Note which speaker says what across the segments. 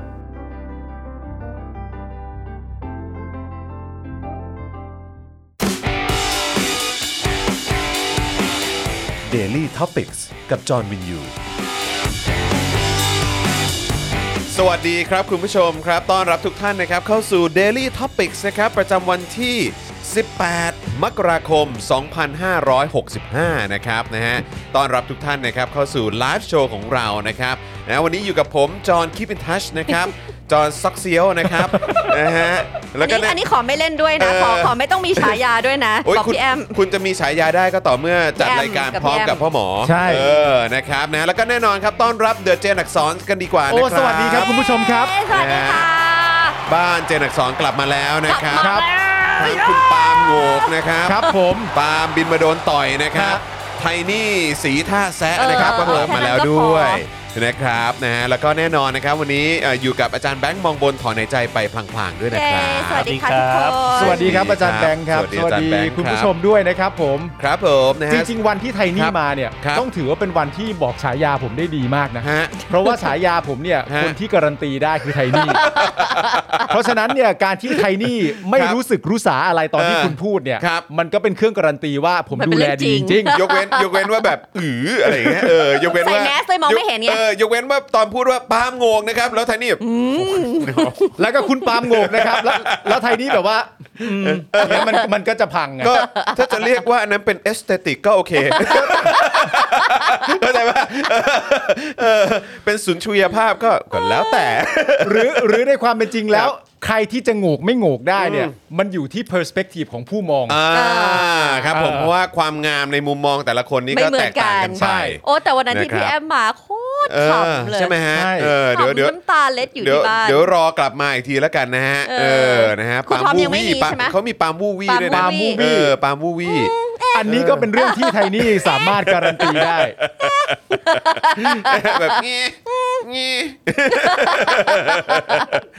Speaker 1: Daily t o p i c กกับจอห์นวินยู
Speaker 2: สวัสดีครับคุณผู้ชมครับ ต้อนรับทุกท่านนะครับเข้าสู่ Daily Topics นะครับ ประจำวันที่ 18 มกราคม 2565 นะครับนะฮะต้อนรับทุกท่านนะครับเข้าสู่ไลฟ์โชว์ของเรานะครับนะวันนี้อยู่กับผม จอห์นคีปินทัชนะครับ จอห์นซอกเซียวนะครับ นะฮะแล้วก็
Speaker 3: นี่
Speaker 2: นะ
Speaker 3: อันนี้ขอไม่เล่นด้วยนะ ขอ
Speaker 2: เออ
Speaker 3: ขอไม่ต้องมีฉายาด้วยนะ
Speaker 2: โอ้ย
Speaker 3: บอก
Speaker 2: คุณ
Speaker 3: พี่แอม
Speaker 2: คุณจะมีฉายาได้ก็ต่อเมื่อจัด
Speaker 3: พี่แอม
Speaker 2: รายการ
Speaker 3: กับ
Speaker 2: พร้อม
Speaker 3: พี่แอม
Speaker 2: กับพ่อหมอ
Speaker 1: ใช่
Speaker 2: เออนะครับนะแล้วก็แน่นอนครับต้อนรับเดอะเจนอักสอนกันดีกว่านะ
Speaker 1: โอ้
Speaker 2: ครับ
Speaker 1: สวัสดีครับคุณผู้ชมครับ
Speaker 3: เอ้ยสวัสดีค่ะ
Speaker 2: บ้านเจนอักสอนกลับมาแล้วนะครับ
Speaker 3: กลับมาแล้ว
Speaker 2: คุณปาล์มโงกนะครับ
Speaker 1: ครับผม
Speaker 2: ปาล์มบินมาโดนต่อยนะครั
Speaker 1: ครับ บ
Speaker 2: ไทนี่สีท่าแซะนะครับ
Speaker 3: เออ
Speaker 2: ก็กลับมาแล้ว
Speaker 3: แค่นั้นก็
Speaker 2: ด้วยนะครับนะฮะแล้วก็แน่นอนนะครับวันนี้เอ่ออยู่กับอาจารย์แบงค์มองบนถอนในใจไปพลางๆด้วยนะครั
Speaker 3: เย้สวั
Speaker 2: บ
Speaker 3: สดี ค่ะทุกคน
Speaker 1: สวัสดีครับอาจารย์แบงค์ครับ
Speaker 2: สวัสดีอาจารย์แบงค์ครับ
Speaker 1: คุณผู้ชมด้วยนะครับผม
Speaker 2: ครับผมนะ
Speaker 1: จ
Speaker 2: ฮะ
Speaker 1: ริง ๆ วันที่ไทนี่
Speaker 2: ครับ
Speaker 1: มาเนี่ย
Speaker 2: ครับ
Speaker 1: ต้องถือว่าเป็นวันที่บอกฉายาผมได้ดีมากนะ
Speaker 2: ฮะ
Speaker 1: เพราะว่าฉายาผมเนี่ย
Speaker 2: ฮะ
Speaker 1: คนที่การันตีได้คือไท นี่ เพราะฉะนั้นเนี่ยการที่ไทนี่ไม่
Speaker 2: ครับ
Speaker 1: รู้สึกรู้สาอะไรตอนที่
Speaker 2: เออ
Speaker 1: คุณพูดเนี่ย
Speaker 2: ครับ
Speaker 1: มันก็เป็นเครื่องการันตีว่าผม
Speaker 3: มันเป็
Speaker 1: ดู
Speaker 3: น
Speaker 1: แล
Speaker 3: เรื่อง
Speaker 1: ดี
Speaker 3: จ
Speaker 1: จ
Speaker 3: ริง
Speaker 1: ริง
Speaker 2: ยกเว้นยกเว้นว่าแบบอืออะไรอย่างเงี้ยเออยกเว้นว่า
Speaker 3: ใส่แมสเลยมองไม่เห็นไง
Speaker 2: ออยกเว้นว่าตอนพูดว่าปาล์มโงกนะครับแล้วไทนี่แบบ
Speaker 1: แล้วก็คุณปาล์มโงกนะครับ แล้วแล้วไทยนี่แบบว่าอืมเดี๋ยวมันมันก็จะพังไง
Speaker 2: ก็ถ้าจะเรียกว่าอันนั้นเป็นเอสเตติกก็โอเคเข้าใจป่ะเออเออเป็นสุนทรียภาพก็ก็แล้ว แต่
Speaker 1: หรือหรือในความเป็นจริงแล้ว
Speaker 2: ครับ
Speaker 1: ใครที่จะโงกไม่โงกได้เนี่ย มันอยู่ที่ perspective ของผู้มอง
Speaker 2: อ่าครับผม
Speaker 1: เออ
Speaker 2: เพราะว่าความงามในมุมมองแต่ละคนนี่
Speaker 3: ไม่
Speaker 2: ก็
Speaker 3: เหมื
Speaker 2: แต
Speaker 3: อน
Speaker 2: กต่าง
Speaker 3: กั
Speaker 2: กัน นไป
Speaker 3: โอ้แต่วันนั้นที่
Speaker 2: นะครับ
Speaker 3: พี่แอมมาโคตร
Speaker 2: เอ
Speaker 3: ข
Speaker 2: อ
Speaker 3: ำเลย
Speaker 2: ใช่ไหมฮะ
Speaker 1: ใช่
Speaker 2: เออเดี๋ยว
Speaker 3: ขำ
Speaker 2: เดี๋ยว
Speaker 3: น้ำตาเล็ดอยู่
Speaker 2: เดี๋ยว
Speaker 3: ที่บ้าน
Speaker 2: เดี๋ยวรอกลับมาอีกทีแล้วกันนะฮะเอ
Speaker 3: เอ
Speaker 2: อ
Speaker 3: อ
Speaker 2: นะฮะ
Speaker 3: คุณ
Speaker 2: ปาล์
Speaker 3: ทอม
Speaker 2: วู
Speaker 3: ยังไม่
Speaker 2: วี่
Speaker 3: มี
Speaker 2: ปาล์
Speaker 3: ใช่ไหม
Speaker 2: เขามีปาล์มวูวี่
Speaker 3: ปาล์ม
Speaker 2: ด้วยนะ
Speaker 3: ปาล์มวูวี่
Speaker 2: เออปาล์มวูวี่
Speaker 1: อันนี้ก็เป็นเรื่องที่ไทนี่สามารถการันตี ได้
Speaker 2: แบบงี้งี้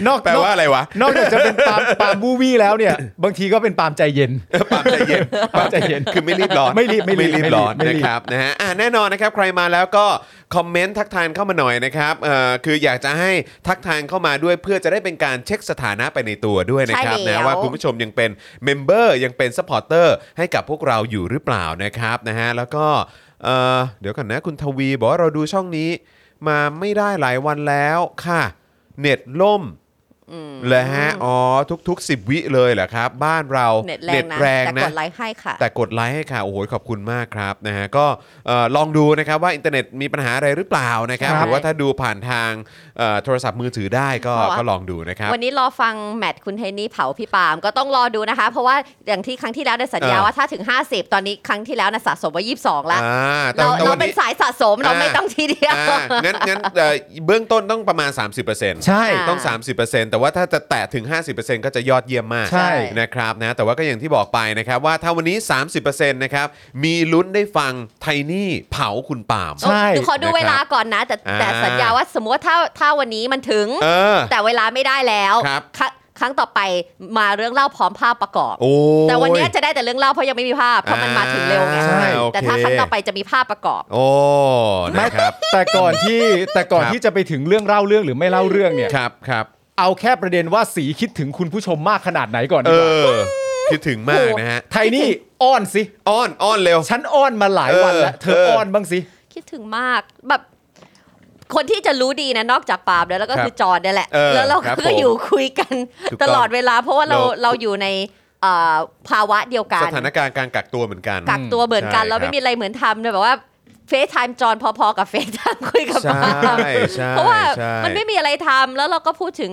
Speaker 1: นอก
Speaker 2: แปลว่าอะไรวะ
Speaker 1: นอกจากจะเป็นปาล์มปาล์มบูวี่แล้วเนี่ย บางทีก็เป็นปาล์มใจเย็น
Speaker 2: ปามใจเย็น
Speaker 1: ปามใจเย็น
Speaker 2: คือไม่รีบร้อน
Speaker 1: ไม่รีบไม่รีบ
Speaker 2: รีบร้อน
Speaker 1: ไม่รี
Speaker 2: นะ
Speaker 1: บ
Speaker 2: ครับนะฮะอ่ะแน่นอนนะครับใครมาแล้วก็คอมเมนต์ทักทายเข้ามาหน่อยนะครับเอ่อคืออยากจะให้ทักทายเข้ามาด้วยเพื่อจะได้เป็นการเช็คสถานะไปในตัวด้วยนะครับ
Speaker 3: ใช่แล้ว
Speaker 2: นะว่าคุณผู้ชมยังเป็นเมมเบอร์ยังเป็นซัพพอร์เตอร์ให้กับพวกเราอยู่หรือเปล่านะครับนะฮะแล้วก็เอ่อเดี๋ยวก่อนนะคุณทวีบอกว่าเราดูช่องนี้ มาไม่ได้หลายวันแล้วค่ะ เน็ตล่มเลยฮะอ๋อทุก ๆ 10 วิเลยเหรอครับ บ้านเรา
Speaker 3: เน็ตแรงนะ
Speaker 2: แรง
Speaker 3: แต่
Speaker 2: นะ
Speaker 3: กดไลค์ให้ค่ะ
Speaker 2: แต่กดไลค์ให้ค่ะ โอ้โห ขอบคุณมากครับนะฮะ ก็เอ่อลองดูนะครับว่าอินเทอร์เน็ตมีปัญหาอะไรหรือเปล่านะครับ
Speaker 1: ใช่
Speaker 2: หรือว่าถ้าดูผ่านทางเอ่อโทรศัพท์มือถือได้ก็
Speaker 3: เพราะว่า
Speaker 2: ก็ลองดูนะครับ
Speaker 3: วันนี้รอฟังแมทคุณเทนนี่เผาพี่ปาล์มก็ต้องรอดูนะคะ เพราะว่าอย่างที่ครั้งที่แล้วได้สัญญา
Speaker 2: เออ
Speaker 3: ว่าถ้าถึง 50 ตอนนี้ครั้งที่แล้วนะสะสมไว้22ละ
Speaker 2: อ่าแต่
Speaker 3: เรา
Speaker 2: แต่
Speaker 3: เรา
Speaker 2: วัน
Speaker 3: เป็น
Speaker 2: นี้
Speaker 3: สายสะสมเรา
Speaker 2: อ่า
Speaker 3: ไม่ต้องทีเดียว
Speaker 2: อ่างั้นงั้นเอ่อเบื้องต้นต้องประมาณ 30%
Speaker 1: ใช่
Speaker 3: ค่ะ
Speaker 2: ต้อง 30%แต่ว่าถ้าจะแตะถึง 50%ก็จะยอดเยี่ยมมาก
Speaker 1: ใช่
Speaker 2: นะครับนะแต่ว่าก็อย่างที่บอกไปนะครับว่าถ้าวันนี้ 30%นะครับมีลุ้นได้ฟังไทนี่เผาคุณปาล์ม
Speaker 1: ใช่
Speaker 3: เดี๋ยวขอดู
Speaker 2: นะครับ
Speaker 3: เวลาก่อนนะ แต่แต่
Speaker 2: อ่า
Speaker 3: สัญญาว่าสมมติว่าถ้าถ้าวันนี้มันถึง
Speaker 2: เออ
Speaker 3: แต่เวลาไม่ได้แล้ว
Speaker 2: ครับ
Speaker 3: ครัค รั้งต่อไปมาเรื่องเล่าพร้อมภาพประกอบ
Speaker 2: โอ้ย
Speaker 3: แต่วันเนี้ยจะได้แต่เรื่องเล่าเพราะยังไม่มีภาพเพราะมันมาถึงเร็วไง
Speaker 2: อ่า
Speaker 1: ใช่
Speaker 2: โอเค
Speaker 3: แต่ถ้าครั้งต่อไปจะมีภาพประกอบ
Speaker 2: โอ้
Speaker 1: ไม่
Speaker 2: นะครับ
Speaker 1: แต่ก่อนที่แต่ก่อน
Speaker 2: ครับ
Speaker 1: ที่จะไปถึงเรื่องเล่าเรื่องหรือไม่เล่าเรื่องเนี่ย
Speaker 2: ครับครับ
Speaker 1: เอาแค่ประเด็นว่าสีคิดถึงคุณผู้ชมมากขนาดไหนก่อน
Speaker 2: เอ
Speaker 1: ดีกว่า
Speaker 2: อคิดถึงมากนะฮะ
Speaker 1: ไทนี่อ้อนสิ
Speaker 2: อ้อนอ้อนเร็ว
Speaker 1: ฉันอ้อนมาหลายวันแล้ว
Speaker 2: เออ
Speaker 1: เธอ
Speaker 2: เอออ้
Speaker 1: อ้อนบ้างสิ
Speaker 3: คิดถึงมากแบบ คนที่จะรู้ดีนะนอกจากปาล์มแล้วแล้วก็
Speaker 2: ครับ
Speaker 3: คือจอร์ดเนี่ยแหละ
Speaker 2: เออ
Speaker 3: แล้วเรา
Speaker 2: ครับ
Speaker 3: ก็
Speaker 2: ผม
Speaker 3: อยู่คุยกัน
Speaker 2: ถูก
Speaker 3: ต
Speaker 2: ต้อง
Speaker 3: ลอดเวลา เพราะว่าเรา
Speaker 2: เรา
Speaker 3: เราอยู่ในเอ่อภาวะเดียวกัน
Speaker 2: สถานการณ์การกักตัวเหมือนกัน
Speaker 3: กักตัวเหมือนกัน
Speaker 2: ใช่
Speaker 3: แล้ว
Speaker 2: ค
Speaker 3: ไม่
Speaker 2: รับ
Speaker 3: มีอะไรเหมือนทำเลยแบบว่าเฟซไทม์จอร์ดพอๆกับเฟซไทม์คุยกับ
Speaker 2: ใช่
Speaker 3: ปาล์ม
Speaker 2: ใช่
Speaker 3: เพราะว่า
Speaker 2: ใช่
Speaker 3: มันไม่มีอะไรทำแล้วเราก็พูดถึง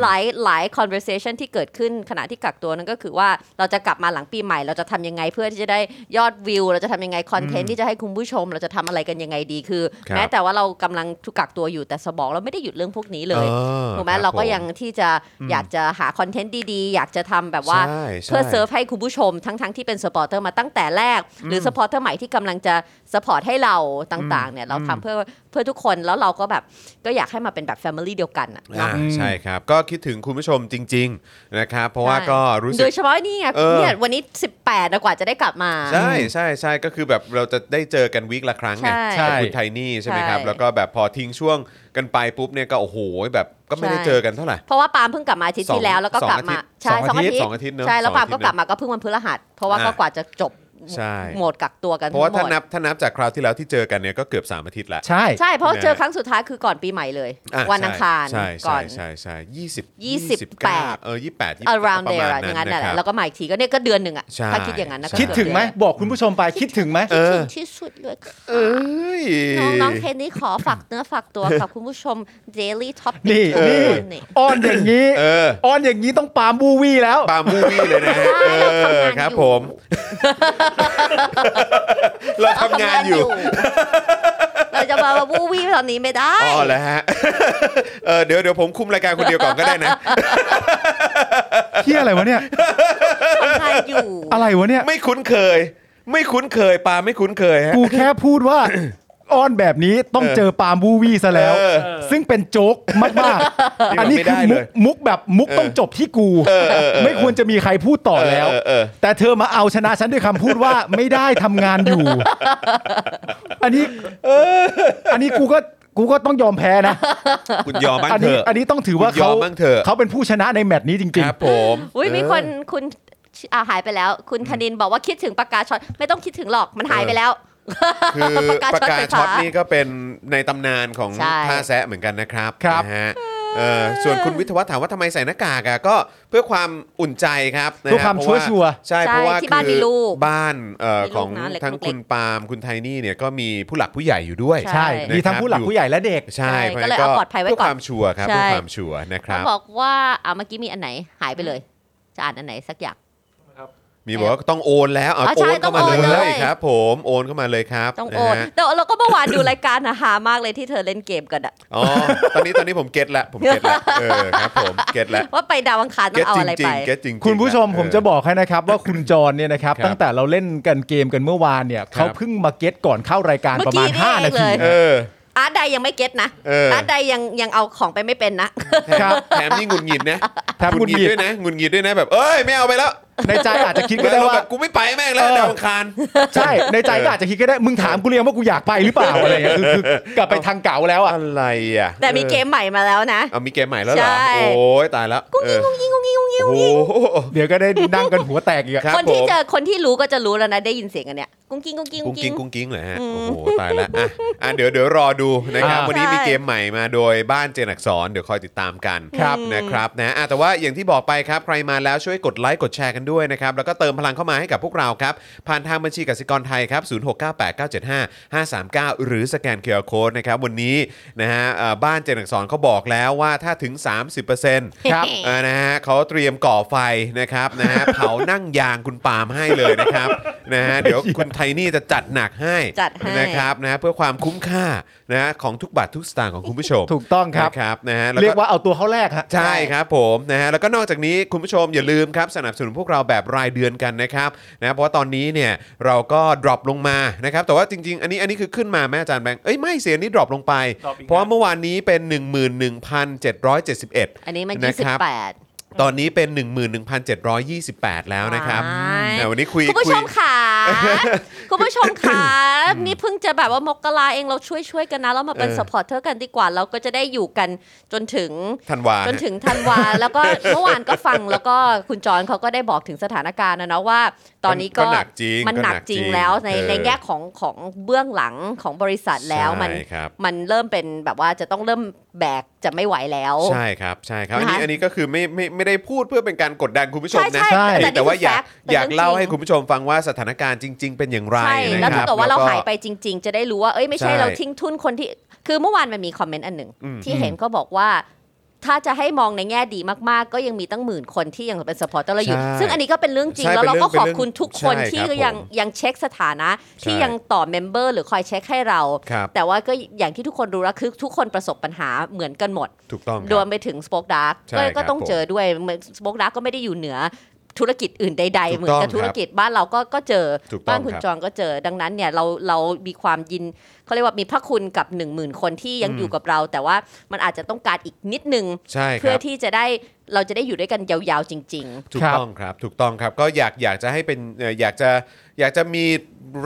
Speaker 3: หลายหลาย conversation ที่เกิดขึ้นขณะที่กักตัวนั่นก็คือว่าเราจะกลับมาหลังปีใหม่ เราจะทำยังไงเพื่อที่จะได้ยอดวิว เราจะทำยังไงคอนเทนต์ที่จะให้คุณผู้ชม เราจะทำอะไรกันยังไงดีคือ
Speaker 2: ครับ
Speaker 3: แม้แต่ว่าเรากำลังถูกกักตัวอยู่แต่สมองเราไม่ได้หยุดเรื่องพวกนี้เลย
Speaker 2: ออ
Speaker 3: ถูกไหม
Speaker 2: คบ
Speaker 3: เราก็
Speaker 2: ผ
Speaker 3: ยังที่จะอยากจะหาคอนเทนต์ดีๆ อยากจะทำแบบว่า
Speaker 2: ใช่ใช่
Speaker 3: เพื่อเซิร์ฟให้คุณผู้ชมทั้งๆทที่เป็นสปอร์เตอร์มาตั้งแต่แรก หรือสปอร์เตอร์ใหม่ที่กำลังจะสปอร์ตให้เราต่างๆเนี่ยเราทำเพื่อเพื่อทุกคนแล้วเราก็แบบก็อยากให้มาเป็นแบบแฟมิลี่เดียวกันอะ
Speaker 2: อ่า
Speaker 3: เนาะ
Speaker 2: ใช่ครับ ก็คิดถึงคุณผู้ชมจริง ๆ นะครับ เพราะว่าก็รู้สึ
Speaker 3: โด
Speaker 2: ก
Speaker 3: ยเฉพาะนี่ไง
Speaker 2: เออ
Speaker 3: เนี่ยวันนี้ 18นะกว่าจะได้กลับมา
Speaker 2: ใช่ใช่ใช่ก็คือแบบเราจะได้เจอกันวีคละครั้งไง
Speaker 3: ใช่
Speaker 2: กับคุณไทนี่ใช่ไหมครับ
Speaker 3: ใช่
Speaker 2: แล้วก็แบบพอทิ้งช่วงกันไปปุ๊บเนี่ยก็โอ้โหแบบก็ไม่ได้
Speaker 3: ใช่
Speaker 2: เจอกันเท่าไหร่
Speaker 3: เพราะว่าปาล์มเพิ่งกลับมาอาทิตย์
Speaker 2: สอง
Speaker 3: ที่แล้วแล้วก็
Speaker 2: สอง
Speaker 3: กลับ
Speaker 2: อาทิ
Speaker 3: มา
Speaker 2: ตย์
Speaker 3: ใช่
Speaker 2: สองอาทิตย์สองอาทิตย์เนอะ
Speaker 3: ใช่แล้วปาล์ม
Speaker 2: สอ
Speaker 3: ก็
Speaker 2: งอาทิตย์
Speaker 3: กลับมาก็เพิ่งวันพฤหัสเพราะว่าก็
Speaker 2: อ่ะ
Speaker 3: กว่าจะจบ
Speaker 2: ใช่
Speaker 3: โหมดกักตัวกัน
Speaker 2: เพราะว่าถ้า
Speaker 3: ทั้งหมด
Speaker 2: นับถ้านับจากคราวที่แล้วที่เจอกันเนี่ยก็เกือบสามอาทิตย์ละ
Speaker 1: ใช่
Speaker 3: ใช่เพราะ
Speaker 2: นะ
Speaker 3: เจอครั้งสุดท้ายคือก่อนปีใหม่เลย
Speaker 2: อ่ะ
Speaker 3: วันอังคาร
Speaker 2: ใช่
Speaker 3: ก่
Speaker 2: ใช่
Speaker 3: อน
Speaker 2: ใช่ใช่ยี่สิบ
Speaker 3: ยี่สิบ
Speaker 2: เก้า
Speaker 3: แปด
Speaker 2: เออยี่แปด
Speaker 3: around there อะอย่างนั้นแหละแล้วก็มาอีกทีก็เนี่ยก็เดือนหนึ่งอะ
Speaker 2: ใช่
Speaker 3: ถ้าคิดอย่างนั้นนะก็
Speaker 2: ใช่
Speaker 1: คิดถึงไหม
Speaker 3: เอนเดือน
Speaker 1: บอกคุณผู้ชมไปคิดถึงไหม
Speaker 2: เออ
Speaker 3: คิดถึงที่สุดเลยค่ะ
Speaker 2: เอ้ย
Speaker 3: น้องๆเทนนี่ขอฝากเนื้อฝาก ตัวกับคุณผู้ชม daily topic
Speaker 1: นี่
Speaker 3: ทุกคน
Speaker 1: นี่
Speaker 3: นี่
Speaker 1: อ้อนอย่างนี้
Speaker 2: เออ
Speaker 1: อ้อนอย่างนี้ต้องปาล์มบูวี่แล้ว
Speaker 2: ปาล์มมูวี่เลยนะฮะ
Speaker 3: ใช่เราทำงานอยู่
Speaker 2: เออครับผมเราทำงานอยู่
Speaker 3: เราจะมาวู้วี่ตอนนี้ไม่ได้
Speaker 2: อ๋อแล้วฮะ เออเดี๋ยวเดี๋ยวผมคุมรายการคนเดียวก่อนก็ได้นะ
Speaker 1: เที่ยอะไรวะเนี่ย
Speaker 3: ทำงานอยู่
Speaker 1: อะไรวะเนี่ย
Speaker 2: ไม่คุ้นเคย ไม่คุ้นเคยปาไม่คุ้นเคยฮะ
Speaker 1: กูแค่พูดว่า อ้อนแบบนี้ต้อง
Speaker 2: เออ
Speaker 1: เจอปาล์มบูวี่ซะแล้ว
Speaker 2: เออ
Speaker 1: ซึ่งเป็นโจ๊กมาก
Speaker 2: นี่
Speaker 1: ๆ อันนี้
Speaker 2: ไม่
Speaker 1: คื
Speaker 2: ได้
Speaker 1: อ
Speaker 2: เล
Speaker 1: มุ
Speaker 2: ย
Speaker 1: กมุกแบบมุกต้องจบที่กู ไม่ควรจะมีใครพูดต่อแล้ว
Speaker 2: เออเออเออ
Speaker 1: แต่เธอมาเอาชนะฉันด้วยคำพูดว่า ไม่ได้ทำงานอยู่ อันนี้อันนี้กูก็กูก็ต้องยอมแพ้นะ
Speaker 2: คุณยอมบ้าง
Speaker 1: อัน
Speaker 2: เถ
Speaker 1: นี้
Speaker 2: อะ
Speaker 1: อันนี้ต้องถือว่า
Speaker 2: ย
Speaker 1: เขา
Speaker 2: อมบ้างเถอะ
Speaker 1: เขาเป็นผู้ชนะในแมตช์นี้จริ
Speaker 2: ค
Speaker 1: ง
Speaker 2: รับผม
Speaker 3: อุ้ยมีคน
Speaker 2: เออ
Speaker 3: คุณอาหายไปแล้ว คุณธนินบอกว่าคิดถึงปากกาช็อตไม่ต้องคิดถึงหรอกมันหาย
Speaker 2: เออ
Speaker 3: ไปแล้ว
Speaker 2: คือปา
Speaker 3: ปาก
Speaker 2: กาก
Speaker 3: กาช็
Speaker 2: ช็อ
Speaker 3: อ
Speaker 2: ต
Speaker 3: ตไฟฟ้า
Speaker 2: นี่ก็เป็นในตำนานของ
Speaker 3: ใช่
Speaker 2: ท่าแซะเหมือนกันนะครับ
Speaker 1: ครับ
Speaker 2: นะฮะเออส่วนคุณวิทยวัฒน์ถามว่าทำไมใส่หน้ากากอ่ะก็เพื่อความอุ่นใจครับนะ
Speaker 1: เพื่อความ
Speaker 2: เพ
Speaker 1: ชัว
Speaker 2: ราะว่า
Speaker 1: ร์ชัวร์
Speaker 2: ใช่
Speaker 3: ใช่
Speaker 2: เพราะว่า
Speaker 3: ที่บ้าน
Speaker 2: คือ
Speaker 3: มีลูก
Speaker 2: บ้านเอ่อ
Speaker 3: มีลูก
Speaker 2: ของ
Speaker 3: นะเล็กๆ
Speaker 2: ทั้งคุณปาล์มคุณไทนี่เนี่ยก็มีผู้หลักผู้ใหญ่อยู่ด้วย
Speaker 1: ๆ
Speaker 3: ใช่
Speaker 1: ใช่ มีทั้ง
Speaker 2: นะครับ
Speaker 1: ผู้หลั
Speaker 2: อ
Speaker 1: ก
Speaker 2: ยู่
Speaker 1: ผู้ใหญ่และเด็ก
Speaker 2: ใช่
Speaker 3: ใช่
Speaker 2: พระ
Speaker 3: ก็
Speaker 2: ฉะ
Speaker 3: เลย
Speaker 2: นั้น
Speaker 3: เอาปลอดภัยไว้ก่อน
Speaker 2: เพื่อความชัวร์ครับ
Speaker 3: ใช่
Speaker 2: เพื่อความชัวร์นะครับ
Speaker 3: เขาบอกว่าเอาเมื่อกี้มีอันไหนหายไปเลย จะอ่านอันไหนสักอย่าง
Speaker 2: มีบอกว่าต้องโอนแล้วเอา
Speaker 3: อ๋อ
Speaker 2: โอ
Speaker 3: ใช่
Speaker 2: นเข้า
Speaker 3: ต้
Speaker 2: มา
Speaker 3: อง
Speaker 2: เล
Speaker 3: โอนเลย ย
Speaker 2: ครับ ผมโอนเข้ามาเลยครับ
Speaker 3: ต้องโอน
Speaker 2: นะฮะ
Speaker 3: แต่เราก็เมื่อวานดูรายการนะหามากเลยที่เธอเล่นเกมกันอะ
Speaker 2: อ๋อตอนนี้ตอนนี้ผมเก็ตละผมเก็ตละเออครับผมเก็ตละ
Speaker 3: ว่าไปดาวอังคารต้
Speaker 2: เก็
Speaker 3: อ
Speaker 2: ต
Speaker 3: ง
Speaker 2: จ
Speaker 3: เอา
Speaker 2: ริ
Speaker 3: อะไร
Speaker 2: ง
Speaker 3: ไป
Speaker 2: ๆเก็ตจริงๆ
Speaker 1: คุณผู้ชม
Speaker 2: เออ
Speaker 1: ผมจะบอกให้นะครับ ว่าคุณจรเนี่ยนะครับ
Speaker 2: ครับ
Speaker 1: ตั้งแต่เราเล่นกันเกมกันเมื่อวานเนี่ยเขาเพิ่งมาเก็ตก่อนเข้ารายการ
Speaker 3: เมื่
Speaker 1: ป
Speaker 3: อ
Speaker 1: ระ
Speaker 3: กี้
Speaker 1: มาณ 5
Speaker 3: นี่เอง
Speaker 1: นาที
Speaker 3: เลย
Speaker 2: เออ
Speaker 3: อาร์ตไดยังไม่เก็ตนะ
Speaker 2: เอออ
Speaker 3: อาร์ตไดยังยังเอาของไปไม่เป็นนะ
Speaker 2: แถม
Speaker 1: ครับ
Speaker 2: แถมนี่หงุนงิดนะ
Speaker 1: แถมหงุดหงิด
Speaker 2: ด้วยนะหงุนงิดด้วยนะแบบเอ้ยไม่เอาไปแล้ว
Speaker 1: ในใจอาจจะคิด
Speaker 2: เหมื
Speaker 1: ก็
Speaker 2: อน
Speaker 1: ได้
Speaker 2: อารมณ์
Speaker 1: ว่า
Speaker 2: แบบกูไม่ไปแม่งแล้ว
Speaker 1: เออ
Speaker 2: ดาวอังคาร
Speaker 1: ใช่ในใจก็อาจจะคิดก็ได้มึงถามกูเรียงว่ากูอยากไปหรือเปล่าอะไรอย่างเงี้ยคือคือกลับไปทางเก่าแล้วอ่ะ
Speaker 2: อะไรอ่ะ
Speaker 3: แต่มีเกมใหม่มาแล้วนะ
Speaker 2: เอามีเกมใหม่แล้วเหรอ
Speaker 3: ใช่
Speaker 2: โอ้ยตายแล้ว
Speaker 3: งุ้งยิงงุ้งยิงงุ้งยิง
Speaker 2: โอ้โห
Speaker 1: เดี๋ยวก็ได้นั่งกันหัวแตกอีกอะ
Speaker 2: ครับ
Speaker 3: คนที่
Speaker 2: ผม
Speaker 3: เจอคนที่รู้ก็จะรู้แล้วนะได้ยินเสียงกันเนี่ยกุ้งกิ้งกุ้งกิ้ง
Speaker 2: กุ้ง
Speaker 3: กุ้ง
Speaker 2: กิ้
Speaker 3: กิ้
Speaker 2: ง
Speaker 3: ง
Speaker 2: กุ้งกิ้งเหรอฮะโอ้โหตายแล้วอ่ะอ่ะเดี๋ยวเดี๋ยวรอดูนะครับ วันนี้มีเกมใหม่มาโดยบ้านเจนอักสอนเดี๋ยวคอยติดตามกัน
Speaker 1: ครับ
Speaker 2: นะครับนะอ่ะแต่ว่าอย่างที่บอกไปครับ ใครมาแล้วช่วยกดไลค์กดแชร์กันด้วยนะครับ แล้วก็เติมพลังเข้ามาให้กับพวกเราครับ ผ่านทางบัญชีกสิกรไทยครับ0698975539 หรือสแกนเคอร์โคดนะครับ วันนี้นะฮะเอ่อบ้านเจนอักสอนเขาบอกแล้วว่าถ้าถึง 30%
Speaker 1: ครับ
Speaker 2: อ่านะฮะเขาเตรียมก่อไฟนะครับนะ ฮะ เผานั่งยางคุณปาล์มให้เลยนะครับ นะฮะเดี๋ยวคุณไทนี่จะจัดหนักให้
Speaker 3: จัดให้
Speaker 2: นะครับนะฮะเพื่อความคุ้มค่านะฮะของทุกบาททุกสตางค์ของคุณผู้ชม
Speaker 1: ถูกต้องครับ
Speaker 2: นะครับนะฮะแล้ว
Speaker 1: เรีย
Speaker 2: ก็
Speaker 1: กว่าเอาตัวเขาแรกฮะ
Speaker 2: ใช่ครับผมนะฮะแล้วก็นอกจากนี้คุณผู้ชมอย่าลืมครับสนับสนุนพวกเราแบบรายเดือนกันนะครับนะเพราะว่าตอนนี้เนี่ยเราก็ดรอปลงมานะครับแต่ว่าจริง ๆ อันนี้อันนี้คือขึ้นมาแม่อาจารย์แบงค์เอ้ยไม่เสียนี่ดรอปลงไป
Speaker 4: drop อีก
Speaker 2: เพราะว่าเมื่อวานนี้เป็น 11,771
Speaker 3: อันนี้มัน
Speaker 2: นะครับ
Speaker 3: 28
Speaker 2: ตอนนี้เป็น 11,728 แล้วนะครับ
Speaker 3: ว้าย
Speaker 2: แต่วันนี้คุย
Speaker 3: คุณผู้
Speaker 2: คุ
Speaker 3: ช
Speaker 2: ย
Speaker 3: มขา คุณผู้ชมขา นี่เพิ่งจะแบบว่ามกราเองเราช่วยช่วยๆกันนะ แล้วมาเป็น
Speaker 2: เออ
Speaker 3: สปอร์เตอร์กันดีกว่า เราก็จะได้อยู่กันจนถึง
Speaker 2: ธันวา
Speaker 3: จนถึงธันวา แล้วก็เมื่อวานก็ฟังแล้วก็คุณจอนเขาก็ได้บอกถึงสถานการณ์นะเนาะว่า ตอนนี้ก็
Speaker 2: หนักจริง
Speaker 3: มันหนักจริงแล้วใน
Speaker 2: เออ
Speaker 3: ในแง่ของของเบื้องหลังของบริษัทแล้วมัน
Speaker 2: ใช่ครับ
Speaker 3: มันเริ่มเป็นแบบว่าจะต้องเริ่มแบกจะไม่ไหวแล้ว
Speaker 2: ใช่ครับใช่ครับอัน
Speaker 3: นะคะ
Speaker 2: นี้อันนี้ก็คือไม่ไม่ไม่ได้พูดเพื่อเป็นการกดดันคุณผู้ชมนะ
Speaker 3: ใช่ใช่
Speaker 1: ใช่
Speaker 2: เพียงแต่ว่าอยากอ
Speaker 3: แต่นี่คือ fact
Speaker 2: ยากเล่า
Speaker 3: แต่เรื่องจ
Speaker 2: ให้คุณ
Speaker 3: ริง
Speaker 2: ผู้ชมฟังว่าสถานการณ์จริง ๆ เป็นอย่างไร
Speaker 3: ใช่
Speaker 2: นะค
Speaker 3: แล้วถ้า
Speaker 2: รับ
Speaker 3: เกิดว่าเรา
Speaker 2: แล้ก็
Speaker 3: หายไปจริง ๆ จะได้รู้ว่าเอ้ยไม่ใช่
Speaker 2: ใช่
Speaker 3: เราทิ้งทุนคนที่ คือเมื่อวานมันมีคอมเมนต์อันหนึ่ง
Speaker 2: อืม
Speaker 3: ที่เห็นก็บอกว่า ถ้าจะให้มองในแง่ดีมากๆ ก็ยังมีตั้งหมื่นคนที่ยังเป็นสปอร์ตเราอยู่
Speaker 2: ใช่
Speaker 3: ซึ่งอันนี้ก็เป็นเรื่องจริง
Speaker 2: ใช่
Speaker 3: แล้วเราก็
Speaker 2: เป็น
Speaker 3: ขอ
Speaker 2: เรื่
Speaker 3: บ
Speaker 2: อง
Speaker 3: คุณทุกคน
Speaker 2: ใช่
Speaker 3: ที่
Speaker 2: ครับ
Speaker 3: ยัง
Speaker 2: ผม
Speaker 3: ยังเช็คสถานะ ที่
Speaker 2: ใช่
Speaker 3: ยังต่อเมมเบอร์หรือคอยเช็คให้เรา
Speaker 2: ครับ
Speaker 3: แต่ว่าก็อย่างที่ทุกคนรู้แล้วคือทุกคนประสบปัญหาเหมือนกันหมด
Speaker 2: ถูกต้องค
Speaker 3: รว
Speaker 2: รั
Speaker 3: ม
Speaker 2: บ
Speaker 3: ไปถึงสป o อ e ดาร์ก
Speaker 2: ใช่ครับ
Speaker 3: ก็ต้อง
Speaker 2: ผม
Speaker 3: เจอด้วยเหมือนสป o อ e ดาร์กก็ไม่ได้อยู่เหนือธุรกิจอื่นใด
Speaker 2: ถูก
Speaker 3: ๆเหมือน
Speaker 2: ต้องครั
Speaker 3: กับบ ธุรกิจบ้านเราก็ก็เจอ
Speaker 2: ถูกต้อง
Speaker 3: บ้านคุณ
Speaker 2: ครับ
Speaker 3: จองก็เจอ ดังนั้นเนี่ยเราเรามีความยินเขาเรียกว่ามีพระคุณกับ 1 0,000 คนที่ยังอยู่กับเรา แต่ว่ามันอาจจะต้องการอีกนิดนึง
Speaker 2: ใช่ค
Speaker 3: เพื่อ
Speaker 2: รับ
Speaker 3: ที่จะได้เราจะได้อยู่ด้วยกันยาวๆจริง
Speaker 2: ถูกต้องครับถูกต้องครับก็อยากอยากจะให้เป็นเอ่ออยากจะอยากจะมี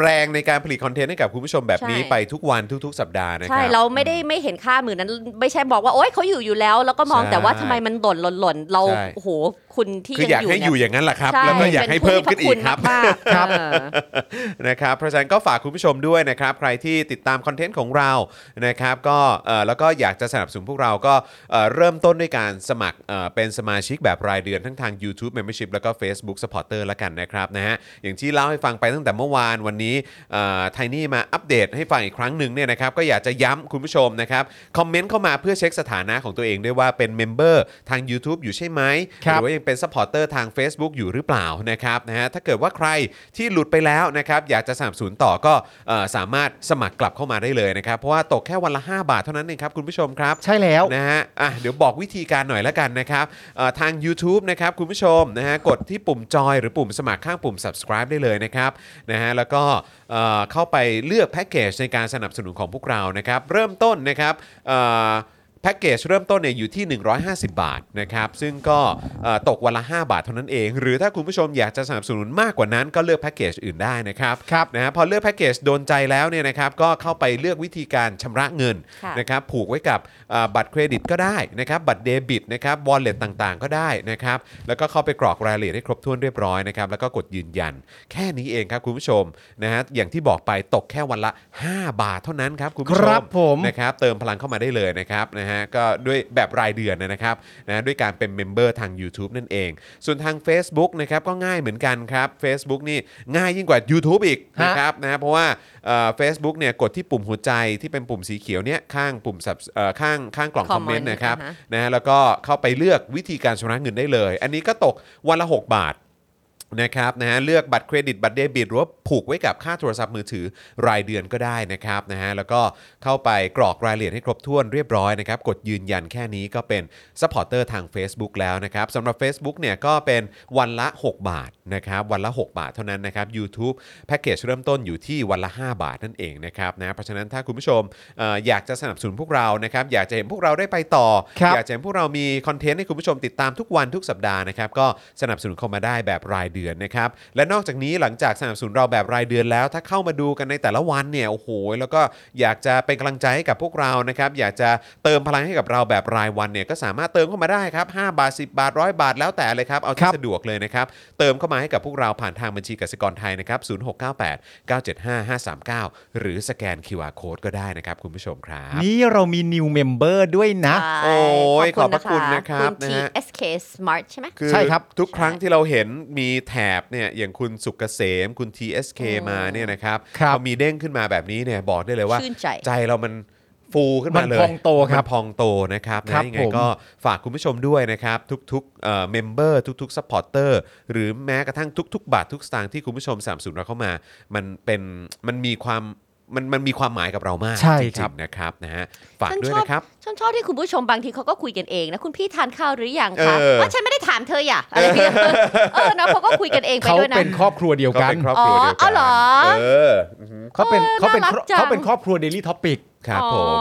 Speaker 2: แรงในการผลิตคอนเทนต์ให้กับคุณผู้ชมแบบนี้
Speaker 3: ใช่
Speaker 2: ไปทุกวันทุก ๆ สัปดาห์นะครั
Speaker 3: ๆใช่
Speaker 2: บ
Speaker 3: เราไม่ได้ไม่เห็นค่าหมื่นนั้น ไม่ใช่บอกว่าโอ๊ยเขาอยู่อยู่แล้ว แล้วก็มอง
Speaker 2: ใช่
Speaker 3: แต่ว่าทำไมมันหล่นหล่นหล่นเรา
Speaker 2: ใช่
Speaker 3: โอ้โหคุณที่
Speaker 2: คืออ
Speaker 3: ยัง
Speaker 2: ยาก
Speaker 3: อยู่
Speaker 2: ให้อ
Speaker 3: เนี่
Speaker 2: ยู่
Speaker 3: ย
Speaker 2: อย่างนั้นแหละครับ
Speaker 3: ใช่
Speaker 2: แล้วก็อยากให้เพิ่มขึ้นอีกครับ
Speaker 3: เป็นผู้ที่พะคุณมากๆเออ
Speaker 2: นะครับเพราะฉะนั้นก็ฝากคุณผู้ชมด้วยนะครับ ใครที่ติดตามคอนเทนต์ของเรานะครับก็เอ่อแล้วก็อยากจะสนับสนุนพวกเราก็เอ่อเริ่มต้นด้วยการสมัครเอ่อเป็นสมาชิกแบบรายเดือนทั้งทาง YouTube Membership แล้วก็ Facebook Supporter ละกันนะครับนะฮะอย่างที่เล่าให้ฟังไปตั้งแต่เมื่อวานวันนี้ไทนี่อ Tiny มาอัปเดตให้ฟังอีกครั้งหนึ่งเนี่ยนะครับก็อยากจะย้ำคุณผู้ชมนะครับคอมเมนต์เข้ามาเพื่อเช็คสถานะของตัวเองด้วยว่าเป็นเมมเบอร์ทาง YouTube อยู่ใช่ไหมห
Speaker 1: ครับ
Speaker 2: รือว่า ว่ายังเป็นซัพพอร์เตอร์ทาง Facebook อยู่หรือเปล่านะครับนะฮะถ้าเกิดว่าใครที่หลุดไปแล้วนะครับอยากจะสนับสนุนต่อก็เอ่อสามารถสมัครกลับเข้ามาได้เลยนะครับ เพราะว่าตกแค่วันละ 5 บาทเท่านั้นเองครับ คุณผู้ชมครับ
Speaker 1: ใช่แล้ว
Speaker 2: นะฮะ อ่ะ เดี๋ยวบอกวิธีการหน่อยละกันนะครับเอ่อทาง YouTube นะครับคุณผู้ชมนะฮะ กดที่ปุ่มจอยหรือปุ่มสมัครข้างปุ่ม subscribe ได้เลยนะครับ นะฮะ แล้วก็เอ่อเข้าไปเลือกแพ็กเกจในการสนับสนุนของพวกเรา นะครับ เริ่มต้นนะครับเอ่อแพ็กเกจเริ่มต้นเนี่ยอยู่ที่ 150 บาทนะครับ ซึ่งก็เอ่อตกวันละ 5 บาทเท่านั้นเอง หรือถ้าคุณผู้ชมอยากจะสนับสนุนมากกว่านั้นก็เลือกแพ็กเกจอื่นได้นะครับ
Speaker 1: ครับ
Speaker 2: นะฮะพอเลือกแพ็กเกจโดนใจแล้วเนี่ยนะครับก็เข้าไปเลือกวิธีการชำระเงิน
Speaker 3: ค่ะ
Speaker 2: นะครับผูกไว้กับเอ่อบัตรเครดิตก็ได้นะครับบัตรเดบิตนะครับวอลเล็ตต่างๆ ก็ได้นะครับแล้วก็เข้าไปกรอกรายละเอียดให้ครบถ้วนเรียบร้อยนะครับแล้วก็กดยืนยัน แค่นี้เองครับคุณผู้ชมนะฮะอย่างที่บอกไปตกแค่วันละ 5 บาทเท่านั้นครับคุณผู้ชม
Speaker 1: ครับผม
Speaker 2: นะครับเติมพลังเข้ามาได้เลยนะครับนะฮะก็ด้วยแบบรายเดือนนะครับนะด้วยการเป็นเมมเบอร์ทาง YouTube นั่นเอง ส่วนทาง Facebook นะครับก็ง่ายเหมือนกันครับ Facebook นี่ง่ายยิ่งกว่า YouTube อีก
Speaker 1: ฮะ
Speaker 2: นะครับนะเพราะว่าเฟซบุ๊กเนี่ยกดที่ปุ่มหัวใจที่เป็นปุ่มสีเขียวเนี่ยข้างปุ่ม sub- เอ่อข้างข้างกล่องคอมเมน
Speaker 3: comment
Speaker 2: ต์นะครับ
Speaker 3: อ่าฮะ
Speaker 2: นะฮะแล้วก็เข้าไปเลือกวิธีการชำระเงินได้เลย อันนี้ก็ตกวันละ 6 บาท นะครับนะฮะเลือกบัตรเครดิตบัตรเดบิตหรือว่าผูกไว้กับค่าโทรศัพท์มือถือรายเดือนก็ได้นะครับนะฮะแล้วก็เข้าไปกรอกรายละเอียดให้ครบถ้วนเรียบร้อยนะครับกดยืนยันแค่นี้ก็เป็นซัพพอร์เตอร์ทาง Facebook แล้วนะครับสำหรับ Facebook เนี่ยก็เป็นวันละ 6 บาทนะครับวันละ 6 บาทเท่านั้นนะครับยูทูบแพ็กเกจเริ่มต้นอยู่ที่วันละ 5 บาทนั่นเองนะครับนะเพราะฉะนั้นถ้าคุณผู้ชมเอ่ออยากจะสนับสนุนพวกเรานะครับอยากจะเห็นพวกเราได้ไปต่อ
Speaker 1: ครับ
Speaker 2: อยากจะเห็นพวกเรามีคอนเทนต์ให้คุณผู้ชมติดตามทุกวันทุกสัปดาห์นะครับก็สนับสนุนเข้ามาได้แบบรายเดือนนะครับและนอกจากนี้หลังจากสนับสนุนเราแบบรายเดือนแล้ว ถ้าเข้ามาดูกันในแต่ละวันเนี่ยโอ้โหแล้วก็อยากจะเป็นกำลังใจให้กับพวกเรานะครับอยากจะเติมพลังให้กับเราแบบรายวันเนี่ยก็สามารถเติมเข้ามาได้ครับ5บาท 10 บาท 100 บาทแล้วแต่เลยครับเอา
Speaker 1: ค
Speaker 2: ที่
Speaker 1: รับ
Speaker 2: สะดวกเลยนะครับเติมเข้ามาให้กับพวกเราผ่านทางบัญชีกสิกรไทยนะครับ0698 975 539 หรือสแกน QR Code ก็ได้นะครับคุณผู้ชมครับ
Speaker 1: นี่เรามี new member ด้วยนะ
Speaker 3: ใช่
Speaker 2: โอ้ย
Speaker 3: น
Speaker 2: ขอบพระคุณนะครับ
Speaker 3: คุณ
Speaker 2: นะฮะ
Speaker 3: TSK Smart ใช่ไหม
Speaker 2: คือ
Speaker 1: ใช่ครับ
Speaker 2: ทุก
Speaker 3: ใช่
Speaker 2: ครั้งที่เราเห็นมีแถบเนี่ยอย่างคุณสุกเกษม คุณ TSK
Speaker 3: อืม
Speaker 2: มาเนี่ยนะครับ
Speaker 1: ครับ
Speaker 2: พอมีเด้งขึ้นมาแบบนี้เนี่ยบอกได้เลยว่า
Speaker 3: ชื่นใจ
Speaker 2: ใจเรามันฟูขึ้นมาเลย
Speaker 1: มันพองโตครับ
Speaker 2: มันพองโตนะครับนะครับ ยังไง
Speaker 1: ผม
Speaker 2: ก็ฝากคุณผู้ชมด้วยนะครับ ทุกๆเมมเบอร์ทุกๆซัพพอร์เตอร์หรือแม้กระทั่งทุก ๆ บาททุกสตางค์ที่คุณผู้ชมสามสูนเราเข้ามา มันเป็นมันมีความมันมันมีความหมายกับเรามาก
Speaker 1: ใช่
Speaker 2: จริ
Speaker 1: ครั
Speaker 2: ง
Speaker 1: บ
Speaker 2: ๆนะครับนะฮะฝาก
Speaker 3: ฉัน
Speaker 2: ด้วย
Speaker 3: ชอบ
Speaker 2: นะครับ
Speaker 3: ฉันชอบที่คุณผู้ชมบางทีเขาก็คุยกันเองนะคุณพี่ทานข้าวหรือยังคะ
Speaker 2: เออ
Speaker 3: ว่าฉันไม่ได้ถามเธออย่าอะไรเงี้ยเออนะเขาก็คุยกันเองไป
Speaker 1: เขา
Speaker 3: ด้วยนะ
Speaker 1: เป็นครอบครัวเดียวกัน
Speaker 2: เป็นครอบครัวเดียว
Speaker 3: อ๋
Speaker 2: กั
Speaker 3: อเหรอ
Speaker 2: เอออือฮึ
Speaker 1: เขาเป็น
Speaker 3: เออ
Speaker 1: เขาเป็น
Speaker 3: น่ารักจัง
Speaker 1: เขาเป็นครอบครัว Daily Topic
Speaker 2: ครับผม
Speaker 3: อ๋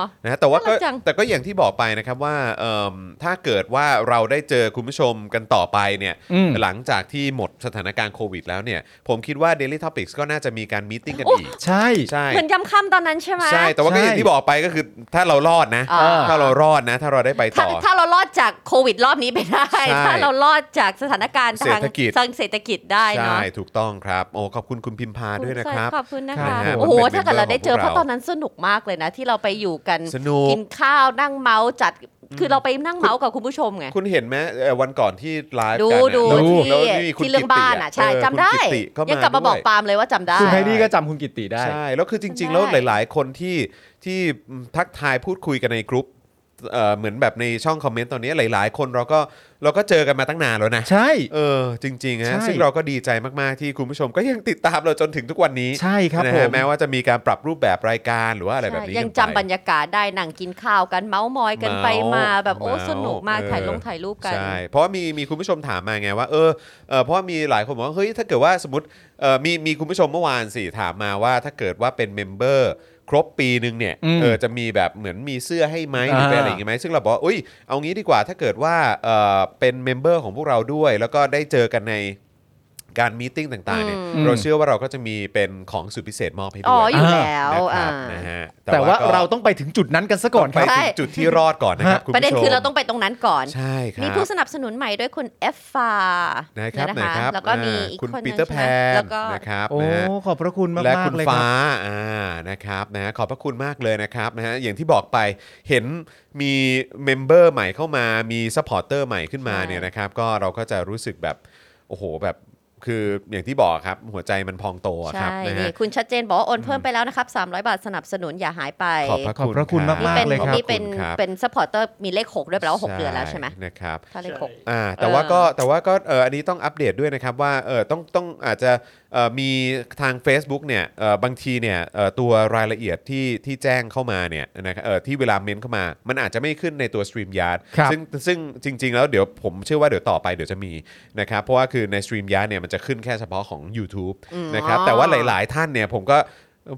Speaker 3: อ
Speaker 2: นะแต่ว่าก็
Speaker 3: น่ารักจัง
Speaker 2: แต่ก็อย่างที่บอกไปนะครับว่าเอิ่มถ้าเกิดว่าเราได้เจอคุณผู้ชมกันต่อไปเนี่ย
Speaker 1: อืม
Speaker 2: หลังจากที่หมดสถานการณ์โควิดแล้วเนี่ย ผมคิดว่า Daily Topics ก็น่าจะมีการมีตติ้งกันอีก
Speaker 1: ใช่
Speaker 2: ใช่
Speaker 3: เหมือนยำค่ำตอนนั้นใช่ไหม
Speaker 2: ใช่ แต่ว่าก็อย่างที่บอกไปก็คือถ้าเรารอดนะ
Speaker 3: อ่า
Speaker 2: ถ้าเรารอดนะ ถ้าเราได้ไป
Speaker 3: ถ้า
Speaker 2: ต่อ
Speaker 3: ถ้าเรารอดจากโควิดรอบนี้ไปได้
Speaker 2: ใช่
Speaker 3: ถ้าเรารอดจากสถานการณ์ทาง
Speaker 2: เศรษฐกิจ
Speaker 3: ทางเศรษฐกิจได้เนาะ
Speaker 2: ใช่ ถูกต้องครับ โอ้ขอบคุณคุณพิมพาด้วยนะครับ
Speaker 3: ขอบคุณนะ
Speaker 1: ครั
Speaker 3: คะ
Speaker 1: บ
Speaker 3: โอ้โห
Speaker 2: ผมเป็น
Speaker 3: ถ้าเกิดเราได้เจอ
Speaker 2: member
Speaker 3: เพ
Speaker 2: ของพวกเรา
Speaker 3: ราะตอนนั้นสนุกมากเลยนะ ที่เราไปอยู่กัน
Speaker 2: สนุก
Speaker 3: กินข้าวนั่งเมาส์จัดคือเราไปนั่งเมาส์กับคุณผู้ชมไง
Speaker 2: คุณเห็นไหมเอ่อวันก่อนที่ไลฟ์
Speaker 3: ดู
Speaker 2: กันอะ
Speaker 3: ดู
Speaker 2: แล้ว
Speaker 3: ที่
Speaker 2: แล้วมีคุณ
Speaker 3: ที่เรื่องบ้านอ่ะใช่
Speaker 2: กิติ
Speaker 3: จำได้
Speaker 2: เออคุณติ
Speaker 3: ยังกลับมาบอก
Speaker 2: ด้วย
Speaker 3: ปาล์มเลยว่าจำได้
Speaker 1: คุณไฮดี้ก็จำคุณกิตติได้
Speaker 2: ใช่แล้วคือจริง ๆ
Speaker 3: ได้
Speaker 2: แล้วหลายๆ คนที่ที่ทักทายพูดคุยกันในกรุ๊ปเอ่อเหมือนแบบในช่องคอมเมนต์ตอนนี้หลาย ๆ คนเราก็เราก็เจอกันมาตั้งนานแล้วนะ
Speaker 1: ใช่
Speaker 2: เออจริงๆ
Speaker 1: ใช่
Speaker 2: ฮะซึ่งเราก็ดีใจมากๆที่คุณผู้ชมก็ยังติดตามเราจนถึงทุกวันนี้
Speaker 1: ใช่ครับ
Speaker 2: นะ
Speaker 1: ผ
Speaker 2: ฮะ
Speaker 1: ม
Speaker 2: แม้ว่าจะมีการปรับรูปแบบรายการหรือว่าอะไรแบบนี้
Speaker 3: ใช่ยัง
Speaker 2: กันไป
Speaker 3: จำบรรยากาศได้นั่งกินข้าวกันเมาส์มอยกันไป
Speaker 2: เมา
Speaker 3: มา
Speaker 2: ส์
Speaker 3: แบบโอ้
Speaker 2: เมาส์
Speaker 3: สนุกมาก
Speaker 2: เออ
Speaker 3: ถ่ายลงถ่ายรูปกัน
Speaker 2: ใช่เพราะว่ามีมีคุณผู้ชมถามมาไงว่าเออเออเพราะว่ามีหลายคนบอกว่าเฮ้ยถ้าเกิดว่าสมมติเออมีมีคุณผู้ชมเมื่อวานสิถามมาว่าถ้าเกิดว่าเป็นเมมเบอร์ครบปีหนึ่งเนี่ย
Speaker 1: อืม
Speaker 2: เออจะมีแบบเหมือนมีเสื้อให้ไหมห
Speaker 1: อ่า
Speaker 2: รือเป็นอะไรอย่างงี้ไหมซึ่งเราบอกว่าอุ้ยเอางี้ดีกว่าถ้าเกิดว่าเออเป็นเมมเบอร์ของพวกเราด้วย แล้วก็ได้เจอกันในการมีตติ้งต่างๆเนี่ย
Speaker 3: อืม
Speaker 2: เราเชื่อว่าเราก็จะมีเป็นของสุดพิเศษมอบให้
Speaker 3: อ๋อ
Speaker 2: ด้วย
Speaker 3: อยู่แล้ว
Speaker 2: นะครับ
Speaker 3: อ่า
Speaker 2: นะฮะ
Speaker 1: แต่ว่า
Speaker 2: ก็
Speaker 1: เราต้องไปถึงจุดนั้นกันซะก่อนค
Speaker 2: ไป
Speaker 1: รับ
Speaker 2: ถึงจุดที่รอดก่อนนะครับคุณ
Speaker 3: ประเด็น
Speaker 2: ผู้ชม
Speaker 3: คือเราต้องไปตรงนั้นก่อน
Speaker 2: ใช่ครับ
Speaker 3: มีผู้สนับสนุนใหม่ด้วยคุณ F ฟา
Speaker 2: นะครับ
Speaker 3: นะ
Speaker 2: ไหน
Speaker 3: คะ
Speaker 2: ครับ
Speaker 3: แล้วก็มี
Speaker 2: อ่า
Speaker 3: อีก
Speaker 2: คุณ
Speaker 3: คนห
Speaker 2: ปี
Speaker 3: นึง
Speaker 2: เตอร์แพน
Speaker 3: ใช่ไหมแล้วก็
Speaker 2: นะครับ
Speaker 1: โอ้
Speaker 2: นะฮะ
Speaker 1: ขอบพระคุณมาก
Speaker 2: และ
Speaker 1: มา
Speaker 2: คุ
Speaker 1: ก
Speaker 2: ณ
Speaker 1: เลยค
Speaker 2: ฟ้า
Speaker 1: รับ
Speaker 2: อ่านะครับนะขอบพระคุณมากเลยนะครับนะฮะอย่างที่บอกไปเห็นมีเมมเบอร์ใหม่เข้ามามีซัพพอร์เตอร์ใหม่ขึ้นมาเนี่ยนะครับ ก็เราก็จะรู้สึกแบบโอ้โหแบบคืออย่างที่บอกครับหัวใจมันพองโตอะค
Speaker 3: ใช่
Speaker 2: รับนะ
Speaker 3: นี่
Speaker 2: ฮะ
Speaker 3: คุณชัดเจนบอกว่าโอนเพิ่มไปแล้วนะครับ 300 บาทสนับสนุนอย่าหายไป
Speaker 2: ขอบพระ
Speaker 1: ขอบพระคุณ
Speaker 2: รับ
Speaker 1: มาก
Speaker 3: เป็
Speaker 1: ๆ
Speaker 3: น
Speaker 1: เลยครับ
Speaker 3: นี่เป็น
Speaker 2: ขอบคุณครับ
Speaker 3: เป็นซัพพอร์เตอร์มีเลข 6 ด้วยแปลว่า6เดือนแล้วใช่ไหม
Speaker 2: นะครับ
Speaker 3: ถ้าเลขหก
Speaker 2: อ่าแต่ว่าก็
Speaker 3: เออ
Speaker 2: แต่ว่าก็เอออันนี้ต้องอัปเดตด้วยนะครับว่าเออต้องต้องอาจจะเออมีทาง Facebook เนี่ยเออบางทีเนี่ยเออตัวรายละเอียดที่ที่แจ้งเข้ามาเนี่ยนะครับเออที่เวลาเม้นเข้ามา มันอาจจะไม่ขึ้นในตัว StreamYard
Speaker 1: ครับ
Speaker 2: ซึ่งซึ่งจริง ๆ แล้วเดี๋ยวผมเชื่อว่าเดี๋ยวต่อไปเดี๋ยวจะมีนะครับเพราะว่าคือใน StreamYard เนี่ยมันจะขึ้นแค่เฉพาะของ YouTube
Speaker 3: อืม
Speaker 2: นะครับแต่ว่าหลาย ๆ ท่านเนี่ยผมก็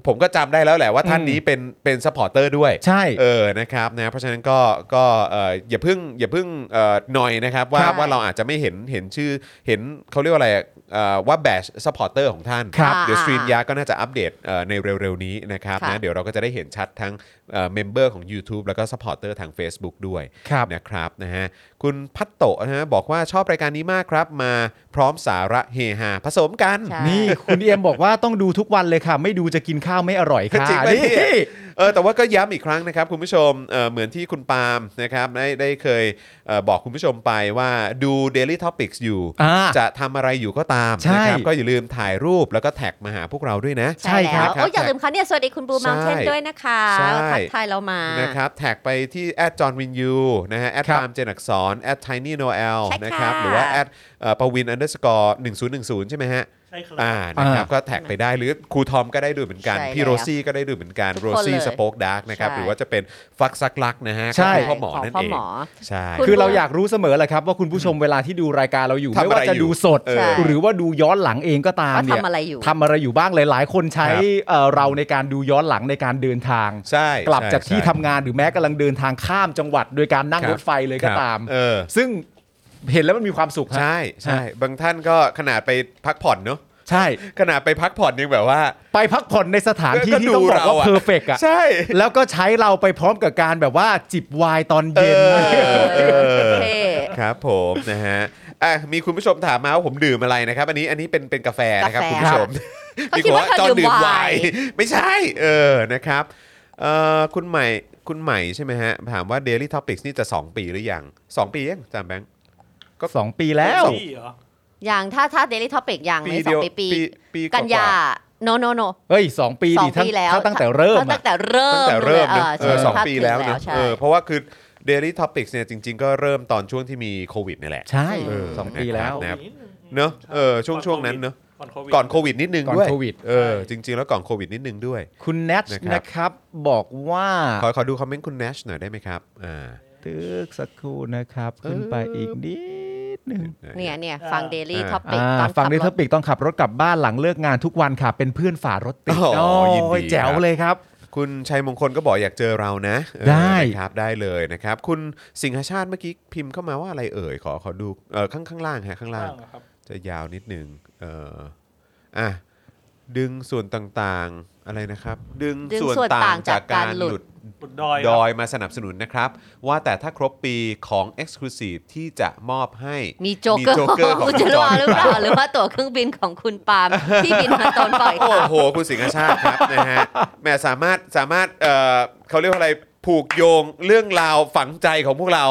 Speaker 2: ผมก็จำได้แล้วแหละว่าท่านนี้เป็นเป็นซัพพอร์เตอร์ด้วย
Speaker 1: ใช่
Speaker 2: เออ นะครับ นะ เพราะฉะนั้นก็ ก็เอ่ออย่าเพิ่ง อย่าเพิ่งเอ่อหน่อยนะครับ ว่า
Speaker 3: ครับ
Speaker 2: ว่าเราอาจจะไม่เห็น เห็นชื่อ เห็นเขาเรียกว่าอะไรอะเอ่อว่าแบชซัพพอร์เตอร์ของท่าน
Speaker 1: ครับ
Speaker 2: เดี๋ยวสตรีมยาก็น่าจะอัปเดตเอ่อในเร็ว ๆ นี้นะครับ
Speaker 3: ค่ะ
Speaker 2: นะ เดี๋ยวเราก็จะได้เห็นชัดทั้งเมมเบอร์ของ YouTube แล้วก็ซัพพอร์เตอร์ทาง Facebook ด้วย
Speaker 1: ครับ
Speaker 2: นะครับ นะฮะ คุณพัตโตะนะฮะ บอกว่าชอบรายการนี้มากครับ มาพร้อมสาระเฮฮาผสมกัน
Speaker 3: ใช่
Speaker 1: นี่คุณเอ็มบอกว่าต้องดูทุกวันเลยค่ะ ไม่ดูจะกินข้าวไม่อร่อยค่ะ
Speaker 2: จริงไหม
Speaker 1: นี่
Speaker 2: เนี่ย เออแต่ว่าก็ย้ำอีกครั้งนะครับคุณผู้ชมเออเหมือนที่คุณปาล์มนะครับได้ได้เคยเออบอกคุณผู้ชมไปว่าดู Daily Topics อยู่
Speaker 1: อ่า
Speaker 2: จะทำอะไรอยู่ก็ตาม
Speaker 1: ใช่
Speaker 2: นะครับก็อย่าลืมถ่ายรูปแล้วก็แท็กมาหาพวกเราด้วยนะ
Speaker 1: ใช่ครับ
Speaker 3: แล้วโอ้ยอย่าลืมค่ะเนี่ยสวัสดีคุณบู
Speaker 2: ใช่
Speaker 3: มังเทนด้วยนะคะ
Speaker 2: ใช่
Speaker 3: ทักทายเรามา
Speaker 2: นะครับแท็กไปที่แอดจอห์นวินยูนะฮะแอด
Speaker 1: ครับ
Speaker 2: ปาล์มเจนอักสอนแอดไทนี่โนเอล
Speaker 3: ใช่ค่ะ
Speaker 2: นะครับหรือว่าแอดปวินอันเดอร์สกอร์หนึ่งศูนย์หนึ่งศูนย์ใช่ไหมฮะ
Speaker 4: ใช่ครับ
Speaker 2: อ่า นะครับ
Speaker 1: อ่า
Speaker 2: ก็แท็กไปได้ หรือครูทอมก็ได้ด้วยเหมือนกัน
Speaker 3: ใช่แล้ว
Speaker 2: พี่โรซี่ก็ได้ด้วยเหมือนกัน
Speaker 3: ทุก
Speaker 2: โร
Speaker 3: คน
Speaker 2: ซี่
Speaker 3: เลย
Speaker 2: สป็อกดาร์กนะครับ
Speaker 3: ใช่
Speaker 2: หรือว่าจะเป็นฟักซักลักนะฮะ
Speaker 1: ใช่
Speaker 2: ของพ่อหมอ
Speaker 3: ขง
Speaker 2: นั่น
Speaker 3: พ่อ
Speaker 2: เอง
Speaker 3: หมอ
Speaker 2: ใช่
Speaker 3: คุณ
Speaker 1: คือเราอยากรู้เสมอแหละครับ ว่าคุณผู้ชมเวลาที่ดูรายการเราอยู่
Speaker 2: ทำ
Speaker 1: ไม่ว่า
Speaker 2: อะไร
Speaker 1: จะ
Speaker 2: อยู่
Speaker 1: ดูสด
Speaker 2: เออ
Speaker 3: ใช่
Speaker 1: หรือว่าดูย้อนหลังเองก็ตาม
Speaker 3: ว่า
Speaker 1: เนี่ย
Speaker 3: ทำอะไรอยู่
Speaker 1: ทำอะไรอยู่บ้างหลาย ๆ คนใช้
Speaker 2: ครับ
Speaker 1: เอ่อเราในการดูย้อนหลังในการเดินทาง
Speaker 2: ใช่
Speaker 1: กลับจากที่
Speaker 2: ใช่
Speaker 1: ทำงานหรือแม้กำลังเดินทางข้ามจังหวัด โดยการนั่ง
Speaker 2: ครับ
Speaker 1: รถไฟเลย
Speaker 2: ค
Speaker 1: ก็
Speaker 2: รับ
Speaker 1: ตาม
Speaker 2: เออ
Speaker 1: ซึ่งเห็นแล้วมันมีความสุขฮะ
Speaker 2: ใช่ใช่
Speaker 1: ฮะ
Speaker 2: บางท่านก็ขนาดไปพักผ่อนเนาะ
Speaker 1: ใช่
Speaker 2: ขนาดไปพักผ่อนยังแบบว่า
Speaker 1: ไปพักผ่อนในสถานที่
Speaker 2: ก็
Speaker 1: ที่ต้อง
Speaker 2: ดู
Speaker 1: บอกว่า
Speaker 2: เราอะ
Speaker 1: เพอร์เฟกอะ
Speaker 2: ใช่
Speaker 1: แล้วก็ใช้เราไปพร้อมกับการแบบว่าจิบไวน์ตอนเย็น
Speaker 2: เออ
Speaker 3: เออเท่
Speaker 2: ครับผมนะฮะ อ่ะ มีคุณผู้ชมถามมาว่าผมดื่มอะไรนะครับ อันนี้ อันนี้เป็น เป็นกาแฟนะครับ
Speaker 3: กาแฟ
Speaker 2: คุณผู้ชม
Speaker 3: ก็
Speaker 2: มี
Speaker 3: คิดว่า
Speaker 2: จอ
Speaker 3: เขาดื่
Speaker 2: ดื่ม
Speaker 3: ม
Speaker 2: ไว
Speaker 3: ไวน์
Speaker 2: น์ ไม่ใช่ เออ นะครับเอ่อคุณใหม่ คุณใหม่ใช่ไหมฮะ ถามว่า Daily Topics นี่จะ 2 ปีหรือยัง 2 ปียังจามแบงค์
Speaker 1: ก็สองปีแล้ว
Speaker 4: พี่เหรอ
Speaker 3: อย่างถ้าถ้า daily topic อย่างไม่สองปีปี
Speaker 2: ปีว่
Speaker 3: กันยา no no no
Speaker 1: เฮ้ยสองปี
Speaker 3: สอ
Speaker 1: ดิ
Speaker 3: ง
Speaker 1: ถ้า
Speaker 3: ปีแล้ว
Speaker 1: ถ้าตั้งแต่เริ่ม
Speaker 3: ตั้
Speaker 1: อะ
Speaker 3: งแต่เริ่ม
Speaker 2: ตั้งแต่เริ่ม
Speaker 3: ลย
Speaker 2: นะ
Speaker 3: ออ
Speaker 2: เออสอง
Speaker 3: ภาพ
Speaker 2: ปี
Speaker 3: ถึ
Speaker 2: แล้วนะ
Speaker 3: ใช่
Speaker 2: เออเพราะว่าคือ Daily Topics เนี่ยจริง ๆ ก็เริ่มตอนช่วงที่มีโควิดนี่แหละ
Speaker 1: ใช่
Speaker 2: เออ
Speaker 1: สองปีแล้ว
Speaker 2: นะครับ
Speaker 4: นิดง
Speaker 2: เนอะเออช่วงช่วงนั้นเนอะ
Speaker 4: ก่อนโควิด
Speaker 2: ก่อนโควิดนิดนึง
Speaker 1: ก่อน
Speaker 2: ด้วย
Speaker 1: โควิด
Speaker 2: เออจริง ๆ แล้วก่อนโควิดนิดนึงด้วย
Speaker 1: คุณแนท
Speaker 2: นะครับ
Speaker 1: นะครับ บอกว่า
Speaker 2: ขอขอดูคอมเมนต์คุณแนชหน่อยได้ไหมครับอ่า
Speaker 1: ตึกสักครู่นะครับ ขึ้นไปอีกนิดหนึ่ง
Speaker 3: เนี่ยเนี่ยฟัง
Speaker 4: อ่า
Speaker 3: daily
Speaker 2: า
Speaker 3: topic ต
Speaker 1: อ่า
Speaker 3: อน
Speaker 1: ฟังใน
Speaker 3: ขับ
Speaker 1: ท
Speaker 3: รถ
Speaker 1: ปิกต้องขับรถกลับบ้านหลังเลิกงานทุกวันค่ะ เป็นเพื่อนฝ่ารถติด
Speaker 2: โอ้ยินดี
Speaker 1: แจ๋วเลยครับ
Speaker 2: คุณชัยมงคลก็บอกอยากเจอเรานะเออ
Speaker 1: ได้
Speaker 2: นะครับได้เลยนะครับ คุณสิงหชาติเมื่อกี้พิมพ์เข้ามาว่าอะไรเอ่ยขอขอดูเออข้างข้างล่างฮะข้างล่าง
Speaker 4: ครับ
Speaker 2: จะยาวนิดหนึ่งเอออ่ะดึงส่วนต่างๆอะไรนะครับ ดึง
Speaker 3: ดึง
Speaker 2: ส่วน
Speaker 3: ส่วน
Speaker 2: ต่า
Speaker 3: ต่าง ง
Speaker 2: จา
Speaker 3: จาก ก
Speaker 2: กา
Speaker 3: การ ร
Speaker 2: ห
Speaker 3: หลุด
Speaker 2: ลุด
Speaker 4: บุดดอย
Speaker 2: ดอยมาสนับสนุนนะครับ ว่าแต่ถ้าครบปีของ Exclusive ที่จะมอบให้
Speaker 3: มีโจ๊กเกอร์
Speaker 2: มีโจ๊กเกอร์ของ
Speaker 3: คุณจะรอหรือเปล่า
Speaker 2: คุณจอร์จ
Speaker 3: หรือว่าตั๋วเครื่องบินของคุณปาล์มที่บินมาตอนปล่อย
Speaker 2: โอ้
Speaker 3: ข่าว
Speaker 2: โห คุณสิงห์ชาติครับ นะฮะแหมสามารถสามารถเอ่อเขาเรียกว่าอะไรผูกโยงเรื่องราวฝังใจของพวกเรา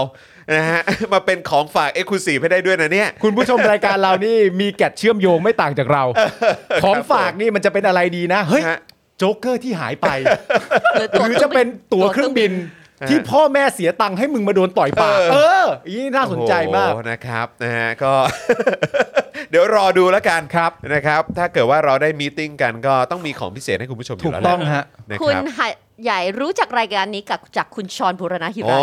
Speaker 2: นะฮะ มาเป็นของฝาก Exclusive ให้ได้ด้วยนะเนี่ย
Speaker 1: คุณผู้ชมรายการเรานี่มีแกดเชื่อมโยงไม่ต่างจาก เรา ของฝากนี่มันจะเป็นอะไรดีนะ เฮ้ย
Speaker 2: ฮะ
Speaker 1: โจ๊กเกอร์ที่ หายไป
Speaker 3: หรือ
Speaker 1: หรือจะเป็นตั๋วเครื่องบิน ที่พ่อแม่เสียตังค์ให้มึงมาโดนต่อยปากเอออีนี่น่าสนใจมาก
Speaker 2: โอ้โหนะครับนะฮะก็ เดี๋ยวรอดูแล้วกันครับนะครับ ถ้าเกิดว่าเราได้มีตติ้งกันก็ต้องมีของพิเศษให้คุณผู้ชมอ
Speaker 1: ถู
Speaker 2: ยู่
Speaker 1: ก
Speaker 2: แล้ว
Speaker 1: ต้อง
Speaker 2: แหละ
Speaker 1: ฮะ
Speaker 2: นะ
Speaker 3: คุณ
Speaker 2: ครับ
Speaker 3: หาดใหญ่รู้จักรายการนี้กับจากคุณชอนบุรณะหิ
Speaker 2: โอ้
Speaker 3: รัน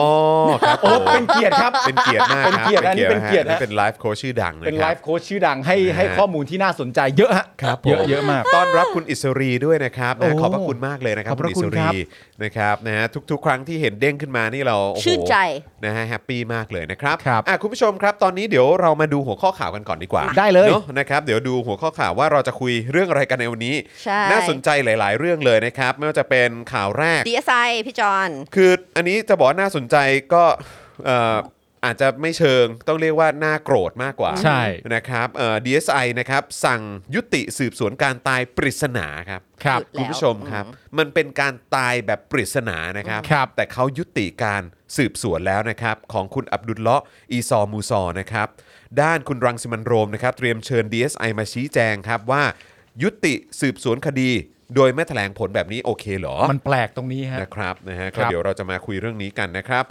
Speaker 2: ครับ
Speaker 1: โอ้เป็นเกียรติครับ
Speaker 2: เป็นเกียรติมากครับ
Speaker 1: เป็นเกียรติอันนี้เป็นเกียรติ
Speaker 2: นะฮะ
Speaker 1: ฮะ
Speaker 2: เป็นไลฟ์โค้ชชื่อดังนะ
Speaker 1: เป็น
Speaker 2: ค
Speaker 1: ไล
Speaker 2: รับ
Speaker 1: ฟ์โค้ชชื่อดังให้ให้
Speaker 2: นะฮะ
Speaker 1: ข้อมูลที่น่าสนใจเยอะฮะ
Speaker 2: ครับผม
Speaker 1: เยอะเยอะมาก
Speaker 2: ต้อนรับคุณอิสรีด้วยนะครับนะ
Speaker 1: โอ้
Speaker 2: ขอบพระคุณมากเลยนะครับ
Speaker 1: ขอบพ
Speaker 2: คุณอิ
Speaker 1: ระคุ
Speaker 2: ส
Speaker 1: ณค
Speaker 2: รี
Speaker 1: รับ
Speaker 2: นะครับนะฮะทุกๆ ครั้งที่เห็นเด้งขึ้นมานี่เราโอ้โห
Speaker 3: ชื่นใจ
Speaker 2: นะฮะแฮปปี้มากเลยนะครับ
Speaker 1: ครับ
Speaker 2: อ่ะคุณผู้ชมครับ ตอนนี้เดี๋ยวเรามาดูหัวข้อข่าวกันก่อนดีกว่า
Speaker 1: ได้เลย
Speaker 2: เนาะนะครับเดี๋ยวดูหัวข้อข่าวว่าเราจะคุยเรื่องอะไรกันในวันนี้
Speaker 3: ใช่
Speaker 2: น่าสนใจหลาย ๆ เรื่องเลยนะครับ ไม่ว่าจะเป็นข่าวแรก
Speaker 3: ดีเอสไอพี่จอน
Speaker 2: คืออันนี้จะบอกว่าน่าสนใจก็เอ่ออาจจะไม่เชิงต้องเรียกว่าน่าโกรธมากกว่า
Speaker 1: ใช่
Speaker 2: นะครับเอ่อ DSI นะครับสั่งยุติสืบสวนการตายปริศนาครับ
Speaker 1: ครับ
Speaker 3: หยุด
Speaker 2: คุณผู้ชมครับ มันเป็นการตายแบบปริศนานะครับ
Speaker 1: ครับ
Speaker 2: แต่เขายุติการสืบสวนแล้วนะครับ ของคุณอับดุลเลาะห์อีซอมูซอนะครับ ด้านคุณรังสิมันโรมนะครับ เตรียมเชิญ DSI มาชี้แจงครับว่า ยุติสืบสวนคดี โดยไม่แถลงผลแบบนี้โอเคเหรอ
Speaker 1: มันแปลกตรงนี้ฮะ
Speaker 2: นะครับนะฮะก็
Speaker 1: ครับ
Speaker 2: เดี๋ยวเราจะมาคุยเรื่องนี้กันนะครับ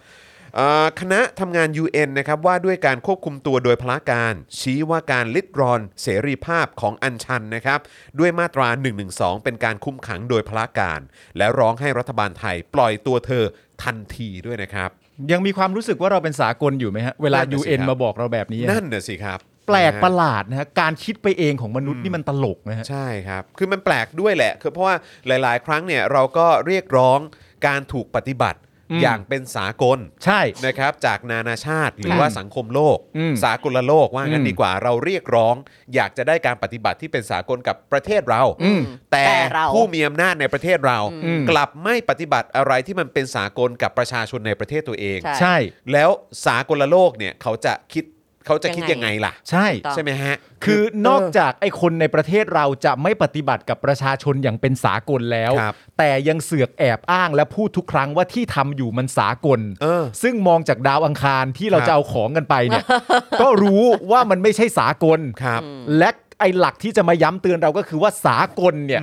Speaker 2: เอ่อคณะทำงาน UN นะครับว่าด้วยการควบคุมตัวโดยพละการ ชี้ว่าการลิดรอนเสรีภาพของอัญชันนะครับด้วยมาตรา 112 เป็นการคุมขังโดยพละการ และร้องให้รัฐบาลไทยปล่อยตัวเธอทันทีด้วยนะครับ
Speaker 1: ยังมีความรู้สึกว่าเราเป็นสากลอยู่ไหมฮะ เวลา
Speaker 2: นั่นน่ะสิ
Speaker 1: UN
Speaker 2: ครับ
Speaker 1: มาบอกเราแบบนี้
Speaker 2: นั่นน่ะสิครับ
Speaker 1: แปลกประ
Speaker 2: นะฮะ
Speaker 1: หลาดนะฮะการคิดไปเองของมนุษย์นี่มันตลกนะฮะ
Speaker 2: ใช่ครับ คือมันแปลกด้วยแหละคือเพราะว่าหลาย ๆ ครั้งเนี่ยเราก็เรียกร้องการถูกปฏิบัติ
Speaker 1: อืม
Speaker 2: อย่างเป็นสากล
Speaker 1: ใช่
Speaker 2: นะครับจากนานาชาติหรือ
Speaker 1: ครับ
Speaker 2: ว่าสังคมโลก
Speaker 1: อืม
Speaker 2: สากลโลกว่างั้น
Speaker 1: อืม
Speaker 2: ดีกว่าเราเรียกร้อง อยากจะได้การปฏิบัติที่เป็นสากลกับประเทศเรา
Speaker 1: อืม
Speaker 2: แต่
Speaker 3: แต่เรา
Speaker 2: ผู้มีอำนาจในประเทศเรา
Speaker 1: อืม
Speaker 2: กลับไม่ปฏิบัติอะไรที่มันเป็นสากลกับประชาชนในประเทศตัวเอง
Speaker 1: ใช่
Speaker 2: แล้วสากลโลกเนี่ยเขาจะคิดเขาจะคิด
Speaker 3: ยั
Speaker 2: ยัง
Speaker 3: ง
Speaker 2: ไง
Speaker 3: ไง
Speaker 2: ล่ะ
Speaker 1: ใช่
Speaker 3: ถูกต้อง
Speaker 2: ใช่ไหมฮะ
Speaker 1: คือนอกจากไอ้คนในประเทศเราจะไม่ปฏิบัติกับประชาชนอย่างเป็นสากลแล้ว
Speaker 2: ครับ
Speaker 1: แต่ยังเสือกแอบอ้างและพูดทุกครั้งว่าที่ทำอยู่มันสากล
Speaker 2: เออ
Speaker 1: ซึ่งมองจากดาวอังคารที่เรา
Speaker 2: ครับ
Speaker 1: จะเอาของกันไปเนี่ย ก็รู้ว่ามันไม่ใช่สากล
Speaker 2: ครับ
Speaker 1: และไอ้หลักที่จะมาย้ำเตือนเราก็คือว่าสากลเนี่ย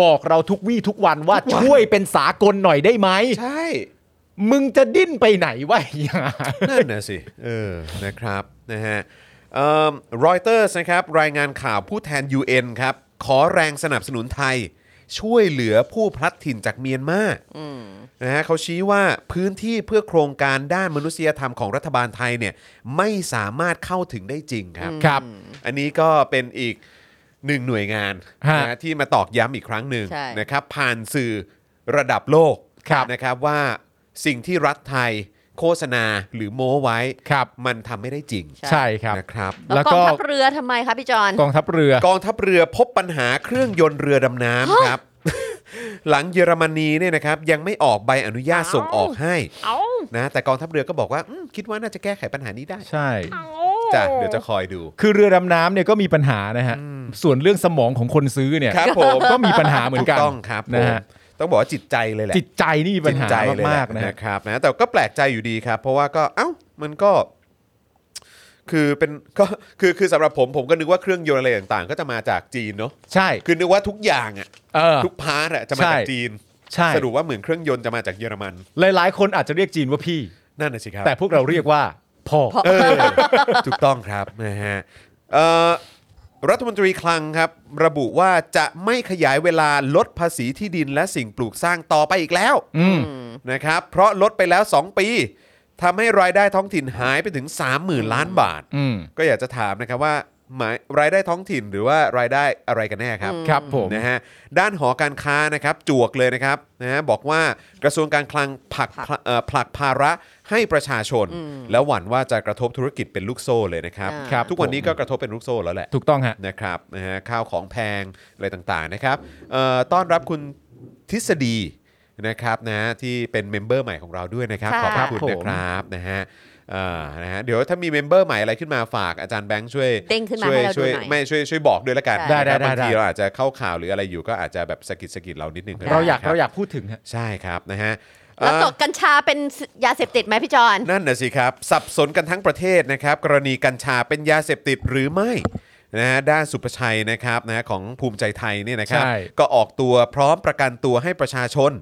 Speaker 1: บอกเราทุกวี่ทุกวันว่าช่วยเป็นสากลหน่อยได้ไหม
Speaker 2: ใช่
Speaker 1: มึงจะดิ้นไปไหนวะไอ้ ห่า
Speaker 2: นั่นนะสิ เออ นะครับ นะฮะรอยเตอร์สนะครับ รายงานข่าวผู้แทน UN ครับ ขอแรงสนับสนุนไทย ช่วยเหลือผู้พลัดถิ่นจากเมียนมานะฮะเขาชี้ว่าพื้นที่เพื่อโครงการด้านมนุษยธรรมของรัฐบาลไทยเนี่ย ไม่สามารถเข้าถึงได้จริงครับ
Speaker 1: ครับ
Speaker 2: อันนี้ก็เป็นอีกหนึ่งหน่วยงาน
Speaker 1: ฮะ
Speaker 2: นะที่มาตอกย้ำอีกครั้งหนึ่ง
Speaker 3: ใช่
Speaker 2: นะครับ ผ่านสื่อระดับโลก
Speaker 1: ครับ
Speaker 2: นะครับว่าสิ่งที่รัฐไทยโฆษณาหรือโม้ไว้
Speaker 1: ครับ
Speaker 2: มันทำไม่ได้จริง
Speaker 1: ใช่ครับ
Speaker 2: นะครับ
Speaker 1: แล้
Speaker 3: แล้ว ว
Speaker 1: ก็
Speaker 3: กองทัพเรือทำไมคะพี่จอน
Speaker 1: กองทัพเรือ
Speaker 2: กองทัพเรือพบปัญหาเครื่องยนต์เรือดำน้ำครับ หลังเยอรมนีเนี่ยนะครับยังไม่ออกใบอนุญาต
Speaker 3: อ้าว
Speaker 2: ส่งออกให้
Speaker 3: เอ้า
Speaker 2: นะแต่กองทัพเรือก็บอกว่าอืมคิดว่าน่าจะแก้ไขปัญหานี้ได้
Speaker 1: ใช่
Speaker 2: จ้ะเดี๋ยวจะคอยดู
Speaker 1: คือเรือดำน้ำเนี่ยก็มีปัญหานะฮะ ส่วนเรื่องสมองของคนซื้อเนี่ย
Speaker 2: ครับผม
Speaker 1: ก็มีปัญหาเหมือนกัน
Speaker 2: ถูต้องครับผม
Speaker 1: นะฮะ
Speaker 2: ต้องบอกว่าจิตใจเลยแหละ
Speaker 1: จิตใจนี่มีปัญหา
Speaker 2: จิตใจเลยแหละ
Speaker 1: มากๆนะฮะ
Speaker 2: ครับนะแต่ก็แปลกใจอยู่ดีครับ เพราะว่าก็เอ้ามันก็ คือเป็น ก็คือคือสำหรับผมผมก็นึกว่าเครื่องยนต์อะไรต่างๆ ก็จะมาจากจีนเนาะ
Speaker 1: ใช่
Speaker 2: คือนึกว่าทุกอย่างอะ
Speaker 1: เออ
Speaker 2: ทุกพาร์ทอะจะมาจาก
Speaker 1: ใช่
Speaker 2: จีน
Speaker 1: ใช่
Speaker 2: สรุปว่าเหมือนเครื่องยนต์จะมาจากเยอรมัน
Speaker 1: หลายๆ คนอาจจะเรียกจีนว่าพี่
Speaker 2: นั่นน่ะสิครับ
Speaker 1: แต่พวกเราเรียกว่าพ่อ
Speaker 2: เออถูกต้องครับนะฮะเอ่อรัฐมนตรีคลังครับ ระบุว่าจะไม่ขยายเวลาลดภาษีที่ดินและสิ่งปลูกสร้างต่อไปอีกแล้ว
Speaker 1: อืม
Speaker 2: นะครับ เพราะลดไปแล้ว 2 ปีทำให้รายได้ท้องถิ่นหายไปถึง 30,000 ล้านบาท
Speaker 1: อืม
Speaker 2: ก็อยากจะถามนะครับว่า หมายรายได้ท้องถิ่นหรือว่ารายได้อะไรกันแน่ครับ
Speaker 1: ครับผม
Speaker 2: นะฮะด้านหอการค้านะครับจวกเลยนะครับนะฮะบอกว่ากระทรวงการคลังผลัก
Speaker 3: ผลัก
Speaker 2: เอ่อผลักภาระให้ประชาชน
Speaker 3: อืม
Speaker 2: แล้วหวั่นว่าจะกระทบธุรกิจเป็นลูกโซ่เลยนะครับ
Speaker 3: อ่า
Speaker 1: ครับ
Speaker 2: ทุกวันนี้
Speaker 1: ผม
Speaker 2: ก็กระทบเป็นลูกโซ่แล้วแหละ
Speaker 1: ถูกต้องฮะ
Speaker 2: นะครับนะฮะข้าวของแพงอะไรต่างๆนะครับเอ่อต้อนรับคุณทฤษฎีนะครับนะฮะที่เป็นเมมเบอร์ใหม่ของเราด้วยนะครับข
Speaker 3: ค่ะ
Speaker 2: อบพระคุณ
Speaker 1: ครับผม
Speaker 2: นะครับนะฮะเอ่อนะฮะเดี๋ยวถ้ามีเมมเบอร์ใหม่อะไรขึ้นมาฝากอาจารย์แบงค์ช่วย
Speaker 3: เด้งขึ้นมา
Speaker 2: ช่วย
Speaker 3: ให้เราดู
Speaker 2: ช่วย
Speaker 3: หน่อย
Speaker 2: ไม่ช่วยช่วยบอกด้วยละกัน
Speaker 3: ใช่
Speaker 2: นะครับ
Speaker 1: ได้ได้
Speaker 2: บาง
Speaker 1: ได้
Speaker 2: ทีเราอาจจะเข้าข่าวหรืออะไรอยู่ก็อาจจะแบบสะกิดสะกิดเรานิดนึง
Speaker 1: เราอยาก
Speaker 2: ได้คบ
Speaker 1: เราอยากพูดถึงฮะ
Speaker 2: ใช่ครับนะฮะ
Speaker 3: แล้วตก
Speaker 2: เ
Speaker 3: กัญชาเป็นยาเสพติดไหมพี่จอน
Speaker 2: อ่อนั่นนะสิครับ สับสนกันทั้งประเทศนะครับ กรณีกัญชาเป็นยาเสพติดหรือไม่นะฮะด้านสุประชัยนะครับนะฮะของภูมิใจไทยเนี่ยนะครับ
Speaker 1: ใช่
Speaker 2: ก็ออกตัวพร้อมประกันตัวให้ประชาชน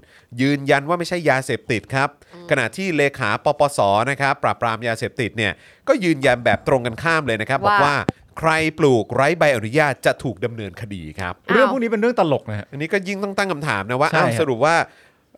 Speaker 2: ยืนยันว่าไม่ใช่ยาเสพติดครับ ขณะที่เลขาปปสนะครับปราบปรามยาเสพติดเนี่ยก็ยืนยันแบบตรงกันข้ามเลยนะครับ บอก
Speaker 3: ว่า
Speaker 2: ว่าใครปลูกไร้ใบอนุญาตจะถูกดำเนินคดีครับ
Speaker 3: อ้าว
Speaker 1: เรื่องพวกนี้เป็นเรื่องตลกนะฮะ
Speaker 2: อันนี้ก็ยิ่งต้องตั้งคำถามนะว่า
Speaker 1: ใช่
Speaker 2: อ้าว
Speaker 1: ครับ
Speaker 2: สรุปว่า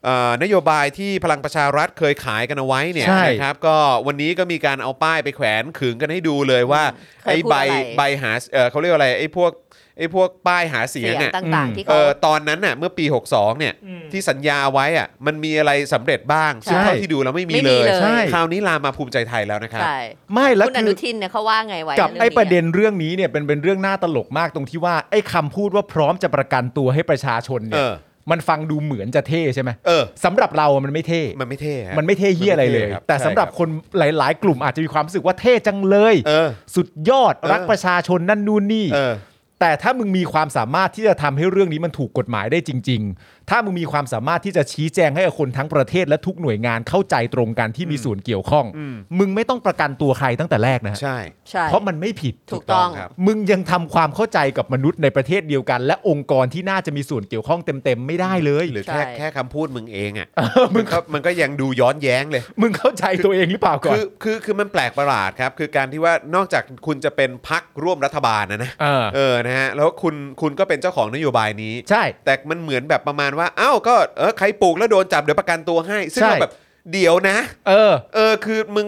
Speaker 2: เอ่อนโยบายที่พลังประชารัฐเคยขายกันเอาไว้เนี่ย
Speaker 1: ใช่
Speaker 2: นะครับก็วันนี้ก็มีการเอาป้ายไปแขวนขึงกันให้ดูเลยว่า
Speaker 3: เคย
Speaker 2: ไอ้
Speaker 3: พูด
Speaker 2: ใบ
Speaker 3: อะไร
Speaker 2: ใบหาเอ่อเขาเรียกว่าอะไรไอ้พวกไอ้พวกป้ายหาเสี
Speaker 3: เสี
Speaker 2: ยง
Speaker 3: ยง
Speaker 2: เนี่ย
Speaker 3: ต่าง
Speaker 1: อืม
Speaker 3: ๆที่
Speaker 2: เอ
Speaker 3: เขา
Speaker 2: อตอนนั้นน่ะเมื่อปี 62เนี่ยที่สัญญาไว้อ่ะมันมีอะไรสำเร็จบ้างซึ่งเท่าที่ดูแล้วไม่มี
Speaker 3: ไม่มี
Speaker 2: เลย
Speaker 3: เลย
Speaker 1: ใช่
Speaker 2: คราวนี้ลามมาภูมิใจไทยแล้วนะครับ
Speaker 3: ใช่
Speaker 1: ไม่แล้ว
Speaker 3: คุณอ
Speaker 1: คื
Speaker 3: นุ
Speaker 1: อ
Speaker 3: ทินเนี่ยเขาว่าไงไว้
Speaker 1: กับ
Speaker 3: ง
Speaker 1: ไอ้ประเด็นเรื่องนี้เนี่ยเป็นเป็นเรื่องน่าตลกมากตรงที่ว่าไอ้คำพูดว่าพร้อมจะประกันตัวให้ประชาชนเนี่ย
Speaker 2: เออ
Speaker 1: มันฟังดูเหมือนจะเท่ใช่ไหม
Speaker 2: เออ
Speaker 1: สำหรับเรามันไม่เท่
Speaker 2: มันไม่เท่ฮะ
Speaker 1: มันไม่เท่เฮียอะไรเลย
Speaker 2: มันม่คบ
Speaker 1: แต่สำหรับ
Speaker 2: ใช่ค
Speaker 1: คนหลาย ๆ กลุ่มอาจจะมีความรู้สึกว่าเท่จังเลย
Speaker 2: เออ
Speaker 1: สุดยอด
Speaker 2: เออ
Speaker 1: รักประชาชนนั่นนู่นนี่
Speaker 2: เออ
Speaker 1: แต่ถ้ามึงมีความสามารถที่จะทำให้เรื่องนี้มันถูกกฎหมายได้จริง ๆ ถ้ามึงมีความสามารถที่จะชี้แจงให้กับคนทั้งประเทศและทุกหน่วยงานเข้าใจตรงกันที่มีส่วนเกี่ยวข้อง
Speaker 2: อืม
Speaker 1: มึงไม่ต้องประกันตัวใครตั้งแต่แรกนะฮะ
Speaker 2: ใช่
Speaker 3: ใช่
Speaker 1: เพราะมันไม่ผิด
Speaker 3: ถูกต้อง
Speaker 2: ครับ
Speaker 1: มึงยังทำความเข้าใจกับมนุษย์ในประเทศเดียวกัน และองค์กรที่น่าจะมีส่วนเกี่ยวข้องเต็มๆ ไม่ได้เลย
Speaker 2: หรือแค่
Speaker 3: ใช่
Speaker 2: แค่คำพูดมึงเองอ่ะมันก็มันก็ยังดูย้อนแย้งเลย
Speaker 1: มึงเข้าใจตัวเองหรือเปล่าก่อน
Speaker 2: คือคือคือมันแปลกประหลาดครับ คือการที่ว่านอกจากคุณจะเป็นพักร่วมรัฐบาลนะนะ
Speaker 1: เออ
Speaker 2: เออนะฮะแล้วคุณคุณก็เป็นเจ้าของนโยบายนี้
Speaker 1: ใช่
Speaker 2: แต่มันเหมือนแบบประมาณว่าอ้าวก็เออใครปลูกแล้วโดนจับเดี๋ยวประกันตัวให้ ซึ่ง
Speaker 1: ใช่
Speaker 2: เราแบบเดี๋ยวนะ
Speaker 1: เออ
Speaker 2: เออคือมึง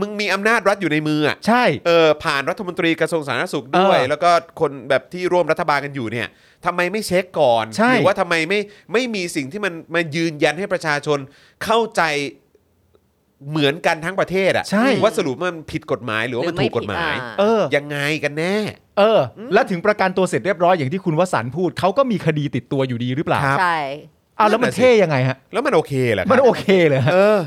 Speaker 2: มึงมีอำนาจรัฐอยู่ในมืออะ
Speaker 1: ใช่
Speaker 2: เออผ่านรัฐมนตรีกระทรวงสาธารณสุขด้วย
Speaker 1: เออ
Speaker 2: แล้วก็คนแบบที่ร่วมรัฐบาลกันอยู่เนี่ยทำไมไม่เช็คก่อน
Speaker 1: ใช่
Speaker 2: หรือว่าทำไมไม่ไม่มีสิ่งที่มันมายืนยันให้ประชาชนเข้าใจเหมือนกันทั้งประเทศอะ
Speaker 1: ใช่
Speaker 2: ว่าสรุปมันผิดกฎหมายหรือว่ามันถูกกฎหมาย
Speaker 3: รือไผิด
Speaker 1: เอ
Speaker 3: อ่ะ
Speaker 1: อ
Speaker 2: ยังไงกันแน่
Speaker 1: เออ แล้วถึงประกันตัวเสร็จเรียบร้อยอย่างที่คุณวสันต์พูดเขาก็มีคดีติดตัวอยู่ดีหรือเปล่า
Speaker 2: ครับ
Speaker 3: ใช่
Speaker 1: เอาแล้วมันเท่ยังไงฮะ
Speaker 2: แล้วมันโอเคเหรอครับ
Speaker 1: มันโอเคเลยฮะ
Speaker 2: เออ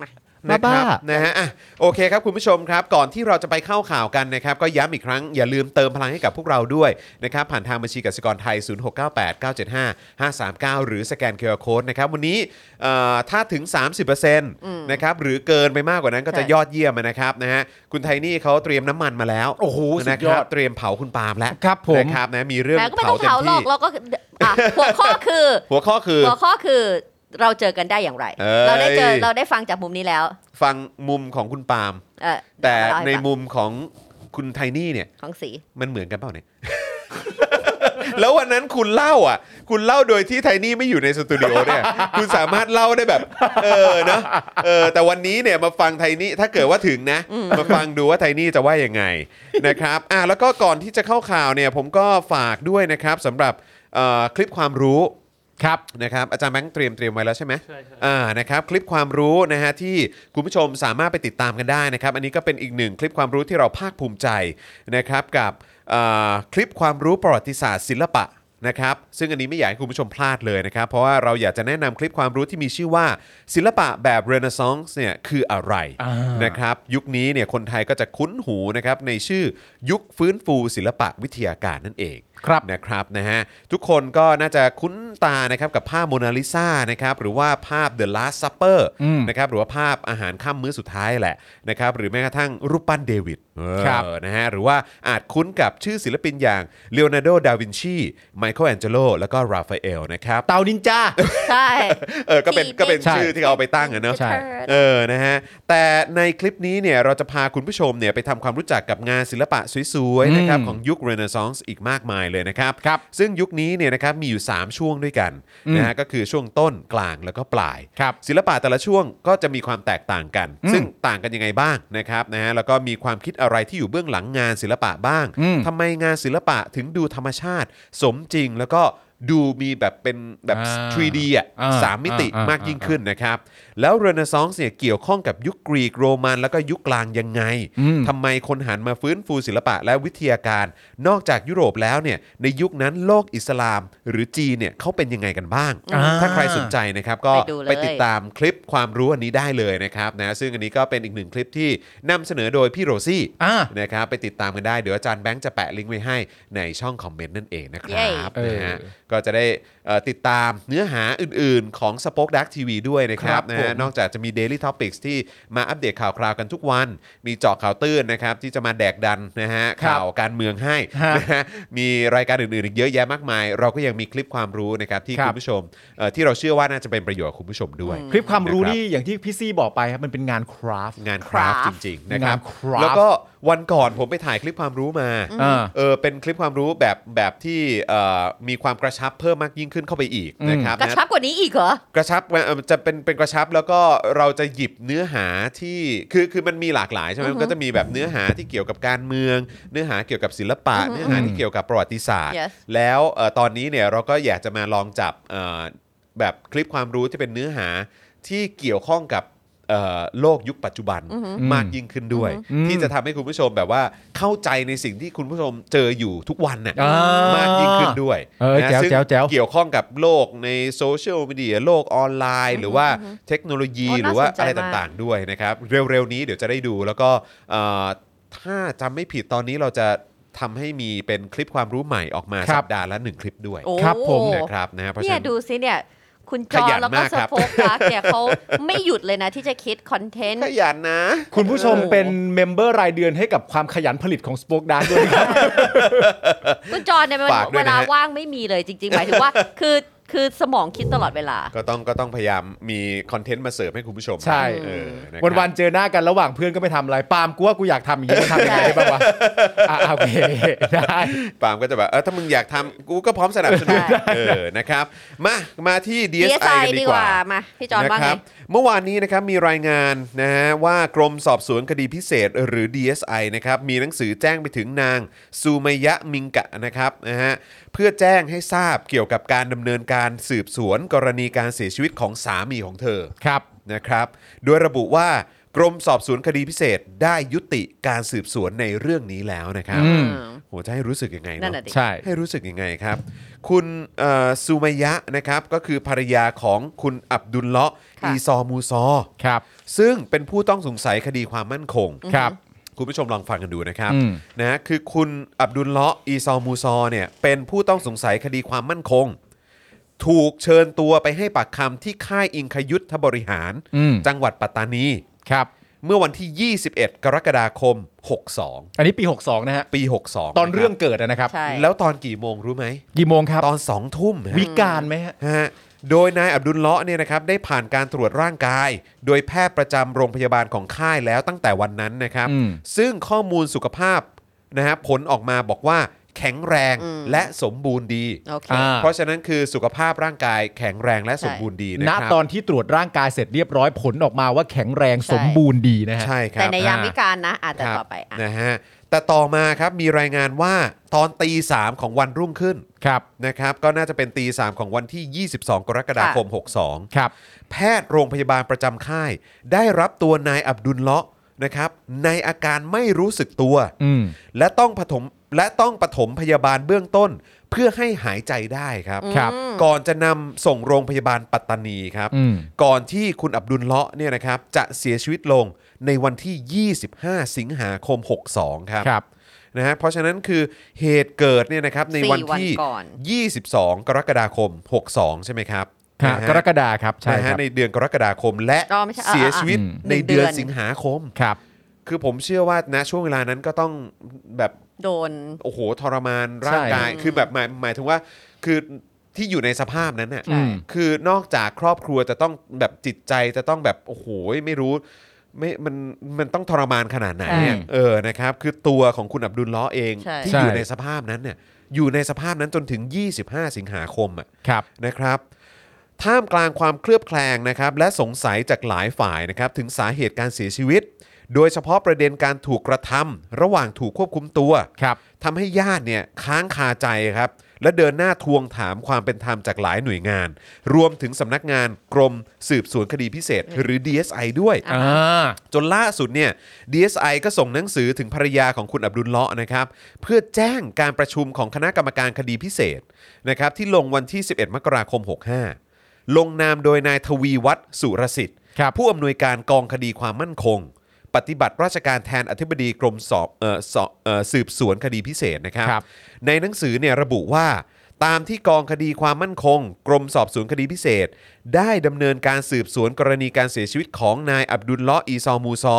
Speaker 3: มา
Speaker 2: นะครับ
Speaker 1: บ้า
Speaker 2: นะฮะอ่ะโอเคครับคุณผู้ชมครับ ก่อนที่เราจะไปเข้าข่าวกันนะครับ ก็ย้ำอีกครั้งอย่าลืมเติมพลังให้กับพวกเราด้วยนะครับ ผ่านทางบัญชีกสิกรไทย 0698975539 หรือสแกนเคอร์โคดนะครับ วันนี้เอ่อถ้าถึง 30%นะครับหรือเกินไปมากกว่านั้นก็จะ
Speaker 3: ใช่
Speaker 2: ยอดเยี่ยมนะครับนะฮะคุณไทนี่เขาเตรียมน้ำมันมาแล้ว
Speaker 1: โอ้โหสุ
Speaker 2: นะ
Speaker 1: ด
Speaker 2: ค
Speaker 1: ยอด
Speaker 2: รับเตรียมเผาคุณปาล์มแล้ว
Speaker 1: ครับผม
Speaker 2: นะครับนะมีเรื่อง
Speaker 3: แต่ก็ไม่ต้
Speaker 2: เผา
Speaker 3: อง
Speaker 2: เต็ม
Speaker 3: เผาหรอ
Speaker 2: ที่
Speaker 3: กเราก็อ่ะหัวข้อคือ
Speaker 2: หัวข้อคือ
Speaker 3: หัวข้อคือเราเจอกันได้อย่างไร
Speaker 2: เอ้ย
Speaker 3: เราได้เจอเราได้ฟังจากมุมนี้แล้ว
Speaker 2: ฟังมุมของคุณปาล์ม
Speaker 3: เออ
Speaker 2: แต่
Speaker 3: เล่าห้
Speaker 2: ใน
Speaker 3: ฟัง
Speaker 2: มุมของคุณไทนี่เนี่ย
Speaker 3: ของสี
Speaker 2: มันเหมือนกันเปล่าเนี่ย แล้ววันนั้นคุณเล่าอ่ะ คุณเล่าโดยที่ไทนี่ไม่อยู่ในสตูดิโอเนี่ย คุณสามารถเล่าได้แบบ เออเนอะเออ แต่วันนี้เนี่ยมาฟังไทนี่ถ้าเกิดว่าถึงนะ มาฟังดูว่าไทนี่จะว่ายังไง นะครับอ่ะแล้วก็ก่อนที่จะเข้าข่าวเนี่ย ผมก็ฝากด้วยนะครับสำหรับเอ่อคลิปความรู้
Speaker 1: ครับ
Speaker 2: นะครับอาจารย์แบงค์เตรียมเตรียมไว้แล้วใช่ไหมใช่อ่านะครับคลิปความรู้นะฮะที่คุณผู้ชมสามารถไปติดตามกันได้นะครับอันนี้ก็เป็นอีกหนึ่งคลิปความรู้ที่เราภาคภูมิใจนะครับกับอ่าคลิปความรู้ประวัติศาสตร์ศิลปะนะครับซึ่งอันนี้ไม่อยากให้คุณผู้ชมพลาดเลยนะครับเพราะว่าเราอยากจะแนะนำคลิปความรู้ที่มีชื่อว่าศิลปะแบบเรเนซองส์เนี่ยคืออะไร
Speaker 1: อ่าน
Speaker 2: นะครับยุคนี้เนี่ยคนไทยก็จะคุ้นหูนะครับในชื่อยุคฟื้นฟูศิลปะวิทยาการนั่นเอง
Speaker 1: ครับ
Speaker 2: นะครับนะฮะทุกคนก็น่าจะคุ้นตานะครับกับภาพโมนาลิซานะครับหรือว่าภาพ The Last Supper
Speaker 1: อืม
Speaker 2: นะครับหรือว่าภาพอาหารค่ำมื้อสุดท้ายแหละนะครับหรือแม้กระทั่งรูปปั้นเดวิดเออ
Speaker 1: ครับ
Speaker 2: นะฮะหรือว่าอาจคุ้นกับชื่อศิลปินอย่างเลโอนาร์โด ดาวินชีไมเคิลแอนเจโลแล้วก็ราฟาเอลนะครับ
Speaker 1: เตานินจา
Speaker 3: ใช่
Speaker 2: เออก็เป็น
Speaker 3: ที่
Speaker 2: ก็เป็น
Speaker 1: ใช่
Speaker 2: ชื่อที่เขาเอาไปตั้งอะเนอะ
Speaker 1: ใช่
Speaker 2: เออ นะฮะ แต่ในคลิปนี้เนี่ยเราจะพาคุณผู้ชมเนี่ยไปทำความรู้จักกับงานศิลปะสวยๆ นะครับ
Speaker 1: อืม
Speaker 2: ของยุคเรเนซองส์อีกมากมาย เลยนะครับ
Speaker 1: ครับ
Speaker 2: ซึ่งยุคนี้เนี่ยนะครับมีอยู่ 3 ช่วงด้วยกันนะฮะก็คือช่วงต้นกลางแล้วก็ปลาย
Speaker 1: ครับ
Speaker 2: ศิลปะแต่ละช่วงก็จะมีความแตกต่างกัน
Speaker 1: อืม
Speaker 2: ซึ่งต่างกันยังไงบ้างนะครับนะฮะแล้วก็มีความคิดอะไรที่อยู่เบื้องหลังงานศิลปะบ้าง
Speaker 1: อืม
Speaker 2: ทำไมงานศิลปะถึงดูธรรมชาติ สมจริงแล้วก็ดูมีแบบเป็นแบบ
Speaker 1: อ่า
Speaker 2: 3D อ่ะ
Speaker 1: อ่า
Speaker 2: สามมิติ
Speaker 1: อ่าม
Speaker 2: มากยิ่งขึ้นนะครับ แล้วเรเนซองส์เนี่ยเกี่ยวข้องกับยุคกรีกโรมัน แล้วก็ยุคกลางยังไง
Speaker 1: อืม
Speaker 2: ทำไมคนหันมาฟื้นฟูศิลปะและวิทยาการ นอกจากยุโรปแล้วเนี่ยในยุคนั้นโลกอิสลาม หรือจีนเนี่ยเขาเป็นยังไงกันบ้าง
Speaker 1: อ่า
Speaker 2: ถ้าใครสนใจนะครับก็
Speaker 3: ไปดูเลย
Speaker 2: ไปติดตามคลิปความรู้อันนี้ได้เลยนะครับนะซึ่งอันนี้ก็เป็นอีกหนึ่งคลิปที่นำเสนอโดยพี่โรซี่
Speaker 1: อ่า
Speaker 2: นะครับไปติดตามกันได้ เดี๋ยวอาจารย์แบงค์จะแปะลิงก์ไว้ให้ในช่องคอมเมนต์นั่นเองนะครับ
Speaker 1: เย้
Speaker 2: นะฮะ
Speaker 1: เออ
Speaker 2: ก็จะได้เอ่อติดตามเนื้อหาอื่น ๆ ของ Spoke Dark TV ด้วยนะครับ
Speaker 1: ครับ
Speaker 2: นะ
Speaker 1: ผ
Speaker 2: ฮะ
Speaker 1: ม
Speaker 2: นอกจากจะมี Daily Topics ที่มาอัปเดตข่าวคราวกันทุกวัน มีเจาะข่าวตื้นนะครับที่จะมาแดกดันนะฮะ
Speaker 1: ครับ
Speaker 2: ข่าวการเมืองให้
Speaker 1: ฮะ
Speaker 2: นะฮะมีรายการอื่นๆอีกเยอะแยะมากมาย เราก็ยังมีคลิปความรู้นะครับที่
Speaker 1: ครั
Speaker 2: คุ
Speaker 1: บ
Speaker 2: ณผู้ชมเอ่อที่เราเชื่อว่าน่าจะเป็นประโยชน์กับคุณผู้ชมด้วย
Speaker 1: คลิปความรู้
Speaker 2: นะครับ
Speaker 1: นี่อย่างที่พี่ซี่บอกไปครับมันเป็นงานคราฟต์
Speaker 2: งานคราฟ
Speaker 3: Craft
Speaker 2: จริง ๆ นะครับ
Speaker 1: งาน craft
Speaker 2: แล้วก็วันก่อนผมไปถ่ายคลิปความรู้มา
Speaker 1: อ่า
Speaker 2: เออเป็นคลิปความรู้แบบแบบที่เอ่อมีความกระชับเพิ่มมากยิ่งขึ้นเข้าไปอีก
Speaker 1: อืม
Speaker 2: นะครับ
Speaker 3: กระ
Speaker 2: นะ
Speaker 3: ชับกว่านี้อีกเหรอ
Speaker 2: กระชับเอ่อจะเป็นเป็นกระชับแล้วก็เราจะหยิบเนื้อหาที่คือคือมันมีหลากหลายใช่ไหมมันก็จะมีแบบเนื้อหาที่เกี่ยวกับการเมือง เนื้อหาเกี่ยวกับศิลปะ
Speaker 3: อือฮึ
Speaker 2: เนื้อหาที่เกี่ยวกับประวัติศาสตร์
Speaker 3: Yes
Speaker 2: แล้วเอ่อตอนนี้เนี่ยเราก็อยากจะมาลองจับเอ่อแบบคลิปความรู้ที่เป็นเนื้อหาที่เกี่ยวข้องกับเอ่อโลกยุคปัจจุบัน
Speaker 3: อือฮึ
Speaker 2: มากยิ่งขึ้นด้วย
Speaker 1: อืม
Speaker 2: ที่จะทำให้คุณผู้ชมแบบว่าเข้าใจในสิ่งที่คุณผู้ชมเจออยู่ทุกวันน่ะ
Speaker 1: อ่
Speaker 2: มากยิ่งขึ้นด้วย
Speaker 1: เออ
Speaker 2: นะ
Speaker 1: แจ๋ว
Speaker 2: ซึ่ง
Speaker 1: แจ๋วแจ๋ว
Speaker 2: เกี่ยวข้องกับโลกในโซเชียลมีเดียโลกออนไลน์ หรือว่าเทคโนโลยี
Speaker 3: โอ้
Speaker 2: หรือว่า
Speaker 3: น่าสนใจ
Speaker 2: อะไร
Speaker 3: มาก
Speaker 2: ต่างๆด้วยนะครับ เร็วๆนี้เดี๋ยวจะได้ดูแล้วก็เอ่อถ้าจำไม่ผิดตอนนี้เราจะทำให้มีเป็นคลิปความรู้ใหม่ออกมา
Speaker 1: ครั
Speaker 2: สั
Speaker 1: บ
Speaker 2: ปดาห์ละหนึ่งคลิปด้วย
Speaker 3: โอ้
Speaker 1: ครับผม
Speaker 2: นะครับนะฮะเพราะ
Speaker 3: เนี่
Speaker 2: ฉะ
Speaker 3: ย
Speaker 2: นั้น
Speaker 3: ดูสิเนี่ย คุณจ
Speaker 2: ข
Speaker 3: อ
Speaker 2: ยัน
Speaker 3: แล้วก็
Speaker 2: มาก
Speaker 3: ส
Speaker 2: ครับ
Speaker 3: โปกดักเนี่ยเขาไม่หยุดเลยนะที่จะคิดคอนเทนต์
Speaker 2: ขยันนะ
Speaker 1: คุณผู้ชมเป็นเมมเบอร์รายเดือนให้กับความขยันผลิตของ Spoke Dark ด้วยนะครับ
Speaker 3: คุณจอเนี่ยมัน
Speaker 2: ฝากด้ว
Speaker 3: เวย
Speaker 2: นะ
Speaker 3: ลา
Speaker 2: ฮะ
Speaker 3: ว่างไม่มีเลยจริงๆหมายถึงว่า คือคือสมองคิดตลอดเวลา
Speaker 2: ก็ต้องก็ต้องพยายามมีคอนเทนต์มาเสิร์ฟให้คุณผู้ชม
Speaker 1: ใช่
Speaker 2: เออนะครับ
Speaker 1: วันๆเจอหน้ากันระหว่างเพื่อนก็ไม่ทำอะไร ปาล์มกูว่ากูอยากทำอย่างนี้มันทำยังไงได้บ้างวะอ่ะโอเคได้
Speaker 2: ปาล์มก็จะแบบเออถ้ามึงอยากทำกูก็พร้อมสนับสนุน
Speaker 3: ใช่
Speaker 2: เออนะครับ มามาที่ DSI กั
Speaker 3: DSI
Speaker 2: น
Speaker 3: ดี
Speaker 2: ดี
Speaker 3: ก
Speaker 2: กว่า
Speaker 3: ว่ามาพี่จอนว่า
Speaker 2: ค
Speaker 3: ไง
Speaker 2: รับเมื่อวานนี้นะครับมีรายงานนะฮะว่ากรมสอบสวนคดีพิเศษหรือ DSI นะครับมีหนังสือแจ้งไปถึงนางซูมยะมิงกะนะครับนะฮะเพื่อแจ้งให้ทราบเกี่ยวกับการดำเนินการสืบสวนกรณีการเสียชีวิตของสามีของเธอ
Speaker 1: ครับ
Speaker 2: นะครับ โดยระบุว่ากรมสอบสวนคดีพิเศษได้ยุติการสืบสวนในเรื่องนี้แล้วนะครับ
Speaker 1: อืม
Speaker 2: โหจะให้รู้สึกยังไง
Speaker 3: นั่
Speaker 2: เนาะ
Speaker 3: นน่ะดิ
Speaker 1: ใช่
Speaker 2: ให้รู้สึกยังไงครับ คุณเอ่อซูมายะนะครับก็คือภรรยาของคุณอับดุลเลาะห์
Speaker 3: ค่ะ
Speaker 2: อีซอมูซอ
Speaker 1: ครับ
Speaker 2: ซึ่งเป็นผู้ต้องสงสัยคดีความมั่นคง
Speaker 1: ครับ
Speaker 2: คุณผู้ชมลองฟังกันดูนะครับ
Speaker 1: อืม
Speaker 2: นะคือคุณอับดุลเลาะห์อีซอมูซอเนี่ยเป็นผู้ต้องสงสัยคดีความมั่นคง ถูกเชิญตัวไปให้ปากคำที่ค่ายอิงคยุทธบริหาร
Speaker 1: อืม
Speaker 2: จังหวัดปัตตานี
Speaker 1: ครับ
Speaker 2: เมื่อวันที่ 21 กรกฎาคม 62
Speaker 1: อันนี้ปี 62 นะฮะ
Speaker 2: ปี 62
Speaker 1: ตอนเรื่อง
Speaker 2: ะ
Speaker 1: เกิดอะนะครับ
Speaker 3: ใช่
Speaker 2: ครับแล้วตอนกี่โมงรู้ไหม
Speaker 1: กี่โมงครับ
Speaker 2: ตอน 2 ทุ่มฮะ
Speaker 1: วิการไหมฮะ
Speaker 2: ฮะโดยนายอับดุลเลาะห์เนี่ยนะครับได้ผ่านการตรวจร่างกาย โดยแพทย์ประจำโรงพยาบาลของค่ายแล้วตั้งแต่วันนั้นนะครับ
Speaker 1: อืม
Speaker 2: ซึ่งข้อมูลสุขภาพนะฮะผลออกมาบอกว่าแข็งแรงและสมบูรณ์ดี
Speaker 3: โอเค
Speaker 1: อ่า
Speaker 2: เพราะฉะนั้นคือสุขภาพร่างกายแข็งแรงและสมบูรณ์ดีนะ
Speaker 1: ณ
Speaker 2: ครั
Speaker 1: ตอนที่ตรวจร่างกายเสร็จเรียบร้อยผลออกมาว่าแข็งแรงสมบูรณ์ดีนะฮะ
Speaker 2: ใช่ครับ
Speaker 3: แต่ในยามวิการนะอาจจะ
Speaker 2: ครับ
Speaker 3: ต่อไปอ่ะ
Speaker 2: นะฮะแต่ต่อมาครับมีรายงานว่าตอนตีสามของวันรุ่งขึ้น
Speaker 1: ครับ
Speaker 2: นะครับก็น่าจะเป็นตีสามของวันที่ 22 กรกฎาคม 62
Speaker 1: ครับ
Speaker 2: แพทย์โรงพยาบาลประจำค่าย ได้รับตัวนายอับดุลเลาะห์นะครับ ในอาการไม่รู้สึกตัว
Speaker 1: อืม
Speaker 2: และต้องปฐมและต้องปฐมพยาบาลเบื้องต้น เพื่อให้หายใจได้ครับ
Speaker 1: ครับ
Speaker 2: ก่อนจะนำส่งโรงพยาบาลปัตตานีครับ
Speaker 1: อืม
Speaker 2: ก่อนที่คุณอับดุลเลาะห์เนี่ยนะครับ จะเสียชีวิตลงในวันที่ 25 สิงหาคม 62 ครับ
Speaker 1: ครับ
Speaker 2: นะฮะเพราะฉะนั้นคือเหตุเกิดเนี่ยนะครับใน
Speaker 3: สี่
Speaker 2: วัน
Speaker 3: วัน
Speaker 2: ที่
Speaker 3: ก่อน
Speaker 2: ยี่สิบสองกรกฎาคม 62 ใช่ไหมครับ
Speaker 1: ครับ
Speaker 2: นะฮะ
Speaker 1: กรกฎาครับ ใช่
Speaker 2: นะ
Speaker 1: ค
Speaker 2: ฮะ
Speaker 1: รับ
Speaker 2: ในเดือนกรกฎาคมและ
Speaker 3: อ๋อไม่ใช่อ่า
Speaker 2: เสียชีวิต
Speaker 1: อ่าอ่า
Speaker 2: ใน
Speaker 3: หนึ่ง
Speaker 2: เดือน
Speaker 3: เดือน
Speaker 2: สิงหาคม
Speaker 1: ครับ
Speaker 2: คือผมเชื่อว่านะช่วงเวลานั้นก็ต้องแบบ
Speaker 3: โดน
Speaker 2: โอ้โหทรมานร่างกาย
Speaker 3: ใช่
Speaker 2: คือแบบหมายหมายถึงว่าคือที่อยู่ในสภาพนั้นน่ะ
Speaker 1: อืม
Speaker 2: คือนอกจากครอบครัวจะต้องแบบจิตใจจะต้องแบบโอ้โหไม่รู้ไม่มันมันต้องทรมานขนาดไหนเนี่ย
Speaker 1: ใช่
Speaker 2: เออนะครับคือตัวของคุณอับดุลล้อเอง
Speaker 3: ใช่
Speaker 2: ที่อยู่ในสภาพนั้นเนี่ย อยู่ในสภาพนั้นจนถึง 25 สิงหาคมอะ
Speaker 1: ครับ
Speaker 2: นะครับท่ามกลางความเคลือบแคลงนะครับและสงสัยจากหลายฝ่ายนะครับถึงสาเหตุการเสียชีวิต โดยเฉพาะประเด็นการถูกกระทำระหว่างถูกควบคุมตัว
Speaker 1: ครับ
Speaker 2: ทำให้ญาติเนี่ยค้างคาใจครับและเดินหน้าทวงถามความเป็นธรรมจากหลายหน่วยงาน รวมถึงสำนักงานกรมสืบสวนคดีพิเศษ หรือ DSI ด้วย
Speaker 3: อ่ะ
Speaker 1: อ่า
Speaker 2: จนล่าสุดเนี่ย DSI ก็ส่งหนังสือถึงภรรยาของคุณอับดุลเลาะห์นะครับ เพื่อแจ้งการประชุมของคณะกรรมการคดีพิเศษนะครับที่ลงวันที่ 11 มกราคม 65 ลงนามโดยนายทวีวัฒน์สุรสิทธิ์
Speaker 1: ครับ
Speaker 2: ผู้อำนวยการกองคดีความมั่นคง ปฏิบัติราชการแทนอธิบดีกรมสอบเอ่อสอบเอ่อสืบสวนคดีพิเศษนะครับ
Speaker 1: ครับ
Speaker 2: ในหนังสือเนี่ยระบุว่า ตามที่กองคดีความมั่นคง กรมสอบสวนคดีพิเศษ ได้ดำเนินการสืบสวนกรณีการเสียชีวิตของนายอับดุลเลาะห์อีซอมูซอ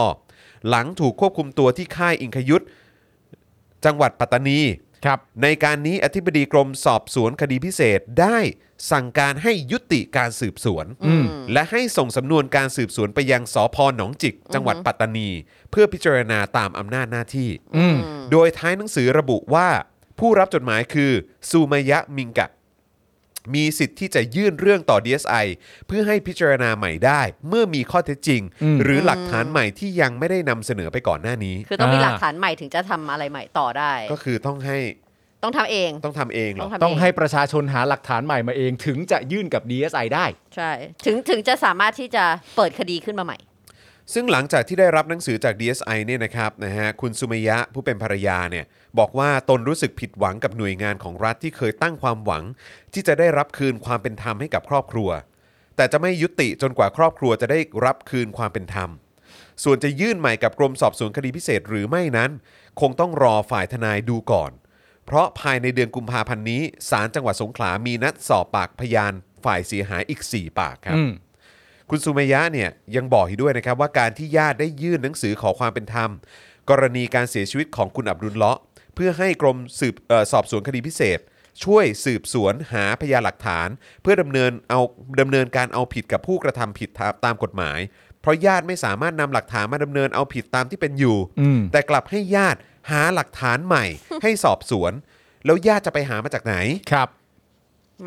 Speaker 2: หลังถูกควบคุมตัวที่ค่ายอิงคยุทธจังหวัดปัตตานี
Speaker 1: ครับ
Speaker 2: ในการนี้อธิบดีกรมสอบสวนคดีพิเศษได้สั่งการให้ยุติการสืบสวน และให้ส่งสำนวนการสืบสวนไปยังสพหนองจิก จังหวัดปัตตานี เพื่อพิจารณาตามอำนาจหน้าที่
Speaker 1: อืม
Speaker 2: โดยท้ายหนังสือระบุว่า ผู้รับจดหมายคือซูมายะมิงกะ มีสิทธิ์ที่จะยื่นเรื่องต่อ DSI เพื่อให้พิจารณาใหม่ได้ เมื่อมีข้อเท็จจริง
Speaker 1: อืม
Speaker 2: หรือหลักฐานใหม่ที่ยังไม่ได้นำเสนอไปก่อนหน้านี้
Speaker 3: คือต้องมี
Speaker 1: อ่า
Speaker 3: หลักฐานใหม่ถึงจะทำอะไรใหม่ต่อได้
Speaker 2: ก็คือต้องให้
Speaker 3: ต้องทำเอง
Speaker 2: ต้องทำเองเหรอ
Speaker 3: ทำ
Speaker 1: ต้อง
Speaker 3: เ
Speaker 1: ให้ประชาชนหาหลักฐานใหม่มาเองถึงจะยื่นกับ DSI ได้
Speaker 3: ใช่ถึงถึงจะสามารถที่จะเปิดคดีขึ้นมาใหม่
Speaker 2: ซึ่งหลังจากที่ได้รับหนังสือจาก DSI เนี่ยนะครับนะฮะคุณสุมยะผู้เป็นภรรยาเนี่ยบอกว่าตนรู้สึกผิดหวังกับหน่วยงานของรัฐที่เคยตั้งความหวัง ที่จะได้รับคืนความเป็นธรรมให้กับครอบครัว แต่จะไม่ยุติจนกว่าครอบครัวจะได้รับคืนความเป็นธรรม ส่วนจะยื่นใหม่กับกรมสอบสวนคดีพิเศษหรือไม่นั้น คงต้องรอฝ่ายทนายดูก่อน เพราะภายในเดือนกุมภาพันธ์นี้ศาลจังหวัดสงขลามีนัดสอบปากพยานฝ่ายเสียหายอีก 4 ปากครับ
Speaker 1: อืม
Speaker 2: คุณสุเมยะเนี่ยยังบอกอีกด้วยนะครับว่าการที่ญาติได้ยื่นหนังสือขอความเป็นธรรม กรณีการเสียชีวิตของคุณอับดุลเลาะห์เพื่อให้กรมสืบเออสอบสวนคดีพิเศษ ช่วยสืบสวนหาพยานหลักฐาน เพื่อดำเนินเอาดำเนินการเอาผิดกับผู้กระทำผิดตามตามกฎหมาย เพราะญาติไม่สามารถนำหลักฐานมาดำเนินเอาผิดตามที่เป็นอยู่
Speaker 1: อืม
Speaker 2: แต่กลับให้ญาติหาหลักฐานใหม่ ให้สอบสวน แล้วญาติจะไปหามาจากไหน
Speaker 1: ครับ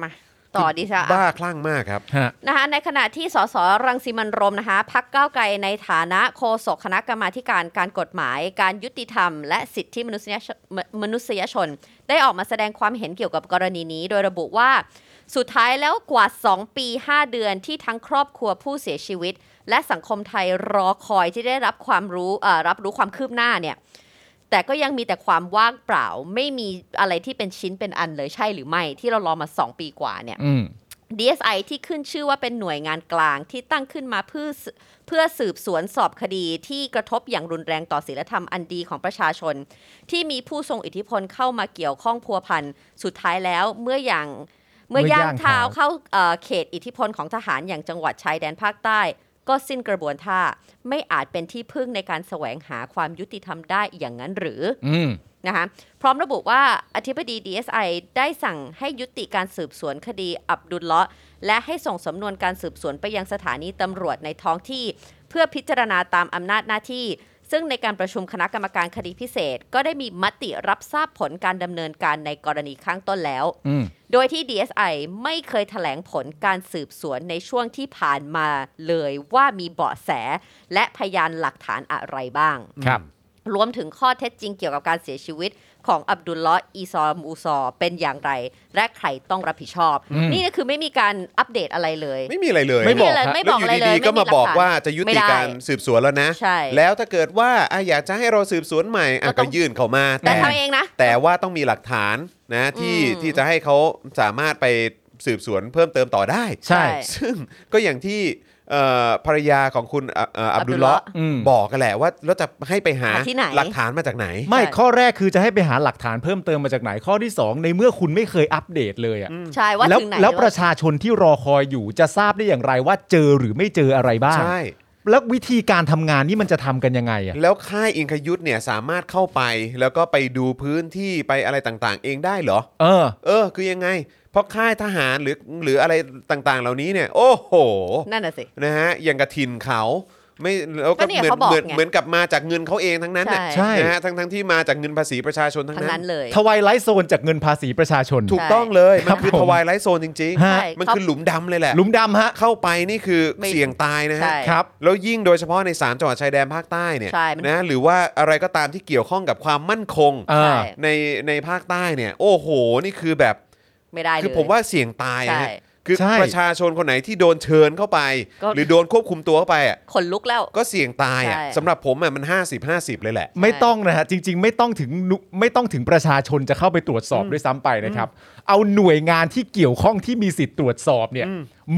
Speaker 3: มา ต่อดีซะอ่ะ
Speaker 2: บ้าคลั่งมากครับ
Speaker 1: ฮะ
Speaker 3: นะคะในขณะที่สสรังสิมันต์โรมนะคะพักก้าวไกลในฐานะโฆษกคณะกรรมาธิการการกฎหมาย การยุติธรรม และสิทธิมนุษยชนมนุษยชน ได้ออกมาแสดงความเห็นเกี่ยวกับกรณีนี้ โดยระบุว่า สุดท้ายแล้วกว่า 2 ปี 5 เดือนที่ทั้งครอบครัวผู้เสียชีวิต และสังคมไทยรอคอยที่ได้รับความรู้เอ่อรับรู้ความคืบหน้าเนี่ยแต่ก็ยังมีแต่ความว่างเปล่าไม่มีอะไรที่เป็นชิ้นเป็นอันเลยใช่หรือไม่ที่เรารอมาสองปีกว่าเนี่ย
Speaker 1: อืม
Speaker 3: DSI ที่ขึ้นชื่อว่าเป็นหน่วยงานกลางที่ตั้งขึ้นมาเพื่อสเพื่อสืบสวนสอบคดีที่กระทบอย่างรุนแรงต่อศีลธรรมอันดีของประชาชน ที่มีผู้ทรงอิทธิพลเข้ามาเกี่ยวข้องพัวพันสุดท้ายแล้วเมื่ออย่าง
Speaker 1: เมื่
Speaker 3: เมื่
Speaker 1: อ
Speaker 3: อย่าง
Speaker 1: ย่างเท้า
Speaker 3: เท้าเข้าเอ่อเขตอิทธิพลของทหารอย่างจังหวัดชายแดนภาคใต้ ก็สิ้นกระบวนท่าไม่อาจเป็นที่พึ่งในการแสวงหาความยุติธรรมได้อย่างนั้นหรือ
Speaker 1: อืม
Speaker 3: นะคะพร้อมระบุว่าอธิบดี DSI ได้สั่งให้ยุติการสืบสวนคดีอับดุลเลาะห์และให้ส่งสำนวนการสืบสวนไปยังสถานีตำรวจในท้องที่ เพื่อพิจารณาตามอำนาจหน้าที่ ซึ่งในการประชุมคณะกรรมการคดีพิเศษ ก็ได้มีมติรับทราบผลการดำเนินการในกรณีข้างต้นแล้ว
Speaker 1: อืม
Speaker 3: โดยที่ DSI ไม่เคยแถลงผลการสืบสวนในช่วงที่ผ่านมาเลยว่ามีเบาะแส และพยานหลักฐานอะไรบ้าง
Speaker 1: ครับ
Speaker 3: รวมถึงข้อเท็จจริงเกี่ยวกับการเสียชีวิตของอับดุลเลาะห์อีซอมูซอเป็นอย่างไร และใครต้องรับผิดชอบ
Speaker 1: อืม
Speaker 3: นี่ก็คือไม่มีการอัปเดตอะไรเลย
Speaker 2: ไม่มีอะไรเลย
Speaker 1: ไม่บอก
Speaker 3: เลย
Speaker 1: ฮะ
Speaker 3: ไม่บอกอะไรเลย
Speaker 2: แล้วยู่ดีๆก็มาบอกว่าจะยุ
Speaker 3: ไม่
Speaker 2: ติ
Speaker 3: ได้
Speaker 2: การสืบสวนแล้วนะ
Speaker 3: ใช่
Speaker 2: แล้วถ้าเกิดว่าอ่ะอยากจะให้เราสืบสวนใหม่อ่ะ
Speaker 3: ก็ต้
Speaker 2: ก็
Speaker 3: อง
Speaker 2: ยื่นเขามา
Speaker 3: แต่
Speaker 2: แต่
Speaker 3: ทำเองนะ
Speaker 2: แต่ว่าต้องมีหลักฐานนะที่
Speaker 3: อืม
Speaker 2: ที่จะให้เขาสามารถไปสืบสวนเพิ่มเติมต่อได้
Speaker 1: ใช่
Speaker 3: ใช่
Speaker 2: ซึ่งก็อย่างที่เอ่อภรรยาของคุณอ่ะเอ่ออับดุลเลาะห์
Speaker 1: อืม
Speaker 2: บอกกันแหละว่าแล้วจะให้ไปหา
Speaker 3: หาที่ไหน
Speaker 2: หลักฐานมาจากไหน
Speaker 1: ไม่
Speaker 3: ใช่
Speaker 1: ข้อแรกคือจะให้ไปหาหลักฐานเพิ่มเติมมาจากไหน ข้อที่ 2 ในเมื่อคุณไม่เคยอัปเดตเลยอะ
Speaker 3: ใช่ว่า
Speaker 1: แล้ว
Speaker 3: ถึงไหน
Speaker 1: แล้วประ
Speaker 3: า
Speaker 1: ชาชนที่รอคอยอยู่จะทราบได้อย่างไรว่าเจอหรือไม่เจออะไรบ้าง
Speaker 2: ใช่
Speaker 1: แล้ววิธีการทำงานนี่มันจะทำกันยังไงอะ
Speaker 2: แล้วค่ายอิงคยุทธเนี่ยสามารถเข้าไปแล้วก็ไปดูพื้นที่ไปอะไรต่างๆ เองได้เหรอ
Speaker 1: เออ
Speaker 2: เออ คือยังไง เพราะค่ายทหารหรือหรืออะไรต่างๆ เหล่านี้เนี่ย โอ้โห
Speaker 3: นั่นน่ะสิ
Speaker 2: นะฮะอย่างกระถินเขา ไม่แล้วก็
Speaker 3: ก็เนี่ย
Speaker 2: เหมือน
Speaker 3: เขาบอก
Speaker 2: เหมือน
Speaker 3: ไง
Speaker 2: เหมือนกับมาจากเงินเขาเองทั้งนั้นน่ะ
Speaker 3: ใช่
Speaker 2: นะฮะทั้งทั้งที่มาจากเงินภาษีประชาชนทั้ง
Speaker 3: ทั้ง
Speaker 2: นั้
Speaker 3: นั้น นเลย
Speaker 1: ทวายไลท์โซนจากเงินภาษีประชาชน
Speaker 2: ถูกต้องเลย
Speaker 1: ค
Speaker 2: มั
Speaker 1: รั
Speaker 2: น
Speaker 1: บ
Speaker 2: คือ
Speaker 1: ผม
Speaker 2: ทวายไลท์โซนจริง
Speaker 1: ฮะ
Speaker 2: ๆ มันคือหลุมดำเลยแหละ
Speaker 1: หลุมดำฮะ
Speaker 2: เข้าไปนี่คือ
Speaker 3: ไม่
Speaker 2: เสี่ยงตายนะฮะ
Speaker 3: ใช่
Speaker 1: ครับ
Speaker 2: แล้วยิ่งโดยเฉพาะใน 3 จังหวัดชายแดนภาคใต้เนี่ย
Speaker 3: ใช่มัน
Speaker 2: นะหรือว่าอะไรก็ตามที่เกี่ยวข้องกับความมั่นคง
Speaker 1: อ่า
Speaker 3: ใช่
Speaker 2: ในในภาคใต้เนี่ย โอ้โห นี่คือแบบ
Speaker 3: ไม่ได้เลย
Speaker 2: คือผมว่าเสี่ยงตายอะฮะ
Speaker 3: ใช่
Speaker 2: คือ
Speaker 1: ใช่
Speaker 2: ประชาชนคนไหนที่โดนเชิญเข้าไป
Speaker 3: ก็
Speaker 2: หรือโดนควบคุมตัวเข้าไปอะ
Speaker 3: ขนลุกแล้ว
Speaker 2: ก็เสี่ยงตายอะ
Speaker 3: ใช่
Speaker 2: สำหรับผมอะมัน 50 50 เลยแหละ
Speaker 1: ไม่ต้องนะฮะจริง ๆ ไม่ต้องถึงนุไม่ต้องถึงประชาชนจะเข้าไปตรวจสอบด้วยซ้ำไปนะครับ เอาหน่วยงานที่เกี่ยวข้องที่มีสิทธิ์ตรวจสอบเนี่ย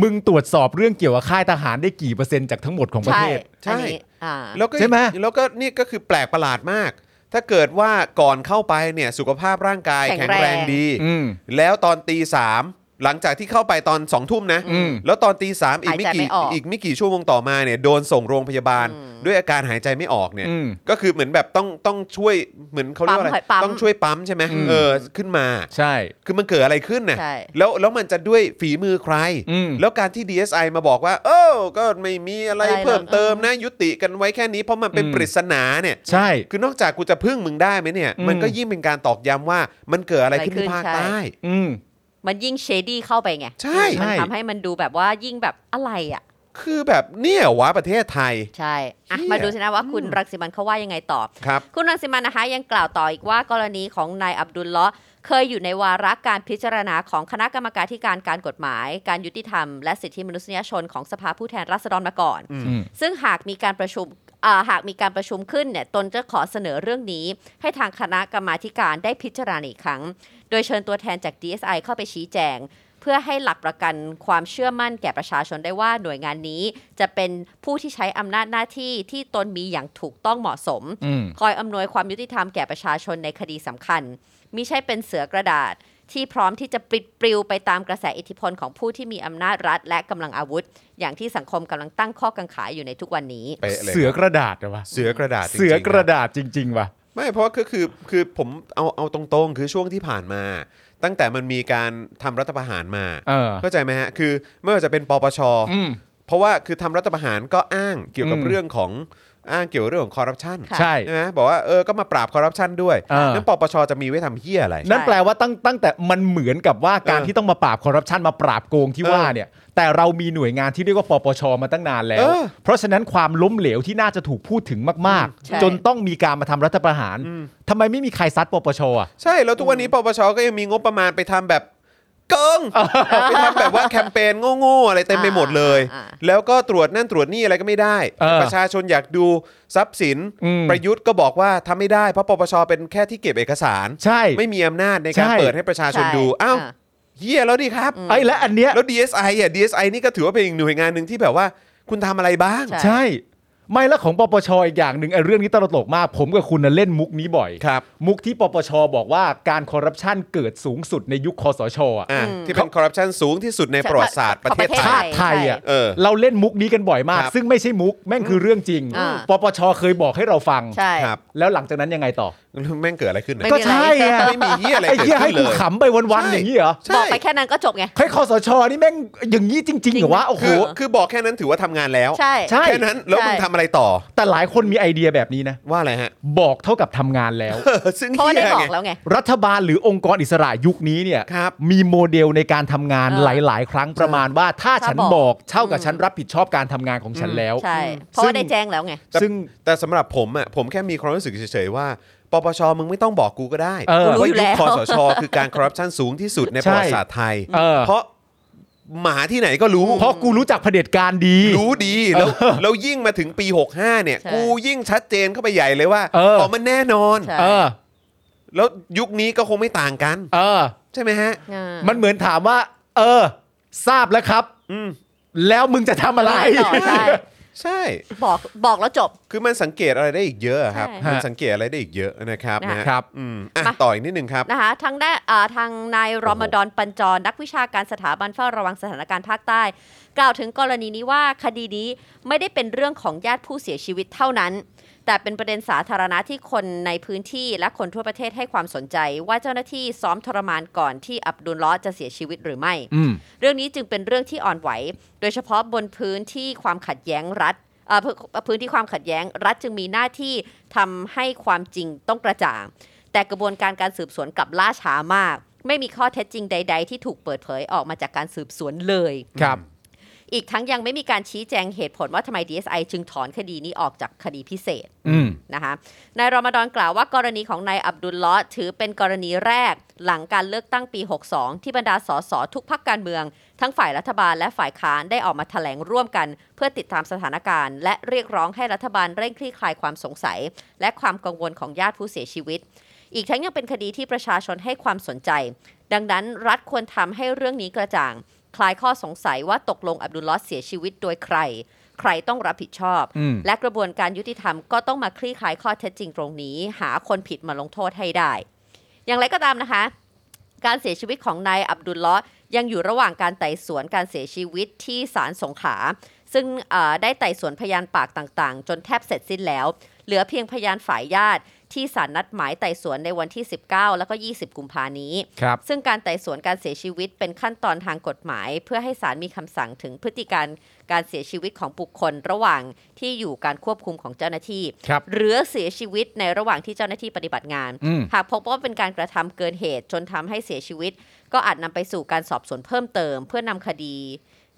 Speaker 1: มึงตรวจสอบเรื่องเกี่ยวกับค่ายทหารได้กี่เปอร์เซ็นต์จากทั้งหมดของประ
Speaker 3: ใช่
Speaker 1: เทศ
Speaker 2: ใช่
Speaker 3: อันนี้อ่า
Speaker 2: แล้วก็
Speaker 1: ใช่ไหม
Speaker 2: แล้วก็นี่ก็คือแปลกประหลาดมาก ถ้าเกิดว่าก่อนเข้าไปเนี่ยสุขภาพร่างกาย
Speaker 3: แข็
Speaker 2: แข็ง
Speaker 3: งแรง
Speaker 2: แรงดี
Speaker 1: อืม
Speaker 2: แล้วตอนตีสามหลังจากที่เข้าไปตอนสองทุ่มนะ
Speaker 1: อืม
Speaker 2: แล้วตอนตีสามอีกไม่
Speaker 3: หายใจไม่
Speaker 2: กี่
Speaker 3: ออก
Speaker 2: อีกไม่กี่ชั่วโมงต่อมาเนี่ยโดนส่งโรงพยาบาล
Speaker 3: อืม
Speaker 2: ด้วยอาการหายใจไม่ออกเนี่ย
Speaker 1: อืม
Speaker 2: ก็คือเหมือนแบบต้องต้องช่วยเหมือนเขาเรียกว่าอะไร
Speaker 3: ปั๊มปั๊ม
Speaker 2: ต้องช่วยปั๊มใช่ไหม
Speaker 1: อืม
Speaker 2: เออขึ้นมา
Speaker 1: ใช่
Speaker 2: คือมันเกิดอะไรขึ้นน่ะ
Speaker 3: ใช่
Speaker 2: แล้วแล้วมันจะด้วยฝีมือใคร
Speaker 1: อืม
Speaker 2: แล้วการที่ DSI มาบอกว่า เออก็ไม่มีอะไร
Speaker 3: อะไรหรอก
Speaker 2: เพิ่มเติมนะ ยุติกันไว้แค่นี้เพราะมันเป็น
Speaker 1: อืม
Speaker 2: ปริศนาเนี่ย
Speaker 1: ใช่
Speaker 2: คือนอกจากกูจะพึ่งมึงได้ไหมเนี่ย
Speaker 1: อืม
Speaker 2: มันก็ยิ่งเป็นการตอกย้ำว่ามันเกิดอะไรขึ้นที่ภาคใต้
Speaker 1: อืม
Speaker 3: มันยิ่งเชดี้เข้าไปไง
Speaker 2: ใช่
Speaker 3: มัน
Speaker 1: ใช่
Speaker 3: ทำให้มันดูแบบว่ายิ่งแบบอะไรอ่ะ
Speaker 2: คือแบบเนี่ยเหรอวะประเทศไทย
Speaker 3: ใช่อะ
Speaker 2: เชี่ย
Speaker 3: มาดูสินะว่าคุณรังสิมันต์เขาว่ายังไงต่อ
Speaker 2: ครับ
Speaker 3: คุณรังสิมันต์นะคะยังกล่าวต่ออีกว่ากรณีของนายอับดุลเลาะห์เคยอยู่ในวาระการพิจารณาของคณะกรรมการที่การการกฎหมาย การยุติธรรม และสิทธิมนุษยชนของสภาผู้แทนราษฎรมาก่อน
Speaker 2: อืม
Speaker 1: อืม
Speaker 3: ซึ่งหากมีการประชุมอ่าหากมีการประชุมขึ้นเนี่ยตนจะขอเสนอเรื่องนี้ ให้ทางคณะกรรมาธิการได้พิจารณาอีกครั้ง โดยเชิญตัวแทนจาก DSI เข้าไปชี้แจง เพื่อให้หลักประกันความเชื่อมั่นแก่ประชาชนได้ว่าหน่วยงานนี้ จะเป็นผู้ที่ใช้อำนาจหน้าที่ที่ตนมีอย่างถูกต้องเหมาะสม
Speaker 1: อืม
Speaker 3: คอยอำนวยความยุติธรรมแก่ประชาชนในคดีสำคัญมิใช่เป็นเสือกระดาษ ที่พร้อมที่จะปลิดปลิวไปตามกระแสอิทธิพลของผู้ที่มีอำนาจรัฐ และกำลังอาวุธ อย่างที่สังคมกำลังตั้งข้อกังขาอยู่ในทุกวันนี้
Speaker 2: เป๊ะเลย
Speaker 1: เสือกระดาษเหรอวะ
Speaker 2: เสือกระดาษจงๆ
Speaker 1: เสือกระดาษจริง ๆ ว่ะ
Speaker 2: ไม่เพราะก็คือคือผมเอาเอาตรงๆ คือช่วงที่ผ่านมา ตั้งแต่มันมีการทำรัฐประหารมา
Speaker 1: เออ
Speaker 2: เข้าใจไหมฮะคือไม่ว่าจะเป็นปปช
Speaker 1: อืม
Speaker 2: เพราะว่าคือทำรัฐประหารก็อ้างเกี่ยวกับ
Speaker 1: อืม
Speaker 2: เรื่องของอ้างเกี่ยวกับเรื่องของคอร์รัปชัน
Speaker 3: ค่ะ
Speaker 1: ใช่
Speaker 2: ใช่ไหมบอกว่าเออก็มาปราบคอร์รัปชันด้วย
Speaker 1: เออ
Speaker 2: นั้นปปชจะมีไว้ทำเฮียอะไร
Speaker 1: นั่นแปลว่าตั้งตั้งแต่มันเหมือนกับว่าการ
Speaker 2: เออ
Speaker 1: ที่ต้องมาปราบคอร์รัปชันมาปราบโกงที่ว่าเนี่ย แต่เรามีหน่วยงานที่เรียกว่าปปชมาตั้งนานแล้ว
Speaker 2: เออ
Speaker 1: เพราะฉะนั้นความล้มเหลวที่น่าจะถูกพูดถึงมาก
Speaker 3: ใช่
Speaker 1: ๆ จนต้องมีการมาทำรัฐประหารทำไมไม่มีใครซัดปปชอ่ะ
Speaker 2: ใช่แล้วทุกวันนี้ปปชก็ยังมีงบประมาณไปทำแบบเกิงไปทำแบบว่าแคมเปญโง่ๆอะไรเต็มไปหมดเลย
Speaker 3: อ่าอ่า
Speaker 2: แล้วก็ตรวจนั่นตรวจนี่อะไรก็ไม่ได้
Speaker 1: เออ
Speaker 2: ประชาชนอยากดูทรัพย์สิน
Speaker 1: อืม
Speaker 2: ประยุทธ์ก็บอกว่าทำไม่ได้เพราะปปชเป็นแค่ที่เก็บเอกสาร
Speaker 1: ใช่
Speaker 2: ไม่มีอำนาจในการ
Speaker 1: ใช่
Speaker 2: เปิดให้ประชาชนดูอ้าวเฮียแล้วดิครับ
Speaker 1: ไอ้และอันเนี้ย
Speaker 2: แล้ว DSI อ่ะ DSI นี่ก็ถือว่าเป็นอีกหน่วยงานหนึ่งที่แบบว่า คุณทำอะไรบ้าง
Speaker 3: ใช่
Speaker 1: ใช่ ไม่และของปปชอีกอย่างหนึ่งไอ้เรื่องนี้ตลกมาก ผมกับคุณน่ะเล่นมุกนี้บ่อย
Speaker 2: ครับ
Speaker 1: มุกที่ปปชบอกว่าการคอร์รัปชันเกิดสูงสุดในยุคคอสชอ่ะ
Speaker 2: อ่าที่เป็นคอร์รัปชันสูงที่สุดในประวัติศาสตร์ประเทศไท
Speaker 1: ชาย ติไทยอ่ะ
Speaker 2: เออ
Speaker 1: เราเล่นมุกนี้กันบ่อยมาก
Speaker 2: ครับ
Speaker 1: ซึ่งไม่ใช่มุกแม่งคือเรื่องจริง
Speaker 3: อ่า
Speaker 1: ปปชเคยบอกให้เราฟัง
Speaker 3: ใช่
Speaker 2: ครับ
Speaker 1: แล้วหลังจากนั้นยังไงต่อ
Speaker 2: แม่งเกิดอะไรขึ้น
Speaker 3: ไม่
Speaker 2: นะ
Speaker 1: ก็
Speaker 3: มีอะไร
Speaker 1: ใช่อะ
Speaker 2: ไม่มีเฮียอะไร
Speaker 1: ไอ้
Speaker 2: เกิด
Speaker 1: เหี้ยให้
Speaker 2: ขึ้นเล
Speaker 1: กู
Speaker 2: ย
Speaker 1: ขำไปวัน
Speaker 2: ใช่
Speaker 1: ๆอย่างนี้เหรอ
Speaker 3: บอกไปแค่นั้นก็จบไง
Speaker 1: ให้คอสชนี่แม่งอย่างนี้จริงๆเหรอวะโอ้โห
Speaker 2: คือคือบอกแค่นั้นถือว่าทำงานแล้ว
Speaker 3: ใช่
Speaker 1: ใช่
Speaker 2: แค่นั้นแล้ว
Speaker 3: ใช่
Speaker 2: มึงทำอะไรต่อ
Speaker 1: แต่หลายคนมีไอเดียแบบนี้นะ
Speaker 2: ว่าอะไรฮ ะ
Speaker 1: บอกเท่ากับทำงานแล้ว
Speaker 2: ซึ่ง
Speaker 3: เพราะ
Speaker 2: เฮี
Speaker 3: ว่าย ได้บอ
Speaker 2: ไง
Speaker 3: กแล้วไง
Speaker 1: รัฐบาลหรือองค์กรอิสระยุคนี้เนี่ย
Speaker 2: ครับ
Speaker 1: มีโมเดลในการทำงาน
Speaker 3: เออ
Speaker 1: หลาย ๆ ครั้งประมาณว่าถ้าฉัน
Speaker 3: ถ้า
Speaker 1: บบ อ
Speaker 3: อก ก
Speaker 1: เท่ากับฉันรับผิดชอบการทำงานของฉันแล้ว
Speaker 3: ใช่ เพราะว่าได้แจ้งแล้วไง
Speaker 2: แต่
Speaker 1: ซึ่ง
Speaker 2: แต่สำหรับผมอ่ะผมแค่มีความรู้สึกเฉยๆว่าปปชมึงไม่ต้องบอกกูก็ได้
Speaker 1: เออ
Speaker 2: ว่า
Speaker 3: รู้อยู่
Speaker 2: ยุค
Speaker 3: แล้ว
Speaker 2: คอสชคือการคอร์รัปชันสูงที่สุดในประวัติศาสตร์ไทย
Speaker 1: เออ
Speaker 2: เพราะหมาที่ไหนก็รู้
Speaker 1: เพราะกูรู้จักเผด็จการดี
Speaker 2: รู้ดีแล้วแล้วยิ่งมาถึงปี 65 เนี่ย
Speaker 3: ใช่
Speaker 2: กูยิ่งชัดเจนเข้าไปใหญ่เลยว่า
Speaker 1: เออ
Speaker 2: อมันแน่นอน
Speaker 3: ใช่
Speaker 1: เออ
Speaker 2: แล้วยุคนี้ก็คงไม่ต่างกัน
Speaker 1: เออ
Speaker 2: ใช่ไหมฮะ
Speaker 3: อ่า
Speaker 1: มันเหมือนถามว่า เออ ทราบแล้วครับ
Speaker 2: อืม
Speaker 1: แล้วมึงจะทำอะไร
Speaker 3: ไม่ต่อใช่
Speaker 2: ใช่
Speaker 3: บอกบอกแล้วจบ
Speaker 2: คือมันสังเกตอะไรได้อีกเยอะครับ
Speaker 3: ใช่
Speaker 2: มันสังเกตอะไรได้อีกเยอะนะครับ
Speaker 3: นะ
Speaker 2: นะครับ อืมอ่ะ
Speaker 3: มา
Speaker 2: ต่ออีกนิดนึงครับ
Speaker 3: นะคะทางได้อ่าทางนายรอมฎอนปัญจร นักวิชาการสถาบันเฝ้าระวังสถานการณ์ภาคใต้ กล่าวถึงกรณีนี้ว่าคดีนี้ไม่ได้เป็นเรื่องของญาติผู้เสียชีวิตเท่านั้น แต่เป็นประเด็นสาธารณะที่คนในพื้นที่และคนทั่วประเทศให้ความสนใจ ว่าเจ้าหน้าที่ซ้อมทรมานก่อนที่อับดุลเลาะห์จะเสียชีวิตหรือไม่
Speaker 1: อืม
Speaker 3: เรื่องนี้จึงเป็นเรื่องที่อ่อนไหว โดยเฉพาะบนพื้นที่ความขัดแย้งรัฐ เอ่อพื้นพื้นที่ความขัดแย้ง รัฐจึงมีหน้าที่ทำให้ความจริงต้องกระจ่าง แต่กระบวนการการสืบสวนกลับล่าช้ามาก ไม่มีข้อเท็จจริงใด ๆ ที่ถูกเปิดเผยออกมาจากการสืบสวนเลย
Speaker 1: ครับ
Speaker 3: อีกทั้งยังไม่มีการชี้แจงเหตุผลว่าทำไม DSI จึงถอนคดีนี้ออกจากคดีพิเศษ
Speaker 1: อืม
Speaker 3: นะคะนายรอมฎอนกล่าวว่ากรณีของนายอับดุลเลาะห์ถือเป็นกรณีแรกหลังการเลือกตั้งปี 62 ที่บรรดาสสทุกพักการเมือง ทั้งฝ่ายรัฐบาลและฝ่ายค้านได้ออกมาแถลงร่วมกัน เพื่อติดตามสถานการณ์ และเรียกร้องให้รัฐบาลเร่งคลี่คลายความสงสัย และความกังวลของญาติผู้เสียชีวิต อีกทั้งยังเป็นคดีที่ประชาชนให้ความสนใจ ดังนั้นรัฐควรทำให้เรื่องนี้กระจ่าง คลายข้อสงสัยว่าตกลงอับดุลเลาะห์เสียชีวิตโดยใคร ใครต้องรับผิดชอบ
Speaker 1: อืม
Speaker 3: และกระบวนการยุติธรรมก็ต้องมาคลี่คลายข้อเท็จจริงตรงนี้ หาคนผิดมาลงโทษให้ได้ อย่างไรก็ตามนะคะ การเสียชีวิตของนายอับดุลเลาะห์ยังอยู่ระหว่างการไต่สวนการเสียชีวิตที่ศาลสงขลาซึ่งเอ่อได้ไต่สวนพยานปากต่างๆ จนแทบเสร็จสิ้นแล้ว เหลือเพียงพยานฝ่ายญาติ ที่ศาลนัดหมายไต่สวนในวันที่ 19 แล้วก็ 20 กุมภานี้
Speaker 1: ครับ
Speaker 3: ซึ่งการไต่สวนการเสียชีวิตเป็นขั้นตอนทางกฎหมาย เพื่อให้ศาลมีคำสั่งถึงพฤติการการเสียชีวิตของบุคคลระหว่างที่อยู่การควบคุมของเจ้าหน้าที่
Speaker 1: ครับ
Speaker 3: หรือเสียชีวิตในระหว่างที่เจ้าหน้าที่ปฏิบัติงาน
Speaker 1: อืม
Speaker 3: หากพบว่าเป็นการกระทำเกินเหตุจนทำให้เสียชีวิต ก็อาจนำไปสู่การสอบสวนเพิ่มเติม เพื่อนำคดี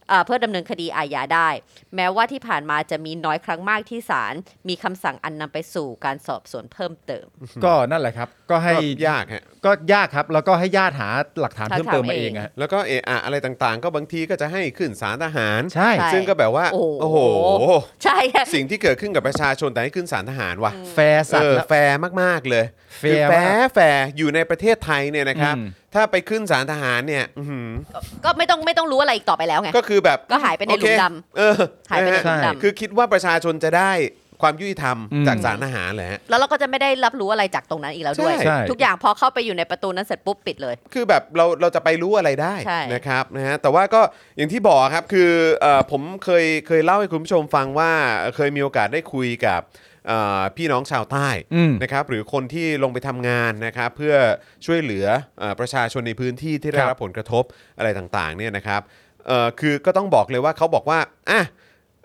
Speaker 3: เอ่อเพื่อดำเนินคดีอาญาได้ แม้ว่าที่ผ่านมาจะมีน้อยครั้งมากที่ศาลมีคำสั่งอันนำไปสู่การสอบสวนเพิ่มเติม
Speaker 1: ก็นั่นแหละครับ ก็ให้
Speaker 2: ก็ยากฮะ
Speaker 1: ก็ยากครับ แล้วก็ให้ญาติหาหลักฐาน
Speaker 3: หา
Speaker 1: เพิ่มเติมมา
Speaker 3: เอ
Speaker 1: เอง งอะฮะ
Speaker 2: แล้วก็เอะอะอะไรต่างๆ ก็บางทีก็จะให้ขึ้นสารทหาร
Speaker 1: ใช่
Speaker 3: ใช่
Speaker 2: ซึ่งก็แบบว่า
Speaker 3: โอ้โห
Speaker 2: โอ้โห
Speaker 3: ใช่ค่ะ
Speaker 2: สิ่งที่เกิดขึ้นกับประชาชนแต่ให้ขึ้นสารทหารว่ะ
Speaker 1: แฟร์สัต
Speaker 2: เอ
Speaker 1: ว์
Speaker 2: อ
Speaker 1: และ
Speaker 2: แฟร์มากๆเลย
Speaker 1: แฟ
Speaker 2: คือ
Speaker 1: ร์
Speaker 2: แฟ
Speaker 1: มาก
Speaker 2: ร์แฟร์อยู่ในประเทศไทยเนี่ยนะครับ
Speaker 1: อืม
Speaker 2: ถ้าไปขึ้นสารทหารเนี่ยอื้อหือ
Speaker 3: ก็ไม่ต้องไม่ต้องรู้อะไรอีกต่อไปแล้วไง
Speaker 2: ก็คือแบบ
Speaker 3: ก็หายไปในหลุม
Speaker 2: โอเค
Speaker 3: ด
Speaker 2: เออ
Speaker 3: หายไปใน
Speaker 2: นะ
Speaker 3: ถุ
Speaker 2: ฮะ
Speaker 3: ง
Speaker 1: ใช่
Speaker 3: ดำ
Speaker 2: คือคิดว่าประชาชนจะได้ความยุติธรรม
Speaker 1: อืม
Speaker 2: จากสารทหารแหละ
Speaker 3: แล้วเราก็จะไม่ได้รับรู้อะไรจากตรงนั้นอีกแล้วด้วย
Speaker 2: ใช่
Speaker 1: ใช่
Speaker 3: ทุกอย่างพอเข้าไปอยู่ในประตูนั้นเสร็จปุ๊บปิดเลย
Speaker 2: คือแบบเราเราจะไปรู้อะไรได้
Speaker 3: ใช่
Speaker 2: นะครับนะฮะแต่ว่าก็อย่างที่บอกครับคือเอ่อผมเคยเคยเล่าให้คุณผู้ชมฟังว่าเคยมีโอกาสได้คุยกับเอ่อพี่น้องชาวใต้
Speaker 1: อืม
Speaker 2: นะครับหรือคนที่ลงไปทำงานนะครับเพื่อช่วยเหลือเออประชาชนในพื้นที่ที่ได้
Speaker 1: ครับ
Speaker 2: รับผลกระทบอะไรต่างๆเนี่ยนะครับเอ่อคือก็ต้องบอกเลยว่าเขาบอกว่าอ่ะ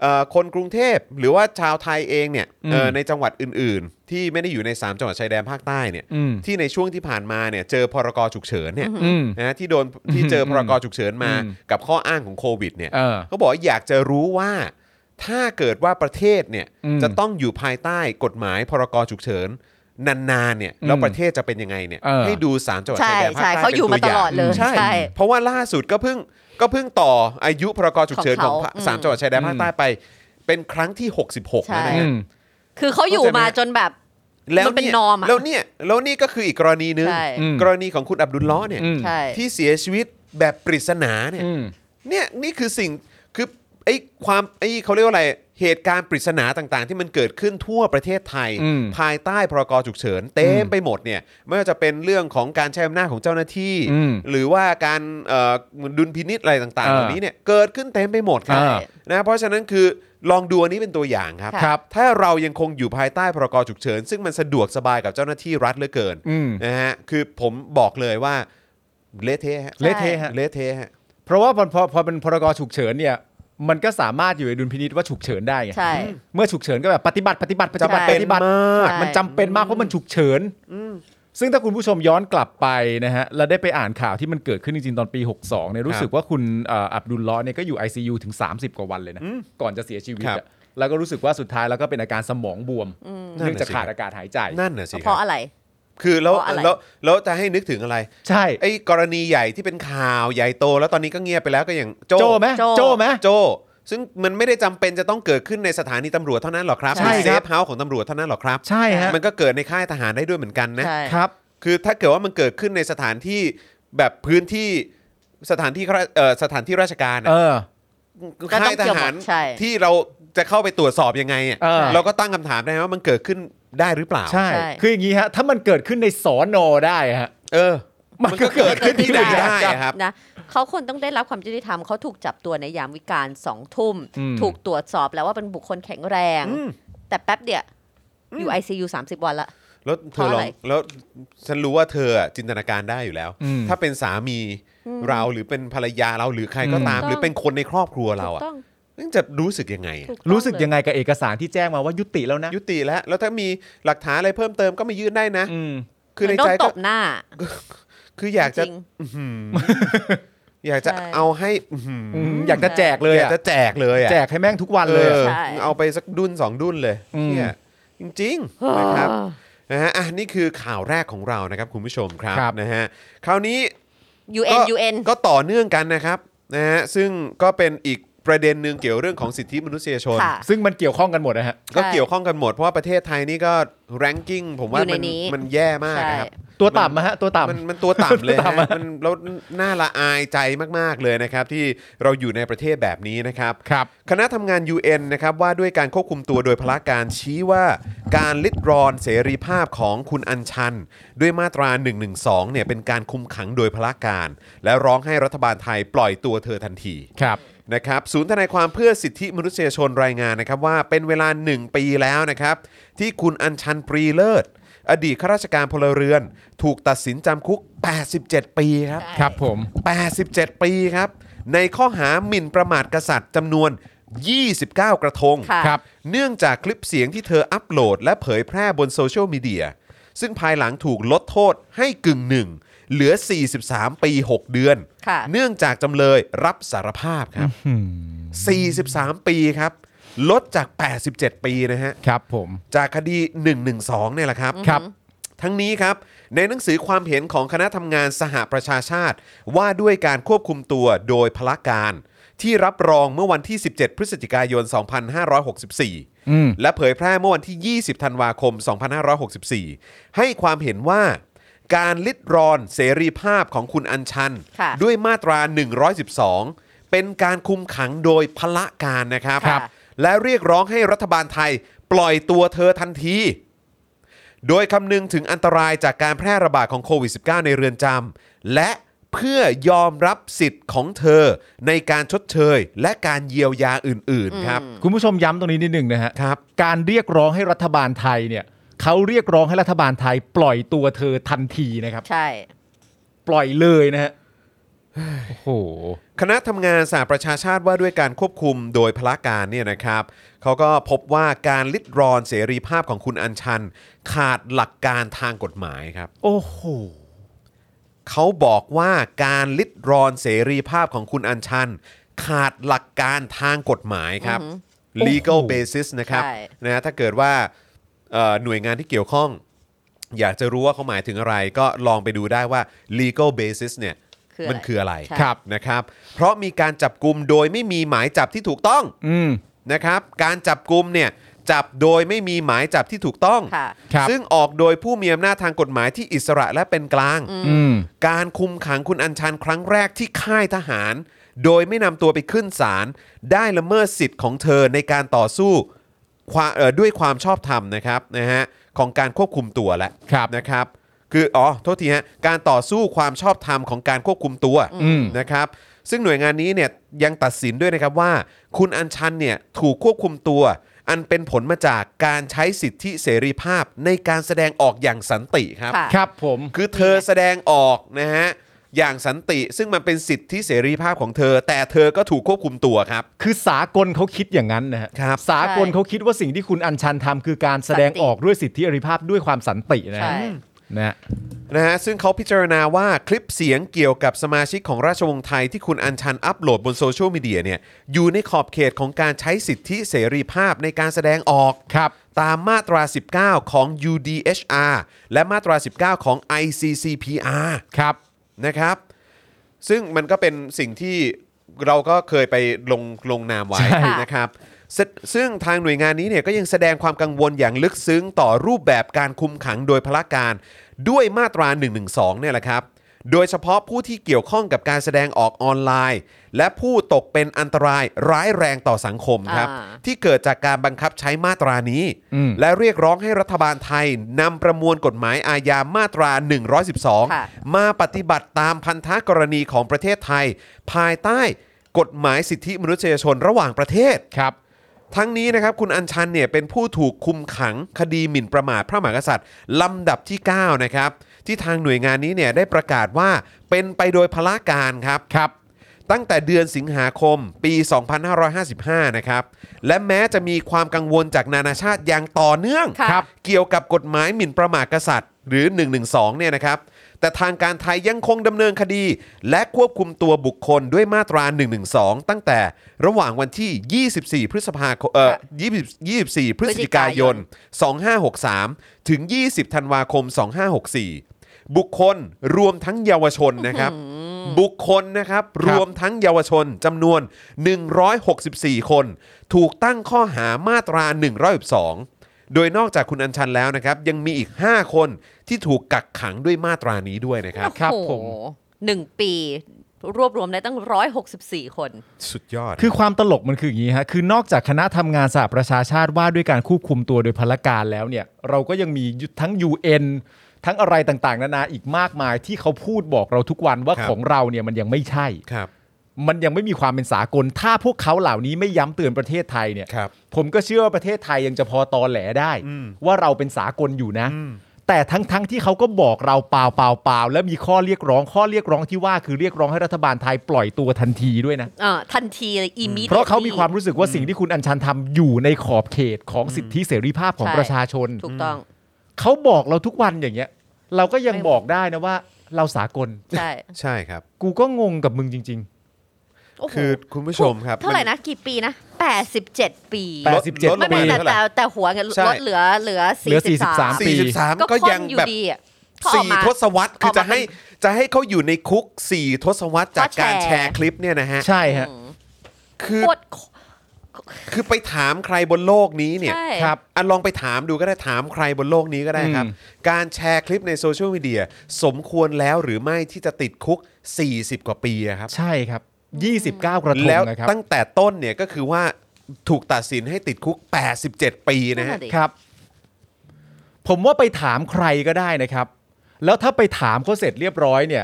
Speaker 2: เอ่อคนกรุงเทพหรือว่าชาวไทยเองเนี่ยเอ่อในจังหวัดอื่น ๆ ที่ไม่ได้อยู่ในสามจังหวัดชายแดนภาคใต้เนี่ย
Speaker 1: อืม
Speaker 2: ที่ในช่วงที่ผ่านมาเนี่ยเจอพรกฉุกเฉินเนี่ย
Speaker 1: อืม
Speaker 2: นะฮะที่โดนที่เจอพรกฉุกเฉินมา
Speaker 1: อืม
Speaker 2: กับข้ออ้างของโควิดเนี่ย
Speaker 1: เออ
Speaker 2: เขาบอกว่าอยากจะรู้ว่าถ้าเกิดว่าประเทศเนี่ย
Speaker 1: อืม
Speaker 2: จะต้องอยู่ภายใต้กฎหมายพรกฉุกเฉินนานๆเนี่ยแล้วประเทศจะเป็นยังไงเนี่ย
Speaker 1: เออ
Speaker 2: ให้ดูสามจังหวัด
Speaker 3: ใช่
Speaker 2: ชายแดนภาค
Speaker 3: ใช่
Speaker 2: ใต้
Speaker 3: เขาอยู่มาตลอดเลย
Speaker 2: ป็นวางใช่
Speaker 3: ใช่
Speaker 2: เพราะว่าล่าสุดก็เพิ่งก็เพิ่งต่ออายุพรกฉุกเฉินของ
Speaker 3: ของเขาอืม
Speaker 2: สามจังหวัดชายแดนภาคใต้ไป เป็นครั้งที่ 66แล้วนะ
Speaker 1: อื
Speaker 2: ฮะ
Speaker 1: ม
Speaker 3: คือเขาอยู่มาจนแบบ
Speaker 2: แล้ว
Speaker 3: มันเป็น
Speaker 2: ย
Speaker 3: นอมอะ
Speaker 2: แล้วเนี่ยแล้วนี่ก็คืออีกกรณีหนึง
Speaker 3: ใช่
Speaker 1: อืม
Speaker 2: กรณีของคุณอับดุลเลาะห์เนี่ย
Speaker 1: อืม
Speaker 3: ใช่
Speaker 2: ที่เสียชีวิตแบบปริศนาเนี่ย
Speaker 1: อืม
Speaker 2: เนี่ยนี่คือสิ่งคือไอ้ความไอ้เขาเรียกว่าอะไรเหตุการณ์ปริศนาต่างๆ ที่มันเกิดขึ้นทั่วประเทศไทย
Speaker 1: อืม
Speaker 2: ภายใต้พรกฉุกเฉินเต็มไปหมดเนี่ยไม่ว่าจะเป็นเรื่องของการใช้อำนาจของเจ้าหน้าที่
Speaker 1: อืม
Speaker 2: หรือว่าการเอ่อดุลพินิษอะไรต่างๆ
Speaker 1: อ่า
Speaker 2: เหล่านี้เนี่ยเกิดขึ้นเต็มไปหมดครับ
Speaker 1: อ่า
Speaker 2: นะเพราะฉะนั้นคือลองดูอันนี้เป็นตัวอย่างครับ
Speaker 3: ค่ะ
Speaker 1: ครับ
Speaker 2: ถ้าเรายังคงอยู่ภายใต้พรกฉุกเฉิน ซึ่งมันสะดวกสบายกับเจ้าหน้าที่รัฐเหลือเกิน
Speaker 1: อืม
Speaker 2: นะฮะคือผมบอกเลยว่าเละเทะฮะ
Speaker 1: เละเทะฮะ
Speaker 2: เละเทะฮะ
Speaker 1: เพราะว่าพอพอพอเป็นพรกฉุกเฉินเนี่ย มันก็สามารถอยู่ในดุลพินิษว่าฉุกเฉินได้ไง
Speaker 3: ใช่
Speaker 1: เมื่อฉุกเฉินก็แบบปฏิบัติปฏิบัติปฏิบัติ
Speaker 3: จำเป็น
Speaker 1: ปฏิบัติ
Speaker 2: ม
Speaker 3: าก
Speaker 1: มันจำเป็นมากเพราะมันฉุกเฉินซึ่งถ้าคุณผู้ชมย้อนกลับไปนะฮะแล้วได้ไปอ่านข่าวที่มันเกิดขึ้นจริงๆตอนปี 62เนี่ยรู้สึกว่าคุณเอ่ออับดุลลอฮ์เนี่ยก็อยู่ ICU ถึง 30 กว่าวันเลยนะ ก่อนจะเสียชีวิต
Speaker 2: ครับ
Speaker 1: อะแล้วก็รู้สึกว่าสุดท้ายแล้วก็เป็นอาการสมองบวมเนื่องจาก
Speaker 2: นั่นน่ะสิ
Speaker 1: ขาดอากาศหายใจ
Speaker 2: นั่นน่ะสิค
Speaker 3: เพ
Speaker 2: รั
Speaker 3: ราะ
Speaker 2: บ
Speaker 3: อะไร
Speaker 2: คือแล้ว
Speaker 3: เพราะอะไร
Speaker 2: แล้วแล้วจะให้นึกถึงอะไร
Speaker 1: ใช่
Speaker 2: ไอ้กรณีใหญ่ที่เป็นข่าวใหญ่โต แล้วตอนนี้ก็เงียบไปแล้วก็อย่างโจ
Speaker 1: โจไหม
Speaker 3: โจ้
Speaker 1: โจไหม
Speaker 2: โจซึ่งมันไม่ได้จำเป็นจะต้องเกิดขึ้นในสถานีตำรวจเท่านั้นหรอกครับ
Speaker 1: ใช่
Speaker 2: หรือเซ
Speaker 1: ครับ
Speaker 2: ฟเฮาส์ของตำรวจเท่านั้นหรอกครับ
Speaker 1: ใช่ฮะ
Speaker 2: มันก็เกิดในค่ายทหารได้ด้วยเหมือนกันนะ
Speaker 3: ใช่
Speaker 1: ครับ
Speaker 2: คือถ้าเกิดว่ามันเกิดขึ้นในสถานที่แบบพื้นที่สถานที่ข้าราเอ่อสถานที่ราชการอะ
Speaker 1: เออ
Speaker 3: ก็ต้
Speaker 2: ค่า
Speaker 3: อย
Speaker 2: ท
Speaker 3: งเกี่ยวหมด
Speaker 2: หาร
Speaker 3: ใช่
Speaker 2: ที่เราจะเข้าไปตรวจสอบยังไงอะ
Speaker 1: เออ
Speaker 2: เราก็ตั้งคำถามได้ว่ามันเกิดขึ้นได้หรือเปล่า
Speaker 1: ใช่
Speaker 3: ใช่
Speaker 1: คืออย่างนี้ฮะ ถ้ามันเกิดขึ้นในสอนอได้ฮะ
Speaker 2: เออ
Speaker 1: มันก็เกิดขึ้นที่ไหน
Speaker 2: มันก็เกิดขึ้นที่ไหน
Speaker 1: ได้
Speaker 2: ได้อะครับ
Speaker 3: นะเขาควรต้องได้รับความยุติธรรมเขาถูกจับตัวในยามวิกาลสองทุ่ม
Speaker 1: อืม
Speaker 3: ถูกตรวจสอบแล้วว่าเป็นบุคคลแข็งแรง
Speaker 2: อืม
Speaker 3: แต่แป๊บเดียวอยู่ ICU 30 วันละ
Speaker 2: แล้วเธอ
Speaker 3: เพราะ
Speaker 2: ล
Speaker 3: อะ
Speaker 2: อ
Speaker 3: ไร
Speaker 2: งแล้วฉันรู้ว่าเธออะจินตนาการได้อยู่แล้ว
Speaker 1: อืม
Speaker 2: ถ้าเป็นสามีเราหรือเป็นภรรยาเราหรือใครก็
Speaker 1: อืม
Speaker 2: ตาม หรือเป็นคนในครอบครัวเรา
Speaker 3: ถู
Speaker 2: อะ
Speaker 3: กต้อง
Speaker 2: นั่นจะรู้สึกยังไงอะ
Speaker 3: ถูต้อง
Speaker 1: รู้สึก
Speaker 3: เล
Speaker 1: ยังไงกับเอกสารที่แจ้งมาว่ายุติแล้วนะ
Speaker 2: ยุติแล้ว แล้วถ้ามีหลักฐานอะไรเพิ่มเติมก็มายื่นได้นะ
Speaker 1: อืม
Speaker 2: คือใน
Speaker 3: มัโด
Speaker 2: ใจ
Speaker 3: นต
Speaker 2: ก็
Speaker 3: บหน้า
Speaker 2: คืออยากจะ
Speaker 3: ริง
Speaker 2: อยากจะ
Speaker 3: ใช่
Speaker 2: เอาให้อื้อหืออ
Speaker 1: มอยากจะแจกเลย
Speaker 2: อยาก
Speaker 1: อะ
Speaker 2: จะแจกเลยอะ
Speaker 1: แจกให้แม่งทุกวันเลย
Speaker 2: เออ
Speaker 1: อะ
Speaker 3: ใช่
Speaker 2: เอาไปสักดุนสองดุนเลย
Speaker 1: อืม
Speaker 2: เนี่ยจริงๆ
Speaker 3: ๆ
Speaker 2: นะครับ นะฮะอ่ะนี่คือข่าวแรกของเรานะครับคุณผู้ชมครับ
Speaker 1: ครับ
Speaker 2: นะฮะคราวนี้
Speaker 3: ยูเอ็นยูเอ็น
Speaker 2: ก็ต่อเนื่องกันนะครับนะฮะซึ่งก็เป็นอีกประเด็นหนึ่งเกี่ยวเรื่องของสิทธิมนุษยชน
Speaker 3: ค่ะ
Speaker 1: ซึ่งมันเกี่ยวข้องกันหมดนะฮะ
Speaker 2: ก็เกี่ยวข้องกันหมดเพราะว่าประเทศไทยนี่ก็แรงกิ้งผมว่า
Speaker 3: อยู่ใน
Speaker 2: มัน
Speaker 3: นี้
Speaker 2: มันแย่มาก
Speaker 3: ใช่
Speaker 2: นะครับ
Speaker 1: ตัวต่ำนะฮะ ตัวต่
Speaker 2: มันมันตัวต่ำเลย
Speaker 1: ตัวต่ำ
Speaker 2: ฮะมันแล้วน่าละอายใจมาก ๆ เลยนะครับ ที่เราอยู่ในประเทศแบบนี้นะครับ
Speaker 1: ำครับ
Speaker 2: คณะทำงาน UN นะครับว่าด้วยการควบคุมตัวโดยพละการชี้ว่าการลิดรอนเสรีภาพของคุณอัญชัน ด้วยมาตรา 112เนี่ยเป็นการคุมขังโดยพละการ และร้องให้รัฐบาลไทยปล่อยตัวเธอทันที
Speaker 1: ครับ
Speaker 2: นะครับศูนย์ทนายความเพื่อสิทธิมนุษยชนรายงานนะครับว่าเป็นเวลา 1 ปีแล้วนะครับ ที่คุณอัญชันปรีเลิศ อดีตข้าราชการพลเรือน ถูกตัดสินจำคุก 87 ปีครับ
Speaker 3: ใช่
Speaker 1: ครับผม
Speaker 2: 87 ปีครับ ในข้อหาหมิ่นประมาทกษัตริย์จำนวน 29 กระทง
Speaker 3: ค่ะ
Speaker 1: ครับ
Speaker 2: เนื่องจากคลิปเสียงที่เธออัปโหลด และเผยแพร่บนโซเชียลมีเดีย ซึ่งภายหลังถูกลดโทษให้กึ่งหนึ่งเหลือ 43 ปี 6 เดือน
Speaker 3: ค่ะ
Speaker 2: เนื่องจากจำเลยรับสารภาพครับ 43 ปีครับ ลดจาก 87 ปีนะฮะ
Speaker 1: ครับผม
Speaker 2: จากคดี 112 เนี่ยแหละครับ
Speaker 1: ครับ
Speaker 2: ทั้งนี้ครับ ในหนังสือความเห็นของคณะทำงานสหประชาชาติ ว่าด้วยการควบคุมตัวโดยพละการ ที่รับรองเมื่อวันที่ 17 พฤศจิกายน 2564
Speaker 1: อืม
Speaker 2: และเผยแพร่เมื่อวันที่ 20 ธันวาคม 2564 ให้ความเห็นว่า การลิดรอนเสรีภาพของคุณอัญชัน
Speaker 3: ค่ะ
Speaker 2: ด้วยมาตรา 112 เป็นการคุมขังโดยพละการนะครับ
Speaker 3: ครับ
Speaker 2: และเรียกร้องให้รัฐบาลไทยปล่อยตัวเธอทันที โดยคำนึงถึงอันตรายจากการแพร่ระบาดของโควิด -19 ในเรือนจำและเพื่อยอมรับสิทธิ์ของเธอในการชดเชย และการเยียวยาอื่น ๆ ครับ
Speaker 1: คุณผู้ชมย้ำตรงนี้นิดหนึ่งนะฮะ
Speaker 2: ครับ
Speaker 1: การเรียกร้องให้รัฐบาลไทยเนี่ยเขาเรียกร้องให้รัฐบาลไทย ปล่อยตัวเธอทันทีนะครับ
Speaker 3: ใช่
Speaker 1: ปล่อยเลยนะฮะ โอ้โห
Speaker 2: คณะทำงานสหประชาชาติว่าด้วยการควบคุมโดยพละการเนี่ยนะครับเขาก็พบว่าการลิดรอนเสรีภาพของคุณอัญชัน ขาดหลักการทางกฎหมายครับ
Speaker 1: โอ้โห
Speaker 2: เขาบอกว่าการลิดรอนเสรีภาพของคุณอัญชัน ขาดหลักการทางกฎหมายครับ legal
Speaker 1: โอ้โห
Speaker 2: basis นะครับ
Speaker 3: ใช่
Speaker 2: นะถ้าเกิดว่าเอ่อหน่วยงานที่เกี่ยวข้อง อยากจะรู้ว่าเขาหมายถึงอะไร ก็ลองไปดูได้ว่า legal basis เนี่ย
Speaker 3: คือ
Speaker 2: มันคืออะไร
Speaker 3: ใช่
Speaker 1: ครับ
Speaker 2: นะครับ เพราะมีการจับกลุ่มโดยไม่มีหมายจับที่ถูกต้อง
Speaker 1: อืม
Speaker 2: นะครับ การจับกลุ่มเนี่ยจับโดยไม่มีหมายจับที่ถูกต้อง
Speaker 3: ค่ะ
Speaker 1: ครับ
Speaker 2: ซึ่งออกโดยผู้มีอำนาจทางกฎหมายที่อิสระและเป็นกลาง
Speaker 1: อืม
Speaker 2: การคุมขังคุณอัญชันครั้งแรกที่ค่ายทหาร โดยไม่นำตัวไปขึ้นศาลได้ละเมิดสิทธิ์ของเธอในการต่อสู้ความเอ่อด้วยความชอบธรรมนะครับนะฮะของการควบคุมตัวและ
Speaker 1: ครับ
Speaker 2: นะครับ คืออ๋อโทษทีฮะการต่อสู้ความชอบธรรมของการควบคุมตัว
Speaker 1: อืม
Speaker 2: นะครับซึ่งหน่วยงานนี้เนี่ยยังตัดสินด้วยนะครับว่า คุณอัญชันเนี่ยถูกควบคุมตัว อันเป็นผลมาจากการใช้สิทธิเสรีภาพในการแสดงออกอย่างสันติครับ
Speaker 3: ค่ะ
Speaker 1: ครับผม
Speaker 2: คือเธอแสดงออกนะฮะอย่างสันติ ซึ่งมันเป็นสิทธิเสรีภาพของเธอ แต่เธอก็ถูกควบคุมตัวครับ
Speaker 1: คือสากลเขาคิดอย่างนั้นนะฮะ
Speaker 2: ครับ
Speaker 1: สากลเขาคิดว่าสิ่งที่คุณอัญชันทำคือการแสดงออกด้วยสิทธิเสรีภาพด้วยความสันตินะฮะ
Speaker 3: ใช่
Speaker 1: นะฮะ
Speaker 2: นะฮะซึ่งเขาพิจารณาว่าคลิปเสียงเกี่ยวกับสมาชิกของราชวงศ์ไทยที่คุณอัญชันอัปโหลดบนโซเชียลมีเดียเนี่ยอยู่ในขอบเขตของการใช้สิทธิเสรีภาพในการแสดงออก
Speaker 1: ครับ
Speaker 2: ตามมาตรา 19 ของ UDHR และมาตรา 19 ของ ICCPR
Speaker 1: ครับ
Speaker 2: นะครับ ซึ่งมันก็เป็นสิ่งที่เราก็เคยไปลงลงนามไว้
Speaker 1: ใช่
Speaker 2: นะครับซซึ่งทางหน่วยงานนี้เนี่ยก็ยังแสดงความกังวลอย่างลึกซึ้งต่อรูปแบบการคุมขังโดยพละการ ด้วยมาตรา 112 เนี่ยแหละครับ โดยเฉพาะผู้ที่เกี่ยวข้องกับการแสดงออกออนไลน์ และผู้ตกเป็นอันตรายร้ายแรงต่อสังคมครับ
Speaker 3: อ่า
Speaker 2: ที่เกิดจากการบังคับใช้มาตรานี้
Speaker 1: อืม
Speaker 2: และเรียกร้องให้รัฐบาลไทยนำประมวลกฎหมายอาญามาตรา
Speaker 3: ค่ะ
Speaker 2: 112 มาปฏิบัติตามพันธกรณีของประเทศไทย ภายใต้กฎหมายสิทธิมนุษยชนระหว่างประเทศ
Speaker 1: ครับ
Speaker 2: ทั้งนี้นะครับคุณอัญชันเนี่ยเป็นผู้ถูกคุมขังคดีหมิ่นประมาทพระมหากษัตริย์ลำดับที่ 9 นะครับ ที่ทางหน่วยงานนี้เนี่ยได้ประกาศว่าเป็นไปโดยพละการครับ
Speaker 1: ครับ
Speaker 2: ตั้งแต่เดือนสิงหาคมปี 2555 นะครับ และแม้จะมีความกังวลจากนานาชาติอย่างต่อเนื่อง
Speaker 3: ค่ะครับ
Speaker 2: เกี่ยวกับกฎหมายหมิ่นประมาทกษัตริย์ หรือ 112 เนี่ยนะครับ แต่ทางการไทยยังคงดำเนินคดี และควบคุมตัวบุคคลด้วยมาตรา 112 ตั้งแต่ระหว่างวันที่ 24 พฤษภาคมเอ่อ20 24 พฤศจิกายน 2563 ถึง 20 ธันวาคม 2564 บุคคลรวมทั้งเยาวชนนะครับ บุคคลนะครับ รวมทั้งเยาวชนจำนวน 164 คน ถูกตั้งข้อหามาตรา 112 โดยนอกจากคุณอัญชันแล้วนะครับ ยังมีอีก 5 คนที่ถูกกักขังด้วยมาตรานี้ด้วยนะครับ
Speaker 1: ครับ
Speaker 3: โอ้โห
Speaker 1: ผม
Speaker 3: หนึ่งปี รวบรวมได้ตั้งร้อยหกสิบสี่คน
Speaker 2: สุดยอด
Speaker 1: คือความตลกมันคืออย่างนี้ฮะ คือนอกจากคณะทำงานสหประชาชาติว่าด้วยการควบคุมตัวโดยพลการแล้วเนี่ย เราก็ยังมียุทั้ง UN ทั้งอะไรต่างๆ นานาอีกมากมายที่เขาพูดบอกเราทุกวันว่า
Speaker 2: ครับ
Speaker 1: ของเราเนี่ยมันยังไม่ใช่
Speaker 2: ครับ
Speaker 1: มันยังไม่มีความเป็นสากล ถ้าพวกเขาเหล่านี้ไม่ย้ำเตือนประเทศไทยเนี่ย
Speaker 2: ครับ
Speaker 1: ผมก็เชื่อว่าประเทศไทยยังจะพอตอแหลได้
Speaker 2: อืม
Speaker 1: ว่าเราเป็นสากลอยู่นะ
Speaker 2: อืม
Speaker 1: แต่ทั้งๆที่เขาก็บอกเราเปล่าเปล่าเปล่าๆๆและมีข้อเรียกร้องข้อเรียกร้องที่ว่าคือเรียกร้องให้รัฐบาลไทยปล่อยตัวทันทีด้วยนะ
Speaker 3: เอ่อทันทีเลยอีมิ
Speaker 1: เพราะเขามีความรู้สึกว่าสิ่งที่คุณอัญชันทำอยู่ในขอบเขตของสิทธิเสรีภาพของ
Speaker 3: ใช่
Speaker 1: ประชาชน
Speaker 3: ถูกต้อง
Speaker 1: เขาบอกเราทุกวันอย่างเงี้ย เราก็ยัง
Speaker 3: ไม่
Speaker 1: บอกได้นะว่า เราสากล
Speaker 3: ใช่
Speaker 2: ใช่ครับ
Speaker 1: กูก็งงกับมึงจริง
Speaker 3: โอ้โห
Speaker 2: คือคุณผู้ชมครับ
Speaker 3: เท่าไหร่นะ กี่ปีนะแปดสิบเจ็ดปี
Speaker 1: แปด
Speaker 2: ลด
Speaker 1: 87
Speaker 2: ลดลง
Speaker 3: ไม่
Speaker 2: มา
Speaker 3: ไม่แต่
Speaker 2: เท่าไห
Speaker 3: แต่
Speaker 2: ร่
Speaker 3: แต่หัวเงิน
Speaker 2: ใช่
Speaker 3: ลดเหลือเหลือ
Speaker 1: เหลือ
Speaker 3: สี่สิบสาม
Speaker 1: 43 ปี
Speaker 2: 43 ก็
Speaker 3: ค่อน
Speaker 2: ยัง
Speaker 3: อยู่
Speaker 2: แบบ
Speaker 3: ดีอะเขาออก
Speaker 2: สี่
Speaker 3: มา
Speaker 2: ทศวรรษคือ
Speaker 3: ออกมา
Speaker 2: จะให้จะให้เขาอยู่ในคุก 4 ทศวรรษจากการ
Speaker 3: เพราะแช
Speaker 2: แช
Speaker 3: ร์
Speaker 2: ร์คลิปเนี่ยนะฮะ
Speaker 1: ๆ ใช่ฮะ
Speaker 3: อืม
Speaker 2: คือ
Speaker 3: โคตร
Speaker 2: คือไปถามใครบนโลกนี้เนี่ย
Speaker 3: ใช่
Speaker 1: ครับ
Speaker 2: อันลองไปถามดูก็ได้ถามใครบนโลกนี้ก็ได้ครับ
Speaker 1: อืม
Speaker 2: การแชร์คลิปในโซเชียลมีเดียสมควรแล้วหรือไม่ที่จะติดคุก 40 กว่าปีอะครับ
Speaker 1: ใช่ครับ 29 กระทง
Speaker 2: แล้ว
Speaker 1: นะครับ
Speaker 2: ตั้งแต่ต้นเนี่ยก็คือว่าถูกตัดสินให้ติดคุก 87 ปีนะฮะ
Speaker 3: นั่นน่ะดิ
Speaker 1: ครับ ผมว่าไปถามใครก็ได้นะครับ แล้วถ้าไปถามเขาเสร็จเรียบร้อยเนี่ย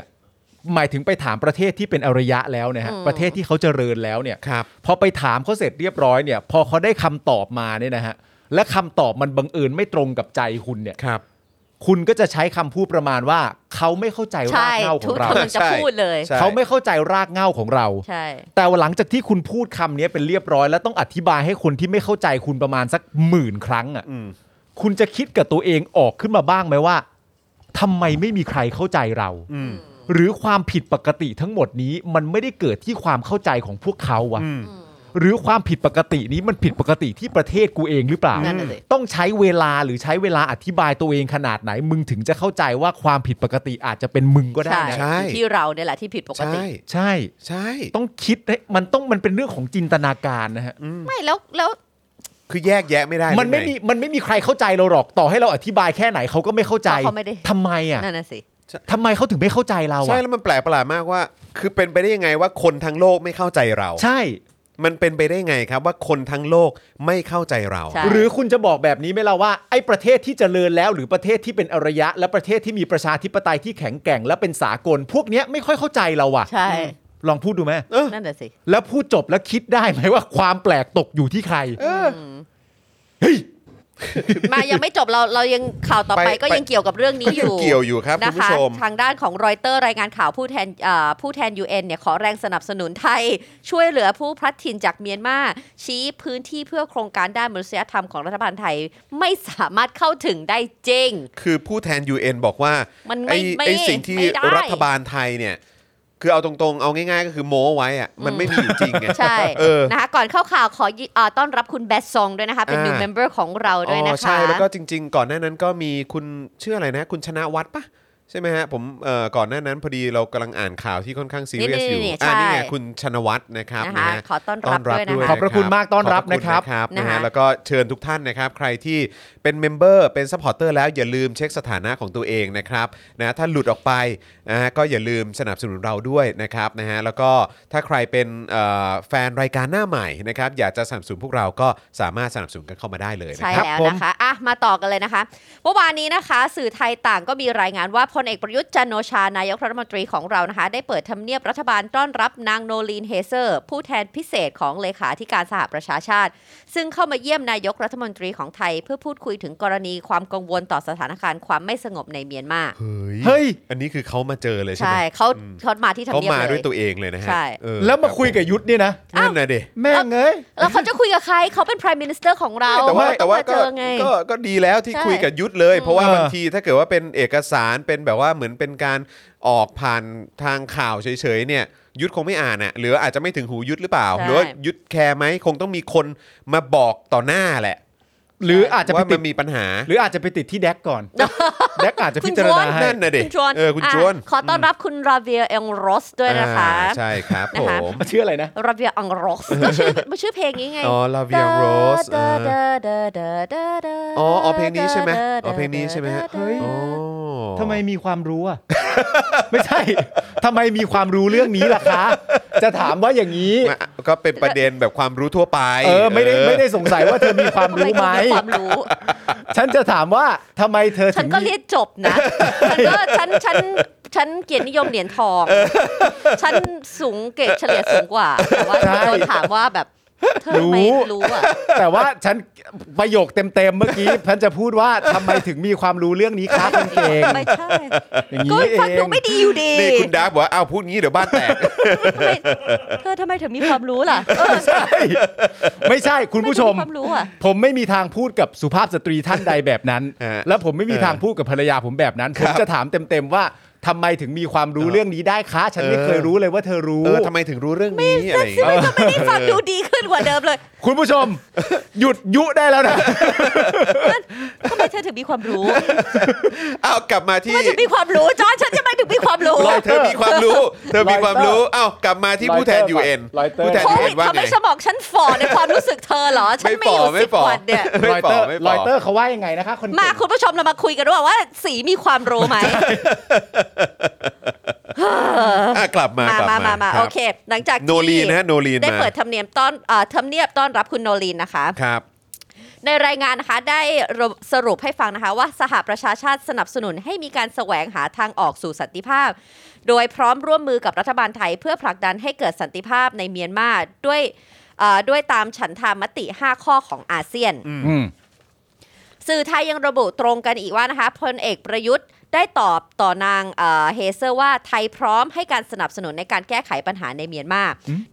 Speaker 1: หมายถึงไปถามประเทศที่เป็นอารยะแล้วนะฮะ
Speaker 3: อืม
Speaker 1: ประเทศที่เขาเจริญแล้วเนี่ย
Speaker 2: ครับ
Speaker 1: พอไปถามเขาเสร็จเรียบร้อยเนี่ย พอเขาได้คำตอบมาเนี่ยนะฮะ และคำตอบมันบังเอิญไม่ตรงกับใจคุณเนี่ย
Speaker 2: ครับ
Speaker 1: คุณก็จะใช้คำพูดประมาณว่า เขาไม่เข้าใจรา
Speaker 3: ใช่
Speaker 1: กเหง้าข
Speaker 3: ทุ
Speaker 1: อก งเรา
Speaker 3: กำลังจะ
Speaker 2: ใช่
Speaker 3: พูดเลย
Speaker 2: ใช่
Speaker 1: เขาไม่เข้าใจรากเหง้าของเรา
Speaker 3: ใช่
Speaker 1: แต่ว่าหลังจากที่คุณพูดคำนี้เป็นเรียบร้อย แล้วต้องอธิบายให้คนที่ไม่เข้าใจคุณประมาณสักหมื่นครั้งอ่ะ
Speaker 2: อืม
Speaker 1: คุณจะคิดกับตัวเองออกขึ้นมาบ้างไหมว่าทำไมไม่มีใครเข้าใจเรา
Speaker 2: อืม
Speaker 1: หรือความผิดปกติทั้งหมดนี้มันไม่ได้เกิดที่ความเข้าใจของพวกเขาวะ
Speaker 2: อืม
Speaker 1: หรือความผิดปกตินี้มันผิดปกติที่ประเทศกูเองหรือเปล่า
Speaker 3: นั่นน่ะสิ
Speaker 1: ต้องใช้เวลาหรือใช้เวลาอธิบายตัวเองขนาดไหน มึงถึงจะเข้าใจว่าความผิดปกติอาจจะเป็นมึงก็ได้
Speaker 3: ใช่
Speaker 1: นะ
Speaker 2: ใช่
Speaker 3: อยู่ที่เราเนี่ยแหละที่ผิดปกติ
Speaker 2: ใช่
Speaker 1: ใช่
Speaker 2: ใช่
Speaker 1: ต้องคิดให้มันต้องมันเป็นเรื่องของจินตนาการนะฮะ
Speaker 3: ไม่แล้วแล้ว
Speaker 2: คือแยกแยะไม่ได้
Speaker 1: มันไม่
Speaker 2: ด้ง
Speaker 1: มีมันไม่มีใครเข้าใจเราหรอกต่อให้เราอธิบายแค่ไหนเขาก็ไม่เข้าใจ
Speaker 3: เพราะเขาไม่ได้
Speaker 1: ทำไมอ่ะ
Speaker 3: นั่นน่ะสิ
Speaker 1: ทำไมเขาถึงไม่เข้าใจเรา
Speaker 2: ใช่
Speaker 1: อ่ะ
Speaker 2: แล้วมันแปลกประหลาดมากว่า คือเป็นไปได้ยังไงว่าคนทั้งโลกไม่เข้าใจเรา
Speaker 1: ใช่
Speaker 2: มันเป็นไปได้ไงครับว่าคนทั้งโลกไม่เข้าใจเรา
Speaker 3: ใช่
Speaker 1: หรือคุณจะบอกแบบนี้ไหมล่ะว่าไอ้ประเทศที่เจริญแล้วหรือประเทศที่เป็นอารยะ และประเทศที่มีประชาธิปไตยที่แข็งแกร่งและเป็นสากล พวกเนี้ยไม่ค่อยเข้าใจเราอะ
Speaker 3: ใช่
Speaker 1: ลองพูดดูไหม
Speaker 2: เออ
Speaker 3: นั่นน่ะสิ
Speaker 1: แล้วพูดจบแล้วคิดได้ไหมว่าความแปลกตกอยู่ที่ใคร
Speaker 3: ม
Speaker 1: เฮ้ย
Speaker 3: มายังไม่จบเราเรายังข่าวต่อไป
Speaker 2: ไป
Speaker 3: ก็ยังเกี่ยวกับเรื่องนี้
Speaker 2: ก็
Speaker 3: อ
Speaker 2: ยัง
Speaker 3: ยู่
Speaker 2: เกี่ยวอยู่ครับคุณ
Speaker 3: นะ
Speaker 2: ผู้
Speaker 3: คะ
Speaker 2: ชม
Speaker 3: ทางด้านของรอยเตอร์รายงานข่าวผู้แทนเอ่อผู้แทน UN เนี่ยขอแรงสนับสนุนไทย ช่วยเหลือผู้พลัดถิ่นจากเมียนมาชี้พื้นที่เพื่อโครงการด้านมนุษยธรรมของรัฐบาลไทยไม่สามารถเข้าถึงได้จริง
Speaker 2: คือผู้แทน UN บอกว่าม
Speaker 3: นไม่
Speaker 2: ไอ้
Speaker 3: ไม่
Speaker 2: ไอ้สิ่งที่
Speaker 3: ไม่ได้
Speaker 2: รัฐบาลไทยเนี่ย คือเอาตรงๆ เอาง่ายๆ ก็คือโม้ไว้อะมันไม่มีอยู่จริงไง
Speaker 3: ใช่
Speaker 2: เออ
Speaker 3: นะคะก่อนเข้าข่าวขอยิเอ่อต้อนรับคุณแบทซองด้วยนะคะ เป็น new
Speaker 2: อ่า
Speaker 3: member ของเรา
Speaker 2: อ๋
Speaker 3: ด้วย
Speaker 2: อ
Speaker 3: นะคะ
Speaker 2: ใช่แล้วก็จริง ๆ ก่อนหน้านั้นก็มีคุณชื่ออะไรนะ คุณชนะวัฒน์ปะใช่ไหมฮะผมเอ่อก่อนหน้านั้นพอดีเรากำลังอ่านข่าวที่ค่อนข้างซีเรียส
Speaker 3: นี่ๆๆ
Speaker 2: อยู่
Speaker 3: ใช่
Speaker 2: อ่านี่ไงคุณชนะวัฒน์นะครับ
Speaker 3: นะ
Speaker 2: นะคะ ฮะ
Speaker 3: ขอต้อนรับด้วยนะคะ
Speaker 1: ขอบพระคุณมากต้อนรับนะครับ
Speaker 2: ขอพณนะ
Speaker 3: นะคะ
Speaker 2: ฮะแล้วก็เชิญทุกท่านนะครับ ใครที่เป็นเมมเบอร์เป็นซัพพอร์เตอร์แล้วอย่าลืมเช็คสถานะของตัวเองนะครับนะถ้าหลุดออกไปนะฮะก็อย่าลืมสนับสนุนเราด้วยนะครับนะฮะแล้วก็ถ้าใครเป็นเอ่อแฟนรายการหน้าใหม่นะครับอยากจะสนับสนุนพวกเราก็สามารถสนับสนุนกันเข้ามาได้เลยนะ
Speaker 3: ใช่
Speaker 2: ครับ
Speaker 3: แล้ว
Speaker 2: ผม
Speaker 3: นะคะ อ่ะ มาต่อกันเลยนะคะ เมื่อวานนี้นะคะ สื่อไทยต่างก็มีรายงานว่าพ พลเอกประยุทธ์จันทร์โอชานายกรัฐมนตรีของเรานะคะ ได้เปิดทำเนียบรัฐบาลต้อนรับนางโนลีนเฮเซอร์ ผู้แทนพิเศษของเลขาธิการสหประชาชาติ ซึ่งเข้ามาเยี่ยมนายกรัฐมนตรีของไทย เพื่อพูดคุยถึงกรณีความกังวลต่อสถานการณ์ความไม่สงบในเมียนมา
Speaker 1: เฮ้ย
Speaker 2: อันนี้คือเขามาเจอเลยใช่ไห
Speaker 3: ใช่
Speaker 2: ม
Speaker 3: เขาเขามาที่ทำ
Speaker 2: เขา
Speaker 3: เนียบ
Speaker 2: มา
Speaker 3: เล
Speaker 2: ด้วย ยตัวเองเลยนะฮะ
Speaker 3: ใช่
Speaker 2: เออ
Speaker 1: แล้วมาคุยกับยุทธเนี่ยนะ
Speaker 2: นั่นนะเด
Speaker 1: แม่งเอ้ย
Speaker 3: แล้วเขาจะคุยกับใครเขาเป็น prime minister ของเรา
Speaker 2: แต่ว่า
Speaker 3: เข
Speaker 2: แต่ว่า
Speaker 3: ต้
Speaker 2: ก็
Speaker 3: องมเจอไง
Speaker 2: ก็ก็ดีแล้วที่
Speaker 3: ใช่
Speaker 2: คุยกับยุทธเลย เพราะว่า
Speaker 1: เออ
Speaker 2: บางทีถ้าเกิดว่าเป็นเอกสารเป็นแบบว่าเหมือนเป็นการออกผ่านทางข่าวเฉยๆเนี่ยยุทธคงไม่อ่านอะหรืออาจจะไม่ถึงหูยุทธหรือเปล่า
Speaker 3: ใช่
Speaker 2: หรือว่ายุทธแคร์ไหมคงต้องมีคนมาบอกต่อหน้าแหละ
Speaker 1: หรืออาจจะไป
Speaker 2: ว่ามั
Speaker 1: ติด
Speaker 2: นมีปัญหา
Speaker 1: หรืออาจจะไปติดที่แดกก่อน แดกอาจจะพิจารณาให้
Speaker 2: นั่นนะเด็
Speaker 3: คุณจวน
Speaker 2: เออคุณจวน
Speaker 3: อ่ะขอต้อนรับคุณราเวียเองโรสด้วยนะคะ
Speaker 2: อ่าใช่ครับผ
Speaker 3: นะคะ
Speaker 2: ม
Speaker 1: ชื่ออะไรนะ
Speaker 3: ราเวียเองโร สก็ชื่อมันชื่อเพลงนี้ไง
Speaker 2: อ๋อ Love Your Rose เออ อ๋ออ๋อเพลงนี้ใช่ไหมอ๋อเพลงนี้ใช่ไหมฮะ
Speaker 1: เฮ้ย
Speaker 2: โอ้
Speaker 1: ทำไมมีความรู้อ่ะ ไม่ใช่ทำไมมีความรู้เรื่องนี้ล่ะคะ จะถามว่าอย่างนี้
Speaker 2: มาก็เป็นประเด็นแบบความรู้ทั่วไป
Speaker 1: เออไม่ได้
Speaker 2: เออ
Speaker 1: ไม่ได้สงสัยว่าเธอมีความรู้ไหม
Speaker 3: ทำถึงความรู้
Speaker 1: ฉันจะถามว่าทำไมเธอ
Speaker 3: ฉั
Speaker 1: ถึ
Speaker 3: น
Speaker 1: ง
Speaker 3: ก็
Speaker 1: มี
Speaker 3: เรียนจบนะฉันก็ฉันฉันฉันเกียรตินิยมเหรียญทอง ฉันสูงเกรดเฉลี่ยสูงกว่า แต่ว่าโดนถามว่าแบบเธอไม่รู้อ่ะ
Speaker 1: แต่ว่าฉันประโยคเต็มๆเมื่อกี้ฉันจะพูดว่าทำไมถึงมีความรู้เรื่องนี้คะคุณเก่ง
Speaker 3: ไม่ใช่
Speaker 1: อย่าง
Speaker 3: ก็
Speaker 1: นี้เอ
Speaker 3: ฟังดู
Speaker 1: ง
Speaker 3: ไม่ดีอยู่ดี
Speaker 2: นี่คุณดาร์กบอกว่าอ้าวพูดงี้เดี๋ยวบ้านแตก
Speaker 3: ทำไมเธอทำไมถึงมีความรู้ล่ะเออ
Speaker 1: ใช่ไม่ใช่คุณผู้ชม
Speaker 3: ทำไถึงความรู้อ่ะ
Speaker 1: ผมไม่มีทางพูดกับสุภาพสตรีท่านใดแบบนั้น
Speaker 2: ฮะ
Speaker 1: และผมไม่มีทางพูดกับภรรยาผมแบบนั้น ผมจะถามเต็มๆว่าทำไมถึงมีความรู้เรื่องนี้ได้คะ ฉันไม่
Speaker 2: เออ
Speaker 1: เคยรู้เลยว่าเธอรู้
Speaker 2: เออทำไมถึงรู้เรื่องนี้อะไรอย่างเงี้ย
Speaker 3: มันก็ไม่ได้ฟังดูดีขึ้นกว่าเดิมเลย
Speaker 1: คุณผู้ช ม หยุดยุได้แล้วนะ
Speaker 3: ทำไมเธอถึงมีความรู้
Speaker 2: อ้าวกลับมา
Speaker 3: ทำ
Speaker 2: ที่
Speaker 3: ไมถึงมีความรู้จอร์จฉันจะไม่ถึงมีความรู้
Speaker 2: ลอยเธอมีความรู้ เธอมีความรู้อ้าวกลับมาที่ผู้แทน
Speaker 1: Reuters ก่อน
Speaker 2: UN ผู้แทน
Speaker 3: โค
Speaker 1: Reuters
Speaker 3: วิ
Speaker 2: UN
Speaker 3: ด
Speaker 2: ว่าไง
Speaker 3: ทำให้สมองฉันฝ่อในความรู้สึกเธอเหรอ ฉัน
Speaker 2: ไม่
Speaker 3: ไม่
Speaker 2: ฝ่
Speaker 3: อ
Speaker 2: อยู่ ไม่
Speaker 3: สิบ
Speaker 2: ฝ่อ
Speaker 3: วัน เนี่ย
Speaker 2: ไม่
Speaker 1: รอย
Speaker 2: ป
Speaker 1: เต
Speaker 2: อ
Speaker 1: อร์
Speaker 2: ไม่ปอ
Speaker 1: รอยเตอร์เขาว่ายังไงนะคะคนเก่ง
Speaker 3: มาคุณผู้ชมเรามาคุยกันด้วยว่าสีมีความรู้ไหม
Speaker 2: อ่ะกลับมาม
Speaker 3: าก
Speaker 2: ลับ
Speaker 3: มามา
Speaker 2: มา
Speaker 3: มา
Speaker 2: ค
Speaker 3: โอ
Speaker 2: รับ
Speaker 3: เค หลังจากที่
Speaker 2: โนลีนนะฮะโนลีน
Speaker 3: ได้
Speaker 2: มา
Speaker 3: เปิดธรรมเนียมต้อนเอ่อธรรมเนียบต้อนรับคุณโนลีนนะคะ
Speaker 2: ครับ
Speaker 3: ในรายงานนะคะได้สรุปให้ฟังนะคะว่าสหประชาชาติสนับสนุนให้มีการแสวงหาทางออกสู่สันติภาพ โดยพร้อมร่วมมือกับรัฐบาลไทย เพื่อผลักดันให้เกิดสันติภาพในเมียนมาด้วยเอ่อด้วยตามฉันทามติ 5 ข้อของอาเซียน
Speaker 1: อืม
Speaker 3: สื่อไทยยังระบุตรงกันอีกว่านะคะพลเอกประยุทธ์ได้ตอบต่อนางเอ่อเฮเซอร์ว่าไทยพร้อมให้การสนับสนุนในการแก้ไขปัญหาในเมียนมา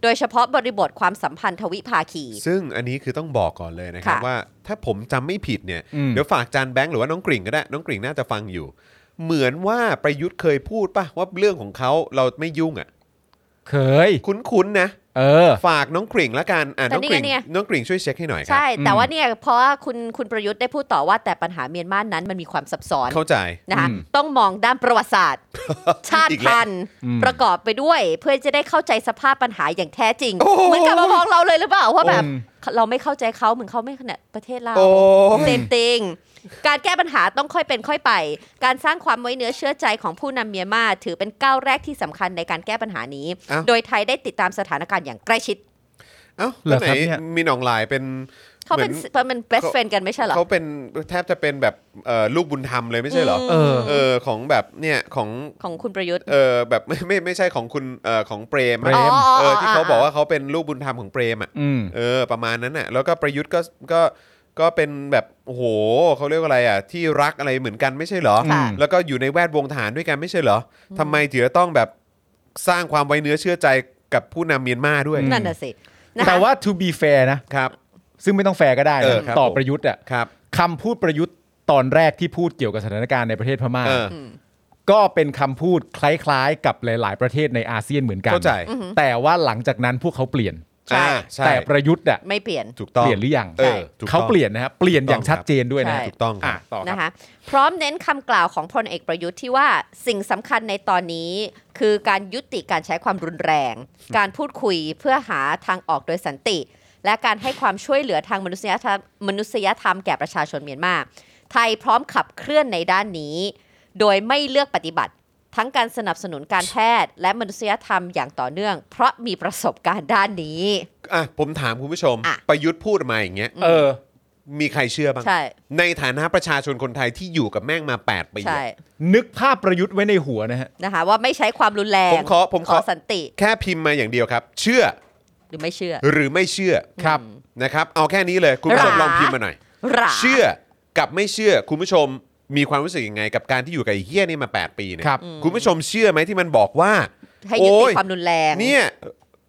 Speaker 3: โดยเฉพาะบริบทความสัมพันธ์ทวิภาคี
Speaker 2: ซึ่งอันนี้คือต้องบอกก่อนเลยนะครับ
Speaker 3: ค่ะ
Speaker 2: ว่าถ้าผมจำไม่ผิดเนี่ย
Speaker 1: อืม
Speaker 2: เดี๋ยวฝากจานแบงค์หรือว่าน้องกริ่งก็ได้น้องกริ่งน่าจะฟังอยู่ เหมือนว่าประยุทธ์เคยพูดป่ะว่าเรื่องของเขาเราไม่ยุ่งอ่ะ
Speaker 1: เคย
Speaker 2: คุ้นๆนะ
Speaker 1: เออ
Speaker 2: ฝากน้องกริ่งละกันอ่ะ
Speaker 3: แต่
Speaker 2: น้องกริ่ง
Speaker 3: นี่ไงเนี่ย
Speaker 2: น้องกริ่งช่วยเช็คให้หน่อยครั
Speaker 3: ใช่
Speaker 2: บ
Speaker 3: แต่
Speaker 1: อืม
Speaker 3: ว่าเนี่ยเพราะว่าคุณคุณประยุทธ์ได้พูดต่อว่าแต่ปัญหาเมียนมานั้นมันมีความซับซ้อน
Speaker 2: เข้าใจ
Speaker 3: นะคะ
Speaker 1: อืม
Speaker 3: ต้องมองด้านประวัติศา สตร์ ชาติพันธุ์ประกอบไปด้วยเพื่อจะได้เข้าใจสภาพปัญหาอย่างแท้จริง
Speaker 2: โอ้โห
Speaker 3: เหมือนกับมามองเราเลยหรือเปล่าว่าแบบ
Speaker 1: อืม
Speaker 3: เราไม่เข้าใจเขาเหมือนเขาไม่ขนาดประเทศเรา
Speaker 2: โอ้
Speaker 3: เซ
Speaker 2: ย
Speaker 3: มติง การแก้ปัญหาต้องค่อยเป็นค่อยไป การสร้างความไว้เนื้อเชื่อใจของผู้นำเมียนมาถือเป็นก้าวแรกที่สำคัญในการแก้ปัญหานี้
Speaker 2: อ้าว
Speaker 3: โดยไทยได้ติดตามสถานการณ์อย่างใกล้ชิด
Speaker 2: เอ้า
Speaker 1: เหร
Speaker 2: แล้ว
Speaker 1: อ
Speaker 2: ไหน
Speaker 1: ครับเนี่ย
Speaker 2: มีหนองลายเป็น
Speaker 3: เขาเป็น
Speaker 2: หมือ
Speaker 3: เป็น best
Speaker 2: เขา
Speaker 3: friend กันไม่ใช่เหรอ
Speaker 2: เขาเป็นแทบจะเป็นแบบเอ่อลูกบุญธรรมเลยไม่ใช่เหรอ
Speaker 1: เออ
Speaker 2: เออของแบบเนี่ยของ
Speaker 3: ของคุณประยุทธ์
Speaker 2: เออแบบ ไม่ไม่ไม่ใช่ของคุณเอ่อของเปรม
Speaker 1: เปร
Speaker 2: อะ
Speaker 1: ม
Speaker 3: อ๋อ
Speaker 2: เออที่เขา
Speaker 3: ะ
Speaker 2: บอกว่าเขาเป็นลูกบุญธรรมของเปรมอ่ะ
Speaker 1: อืม
Speaker 2: เออประมาณนั้นน่ะแล้วก็ประยุทธ์ก็ก็ก็เป็นแบบโอ้โหเขาเรียกว่าอะไรอ่ะที่รักอะไรเหมือนกันไม่ใช่เหรอ
Speaker 1: ค่ะ
Speaker 2: แล้วก็อยู่ในแวดวงทหารด้วยกันไม่ใช่เหรอทำไมถึงจะต้องแบบสร้างความไว้เนื้อเชื่อใจกับผู้นำเมียนมาด้วย
Speaker 3: นั่นน่ะสินะ
Speaker 1: แต่
Speaker 3: คะ
Speaker 1: ว่า to be fair นะ
Speaker 2: ครับ
Speaker 1: ซึ่งไม่ต้องแฟร์ก็ได้
Speaker 2: เอ
Speaker 1: นะ
Speaker 2: อครับ
Speaker 1: ต่อ
Speaker 2: ผม
Speaker 1: ประยุทธ์อ่ะ
Speaker 2: ครับ
Speaker 1: คำพูดประยุทธ์ตอนแรกที่พูดเกี่ยวกับสถานการณ์ในประเทศพม่า
Speaker 2: เออ
Speaker 1: ก็เป็นคำพูดคล้ายๆ กับหลาย ๆ ประเทศในอาเซียนเหมือนกัน
Speaker 2: เข้าใจ
Speaker 1: แต่ว่าหลังจากนั้นพวกเขาเปลี่ยน
Speaker 3: ใช่
Speaker 2: อ่าใช่
Speaker 1: แต่ประยุทธ์อ่ะ
Speaker 3: ไม่เปลี่ยน
Speaker 2: ถูกต้อง
Speaker 1: เปลี่ยนหรือยัง
Speaker 2: เออถูกต้อง
Speaker 1: เขาเปลี่ยนนะครับเปลี่ยนอย่างชัดเจนด้วยนะ
Speaker 3: ใช่
Speaker 2: ถูกต้องครับ
Speaker 1: ะต่อครับ
Speaker 3: นะคะพร้อมเน้นคำกล่าวของพลเอกประยุทธ์ที่ว่าสิ่งสำคัญในตอนนี้ คือการยุติการใช้ความรุนแรง การพูดคุยเพื่อหาทางออกโดยสันติ และการให้ความช่วยเหลือทางมนุษยธรรมมนุษยธรรมแก่ประชาชนเมียนมา ไทยพร้อมขับเคลื่อนในด้านนี้ โดยไม่เลือกปฏิบัติ ทั้งการสนับสนุนการแพทย์ และมนุษยธรรมอย่างต่อเนื่อง เพราะมีประสบการณ์ด้านนี้
Speaker 2: อ่ะผมถามคุณผู้ชม
Speaker 3: อ่ะ
Speaker 2: ประยุทธ์พูดมาอย่างเงี้ย
Speaker 1: เออ
Speaker 2: มีใครเชื่อบ้าง
Speaker 3: ใช่
Speaker 2: ในฐานะประชาชนคนไทยที่อยู่กับแม่งมา 8 ปี
Speaker 3: ใช่
Speaker 2: อะ
Speaker 1: นึกภาพประยุทธ์ไว้ในหัวนะฮะ
Speaker 3: นะคะ ว่าไม่ใช้ความรุนแรง
Speaker 2: ผมขอผม
Speaker 3: ข
Speaker 2: ขอ
Speaker 3: อสันติ
Speaker 2: แค่พิมพ์มาอย่างเดียวครับ เชื่อ
Speaker 3: หรือไม่เชื่อ
Speaker 2: หรือไม่เชื่อ
Speaker 1: ครับ
Speaker 2: นะครับ เอาแค่นี้เลยคุณผู้ชม
Speaker 3: หรา
Speaker 2: ลองพิมพ์มาหน่อย
Speaker 3: หรา
Speaker 2: เชื่อกับไม่เชื่อคุณผู้ชมมีความรู้สึกยังไง กับการที่อยู่กับไอ้เฮี้ยนี่มา 8 ปีเนี่ย
Speaker 1: ครับ
Speaker 2: คุณผู้ชมเชื่อไหมที่มันบอกว่า
Speaker 3: ให้ยุติ
Speaker 2: โอ้ย
Speaker 3: ความรุนแรง
Speaker 2: เนี่ย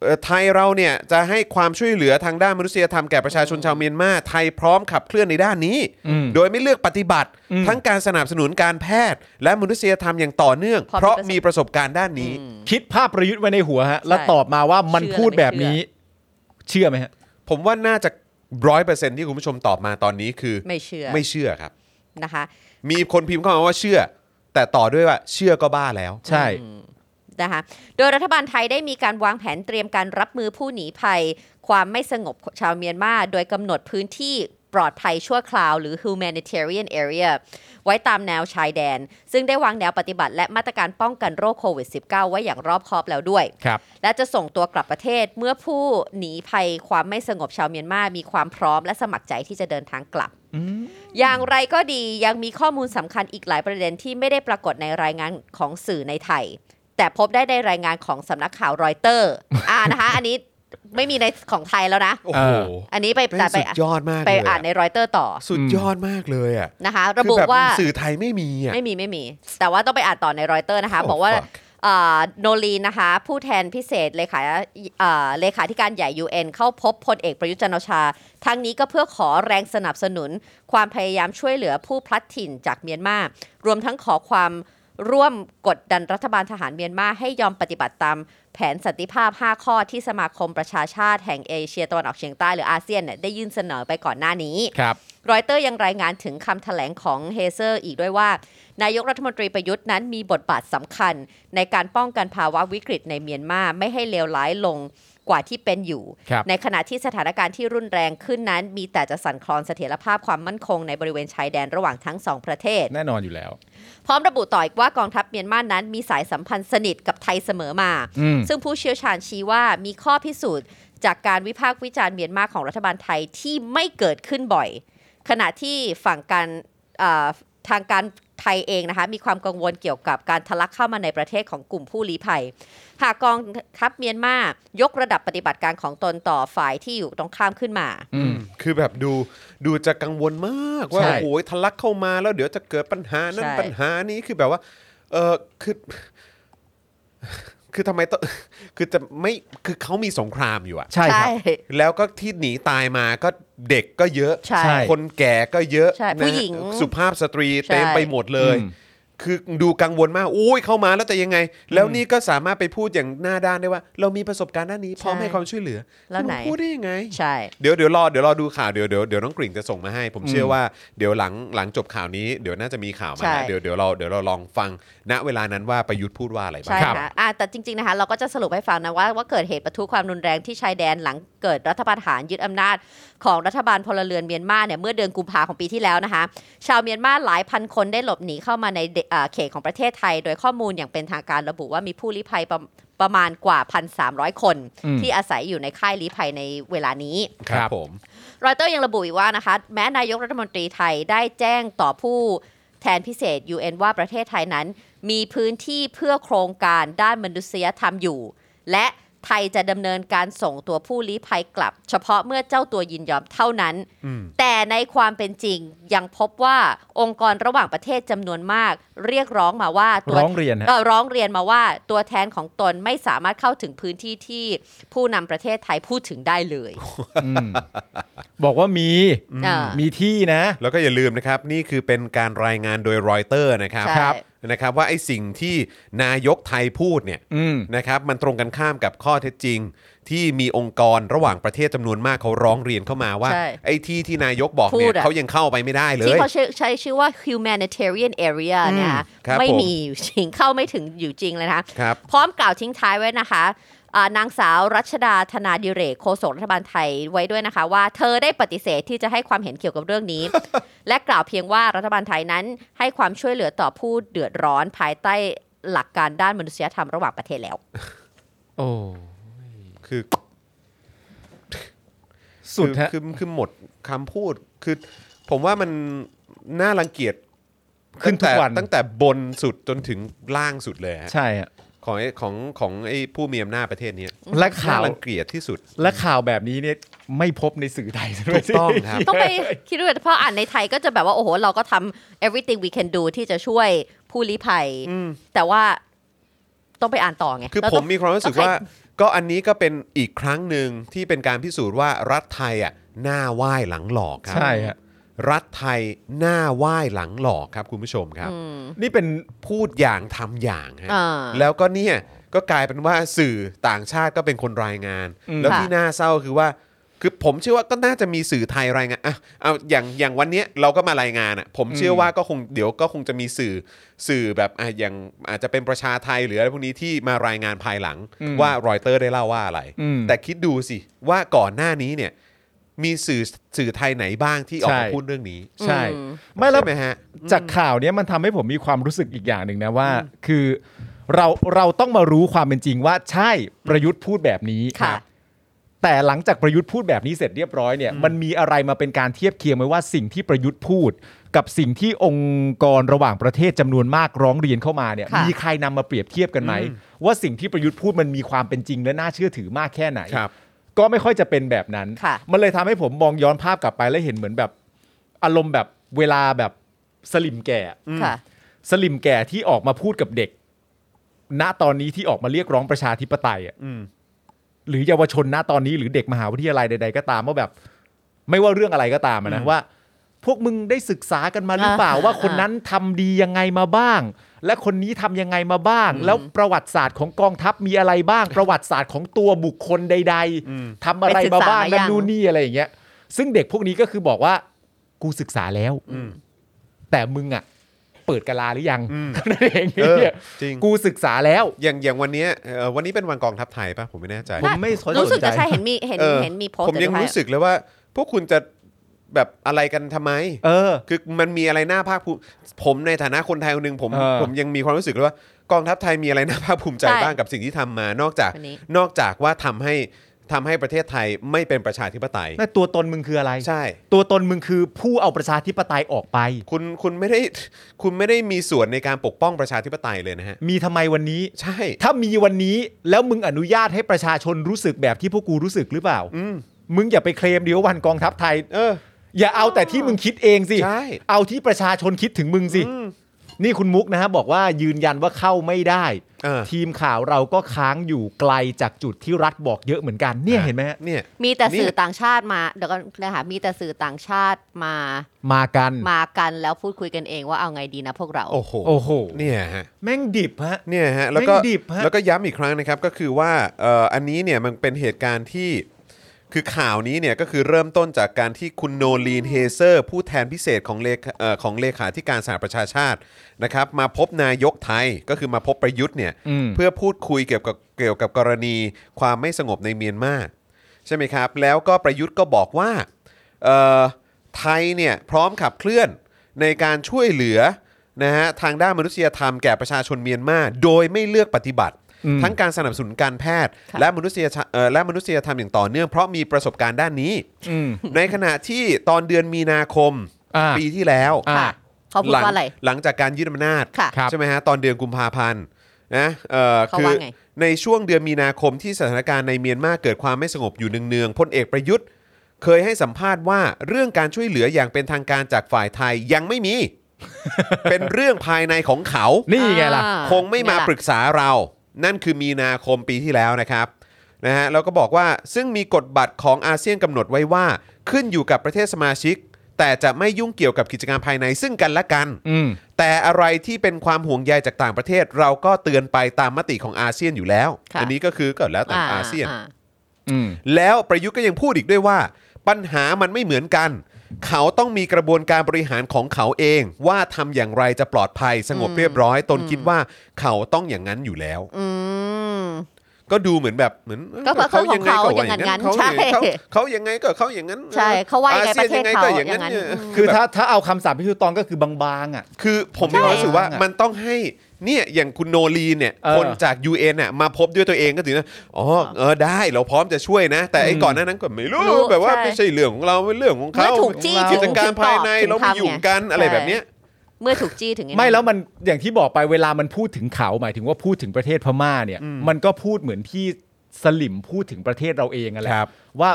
Speaker 2: เอ่อไทยเราเนี่ยจะให้ความช่วยเหลือทางด้านมนุษยธรรมแก่ประชาชนชาวเมียนมาไทยพร้อมขับเคลื่อนในด้านนี้
Speaker 1: อืม
Speaker 2: โดยไม่เลือกปฏิบัติ
Speaker 1: อืม
Speaker 2: ทั้งการสนับสนุนการแพทย์ และมนุษยธรรมอย่างต่อเนื่อง เพ
Speaker 3: เพ
Speaker 2: ราะ
Speaker 3: ราะมี
Speaker 2: มีประสบการณ์ด้านนี้
Speaker 1: คิดภาพประยุทธ์ไว้ในหัวฮะแล้ว
Speaker 3: ใช่
Speaker 1: ตอบมาว่ามัน
Speaker 3: เชื่อ
Speaker 1: พูดแบบนี้ เชื่อไหมฮะ
Speaker 2: ผมว่าน่าจะร้อยเปอร์เซ็นที่คุณผู้ชมตอบมาตอนนี้คือ
Speaker 3: ไม่เชื่อ
Speaker 2: ไม่เชื่อครับ
Speaker 3: นะคะ
Speaker 2: มีคนพิมพ์เข้ามาว่าเชื่อ แต่ต่อด้วยว่าเชื่อก็บ้าแล้ว
Speaker 1: ใช่
Speaker 3: นะคะโดยรัฐบาลไทยได้มีการวางแผนเตรียมการรับมือผู้หนีภัย ความไม่สงบชาวเมียนมา โดยกำหนดพื้นที่ปลอดภัยชั่วคราวหรือ humanitarian area ไว้ตามแนวชายแดน ซึ่งได้วางแนวปฏิบัติและมาตรการป้องกันโรคโควิด -19 ไว้อย่างรอบคอบแล้วด้วย
Speaker 1: ครับ
Speaker 3: และจะส่งตัวกลับประเทศเมื่อผู้หนีภัยความไม่สงบชาวเมียนมา มีความพร้อมและสมัครใจที่จะเดินทางกลับ อย่างไรก็ดียังมีข้อมูลสำคัญอีกหลายประเด็นที่ไม่ได้ปรากฏในรายงานของสื่อในไทย แต่พบได้ในรายงานของสำนักข่าวรอยเตอร์ อ่านะคะ อันนี้ไม่มีในของไทยแล้วนะ
Speaker 2: โอ้โห
Speaker 1: เออ
Speaker 3: อันนี้ไป
Speaker 2: เป็น
Speaker 3: แต่ไป
Speaker 2: สุดยอดมาก
Speaker 3: ไป
Speaker 2: เลย
Speaker 3: อ่า
Speaker 2: อะ
Speaker 3: นในรอยเตอร์ต่อ
Speaker 2: สุดยอดมากเลยอ่ะ
Speaker 3: นะคะ ระ
Speaker 2: คือ
Speaker 3: บุ
Speaker 2: แบบ
Speaker 3: ว่า
Speaker 2: สื่อไทยไม่มีอ่ะ
Speaker 3: ไม่มีไม่มี แต่ว่าต้องไปอ่านต่อในรอยเตอร์นะคะ บอกว่า
Speaker 2: Oh, fuck
Speaker 3: อ่าโนลีนนะคะ ผู้แทนพิเศษเลขาอ่าเลขาธิการใหญ่ UN เข้าพบพลเอกประยุทธ์จันทร์โอชา ทั้งนี้ก็เพื่อขอแรงสนับสนุน ความพยายามช่วยเหลือผู้พลัดถิ่นจากเมียนมา รวมทั้งขอความร่วมกดดันรัฐบาลทหารเมียนมา ให้ยอมปฏิบัติตามแผนสันติภาพ 5 ข้อที่สมาคมประชาชาติแห่งเอเชียตะวันออกเฉียงใต้หรืออาเซียนเนี่ยได้ยื่นเสนอไปก่อนหน้านี้
Speaker 1: ครับ
Speaker 3: รอยเตอร์ยังรายงานถึงคำแถลงของเฮเซอร์อีกด้วยว่า นายกรัฐมนตรีประยุทธ์นั้นมีบทบาทสำคัญ ในการป้องกันภาวะวิกฤตในเมียนมาไม่ให้เลวร้ายลงกว่าที่เป็นอยู่
Speaker 1: ครับ
Speaker 3: ในขณะที่สถานการณ์ที่รุนแรงขึ้นนั้น มีแต่จะสั่นคลอนเสถียรภาพความมั่นคงในบริเวณชายแดนระหว่างทั้งสองประเทศ
Speaker 1: แน่นอนอยู่แล้ว
Speaker 3: พร้อมระบุต่ออีกว่ากองทัพเมียนมานั้นมีสายสัมพันธ์สนิทกับไทยเสมอมา
Speaker 1: อืม
Speaker 3: ซึ่งผู้เชี่ยวชาญชี้ว่ามีข้อพิสูจน์ จากการวิพากษ์วิจารณ์เมียนมาของรัฐบาลไทยที่ไม่เกิดขึ้นบ่อย ขณะที่ฝั่งการเอ่อทางการไทยเองนะคะมีความกังวลเกี่ยวกับการทะลักเข้ามาในประเทศของกลุ่มผู้ลี้ภัย หากกองทัพเมียนมายกระดับปฏิบัติการของตนต่อฝ่ายที่อยู่ตรงข้ามขึ้นมา
Speaker 1: อืม
Speaker 2: คือแบบดูดูจะกังวลมากว่า
Speaker 1: ใช่
Speaker 2: โอ้ยทะลักเข้ามาแล้วเดี๋ยวจะเกิดปัญหานั่น
Speaker 3: ใช่
Speaker 2: ปัญหานี้คือแบบว่า เออคือ คือทำไมต้องคือจะไม่คือเขามีสงครามอยู่อะ
Speaker 1: ใช่ครับ
Speaker 2: แล้วก็ที่หนีตายมาก็เด็กก็เยอะ
Speaker 3: ใช่
Speaker 1: ใช่
Speaker 2: คนแก่ก็เยอะ
Speaker 3: ใช่
Speaker 2: นะ
Speaker 3: ผู้หญิง
Speaker 2: สุภาพสตรี
Speaker 3: ใช่
Speaker 2: เต็มไปหมดเลย
Speaker 1: อืม
Speaker 2: คือดูกังวลมากอุ้ยเข้ามาแล้วจะยังไง แล้วนี่ก็สามารถไปพูดอย่างหน้าด้านได้ว่า เรามีประสบการณ์ด้านนี้พร้อมให้ความช่วยเหลือ
Speaker 3: แล้วไหน
Speaker 2: คุณพูดได้ยังไง
Speaker 3: ใช่
Speaker 2: เดี๋ยวเดี๋ยวรอเดี๋ยวรอดูข่าวเดี๋ยวเดี๋ยวเดี๋ยวน้องกริ่งจะส่งมาให้ ผม
Speaker 1: อืม
Speaker 2: เชื่อว่าเดี๋ยวหลังหลังจบข่าวนี้เดี๋ยวน่าจะมีข่าวมา
Speaker 3: ใช่
Speaker 2: นะเดี๋ยวเดี๋ยวเราเดี๋ยวเราลองฟัง ณเวลานั้นว่าประยุทธ์พูดว่าอะไรบ้า
Speaker 3: ใช่
Speaker 2: ง
Speaker 3: ค่ะอ่ะแต่จริง ๆ นะคะ เราก็จะสรุปให้ฟังนะว่าว่าเกิดเหตุประทุความรุนแรงที่ชายแดนหลังเกิดรัฐประหารยึดอำนาจของรัฐบาลพลเรือนเมียนมาเนี่ยเมื่อเดือนกุมภาของปีที่แล้วนะคะ ชาวเมียนมาหลายพันคนได้หลบหนีเข้ามาในเดอ่าเขตของประเทศไทย โดยข้อมูลอย่างเป็นทางการระบุว่ามีผู้ลี้ภัยประประมาณกว่า 1,300 คน
Speaker 1: อืม
Speaker 3: ที่อาศัยอยู่ในค่ายลี้ภัยในเวลานี้
Speaker 2: ครับ
Speaker 1: ครับ
Speaker 2: ผม
Speaker 3: รอยเตอร์ยังระบุอีกว่านะคะแม้นายกรัฐมนตรีไทยได้แจ้งต่อผู้แทนพิเศษ UN ว่าประเทศไทยนั้น มีพื้นที่เพื่อโครงการด้านมนุษยธรรมอยู่ และไทยจะดำเนินการส่งตัวผู้ลี้ภัยกลับ เฉพาะเมื่อเจ้าตัวยินยอมเท่านั้น แต่ในความเป็นจริงยังพบว่าองค์กรระหว่างประเทศจำนวนมาก เรียกร้องมาว่าตัว
Speaker 1: ร้องเรียนฮะ
Speaker 3: เอ่อร้องเรียนมาว่าตัวแทนของตนไม่สามารถเข้าถึงพื้นที่ที่ผู้นำประเทศไทยพูดถึงได้เลย
Speaker 1: อืมบอกว่ามี
Speaker 3: อ่า
Speaker 1: มีที่นะ
Speaker 2: แล้วก็อย่าลืมนะครับ นี่คือเป็นการรายงานโดยรอยเตอร์นะครับ
Speaker 3: ใช่
Speaker 2: ครับนะครับว่าไอ้สิ่งที่นายกไทยพูดเนี่ย
Speaker 1: อืม
Speaker 2: นะครับมันตรงกันข้ามกับข้อเท็จจริง ที่มีองค์กรระหว่างประเทศจำนวนมากเขาร้องเรียนเข้ามาว่า
Speaker 3: ใช่
Speaker 2: ไอ้ที่ที่นายกบอกเนี่
Speaker 3: พู
Speaker 2: ย
Speaker 3: ดอะ
Speaker 2: เขายังเข้าไปไม่ได้เลย
Speaker 3: ที่เขาใช้ใช้ชื่อว่า humanitarian area
Speaker 2: อืม
Speaker 3: เนี่ย
Speaker 2: ครับ
Speaker 3: ไม่
Speaker 2: ผม
Speaker 3: มีอยู่จริงเข้าไม่ถึงอยู่จริงเลยนะคะ
Speaker 2: ครับ
Speaker 3: พร้อมกล่าวทิ้งท้ายไว้นะคะอ่านางสาวรัชดาธนาดิเรกโฆษกรัฐบาลไทยไว้ด้วยนะคะ ว่าเธอได้ปฏิเสธที่จะให้ความเห็นเกี่ยวกับเรื่อง นี้ และกล่าวเพียงว่ารัฐบาลไทยนั้น ให้ความช่วยเหลือต่อผู้เดือดร้อนภายใต้หลักการด้านมนุษยธรรมระหว่างประเทศแล้ว
Speaker 1: โอ้
Speaker 2: คือ
Speaker 1: สุดฮะ
Speaker 2: คือคือคือหมดคำพูด คือผมว่ามันน่ารังเกียจ
Speaker 1: ขึ้นทุกวัน
Speaker 2: ตั้งแต่ตั้งแต่บนสุดจนถึงล่างสุดเลยฮะ
Speaker 1: ใช่อะ
Speaker 2: ของไอ้ของของไอ้ผู้มีอำนาจประเทศเนี้ย
Speaker 1: และข่าว
Speaker 2: น่รังเกียจที่สุด
Speaker 1: และข่าวแบบนี้เนี่ยไม่พบในสื่อใด
Speaker 2: ถูกต้องครับ
Speaker 3: ต้องไปคิดดูเพราะอ่านในไทยก็จะแบบว่า โอ้โห เราก็ทำ everything we can do ที่จะช่วยผู้ลี้ภัย แต่ว่าต้องไปอ่านต่อไง
Speaker 2: คือ
Speaker 3: แล้ว
Speaker 2: ผ
Speaker 3: ต้
Speaker 2: ม
Speaker 3: ง
Speaker 2: มีความรู้สึกว่า ก็อันนี้ก็เป็นอีกครั้งหนึ่งที่เป็นการพิสูจน์ว่ารัฐไทยอ่ะหน้าไหว้หลังหลอกครั
Speaker 1: ใช่ฮะ
Speaker 2: รัฐไทยหน้าไหว้หลังหลอกครับคุณผู้ชมครับ
Speaker 1: นี่เป็น
Speaker 2: พูดอย่างทำอย่างฮะ
Speaker 3: อ่า
Speaker 2: แล้วก็เนี่ยก็กลายเป็นว่าสื่อต่างชาติก็เป็นคนรายงาน
Speaker 1: อืม
Speaker 2: แล้ว
Speaker 3: ค่ะ
Speaker 2: ที่น่าเศร้าคือว่า คือผมเชื่อว่าก็น่าจะมีสื่อไทยรายงานอ่ะเอาอย่างอย่างวันเนี้ยเราก็มารายงานอ่ะผมเชื่อว่าก็คงเดี๋ยวก็คงจะมีสื่อสื่อแบบอ่ะอย่างอาจจะเป็นประชาไทยหรืออะไรพวกนี้ที่มารายงานภายหลังว่ารอยเตอร์ได้เล่าว่าอะไร
Speaker 1: อืม
Speaker 2: แต่คิดดูสิว่าก่อนหน้านี้เนี่ยมีสื่อสื่อไทยไหนบ้างที่ออกมา
Speaker 1: ใช่
Speaker 2: พูดเรื่องนี้
Speaker 1: ใช่
Speaker 3: อืม
Speaker 1: ไม่แล้ว
Speaker 2: ใช่ไหมฮะ
Speaker 1: จากข่าวเนี้ยมันทำให้ผมมีความรู้สึกอีกอย่างหนึ่งนะว่า คือเราเราต้องมารู้ความเป็นจริงว่าใช่ประยุทธ์พูดแบบนี้
Speaker 3: ค่ะ
Speaker 1: แต่หลังจากประยุทธ์พูดแบบนี้เสร็จเรียบร้อยเนี่ยมันมีอะไรมาเป็นการเทียบเคียงไหมว่าสิ่งที่ประยุทธ์พูด กับสิ่งที่องค์กรระหว่างประเทศจำนวนมากร้องเรียนเข้ามาเนี่ย
Speaker 3: ค่ะ
Speaker 1: มีใครนำมาเปรียบเทียบกันไหมว่าสิ่งที่ประยุทธ์พูดมันมีความเป็นจริงและน่าเชื่อถือมากแค่ไหน
Speaker 2: ครับ
Speaker 1: ก็ไม่ค่อยจะเป็นแบบนั้น
Speaker 3: ค่ะ
Speaker 1: มันเลยทำให้ผมมองย้อนภาพกลับไปแล้วเห็นเหมือนแบบอารมณ์แบบเวลาแบบสลิมแก่อะ
Speaker 3: ค่ะ
Speaker 1: สลิมแก่ที่ออกมาพูดกับเด็ก ณตอนนี้ที่ออกมาเรียกร้องประชาธิปไตยอะ
Speaker 2: อืม
Speaker 1: หรือเยาวชนณตอนนี้หรือเด็กมหาวิทยาลัยใด ๆ ก็ตามว่าแบบ ไม่ว่าเรื่องอะไรก็ตามอะนะว่า พวกมึงได้ศึกษากันมาหรือเปล่า
Speaker 3: อ่า
Speaker 1: ว่าคนนั้นทำดียังไงมาบ้าง และคนนี้ทำยังไงมาบ้าง แล้วประวัติศาสตร์ของกองทัพมีอะไรบ้าง ประวัติศาสตร์ของตัวบุคคลใด ๆทำอะไรมาบ้าง
Speaker 3: ไปศึกษามายั
Speaker 1: นั่น
Speaker 3: ง
Speaker 1: นู่นนี่อะไรอย่างเงี้ย ซึ่งเด็กพวกนี้ก็คือบอกว่า กูศึกษาแล้วแต่มึงอ่ะ เปิดกะลาหรือยังนั่นเอง
Speaker 2: เออ
Speaker 1: เนี่ย
Speaker 2: จริง
Speaker 1: กูศึกษาแล้ว
Speaker 2: อย่างอย่างวันเนี้ยเอ่อวันนี้เป็นวันกองทัพไทยป่ะ ผมไม่แน่ใจ
Speaker 1: ผมไม่สน
Speaker 3: รู้สึก
Speaker 1: ใจ
Speaker 3: จะใช่เห็นมีเห็น
Speaker 2: ออ
Speaker 3: เห็นมีโพสต์
Speaker 2: ผมยัง
Speaker 3: เดี๋ว
Speaker 2: รู้สึกเลยว่า พวกคุณจะแบบอะไรกันทำไม
Speaker 1: เออ
Speaker 2: คือมันมีอะไรน่าภาคภูมิผมในฐานะคนไทยคนหนึ่งผม
Speaker 1: เออ
Speaker 2: ผมยังมีความรู้สึกเลยว่ากองทัพไทยมีอะไรน่าภาคภูมิใจบ้างกับสิ่งที่ทำมานอกจาก
Speaker 3: วันนี้
Speaker 2: นอกจากว่าทำให้ทำให้ประเทศไทยไม่เป็นประชาธิปไตย
Speaker 1: นั่นตัวตนมึงคืออะไร
Speaker 2: ใช่
Speaker 1: ตัวตนมึงคือผู้เอาประชาธิปไตยออกไป
Speaker 2: คุณคุณไม่ได้คุณไม่ได้มีส่วนในการปกป้องประชาธิปไตยเลยนะฮะ
Speaker 1: มีทำไมวันนี้
Speaker 2: ใช่
Speaker 1: ถ้ามีวันนี้แล้วมึงอนุญาตให้ประชาชนรู้สึกแบบที่พวกกูรู้สึกหรือเปล่า
Speaker 2: อืม
Speaker 1: มึงอย่าไปเคลมดิว่าวันกองทัพไทย
Speaker 2: เออ
Speaker 1: อย่าเอาแต่ที่มึงคิดเองสิ
Speaker 2: ใช่
Speaker 1: เอาที่ประชาชนคิดถึงมึงสิ
Speaker 2: อืม
Speaker 1: นี่คุณมุกนะฮะบอกว่ายืนยันว่าเข้าไม่ได้
Speaker 2: เออ
Speaker 1: ทีมข่าวเราก็ค้างอยู่ไกลจากจุดที่รัฐบอกเยอะเหมือนกันเนี่ยเห็นไหมฮะ
Speaker 2: เนี่ย
Speaker 3: มีแต่สื่อ
Speaker 2: เนี่ย
Speaker 3: ต่างชาติมาเดี๋ยวก็นะคะมีแต่สื่อต่างชาติมา
Speaker 1: มากัน
Speaker 3: มากันแล้วพูดคุยกันเองว่าเอาไงดีนะพวกเรา
Speaker 2: โอ้โห
Speaker 1: โอ้โห
Speaker 2: เนี่ยฮะ
Speaker 1: แม่งดิบฮะ
Speaker 2: เนี่ยฮะแล้วก็
Speaker 1: แม่งดิบฮะ
Speaker 2: แล้วก็ย้ำอีกครั้งนะครับ ก็คือว่าเอ่ออันนี้เนี่ยมันเป็นเหตุการณ์ที่คือข่าวนี้เนี่ยก็คือเริ่มต้นจากการที่คุณโนลีนเฮเซอร์ ผู้แทนพิเศษของเลขเอ่อของเลขาธิการสหประชาชาตินะครับ มาพบนายกไทยก็คือมาพบประยุทธ์เนี่ย
Speaker 1: อืม
Speaker 2: เพื่อพูดคุยเกี่ยวกับเกี่ยวกับกรณีความไม่สงบในเมียนมาใช่ไหมครับ แล้วก็ประยุทธ์ก็บอกว่าเอ่อไทยเนี่ยพร้อมขับเคลื่อนในการช่วยเหลือนะฮะทางด้านมนุษยธรรมแก่ประชาชนเมียนมาโดยไม่เลือกปฏิบัติ
Speaker 1: อืม
Speaker 2: ทั้งการสนับสนุนการแพทย์
Speaker 3: ค่ะ
Speaker 2: และมนุษยชะเอ่อและมนุษยธรรมอย่างต่อเนื่องเพราะมีประสบการณ์ด้านนี้
Speaker 1: อืม
Speaker 2: ในขณะที่ตอนเดือนมีนาคม
Speaker 1: อ่า
Speaker 2: ปีที่แล้ว
Speaker 1: อ่า
Speaker 3: ค่ะเขาพูด
Speaker 2: หลัง
Speaker 3: ว่าอะไร
Speaker 2: หลังจากการยึดอำนาจ
Speaker 3: ค่ะ
Speaker 1: ครับ
Speaker 2: ใช่ไหมฮะตอนเดือนกุมภาพันธ์นะเอ่อ
Speaker 3: เขา
Speaker 2: คือ
Speaker 3: ว่าไง
Speaker 2: ในช่วงเดือนมีนาคมที่สถานการณ์ในเมียนมาเกิดความไม่สงบอยู่เนืองๆพลเอกประยุทธ์ เคยให้สัมภาษณ์ว่าเรื่องการช่วยเหลืออย่างเป็นทางการจากฝ่ายไทยยังไม่มี เป็นเรื่องภายในของเขา
Speaker 1: นี่ไงล่ะ
Speaker 3: อ่า
Speaker 2: คงไม่มา
Speaker 3: เนี่ยล่ะ
Speaker 2: ปรึกษาเรา นั่นคือมีนาคมปีที่แล้วนะครับนะฮะแล้วก็บอกว่าซึ่งมีกฎบัตรของอาเซียนกำหนดไว้ว่า ขึ้นอยู่กับประเทศสมาชิก แต่จะไม่ยุ่งเกี่ยวกับกิจการภายในซึ่งกันและกัน
Speaker 1: อืม
Speaker 2: แต่อะไรที่เป็นความห่วงใยจากต่างประเทศ เราก็เตือนไปตามมติของอาเซียนอยู่แล้ว
Speaker 3: ค่ะ
Speaker 2: อันี้ก็คือก็แล้วแต่อาเซียน
Speaker 3: อ่า
Speaker 1: อืม
Speaker 2: แล้วประยุทธ์ก็ยังพูดอีกด้วยว่า ปัญหามันไม่เหมือนกัน เขาต้องมีกระบวนการบริหารของเขาเอง ว่าทำอย่างไรจะปลอดภัยสงบเรียบร้อย ตนคิดว่าเขาต้องอย่างนั้นอยู่แล้ว
Speaker 3: อืม
Speaker 2: ก็ดูเหมือนแบบเหมือนเอ้ย
Speaker 3: ก็เพราะเขาของเขา
Speaker 2: ว่
Speaker 3: อย่างนั้น
Speaker 2: เขา
Speaker 3: ใช่
Speaker 2: เขาเขายังไงก็เขาอย่างนั้น
Speaker 3: ใช่เขาว่ายัง
Speaker 2: อซีน
Speaker 3: ไงประเทศเขา
Speaker 2: ก็อย่างนั้น
Speaker 3: อย่างนั้น
Speaker 2: เนี่ย
Speaker 1: คือถ้าถ้าเอาคำสามพี่ทุตองก็คือบางๆอ่ะ
Speaker 2: คือผมมีความรู้สึกว่ามันต้องให้ เนี่ยอย่างคุณโนลีเนี่ย
Speaker 1: เออ
Speaker 2: คนจาก UN น่ะมาพบด้วยตัวเองก็ถึงนะอ๋อเออได้เราพร้อมจะช่วยนะ แต่ไอ้
Speaker 1: อืม
Speaker 2: ก่อนหน้านั้นก็ไม่รู้
Speaker 3: รู้
Speaker 2: แบบว่า
Speaker 3: ใช่
Speaker 2: ไม่ใช่เรื่องของเราเป็นเรื่องของ
Speaker 3: เมื่
Speaker 2: เขา
Speaker 3: อถูกจี้
Speaker 2: กิ
Speaker 3: ถึง
Speaker 2: จการภายใน
Speaker 3: ถึง
Speaker 2: เราไม่
Speaker 3: ทำ
Speaker 2: อยู่กันอะไรแบบเนี้ย
Speaker 3: เมื่อถูกจี้ถึงอ้นั่น
Speaker 1: ไม่แล้วมันอย่างที่บอกไปเวลามันพูดถึงเขาหมายถึงว่าพูดถึงประเทศพม่าเนี่ย มันก็พูดเหมือนที่สลิมพูดถึงประเทศเราเองอะแหละ
Speaker 2: ครับ
Speaker 1: ว่า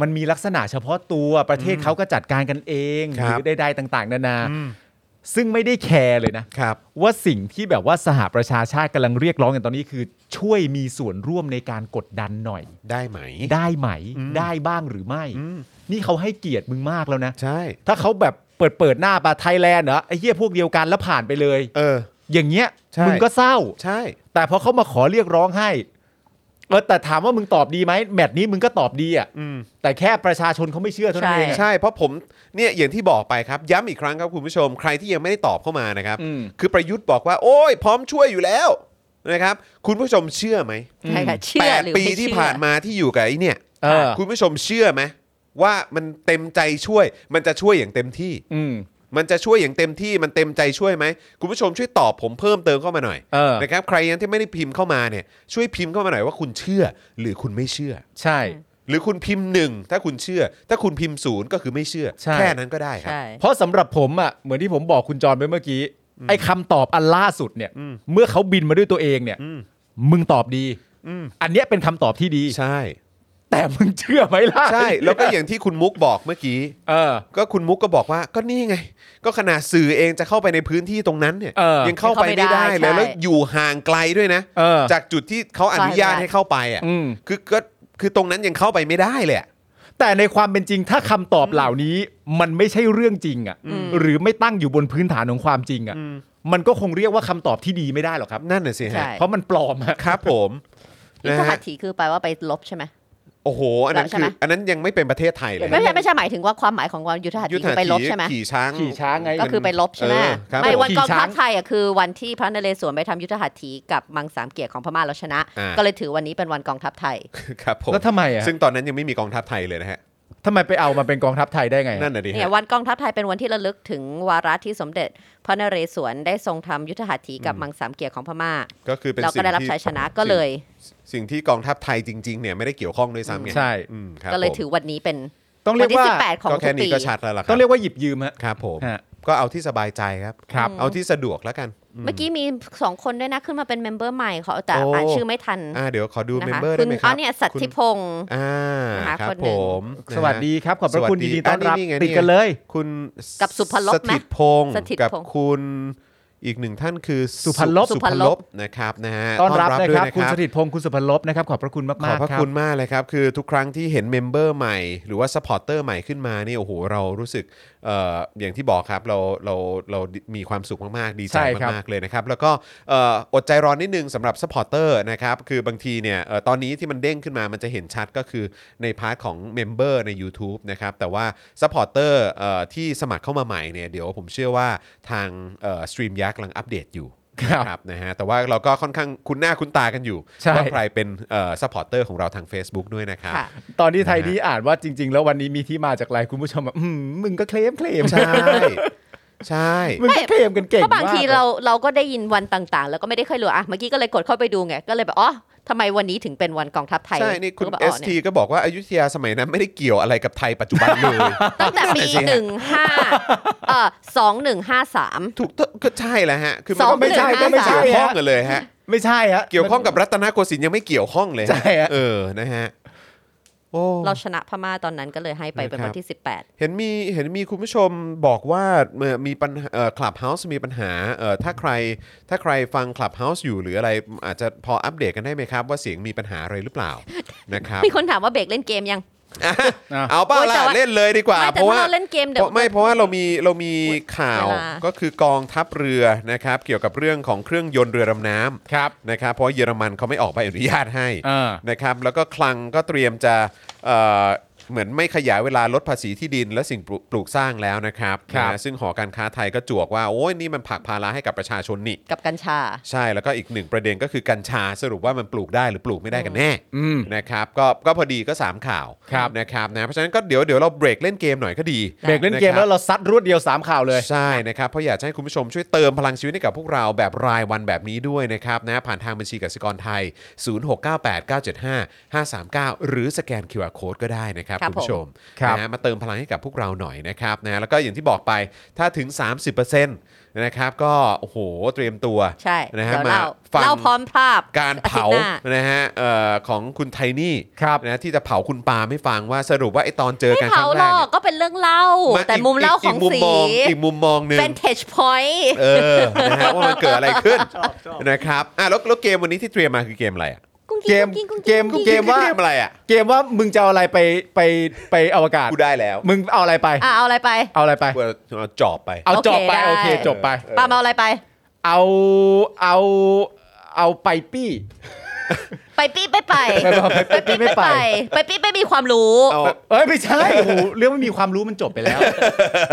Speaker 1: มันมีลักษณะเฉพาะตัวประเทศเขาก็จัดการกันเอง
Speaker 2: ค
Speaker 1: ห
Speaker 2: รับ
Speaker 1: รือใดๆต่าง ๆ นานา ซึ่งไม่ได้แคร์เลยนะ
Speaker 2: ครับ
Speaker 1: ว่าสิ่งที่แบบว่าสหประชาชาติกำลังเรียกร้องกันตอนนี้คือ ช่วยมีส่วนร่วมในการกดดันหน่อย
Speaker 2: ได้ไหม
Speaker 1: ได้ไหมได้บ้างหรือไม่
Speaker 2: อืม
Speaker 1: นี่เขาให้เกียรติมึงมากแล้วนะ
Speaker 2: ใช่
Speaker 1: ถ้าเขาแบบเปิดเปิดหน้าปาไทยแลนด์เหรอไอ้เหี้ยพวกเดียวกันแล้วผ่านไปเลย
Speaker 2: เออ
Speaker 1: อย่างเงี้ย
Speaker 2: ใช่
Speaker 1: มึงก็เศร้า
Speaker 2: ใช่
Speaker 1: แต่พอเขามาขอเรียกร้องให้เออแต่ถามว่ามึงตอบดีไหมแมตช์นี้มึงก็ตอบดีอ่ะ
Speaker 2: อืม
Speaker 1: แต่แค่ประชาชนเขาไม่เชื่อเท่านั้นเองอะ
Speaker 2: ใช่เพราะผมเนี่ยอย่างที่บอกไปครับ ย้ำอีกครั้งครับคุณผู้ชม ใครที่ยังไม่ได้ตอบเข้ามานะครับ
Speaker 1: อืม
Speaker 2: คือประยุทธ์บอกว่า โอ้ย พร้อมช่วยอยู่แล้วนะครับคุณผู้ชมเชื่อไหม
Speaker 3: ใช่ค่ะเชื่
Speaker 2: แป
Speaker 3: อ
Speaker 2: ด
Speaker 3: หรือ
Speaker 2: ปี
Speaker 3: ไม่
Speaker 2: ที่
Speaker 3: เชื่อ
Speaker 2: ผ่านมาที่อยู่กับไอ้เนี่ย
Speaker 1: เออ
Speaker 2: คุณผู้ชมเชื่อไหมว่ามันเต็มใจช่วย มันจะช่วยอย่างเต็มที่
Speaker 1: อืม
Speaker 2: มันจะช่วยอย่างเต็มที่มันเต็มใจช่วยไหมคุณผู้ชมช่วยตอบผมเพิ่มเติมเข้ามาหน่อย
Speaker 1: เออ
Speaker 2: นะครับใครยังที่ไม่ได้พิมพ์เข้ามาเนี่ยช่วยพิมพ์เข้ามาหน่อยว่าคุณเชื่อหรือคุณไม่เชื่อ
Speaker 1: ใช่
Speaker 2: หรือคุณพิมพ์หนึ่งถ้าคุณเชื่อ ถ้าคุณพิมพ์ศูนย์ก็คือไม่เชื่อ
Speaker 1: ใช่
Speaker 2: แค่นั้นก็ได้ครับ
Speaker 3: ใช่
Speaker 1: เพราะสำหรับผมอ่ะเหมือนที่ผมบอกคุณจรไปเมื่อกี้ ไอ้คำตอบอันล่าสุดเนี่ย เมื่อเขาบินมาด้วยตัวเองเนี่ย มึงตอบดีอันเนี้ยเป็นคำตอบที่ดี
Speaker 2: ใช่
Speaker 1: แต่มึงเชื่อไหมล่ะ
Speaker 2: ใช่ แล้วก็อย่างที่คุณมุกบอกเมื่อกี้
Speaker 1: เออ
Speaker 2: ก็คุณมุกก็บอกว่าก็นี่ไง ก็ขนาดสื่อเองจะเข้าไปในพื้นที่ตรงนั้นเนี่ย
Speaker 1: เออ
Speaker 2: ยังเข้าไปไม่ได้
Speaker 3: เข้าไม่ได้
Speaker 2: เลย
Speaker 3: ใช่
Speaker 2: แล้วอยู่ห่างไกลด้วยนะ
Speaker 1: เออ
Speaker 2: จากจุดที่เขาอนุญาต
Speaker 3: ใช่
Speaker 2: ให้เข้าไปอ่ะ
Speaker 1: อืม
Speaker 2: คือก็คือตรงนั้นยังเข้าไปไม่ได้เลยอะ
Speaker 1: แต่ในความเป็นจริงถ้าคำตอบเหล่านี้มันไม่ใช่เรื่องจริงอะ่ะหรือไม่ตั้งอยู่บนพื้นฐานของความจริงอะ่ะมันก็คงเรียกว่าคำตอบที่ดีไม่ได้หรอกครับ
Speaker 2: นั่นน่ะสิฮะ
Speaker 3: ใช่
Speaker 1: เพราะมันปลอมอะ
Speaker 2: ครับผม
Speaker 3: อิ
Speaker 2: นะ
Speaker 3: สหั
Speaker 2: ฮะ
Speaker 3: ตถีคือแปลว่าไปลบใช่ไหม
Speaker 2: โอ้โห อันนั้น
Speaker 3: ใช่
Speaker 2: คื
Speaker 3: ไหม
Speaker 2: ออันนั้นยังไม่เป็นประเทศไทยเลย
Speaker 3: ไม่ใช่ไม่ใช่หมายถึงว่าความหมายของวันยุทธหัต
Speaker 2: ยุท
Speaker 3: ถี
Speaker 2: ธ
Speaker 3: คือ
Speaker 2: หั
Speaker 3: ไป
Speaker 2: ต
Speaker 3: ลบ
Speaker 2: ถี
Speaker 3: ใช่ไหม
Speaker 2: ขี่ช้าง
Speaker 1: ขี่ช้างไง
Speaker 3: ก็คือไปลบใช่ไหม
Speaker 2: เออครับ
Speaker 3: ไม่
Speaker 2: ผม
Speaker 3: วันกอง
Speaker 1: ขี่ช้า
Speaker 3: ทัพ
Speaker 1: ง
Speaker 3: ไทยอ่ะคือวันที่พระนเรศวรไปทำยุทธหัตถีกับมังสามเกียรติของพม่าแล้วชนะ
Speaker 2: อ่า
Speaker 3: ก็เลยถือวันนี้เป็นวันกองทัพไทย
Speaker 2: ครับผม
Speaker 1: แล้วทำไมอะ
Speaker 2: ซึ่งตอนนั้นยังไม่มีกองทัพไทยเลยนะฮะ
Speaker 1: ทำไมไปเอามาเป็นกองทัพไทยได้ไงอะ
Speaker 2: นั่นน่ะดิ
Speaker 3: เนี่ย
Speaker 2: ฮะ
Speaker 3: วันกองทัพไทยเป็นวันที่ระลึกถึงวาระที่สมเด็จ พระนเรศวรได้ทรงทำยุทธหัตถีกับมังสามเกียรติของพม่า
Speaker 2: ก็คือเป็น
Speaker 3: แล้ว
Speaker 2: สิ่
Speaker 3: ก็
Speaker 2: ง
Speaker 3: ได้รับ
Speaker 2: ที่
Speaker 3: ชัยชนะก็เลย
Speaker 2: สิ่งที่กองทัพไทยจริง ๆ เนี่ยไม่ได้เกี่ยวข้องด้วยซ้ำไง
Speaker 1: ใช่
Speaker 2: อืมครับ
Speaker 3: ก็เลย
Speaker 2: ผม
Speaker 3: ถือวันนี้เป็น
Speaker 1: ต้องเรี
Speaker 3: วั
Speaker 1: ย
Speaker 3: น
Speaker 1: ก
Speaker 3: ที่
Speaker 1: ว่า
Speaker 3: สิบแปดของ
Speaker 2: ก็
Speaker 3: ทุ
Speaker 2: แค่
Speaker 3: ก
Speaker 2: นี้
Speaker 3: ปี
Speaker 2: ก็ชัดแล้วล่ะค
Speaker 1: ต้
Speaker 2: รั
Speaker 1: อง
Speaker 2: บ
Speaker 1: เรียกว่าหยิบยืมฮะ
Speaker 2: ครับผม
Speaker 1: ฮะ
Speaker 2: ก็เอาที่สบายใจครับ
Speaker 1: ครับ
Speaker 2: เอาที่สะดวกแล้วกัน
Speaker 3: เมื่อกี้มีสองคนด้วยนะ ขึ้นมาเป็นเมมเบอร์ใหม่ขอแต่
Speaker 2: โอ้
Speaker 3: อ่านชื่อไม่ทัน
Speaker 2: อ่าเดี๋ยวขอดู
Speaker 3: นะ
Speaker 2: เมม
Speaker 3: คะ
Speaker 2: เบอร์
Speaker 3: คุ
Speaker 2: ได้
Speaker 3: ณ
Speaker 2: ไหมค
Speaker 3: อ๋
Speaker 2: รั
Speaker 3: อบ เนี่ยสัตธิพงศ์
Speaker 2: อ่า
Speaker 3: นะคะ
Speaker 2: ครับ
Speaker 3: คนห
Speaker 2: ผ
Speaker 3: นึ่ง
Speaker 2: มนะฮะ
Speaker 1: สวัสดีครับขอบพระคุณ
Speaker 2: สวัสดี
Speaker 1: ยินดีต้อนรับ
Speaker 2: อ่ะนี่ไง
Speaker 1: ติด
Speaker 2: นี่
Speaker 1: กันเลย
Speaker 2: คุณ
Speaker 3: กับสุภลบ
Speaker 2: ส
Speaker 3: ไหม
Speaker 2: ถิตพงศ์
Speaker 3: สถิต
Speaker 2: กับ
Speaker 3: พงศ์
Speaker 2: คุณอีกหนึ่งท่านคือ
Speaker 1: สุภลบ
Speaker 2: สุ
Speaker 3: สุ
Speaker 2: ภ
Speaker 3: ภ
Speaker 2: ล
Speaker 3: ล
Speaker 2: บบ นะครับนะฮะ
Speaker 1: ต้อนรับนะ
Speaker 2: ด้วย
Speaker 1: ครับ คุณสถิตพงศ์คุณสุพลลบนะครับขอบพระคุณมาก
Speaker 2: ข
Speaker 1: ๆ
Speaker 2: อบพระ
Speaker 1: ครับ
Speaker 2: คุณมากเลยครับ คือทุกครั้งที่เห็นเมมเบอร์ใหม่ หรือว่าสปอร์เตอร์ใหม่ขึ้นมานี่โอ้โหเรารู้สึกเอ่ออย่างที่บอกครับเราเราเรามีความสุขมาก ๆ ดีใจ
Speaker 1: ใช่ครับ
Speaker 2: มาก ๆ เลยนะครับ แล้วก็เอ่ออดใจรอนิดนึงสำหรับสปอร์เตอร์นะครับ คือบางทีเนี่ยเอ่อตอนนี้ที่มันเด้งขึ้นมามันจะเห็นชัดก็คือในพาร์ทของเมมเบอร์ใน YouTube นะครับ แต่ว่าสปอร์เตอร์ที่สมัครเข้ามาใหม่เนี่ยเดี๋ยวผมเชื่อว่าทางสตรีมยักษ์กำลังอัปเดตอยู่
Speaker 1: ครับ
Speaker 2: นะครับนะฮะแต่ว่าเราก็ค่อนข้างคุ้นหน้าคุ้นตากันอยู่
Speaker 1: ใช่
Speaker 2: ว่าใครเป็นสปอร์เตอร์ของเราทาง Facebook ด้วยนะครับ
Speaker 3: ค่ะ
Speaker 1: ตอนที่ไทยนี่อ่านว่าจริง ๆ แล้ววันนี้มีที่มาจากอะไรคุณผู้ชมแบบอืมมึงก็เคลมเคลม
Speaker 2: ใช่ ใช่
Speaker 1: มึงก็เคลมกันเก่ง
Speaker 3: เพราะบางที
Speaker 1: มก
Speaker 3: เราเราก็ได้ยินวันต่างๆ แล้วก็ไม่ได้ค่อยรู้อ่ะเมื่อกี้ก็เลยกดเข้าไปดูไงก็เลยแบบอ๋อทำไมวันนี้ถึงเป็นวันกองทัพไทย
Speaker 2: ใช่ นี่คุณ
Speaker 3: ก็แบบอ๋อ
Speaker 2: ST
Speaker 3: เนี่ย
Speaker 2: ก็บอกว่าอายุทยาสมัยนั้นไม่ได้เกี่ยวอะไรกับไทยปัจจุบันเลย
Speaker 3: ตั้งแต่ปี
Speaker 2: นั่นน่ะสิฮะ
Speaker 3: หนึ่งห้าเอ่อสองหนึ่งห้าสาม
Speaker 2: ถูกต้องก็ใช่แหละฮะ คือมั
Speaker 3: ส
Speaker 2: น
Speaker 3: อง
Speaker 2: ก็ไม่ใช่
Speaker 3: ห
Speaker 2: ก็
Speaker 3: นึ่ง
Speaker 2: ไม่เกี่
Speaker 3: ห้าสาม
Speaker 2: ยวข้องกันเลยฮะ
Speaker 1: ไม่ใช่ฮะ
Speaker 2: เกี่ยวข้องกับรัตนโกสินทร์ยังไม่เกี่ยวข้องเลยฮะ
Speaker 1: ใช่ฮะ
Speaker 2: เออ นะฮะ โอ้
Speaker 3: เราชนะพม่าตอนนั้นก็เลยให้ไปเป็น
Speaker 2: นะครับ
Speaker 3: วันที่สิบแปด
Speaker 2: เห็นมีเห็นมีคุณผู้ชมบอกว่าเอ่อมีปัญหาคลับเฮาส์มีปัญหาเอ่อถ้าใครถ้าใครฟังคลับเฮาส์อยู่หรืออะไรอาจจะพออัปเดตกันได้ไหมครับ ว่าเสียงมีปัญหาอะไรหรือเปล่านะครับ
Speaker 3: มีคนถามว่าเบรกเล่นเกมยัง
Speaker 2: เอาเป้า
Speaker 3: โอ้ยแต่
Speaker 2: ล่ะ
Speaker 3: ว่า
Speaker 2: เล่นเลยดีกว่า
Speaker 3: ไม่แต่
Speaker 2: เพราะ
Speaker 3: ถ้า
Speaker 2: ว่า
Speaker 3: เราเล่นเกม
Speaker 2: เพ
Speaker 3: เดี๋ยว
Speaker 2: ราะไม่เพราะว่าเรามีเรามีข่าว
Speaker 3: เวลา
Speaker 2: ก็คือกองทัพเรือนะครับ เกี่ยวกับเรื่องของเครื่องยนต์เรือดำน้ำ
Speaker 1: ครับ
Speaker 2: นะครับเพราะว่าเยอรมันเขาไม่ออกใบอนุญาตให้
Speaker 1: อ่า
Speaker 2: นะครับ แล้วก็คลังก็เตรียมจะเอ่อ เหมือนไม่ขยายเวลาลดภาษีที่ดินและสิ่งปลูปลูกสร้างแล้วนะครับ
Speaker 1: ครับ
Speaker 2: นะซึ่งหอการค้าไทยก็จวกว่า โอ้ยนี่มันผลักภาระให้กับประชาชนนี่
Speaker 3: กับกัญชา
Speaker 2: ใช่แล้วก็อีกหนึ่งประเด็นก็คือกัญชาสรุปว่ามันปลูกได้หรือปลูกไม่ได้กันแน่
Speaker 1: อืม
Speaker 2: นะครับก็ก็พอดีก็ 3 ข่าว
Speaker 1: ครับ
Speaker 2: นะครับนะเพราะฉะนั้นก็เดี๋ยวเดี๋ยวเราเบรกเล่นเกมหน่อยก็ดี
Speaker 1: เบรกเล่นเกม
Speaker 2: ะครั
Speaker 1: แล้ว
Speaker 2: บ
Speaker 1: เราซัดรวดเดียว 3 ข่าวเลย
Speaker 2: ใช่นะครับ เพราะอยากจะให้คุณผู้ชมช่วยเติมพลังชีวิตให้กับพวกเราแบบรายวันแบบนี้ด้วยนะครับนะผ่านทางบัญชีกสิกรไทย 0698975539 หรือสแกน QR Code ก็ได้นะครับ
Speaker 3: ครับ
Speaker 2: คุณผู้ชม
Speaker 1: ผม
Speaker 2: นะฮะมาเติมพลังให้กับพวกเราหน่อยนะครับนะแล้วก็อย่างที่บอกไปถ้าถึง 30%นะครับก็โอ้โหเตรียมตัว
Speaker 3: ใช่
Speaker 2: นะฮะมา
Speaker 3: เดี๋ยวเล่า
Speaker 2: ฟัง
Speaker 3: เล่าพร้อมภาพ
Speaker 2: การ
Speaker 3: อทิต
Speaker 2: เผา
Speaker 3: ย์หน้
Speaker 2: นะฮะเอ่อของคุณไทนี่
Speaker 1: ครับ
Speaker 2: นะที่จะเผาคุณปาไม่ฟังว่าสรุปว่าไอตอนเจอ
Speaker 3: ไม่
Speaker 2: กันค
Speaker 3: เผา
Speaker 2: รั้งแรก
Speaker 3: หร
Speaker 2: เนี่
Speaker 3: อย กก็เป็นเรื่องเล่า แต่มุมเล่าของ
Speaker 2: กมุม
Speaker 3: สี
Speaker 2: มองอีกมุมมองหนึ่ง
Speaker 3: เป็น touch point
Speaker 2: เออนะฮะว่ามันเกิดอะไรขึ้นนะครับอ่ะแล้วแล้วเกมวันนี้ที่เตรียมมาคือเกมอะไรอ่ะ
Speaker 3: กุ้ง
Speaker 1: เก
Speaker 3: กิ้ง
Speaker 1: ม
Speaker 3: กุ้งกิ้งกุ้ง
Speaker 1: เก
Speaker 3: กิ้
Speaker 1: ม
Speaker 3: ง
Speaker 1: เกมว่า
Speaker 2: เกมอะไรอ่ะ
Speaker 1: เกมว่ามึงจะเอาอะไรไปไปไปอวกาศ
Speaker 2: กูได้แล้ว
Speaker 1: มึงเอาอะไรไป
Speaker 3: อ่ะเอาอะไรไป
Speaker 1: เอาอะไรไป
Speaker 2: กูเอาจอบไป
Speaker 1: เอาจบไป
Speaker 3: โอ
Speaker 1: โอ
Speaker 3: เค
Speaker 1: เค
Speaker 3: ได้
Speaker 1: จบไป
Speaker 2: เออ
Speaker 3: ปาล์มเอาอะไรไป
Speaker 1: เอาเอาเอาไปปี้
Speaker 3: ไปปี้ไปไป
Speaker 1: ไปไปไป
Speaker 3: ไปปี้
Speaker 1: ไม่
Speaker 3: ไปไ
Speaker 1: ไป
Speaker 3: ปไปปี้ไปมีความรู้
Speaker 2: เอา
Speaker 1: เอ้ยไม่ใช่โอ้โหเรื่องไม่มีความรู้มันจบไปแล้ว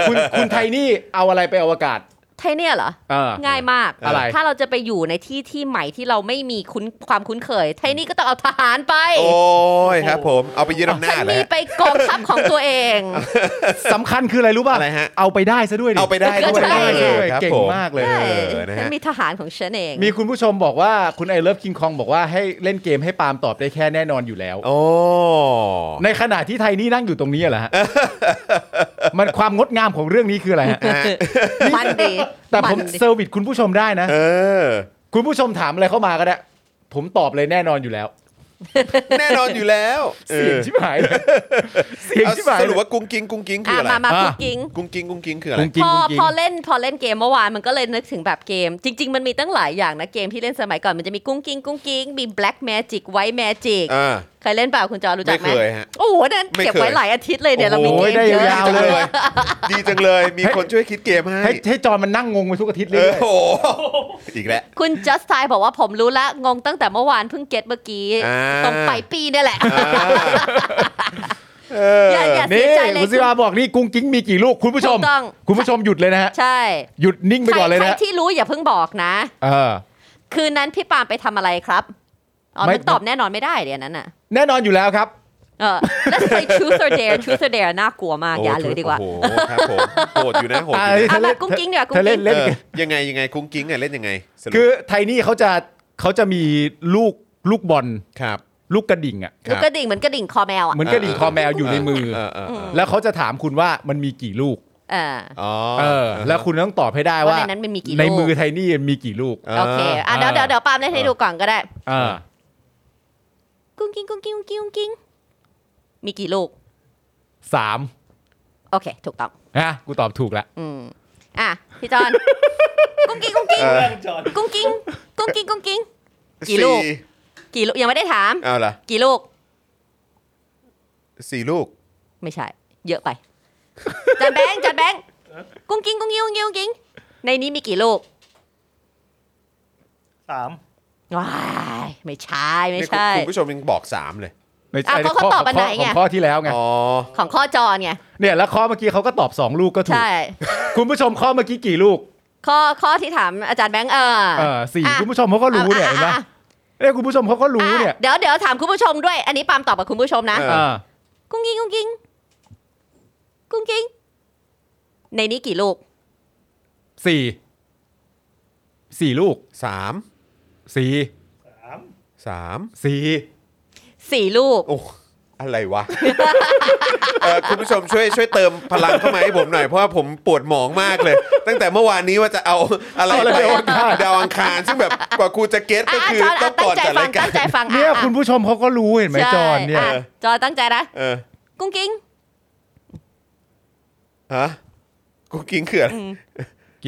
Speaker 1: คุณคุณไทนี่เอาอะไรไปอวกาศ
Speaker 3: ไทยเนี่ยเหรอ
Speaker 1: เออ
Speaker 3: ง่ายมาก
Speaker 1: อะไร
Speaker 3: ถ้าเราจะไปอยู่ในที่ที่ใหม่ที่เราไม่มีคุ้นความคุ้นเคย ไทยนี่ก็ต้องเอาทหารไป
Speaker 2: โอ้ยครับ ผมเอาไปยืนอำนา
Speaker 3: ฉัน
Speaker 2: จเล
Speaker 3: มี
Speaker 2: ย
Speaker 3: ไปกองทัพของตัวเอง
Speaker 1: สำคัญคืออะไรรู้ป่ะ
Speaker 2: อะไรฮะ
Speaker 1: เอาไปได้ซะด้วยดิ
Speaker 2: เอาไปได้
Speaker 3: ก็
Speaker 2: ด้วย
Speaker 3: ใช่
Speaker 2: ออ
Speaker 1: เก่งมากเลย
Speaker 2: เอ
Speaker 3: ใช่
Speaker 2: อนะ
Speaker 3: ฉัน
Speaker 2: ฮะ
Speaker 3: มีทหารของฉันเอง
Speaker 1: มีคุณผู้ชมบอกว่าคุณไอเลิฟคิงคองบอกว่าให้เล่นเกมให้ปาล์มตอบได้แค่แน่นอนอยู่แล้ว
Speaker 2: โอ้
Speaker 1: ในขณะที่ไทนี่นั่งอยู่ตรงนี้เหรอฮะ มันความงดงามของเรื่องนี้คืออะไรฮะ
Speaker 2: นะฮะ
Speaker 3: มันดี
Speaker 1: แต่ผม
Speaker 3: นดี
Speaker 1: เซอร์วิสคุณผู้ชมได้นะ
Speaker 2: เออ
Speaker 1: คุณผู้ชมถามอะไรเข้ามาก็ได้ ผมตอบเลยแน่นอนอยู่แล้ว
Speaker 2: แน่นอนอยู่แล้วเอ
Speaker 1: เสียง
Speaker 2: อ
Speaker 1: ชิบหายเลยเสียง
Speaker 2: เอา
Speaker 1: ชิบหาย
Speaker 2: ส
Speaker 1: เลย
Speaker 2: รุปว่ากุ้งกิ้งกุ้งกิ้งคือ
Speaker 3: อ่ะ
Speaker 2: อะไร
Speaker 3: มามา
Speaker 1: อ่ะ
Speaker 3: คุกกิ้ง
Speaker 2: กุ้งกิ้งกุ้งกิ้งคืออะไร
Speaker 1: กุ้งกิ้ง
Speaker 3: พอ
Speaker 1: กุ้งกิ้ง
Speaker 3: พอเล่นพอเล่นเกมเมื่อวานมันก็เลยนึกถึงแบบเกม จริง ๆ มันมีตั้งหลายอย่างนะเกมที่เล่นสมัยก่อนมันจะมีกุ้งกิ้งกุ้งกิ้งมี black magic white magic
Speaker 2: อ่า
Speaker 3: เคยเล่นเปล่าคุณจอรู้จักไหม
Speaker 2: ไม่เคยฮะ
Speaker 3: โอ้โหนั่น
Speaker 2: ไม่เคย
Speaker 3: เก็บไว้หลายอาทิตย์เลยเนี่ยเรามี
Speaker 1: โอ้
Speaker 3: เกม
Speaker 1: ยได้
Speaker 3: เยอะ
Speaker 1: ยาวเลย
Speaker 2: ดีจังเลย มีคนช่วยคิดเกมให้
Speaker 1: ให้ให้จอมันนั่งงงไปทุกอาทิตย์เล
Speaker 2: เอย อโอ้โหอีกแล้ว
Speaker 3: คุณ just t i บอกว่าผมรู้ละงงตั้งแต่เมื่อวานเพิ่งเก็ตเมื่อกี้
Speaker 2: อ่า
Speaker 3: ตรงไปปีเนี่ยแหละ
Speaker 2: เออ
Speaker 3: อย่าอย่าเสี
Speaker 1: นี่
Speaker 3: ยใจเลย
Speaker 1: คุณซิวาบอกนี่กุ้งกิ้งมีกี่ลูกคุณผู้ชม
Speaker 3: ถูกต้อง
Speaker 1: คุณผู้ชมหยุดเลยนะฮะ
Speaker 3: ใช่
Speaker 1: หยุดนิ่งไป
Speaker 3: ใคร
Speaker 1: ก่อนเลย
Speaker 3: ใคร
Speaker 1: นะฮะ
Speaker 3: ที่รู้อย่าเพิ่งบอกนะ
Speaker 1: เออ
Speaker 3: คืนนั้นพี่ปาล์มไปทำอะไรครับอ๋อ
Speaker 1: ไม่
Speaker 3: มันตอบแน่นอนไม่ได้เดี๋ยวนั้นน่ะ
Speaker 1: แน่นอนอยู่แล้วครับ
Speaker 3: เออ let's play truth or dare truth or dare น่ากลัวมากอย่าเลยดีกว่า
Speaker 2: โอ้โหครับผมโหดอยู่นะโหดอยู่นะ
Speaker 1: อ่
Speaker 3: เอามากุ้งกิ้งเดี๋ยวากุ้ง
Speaker 1: ถ้าเล่
Speaker 3: กิ้
Speaker 1: น
Speaker 3: ง
Speaker 1: เล่น
Speaker 2: เออยังไงยังไงกุ้งกิ้งเนี่ยเล่นยังไงสรุป
Speaker 1: คือไทนี่เขาจะเขาจะมีลูกลูกบอล
Speaker 2: ครับ
Speaker 1: ลูกกระดิ่งอ่ะ
Speaker 2: ค
Speaker 3: ลู
Speaker 2: รั
Speaker 3: ก
Speaker 2: บ
Speaker 3: กระดิ่งเหมือนกระดิ่งคอแมวอ่ะ
Speaker 1: เหมือนกระดิ่งคอแมวอยู่ในมือ
Speaker 2: เเอเออ
Speaker 1: แล้วเขาจะถามคุณว่ามันมีกี่ลูก
Speaker 3: เออ
Speaker 2: อ๋อ
Speaker 1: เออ แล้วคุณต้องตอบให้ได้ว่า
Speaker 3: ว่าในนั้นมันมีกี่ลูก
Speaker 1: ในมือไทนี่มีกี่ลูก
Speaker 3: โอเคอ่ะเดี๋ยวเดี๋ยวเดี๋ยวปาล์มเล่นให้ดูก่อนก็ได้
Speaker 1: เออ
Speaker 3: กุ้งกิ้งกุ้งกิ้งกุ้งกิ้งกุ้งกิ้งมีกี่ลูก
Speaker 1: สาม
Speaker 3: โอเค ถูกต้อง
Speaker 1: นะกูตอบถูกแล้ว
Speaker 3: อืมอ่ะพี่จ อน กุ้งกิ้งกุ้งกิ้งกุ้งกิ้งกุ้งกิ้งกุ้งกิ้ง กี่ลูก
Speaker 2: สี่
Speaker 3: กี่ลูกยังไม่ได้ถาม
Speaker 2: เอาล่ะ
Speaker 3: กี่ลูก
Speaker 2: สี่ลูก
Speaker 3: ไม่ใช่ เยอะไป จันแบงค์จันแบงค์กุ้งกิ้งกุ้งกิ้งกุ้งกิ้งกุ้งกิ้งในนี้มีกี่ลูก
Speaker 4: สาม
Speaker 3: ว้ายไม่ใช่ไม่
Speaker 2: นี่
Speaker 3: ใช่
Speaker 2: คุณคุณผู้ชมยังบอกสามเลย
Speaker 1: ไม่ใช่
Speaker 3: อ่ะเขาก็ตอบอันไหน
Speaker 1: ข
Speaker 3: ไง
Speaker 1: งข้อที่แล้วไง
Speaker 2: อ๋อ
Speaker 3: ของข้อจอนไง
Speaker 1: เนี่ยแล้วข้อเมื่อกี้เขาก็ตอบสองลูกก็ถูก
Speaker 3: ใช่
Speaker 1: คุณผู้ชมข้อเมื่อกี้กี่ลูก
Speaker 3: ข้อข้อที่ถามอาจารย์แบงค์เออ
Speaker 1: เออสี่
Speaker 3: ะ
Speaker 1: คุณผู้ชมเขาก็รู้เนี่ย
Speaker 3: อ่ะ
Speaker 1: เห็นไหม
Speaker 3: อ่ะ
Speaker 1: เนี่ยคุณผู้ชมเขาก็รู้
Speaker 3: อ่ะ
Speaker 1: เนี่ย
Speaker 3: เดี๋ยวเดี๋ยวถามคุณผู้ชมด้วย อันนี้ปาล์มตอบกับคุณผู้ชมนะ
Speaker 1: เออ
Speaker 3: กุ้งกิ้งกุ้งกิ้งกุ้งกิ้งในนี้กี่ลูก
Speaker 1: สี่สี่ลูก
Speaker 2: สาม
Speaker 1: สี่
Speaker 4: สาม
Speaker 2: สาม
Speaker 1: สี่
Speaker 3: สี่ลูก
Speaker 2: โอ้อะไรวะเออคุณผู้ชมช่วยช่วยเติมพลังเข้ามาให้ผมหน่อยเพราะว่าผมปวดหมองมากเลย ตั้งแต่เมื่อวานนี้ว่าจะเอาอะไรไปดาวอังคารซึ่งแบบกว่ากูจะเก็ตก็
Speaker 3: อ่ะ
Speaker 2: คือ
Speaker 3: จอน
Speaker 2: ต้
Speaker 3: อ่ะ
Speaker 2: อง
Speaker 3: ตั้
Speaker 2: ก่อน
Speaker 3: งใจ
Speaker 2: จัดราง ยการ
Speaker 3: ฟัตั้งใจฟังอ่ะ
Speaker 1: เนี่ย
Speaker 3: อ่ะ
Speaker 1: คุณผู้ชมเขาก็รู้เห็นไหม
Speaker 3: ใช่
Speaker 1: จอนเนี่ย
Speaker 3: ะจอนตั้งใจนะ
Speaker 2: เออ
Speaker 3: กุ้งกิ้ง
Speaker 2: ฮะกูกิ้งเขื่อน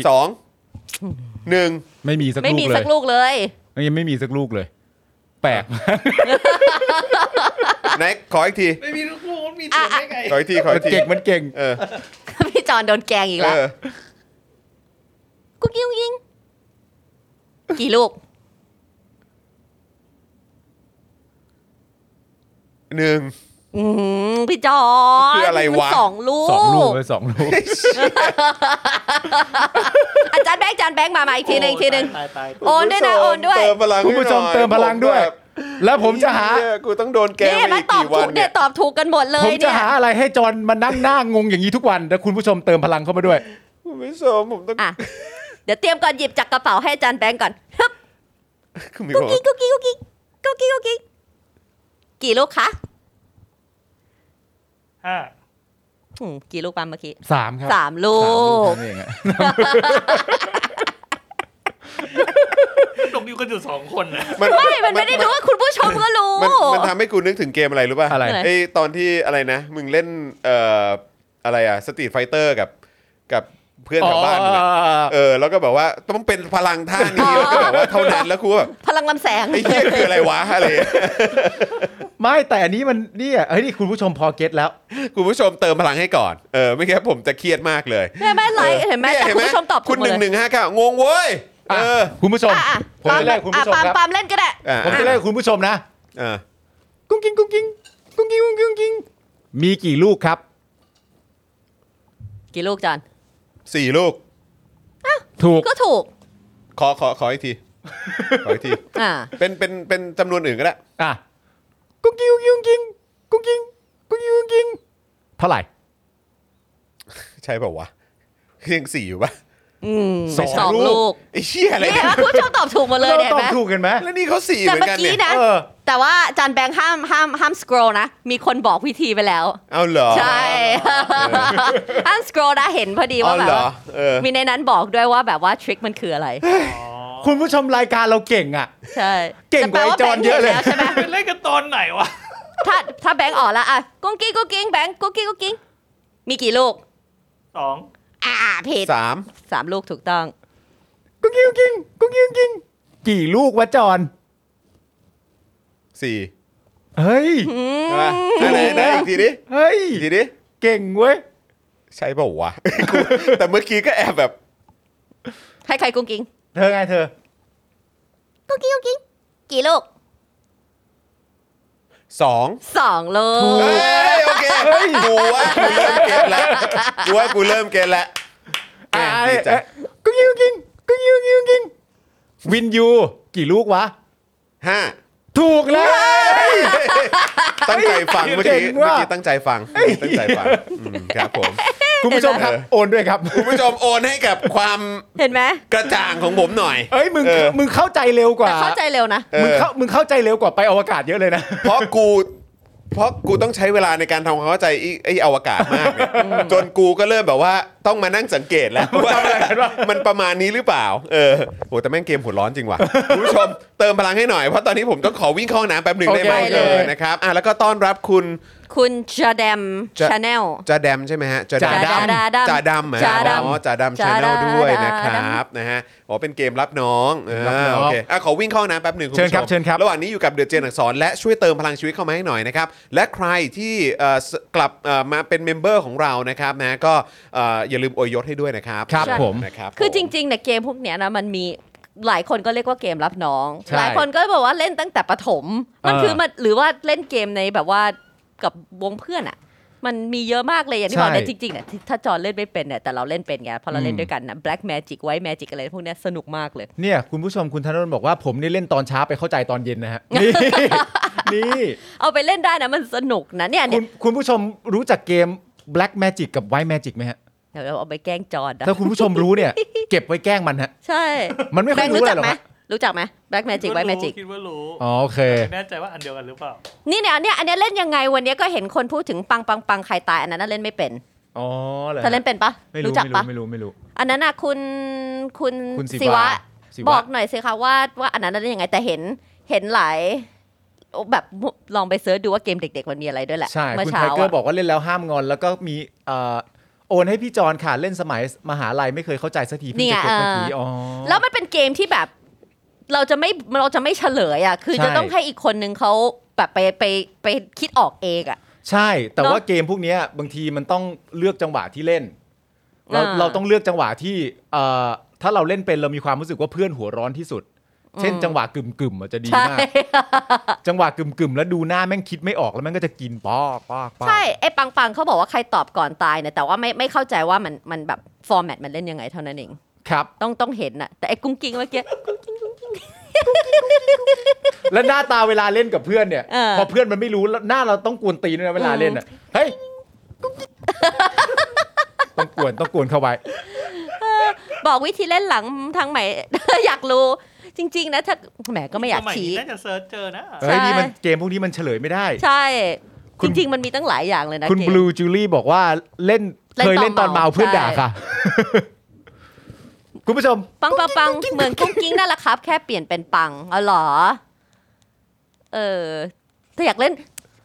Speaker 2: สองหนึ่ง
Speaker 1: ไม่มีสัก
Speaker 3: ไม่
Speaker 1: ลูก
Speaker 3: มี
Speaker 1: เล
Speaker 3: สั
Speaker 1: ย
Speaker 3: กลูกเลย
Speaker 1: ยังไม่มีสักลูกเลย แปลก
Speaker 2: ไหนขออีกที
Speaker 4: ไม่มีลูกลูกมีเถียงได้ไง
Speaker 2: ขออีกที ขออีกที
Speaker 1: เก่งมันเก่ง
Speaker 2: เออ
Speaker 3: พี่จอนโดนแกล้งอีก
Speaker 2: เอ
Speaker 3: แล้ว
Speaker 2: อ
Speaker 3: กุ้งกิ้งกุ้งกิ้งกี่ลูก
Speaker 2: หนึ่ง
Speaker 3: อืมพี่จอน
Speaker 2: คืออะไรวะ
Speaker 3: มันสองลูก
Speaker 1: สองลูกเลยสองลูก
Speaker 3: อาจารย์แบงค์อาจารย์แบงค์มามาอีกทีหนึ่งอีกทีหนึ่ง
Speaker 4: ตายตาย
Speaker 3: โอนด้วยนะโอนด้วย
Speaker 2: เติมพลัง
Speaker 1: คุณผู้ชม
Speaker 2: ให้หน่อย
Speaker 1: เติมพลังด้วย
Speaker 2: ผมแบบ
Speaker 1: แล้วผมจะหา
Speaker 2: เนี่ยกูต้องโดนแก
Speaker 3: นี่
Speaker 2: มาอี
Speaker 3: มัน
Speaker 2: ก
Speaker 3: ตอบ
Speaker 2: กี่วั
Speaker 3: ถู
Speaker 2: น
Speaker 3: ก
Speaker 2: เนี่
Speaker 3: เนี่ยยตอบถูกกันหมดเล
Speaker 1: ผ
Speaker 3: ย
Speaker 1: มจะ
Speaker 3: เนี่ย
Speaker 1: หาอะไรให้จอนมานั่งหน้างงอย่างนี้ทุกวันแต่คุณผู้ชมเติมพลังเข้ามาด้วย
Speaker 2: คุณผู้ชมผมต้อง
Speaker 3: อ่ะเดี๋ยวเตรียมก่อนหยิบจากกระเป๋าให้อาจารย์แบงค์ก่อนฮึบ
Speaker 2: คุณมี
Speaker 3: กุ๊
Speaker 2: ค
Speaker 3: ก
Speaker 2: วาม
Speaker 3: กิ๊กกุ๊กกิ๊กกุ๊กกิ๊กกุ๊กกิ๊กกุ๊กกิ๊กกี่ลูกคะ
Speaker 4: ห้า
Speaker 3: อืมกี่ลูกปั๊มเมื่อกี้
Speaker 1: สามครับ
Speaker 3: สามลู
Speaker 1: สามลู
Speaker 3: ก
Speaker 1: กนั่นเองอะ
Speaker 4: ตกอยู่กันอยู่สองคนนะ
Speaker 2: มัน
Speaker 3: ไม่ มันไม่ได้รู้ว่าคุณผู้ชมก็รู้
Speaker 2: มันมันทำให้กูนึกถึงเกมอะไรรู้ป่ะ
Speaker 1: อะไร
Speaker 3: อะไร
Speaker 2: ไอตอนที่อะไรนะ มึงเล่นเอ่ออะไรอ่ะสตรีทไฟเตอร์กับกับเพื่อนแถวบ้านมึงอะเออแล้วก็แบบว่าต้องเป็นพลังท่านี้แล้วก็แบบว่าเท่านั้นแล้วกูก็แบบ
Speaker 3: พลังลำแสง
Speaker 2: ไอ้เหี้ยคืออะไรวะอะไรอย่างเงี้ย
Speaker 1: ไม่แต่อันนี้มันเนี่ยเฮ้ยนี่คุณผู้ชมพอเก็ตแล้ว
Speaker 2: คุณผู้ชมเติมพลังให้ก่อน เออ ไม่งั้นผมจะเครียดมากเลย
Speaker 3: ไม่ไม่ไลฟ์เห็นไหม
Speaker 2: ย
Speaker 3: แต่คุณผู้ชมตอบ
Speaker 2: คุณ
Speaker 3: ถูก
Speaker 2: ห
Speaker 3: หม
Speaker 2: นึ่
Speaker 3: ด
Speaker 2: งห
Speaker 3: เลย
Speaker 2: นึ่งห้าเก้างงเว้ย เออ
Speaker 1: คุณผู้ชม
Speaker 3: อ่ะอ่ะ
Speaker 1: ผมจะเล่าให้คุณผู้ชม
Speaker 3: อ่ะปาล์ม
Speaker 1: ครับ
Speaker 3: ปาล์มเล่นก็ได้
Speaker 2: อ่ะ
Speaker 1: ผมจะเล่าให้คุณผู้ชมนะ
Speaker 2: อ่ะ
Speaker 1: กุ้งกิ้งกุ้งกิ้งกุ้งกิ้งกุ้งกิ้งกุ้งกิ้งมีกี่ลูกครับ
Speaker 3: กี่ลูกจอน
Speaker 2: สี่ลูก
Speaker 1: ถูก
Speaker 3: ก็ถูก
Speaker 2: ขอ ขอ ขออีกที ขออีกที
Speaker 3: อ่า
Speaker 2: เป็น เป็น เป็นจำนวนอื่นก็ได้
Speaker 1: อ่ะกุ้งกิ้งกุ้งกิ้งกุ้งกิ้งกุ้งกิ้งกุ้งกิ้งเท่าไหร่
Speaker 2: ใช่เปล่าวะยังสี่อยู่ปะ
Speaker 3: อืมสองลูก
Speaker 2: ไอ้เชี่ยอะไร
Speaker 3: นี่
Speaker 2: เนี่ย
Speaker 3: เห็นไหมคุณผู้ชมตอบถูกหมดเลยเนี่ย
Speaker 1: ต
Speaker 3: เห็
Speaker 1: อ
Speaker 3: ไห
Speaker 1: น บ
Speaker 3: ม
Speaker 1: ถูกเห็นไหม
Speaker 2: แล้วนี่เขาสี่เห
Speaker 3: แต่
Speaker 2: มือน
Speaker 3: เมื่
Speaker 2: กัน
Speaker 3: อกี้
Speaker 2: เนี่ย
Speaker 3: นะ
Speaker 1: เออ
Speaker 3: แต่ว่าอาจารย์แบงค์ห้ามห้ามห้ามสครอนะ มีคนบอกวิธีไปแล้ว
Speaker 2: เอาเหรอ
Speaker 3: ใช่ ห้ามสครอนะเห็นพอดี
Speaker 2: เอา
Speaker 3: ว่าแบ
Speaker 2: เหรอ
Speaker 3: บว่า
Speaker 2: เออ
Speaker 3: มีในนั้นบอกด้วยว่าแบบว่าทริคมันคืออะไร
Speaker 1: คุณผู้ชมรายการเราเก่งอ่ะ
Speaker 3: ใช่
Speaker 1: เก่งกว่าไอ้จอนเยอะเลย
Speaker 3: แต่แปลว่าแบงค์ห็นแวใช่ไหม
Speaker 4: เป็นเล่นกันตอนไหนวะ
Speaker 3: ถ้าถ้าแบงค์ออกแล้วอ่ะกุ้งกิ้งกุ้งกิ้งแบงค์กุ้งกิ้งกุ้งกิ้งมีกี่ลูก
Speaker 4: สอง
Speaker 3: อ่าผิด
Speaker 2: สาม
Speaker 3: สามลูกถูกต้อง
Speaker 1: กุ้งกิ้งกุ้งกิ้งกุ้งกิ้งกุ้งกิ้งกี่ลูกวะจอน
Speaker 2: สี่
Speaker 1: เฮ้ย
Speaker 2: ใช่ปะไหนไหนอีกทีดิ
Speaker 1: เฮ้ย
Speaker 2: อีกทีดิ
Speaker 1: เก่งเว้ย
Speaker 2: ใช่เปล่าวะ กูแต่เมื่อกี้ก็แอบแบบ
Speaker 3: ให้ใครกุ้งกิ้ง
Speaker 1: เธอไงเธอ
Speaker 3: กุ้งกิ้งกุ้งกิ้งกี่ลูก
Speaker 2: สอง
Speaker 3: สองลู
Speaker 2: เฮ้
Speaker 3: ก
Speaker 2: ยโอเคกูว่ากูเริ่มเก็ตแล้วกูว่ากูเริ่มเก็ตแล้วแหม่ดีจัง
Speaker 1: กุ้งยิงกิ้งกุ้งยิงกิ้งกิ้งวินยูกี่ลูกวะ
Speaker 2: ห้า
Speaker 1: ถูกแล้ว
Speaker 2: ตั้งใจฟังเมื่อกี้
Speaker 1: เก่ง
Speaker 2: เมื่
Speaker 1: ว่ะ
Speaker 2: อกี้ตั้งใจฟังตั้งใจฟังอืมครับผม
Speaker 1: คุณผู้ชมครับ โอนด้วยครับ
Speaker 2: คุณผู้ชมโอนให้กับความ
Speaker 3: เห็นไหม
Speaker 2: กระจ่างของผมหน่อย
Speaker 1: เอ้ยมึง
Speaker 2: เออ
Speaker 1: มึงเข้าใจเร็วก
Speaker 3: แต่
Speaker 1: ว่า
Speaker 3: เข้าใจเร็วนะ
Speaker 2: เอ
Speaker 1: มึง
Speaker 2: อ
Speaker 1: เข้ามึงเข้าใจเร็วกว่าไปอวกาศเยอะเลยนะ
Speaker 2: เพราะกูเพราะกูต้องใช้เวลาในการทำความเข้าใจไอ้ไอ้อวกาศมากเนี่ยจนกูก็เริ่มแบบว่าต้องมานั่งสังเกต แล้วว่ามันประมาณนี้หรือเปล่า เออโหแต่แม่งเกมหัวร้อนจริงว่ะคุณผู้ชม เติมพลังให้หน่อยเพราะตอนนี้ผมต้องขอวิ่งเข้าห้องน้ำแป๊บหนึ่งได้ไหม
Speaker 3: โอเค
Speaker 2: เออนะครับอ่ะแล้วก็ต้อนรับคุณ
Speaker 3: คุณจาแดม
Speaker 2: จะ
Speaker 3: ชาแนล
Speaker 2: จาแดมใช่ไหมฮะจา
Speaker 1: จ่าด
Speaker 3: ำ
Speaker 2: จาดำเหรอ
Speaker 3: จ่าดำ
Speaker 2: อ๋อจาดำ
Speaker 3: จ่า
Speaker 2: ชา
Speaker 3: ดำ
Speaker 2: แนลด้วยนะค
Speaker 3: จ่า
Speaker 2: รั
Speaker 3: ดำ
Speaker 2: บนะฮะอ๋อเป็นเกมรับน้องเออ
Speaker 1: รับน้อง
Speaker 2: โอเคอ่ะขอวิ่งเข้าน้ำแป๊บหนึ่งณผู้
Speaker 1: เชิญครับ
Speaker 2: ม
Speaker 1: เชิญครับ
Speaker 2: ระหว่างนี้อยู่กับเดือดเจนอักษรและช่วยเติมพลังชีวิตเข้ามาให้หน่อยนะครับ และใครที่เอ่อสกลับเอ่อมาเป็นเมมเบอร์ของเรานะครับนะก็เอ่ออย่าลืมอวยยศให้ด้วยนะครับ
Speaker 1: ครับผม
Speaker 2: นะครับ
Speaker 3: คือ
Speaker 2: ผม
Speaker 3: จริงๆเนี่ยเกมพวกเนี้ยนะมันมีหลายคนก็เรียกว่าเกมรับน้อง
Speaker 1: ใช่
Speaker 3: หลายคนก็บอกว่าเล่นตั้งแต่ประถม มัน
Speaker 1: เออ
Speaker 3: คือมันหรือว่าเล่นเกมในแบบว่ากับวงเพื่อนอ่ะ มันมีเยอะมากเลยอย่างที่บอกเนี่ย
Speaker 1: ใช่
Speaker 3: จริงๆเนี่ยถ้าจอเล่นไม่เป็นเนี่ยแต่เราเล่นเป็นไงเพราะเราเล่
Speaker 1: อื
Speaker 3: น
Speaker 1: ม
Speaker 3: ด้วยกันนะ black magic white magic อะไรพวกเนี้ยสนุกมากเลย
Speaker 1: เนี่ยคุณผู้ชมคุณธนนท์บอกว่าผมนี่เล่นตอนเช้าไปเข้าใจตอนเย็นนะ ฮะ นี่นี่
Speaker 3: เอาไปเล่นได้นะมันสนุกนะเนี่ย
Speaker 1: คุ
Speaker 3: เนี่ย
Speaker 1: ณคุณผู้ชมรู้จักเกม Black Magic กับ White Magic ไหมฮะ
Speaker 3: เดี๋ยวเราเอาไปแกล้งจอนะ
Speaker 1: ถ้าคุณผู้ชมรู้เนี่ย เก็บไว้แกล้งมันฮะ
Speaker 3: ใช่
Speaker 1: มันไม่
Speaker 3: แบ
Speaker 1: ค่อย
Speaker 3: งค์
Speaker 1: รู้
Speaker 3: รู้
Speaker 1: อะไร
Speaker 3: จัก
Speaker 1: หรอก
Speaker 3: ไหม
Speaker 1: ฮะ
Speaker 3: รู้จักไหม black magic
Speaker 4: คิดว่า
Speaker 3: white
Speaker 4: รู้
Speaker 3: magic
Speaker 4: คิดว่ารู้
Speaker 1: อ๋อโอเค
Speaker 4: ไม่แน่ใจว่าอันเดียวกันหรือเปล่า
Speaker 3: นี่เนี่ยเนี่ยอันเนี้ยเล่นยังไงวันเนี้ยก็เห็นคนพูดถึงปังปังปังใครตายอันนั้นนะเล่นไม่เป็น
Speaker 1: อ๋อหรอ
Speaker 3: เธอเล่นเป็นปะ
Speaker 1: ไม่รู้
Speaker 3: รู้จักปะ
Speaker 1: ไม่รู้ไม่รู้
Speaker 3: อันนั้นนะคุณคุณ
Speaker 1: คุณศิวะ
Speaker 3: ศิวะ
Speaker 1: ศิวะ
Speaker 3: บอกหน่อยสิคะว่าว่าอันนั้นเป็นยังไงแต่เห็นเห็นหลายโอ้แบบลองไปเสิร์ชดูว่าเกมเด็ก ๆ มันมีอะไรด้วยแหละ
Speaker 1: ใช่
Speaker 3: เมื่อ
Speaker 1: คุณ
Speaker 3: เช้า
Speaker 1: ไทเกอร์
Speaker 3: อะ
Speaker 1: บอกว่าเล่นแล้วห้ามงอนแล้วก็มีเอ่อโอนให้พี่จอนค่ะเล่นสมัยมหาลัยไม่เคยเข้าใจสักที
Speaker 3: นี่
Speaker 1: พี่
Speaker 3: ไง
Speaker 1: จะเก็บ
Speaker 3: เอ
Speaker 1: เมื่อ
Speaker 3: อ
Speaker 1: กี้อ๋อ
Speaker 3: แล้วมันเป็นเกมที่แบบ เราจะไม่เราจะไม่เฉลยอ่ะคือ
Speaker 1: ใช่
Speaker 3: จะต้องให้อีกคนนึงเขาแบบไปไปไปคิดออกเองอ่ะ
Speaker 1: ใช่ แต่
Speaker 3: เนอะ
Speaker 1: ว่าเกมพวกเนี้ยบางทีมันต้องเลือกจังหวะที่เล่น เรา
Speaker 3: อ่า
Speaker 1: เราต้องเลือกจังหวะที่เอ่อถ้าเราเล่นเป็นเรามีความรู้สึกว่าเพื่อนหัวร้อนที่สุด เช่นจังหวะกึ่มกึ่มๆอ่ะจะดี
Speaker 3: ใช่
Speaker 1: มาก จังหวะกึ่มกึ่มๆแล้วดูหน้าแม่งคิดไม่ออกแล้วแม่งก็จะกินป้อกป้อกป้อก
Speaker 3: ใช่ไอ้ปังปังเขาบอกว่าใครตอบก่อนตายเนี่ยแต่ว่าไม่ไม่เข้าใจว่ามันมันแบบฟอร์แมตมันเล่นยังไงเท่านั้นเอง
Speaker 1: ครับ
Speaker 3: ต้องต้องเห็นน่ะแต่ไอ้กุ้งกิ้งเมื่อกี้
Speaker 1: แล้วหน้าตาเวลาเล่นกับเพื่อนเนี่ย
Speaker 3: เออ
Speaker 1: พอเพื่อนมันไม่รู้แล้วหน้าเราต้องกวนตีนด้วยนะเวลาเล่นอ่ะเฮ้ยต้องกวนต้องกวนเข้าไว้
Speaker 3: บอกวิธีเล่นหลังทางใหม่ อยากรู้จริง ๆ นะถ้าแหมก็ไม่อยาก
Speaker 4: สมัย
Speaker 3: ชี้
Speaker 4: นี้น่าจะเซิร์ชเจอนะ
Speaker 1: เฮ้ย
Speaker 3: ใช่
Speaker 1: นี่มันเกมพวกนี้มันเฉลยไม่ได้
Speaker 3: ใช่
Speaker 1: คุ
Speaker 3: จ
Speaker 1: ณ
Speaker 3: ริง ๆ มันมีตั้งหลายอย่างเลยนะ
Speaker 1: คุณ
Speaker 3: เกม
Speaker 1: บลูจูลี่บอกว่าเล่น
Speaker 3: เล่น
Speaker 1: เคยเล่นต
Speaker 3: ต
Speaker 1: อ
Speaker 3: อน น
Speaker 1: เมา
Speaker 3: เมา
Speaker 1: เพื่อน
Speaker 3: ใช่
Speaker 1: ด่าค่ะ คุณผู้ชม
Speaker 3: ปังปังปังเหมือนกุ้งกิ้งนั่นแหละครับ แค่เปลี่ยนเป็นปังอ๋อเหรอ เออถ้าอยากเล่น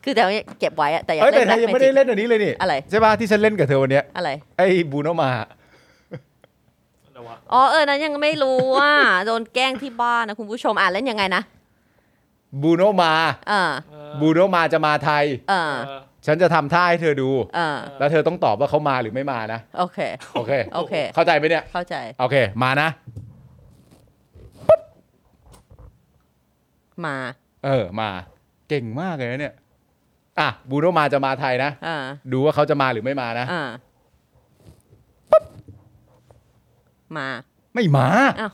Speaker 3: คือแต่ว่าเก็บไว้อะแต่อยาก
Speaker 1: เอ้ยแต่
Speaker 3: เล่น
Speaker 1: เธอยัง
Speaker 3: Black
Speaker 1: ไม่ได้
Speaker 3: Magic
Speaker 1: เล่นอันนี้เลยนี่
Speaker 3: อะไร
Speaker 1: ใช่ป่ะที่ฉันเล่นกับเธอวันเนี้ย
Speaker 3: อะไร
Speaker 1: ไอ้บูโนมา
Speaker 4: อะไรวะ
Speaker 3: อ๋อเออนั้นยังไม่รู้ว่า โดนแกล้งที่บ้านนะคุณผู้ชมอ่านเล่นยังไงนะ
Speaker 1: บูโนมา
Speaker 3: เออ
Speaker 4: เออ
Speaker 1: บูโนมาจะมาไทย
Speaker 3: เอ
Speaker 4: เอ
Speaker 3: อ
Speaker 4: อ
Speaker 1: ฉันจะทำท่าให้เธอดู
Speaker 3: เออ
Speaker 1: แล้วเธอต้องตอบว่าเขามาหรือไม่มานะ
Speaker 3: โอเค
Speaker 1: โอเค
Speaker 3: โอเค
Speaker 1: เข้าใจไหมเนี่ย
Speaker 3: เข้าใจ
Speaker 1: โอเค มานะ
Speaker 3: มา
Speaker 1: เออมา เก่งมากเลยนะเนี่ย อ่ะบูโนมาจะมาไทยนะ
Speaker 3: อ่า
Speaker 1: ดูว่าเขาจะมาหรือไม่มานะ
Speaker 3: อ่ามา
Speaker 1: ไม่มา
Speaker 3: อ้าว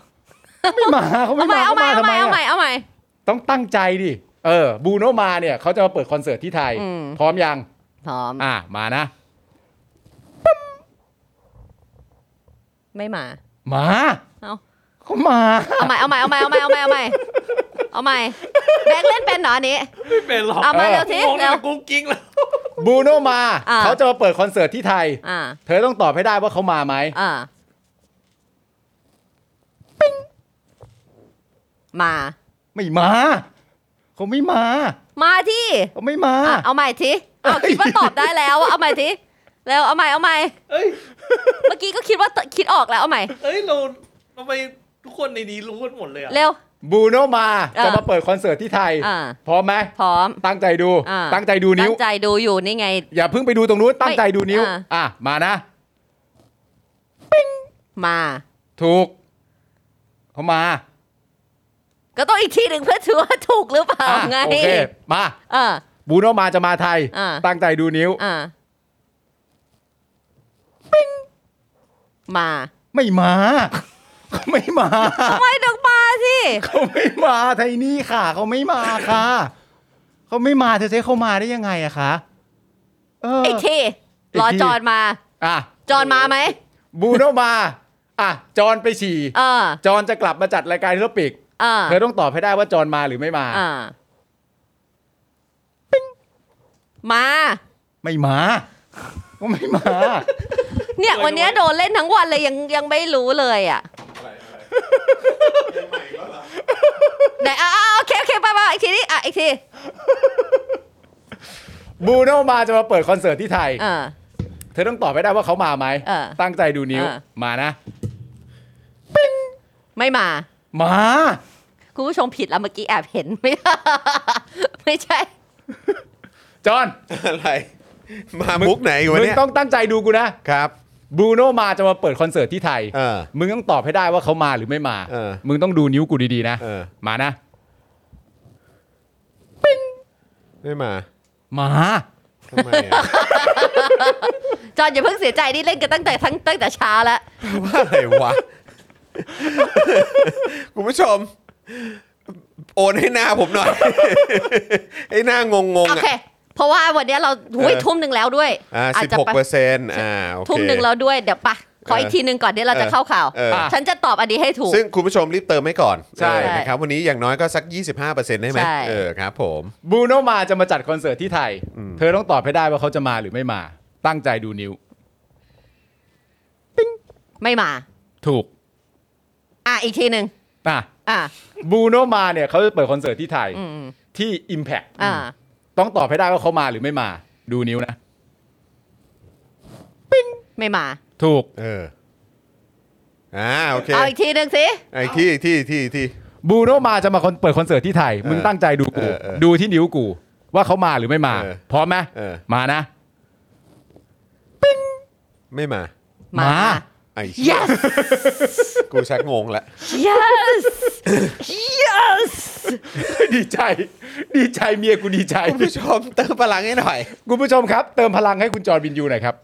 Speaker 1: ไม่มาเขา
Speaker 3: เอา
Speaker 1: ไม่
Speaker 3: ใหม่
Speaker 1: มา
Speaker 3: เอาใหม่เอา
Speaker 1: ข
Speaker 3: ใหม่เอาใหม่
Speaker 1: อะ
Speaker 3: เอาใหม่
Speaker 1: ต้องตั้งใจดิ เออ บูโนมาเนี่ย เขาจะมาเปิดคอนเสิร์ตที่ไทย
Speaker 3: อืม
Speaker 1: พร้อมยัง
Speaker 3: พร้อม
Speaker 1: อ่ะ มานะ
Speaker 3: ไม่มา
Speaker 1: มา
Speaker 3: เอ้า
Speaker 1: เขามา
Speaker 3: เอาใหม่เอาใหม่เอาใหม่เอาใหม่เอาใหม่เอาใหม่เอาใหม่แบงค์เล่นเป็นเหรออันนี้
Speaker 4: ไม่เป็นหรอก
Speaker 3: เอามาเร็วสิ
Speaker 4: งง
Speaker 3: เร็ว
Speaker 4: กูกิ๊กแล้ว
Speaker 1: บูโนมา
Speaker 3: อ่ะ
Speaker 1: เขาจะมาเปิดคอนเสิร์ตที่ไทย
Speaker 3: อ่า
Speaker 1: เธอต้องตอบให้ได้ว่าเขามาไหม
Speaker 3: อ่ามา
Speaker 1: ไม่มา เขาไม่มา
Speaker 3: มาที่
Speaker 1: เขาไม่มา
Speaker 3: อ่ะเอาใหม่ทีเอาคิดว่าตอบได้แล้วอะเอาใหม่ทีแล้วเอาใหม่เอาใหม่
Speaker 4: เอ้ย
Speaker 3: เมื่อกี้ก็คิดว่าตคิดออกแล้วเอาใหม่
Speaker 4: เอ้ยเราทำไมทุกคนในนี้รู้กันหมดเลยอ่ะ
Speaker 3: เร็ว
Speaker 1: บูโนมา
Speaker 3: อ่ะ
Speaker 1: จะมาเปิดคอนเสิร์ตที่ไทย
Speaker 3: อ่า
Speaker 1: พร้อมไหม
Speaker 3: พร้อม
Speaker 1: ตั้งใจดู
Speaker 3: อ่ะ
Speaker 1: ตั้งใจดูนิ้
Speaker 3: ตั้
Speaker 1: ว
Speaker 3: งใจดูอยู่นี่ไง
Speaker 1: อย่าเพิ่งไปดูตรงนู้น ตั้งใจดูนิ้ว
Speaker 3: อ่ะ
Speaker 1: อ่ะ มานะ
Speaker 3: มา
Speaker 1: ถูก เขามา
Speaker 3: ก็ต้องอีกทีหนึ่งเพื่อถือว่าถูกหรือเปล่า
Speaker 1: อ่ะ
Speaker 3: ไง
Speaker 1: โอเค มา
Speaker 3: เออ
Speaker 1: บูโนมาจะมาไทย
Speaker 3: อ่า
Speaker 1: ตั้งใจดูนิ้ว
Speaker 3: อ่ามา
Speaker 1: ไม่มา เขาไม่มา
Speaker 3: ทำไมถึงมาสิ
Speaker 1: เขาไม่มาไทยนี่ค่ะ เขาไม่มาค่ะ เขาไม่มาเธอจะให้เขามาได้ยังไงอะคะเออ
Speaker 3: อีกที
Speaker 1: อีกที
Speaker 3: รอจอนมา
Speaker 1: อ่ะ
Speaker 3: จอนมาไหม
Speaker 1: บูโนมา อ่ะ จอนไปฉี่
Speaker 3: เออ
Speaker 1: จอนจะกลับมาจัดรายการที่เราปิก
Speaker 3: เออ
Speaker 1: เธอต้องตอบให้ได้ว่าจอนมาหรือไม่มา
Speaker 3: อ่ามา
Speaker 1: ไม่มา เขาไม่มา
Speaker 3: เนี่ยวันเนี้ยโดนเล่นทั้งวันเลยยังยังไม่รู้เลยอ่ะไหนอ่ะอ่ะโอเคโอเคไปไปอีกทีนี้อ่ะอีกที
Speaker 1: บูโนมาจะมาเปิดคอนเสิร์ตที่ไทย
Speaker 3: อ่า
Speaker 1: เธอต้องตอบให้ได้ว่าเขามาไหม
Speaker 3: เออ
Speaker 1: ตั้งใจดูนิ้ว
Speaker 3: เออ
Speaker 1: มานะ
Speaker 3: ไม่มา
Speaker 1: มา
Speaker 3: คุณผู้ชมผิดแล้วเมื่อกี้แอบเห็นไม่ ไม่ใช่
Speaker 1: จอน
Speaker 2: อะไร มามุกไหนวะ
Speaker 1: มึง
Speaker 2: เนี่ย
Speaker 1: ต้องตั้งใจดูกูนะ
Speaker 2: ครับ
Speaker 1: บรูโนมาจะมาเปิดคอนเสิร์ตที่ไทย
Speaker 2: เออ
Speaker 1: มึงต้องตอบให้ได้ว่าเขามาหรือไม่มา
Speaker 2: เออ
Speaker 1: มึงต้องดูนิ้วกูดีๆนะ
Speaker 2: เออ
Speaker 1: มานะ
Speaker 2: ไม่มา
Speaker 1: มา
Speaker 2: ทำไมอ่ะ
Speaker 3: จอนอย่าเพิ่งเสียใจนี่เล่นกันตั้งแต่ทั้งตั้งแต่เช้าแล้ว
Speaker 2: ว่าอะไรวะ คุณผู้ชม โอนให้หน้าผมหน่อย ไอ้หน้างงงๆ
Speaker 3: โอ
Speaker 2: อ่ะ
Speaker 3: เค เพราะว่าวันเนี้ยเราหุย
Speaker 2: เออ
Speaker 3: ทุ่มหนึ่งแล้วด้วย
Speaker 2: อ่าสิบ
Speaker 3: จะ
Speaker 2: หก
Speaker 3: ไป
Speaker 2: เปอร์เซ็นต์อ่าโอเค
Speaker 3: ทุ่มหนึ่งแล้วด้วยเดี๋ยวไปะขออีกทีหนึ่งก่อนเดี๋ยวเราจะเข้าข่าว
Speaker 2: เออ
Speaker 3: ฉันจะตอบอันนี้ให้ถูก
Speaker 2: ซึ่งคุณผู้ชมรีบเติมให้ก่อน
Speaker 1: ใช่
Speaker 2: เออนะครับวันนี้อย่างน้อยก็สัก 25%ได้ไหม
Speaker 3: ใช่
Speaker 2: เออครับผม
Speaker 1: บรูโนมาจะมาจัดคอนเสิร์ตที่ไทย เธอต้องตอบให้ได้ว่าเขาจะมาหรือไม่มา ตั้งใจดูนิ้ว
Speaker 3: ไม่มา
Speaker 1: ถูก
Speaker 3: อ่ะอีกทีหนึ่ง
Speaker 1: อ่ะ
Speaker 3: อ่ะ
Speaker 1: บรูโนมาเนี่ยเขาจะเปิดคอนเสิร์ตที่ไทย
Speaker 3: อืม
Speaker 1: ที่ Impact
Speaker 3: อ่า
Speaker 1: ต้องตอบให้ได้ว่าเขามาหรือไม่มา ดูนิ้วนะ
Speaker 3: ไม่มา
Speaker 1: ถูก
Speaker 2: เอออ่าโอเค
Speaker 3: เอาอีกทีหนึ่งสิ
Speaker 2: ไอ้ที่ที่ที่ที่
Speaker 1: บรูโนมาจะมาคอนเปิดคอนเสิร์ตที่ไทย มึงตั้งใจดูกู
Speaker 2: เออเออ
Speaker 1: ดูที่นิ้วกู ว่าเขามาหรือไม่มา
Speaker 2: เออ
Speaker 1: พร้อมไหม
Speaker 2: เออ
Speaker 1: มานะ
Speaker 2: ไม่มา
Speaker 3: มา
Speaker 2: ไอ้เหี้ย
Speaker 3: yes
Speaker 2: กูชักงงละ
Speaker 3: yes yes
Speaker 1: ดีใจ ดีใจเมียกูดีใจ
Speaker 2: คุณผู้ชมเติมพลังให้หน่อย
Speaker 1: คุณผู้ชมครับเติมพลังให้คุณจอร์นวินยูหน่อยครับ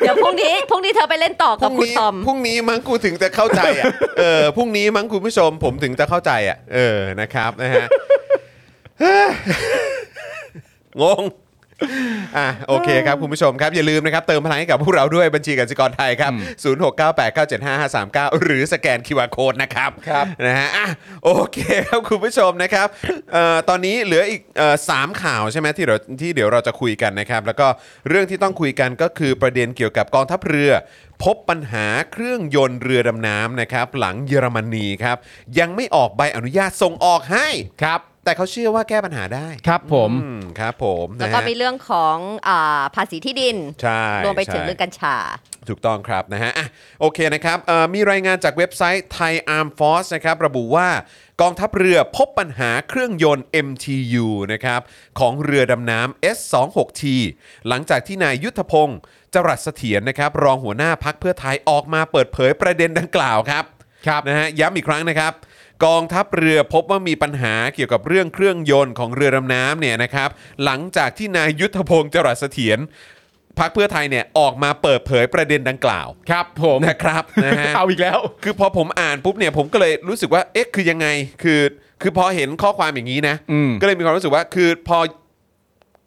Speaker 3: เดี๋ยวพรุ่งนี้พรุ่งนี้เธอไปเล่นต่อ
Speaker 2: พ
Speaker 3: กับ
Speaker 2: รุ่ง
Speaker 3: คุณ
Speaker 2: นี้
Speaker 3: ตอม
Speaker 2: พรุ่งนี้มั้งกูถึงจะเข้าใจอ่ะ เออพรุ่งนี้มั้งคุณผู้ชม ผมถึงจะเข้าใจอ่ะ เออนะครับนะฮ ะ งง อ่ะโอเคครับ คุณผู้ชมครับ อย่าลืมนะครับ เติมพลังให้กับพวกเราด้วยบัญชีกสิกรไทยครับ 0698975539 หรือสแกน QR Code นะครับ
Speaker 1: ครับ
Speaker 2: นะฮะอ่ะโอเคครับ คุณผู้ชมนะครับเอ่อตอนนี้เหลืออีกเอ่อสามข่าวใช่ไหมที่เราที่เดี๋ยวเราจะคุยกันนะครับ แล้วก็เรื่องที่ต้องคุยกันก็คือประเด็นเกี่ยวกับกองทัพเรือ พบปัญหาเครื่องยนต์เรือดำน้ำนะครับ หลังเยอรมนีครับ ยังไม่ออกใบอนุญาตส่งออกให้
Speaker 1: ครับ
Speaker 2: แต่เขาเชื่อว่าแก้ปัญหาได้
Speaker 1: ครับผม
Speaker 2: อืมครับผม
Speaker 3: แล้ว
Speaker 2: นะ
Speaker 3: ก็
Speaker 2: ฮะ
Speaker 3: มีเรื่องของอาภาษีที่ดิน
Speaker 2: ใช่
Speaker 3: รวมไปถึง
Speaker 2: ใช่
Speaker 3: เรื่องกัญชา
Speaker 2: ถูกต้องครับนะฮะอ่ะโอเคนะครับเอ่อมีรายงานจากเว็บไซต์ Thai Arm Force นะครับระบุว่ากองทัพเรือพบปัญหาเครื่องยนต์ MTU นะครับของเรือดำน้ำ S26T หลังจากที่นายยุทธพงศ์จรัสเสถียรนะครับรองหัวหน้าพักเพื่อไทยออกมาเปิดเผยประเด็นดังกล่าวครับ
Speaker 1: ครับ
Speaker 2: นะฮะย้ำอีกครั้งนะครับ กองทัพเรือพบว่ามีปัญหาเกี่ยวกับเรื่องเครื่องยนต์ของเรือดำน้ำเนี่ยนะครับหลังจากที่นายยุทธพงศ์จรัสเสถียรพักเพื่อไทยเนี่ยออกมาเปิดเผยประเด็นดังกล่าว
Speaker 1: ครับผม
Speaker 2: นะครับนะฮะ
Speaker 1: เอาอีกแล้ว
Speaker 2: คือพอผมอ่านปุ๊บเนี่ยผมก็เลยรู้สึกว่าเอ๊ะคือยังไงคือ คือพอเห็นข้อความอย่างนี้นะ
Speaker 1: อืม
Speaker 2: ก็เลยมีความรู้สึกว่าคือพอ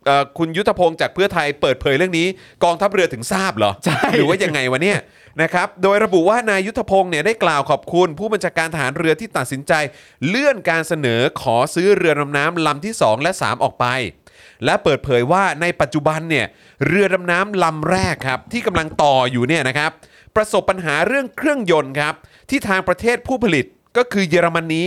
Speaker 2: เอ่อคุณยุทธพงศ์จากเพื่อไทยเปิดเผยเรื่องนี้ กองทัพเรือถึงทราบเหรอ
Speaker 1: ใช่
Speaker 2: หรือว่ายังไงวะเนี่ยนะครับโดยระบุว่านายยุทธพงศ์เนี่ยได้กล่าวขอบคุณ ผู้บัญชาการทหารเรือที่ตัดสินใจ เลื่อนการเสนอขอซื้อเรือดำน้ำลำที่ 2 และ 3 ออกไป และเปิดเผยว่าในปัจจุบันเนี่ยเรือดำน้ำลำแรกครับ ที่กำลังต่ออยู่เนี่ยนะครับ ประสบปัญหาเรื่องเครื่องยนต์ครับ ที่ทางประเทศผู้ผลิตก็คือเยอรมนี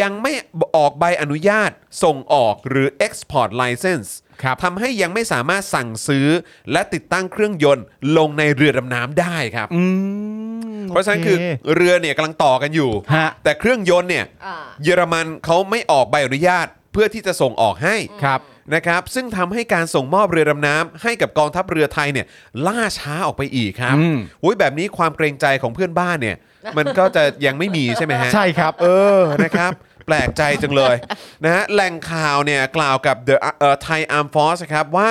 Speaker 2: ยังไม่ออกใบอนุญาตส่งออกหรือ Export License
Speaker 1: ครับ
Speaker 2: ทำให้ยังไม่สามารถสั่งซื้อและติดตั้งเครื่องยนต์ ลงในเรือดำน้ำได้ครับ
Speaker 1: อืม
Speaker 2: เพราะฉะนั้นคือเรือเนี่ยกำลังต่อกันอยู่
Speaker 1: ฮะ
Speaker 2: แต่เครื่องยนต์เนี่ย
Speaker 3: อ่า
Speaker 2: เยอรมันเขาไม่ออกใบอนุญาตเพื่อที่จะส่งออกให้
Speaker 1: ครับ
Speaker 2: นะครับซึ่งทำให้การส่งมอบเรือดำน้ำให้กับกองทัพเรือไทยเนี่ยล่าช้าออกไปอีกครับ
Speaker 1: อืม
Speaker 2: โอ้ยแบบนี้ความเกรงใจของเพื่อนบ้านเนี่ย มันก็จะยังไม่มีใช่ไหมฮะ
Speaker 1: ใช่ครับ
Speaker 2: เออ นะครับ แปลกใจจัง เลยนะฮะแหล่งข่าวเนี่ยกล่าวกับ The เอ่อ Thai Arm Force นะครับว่า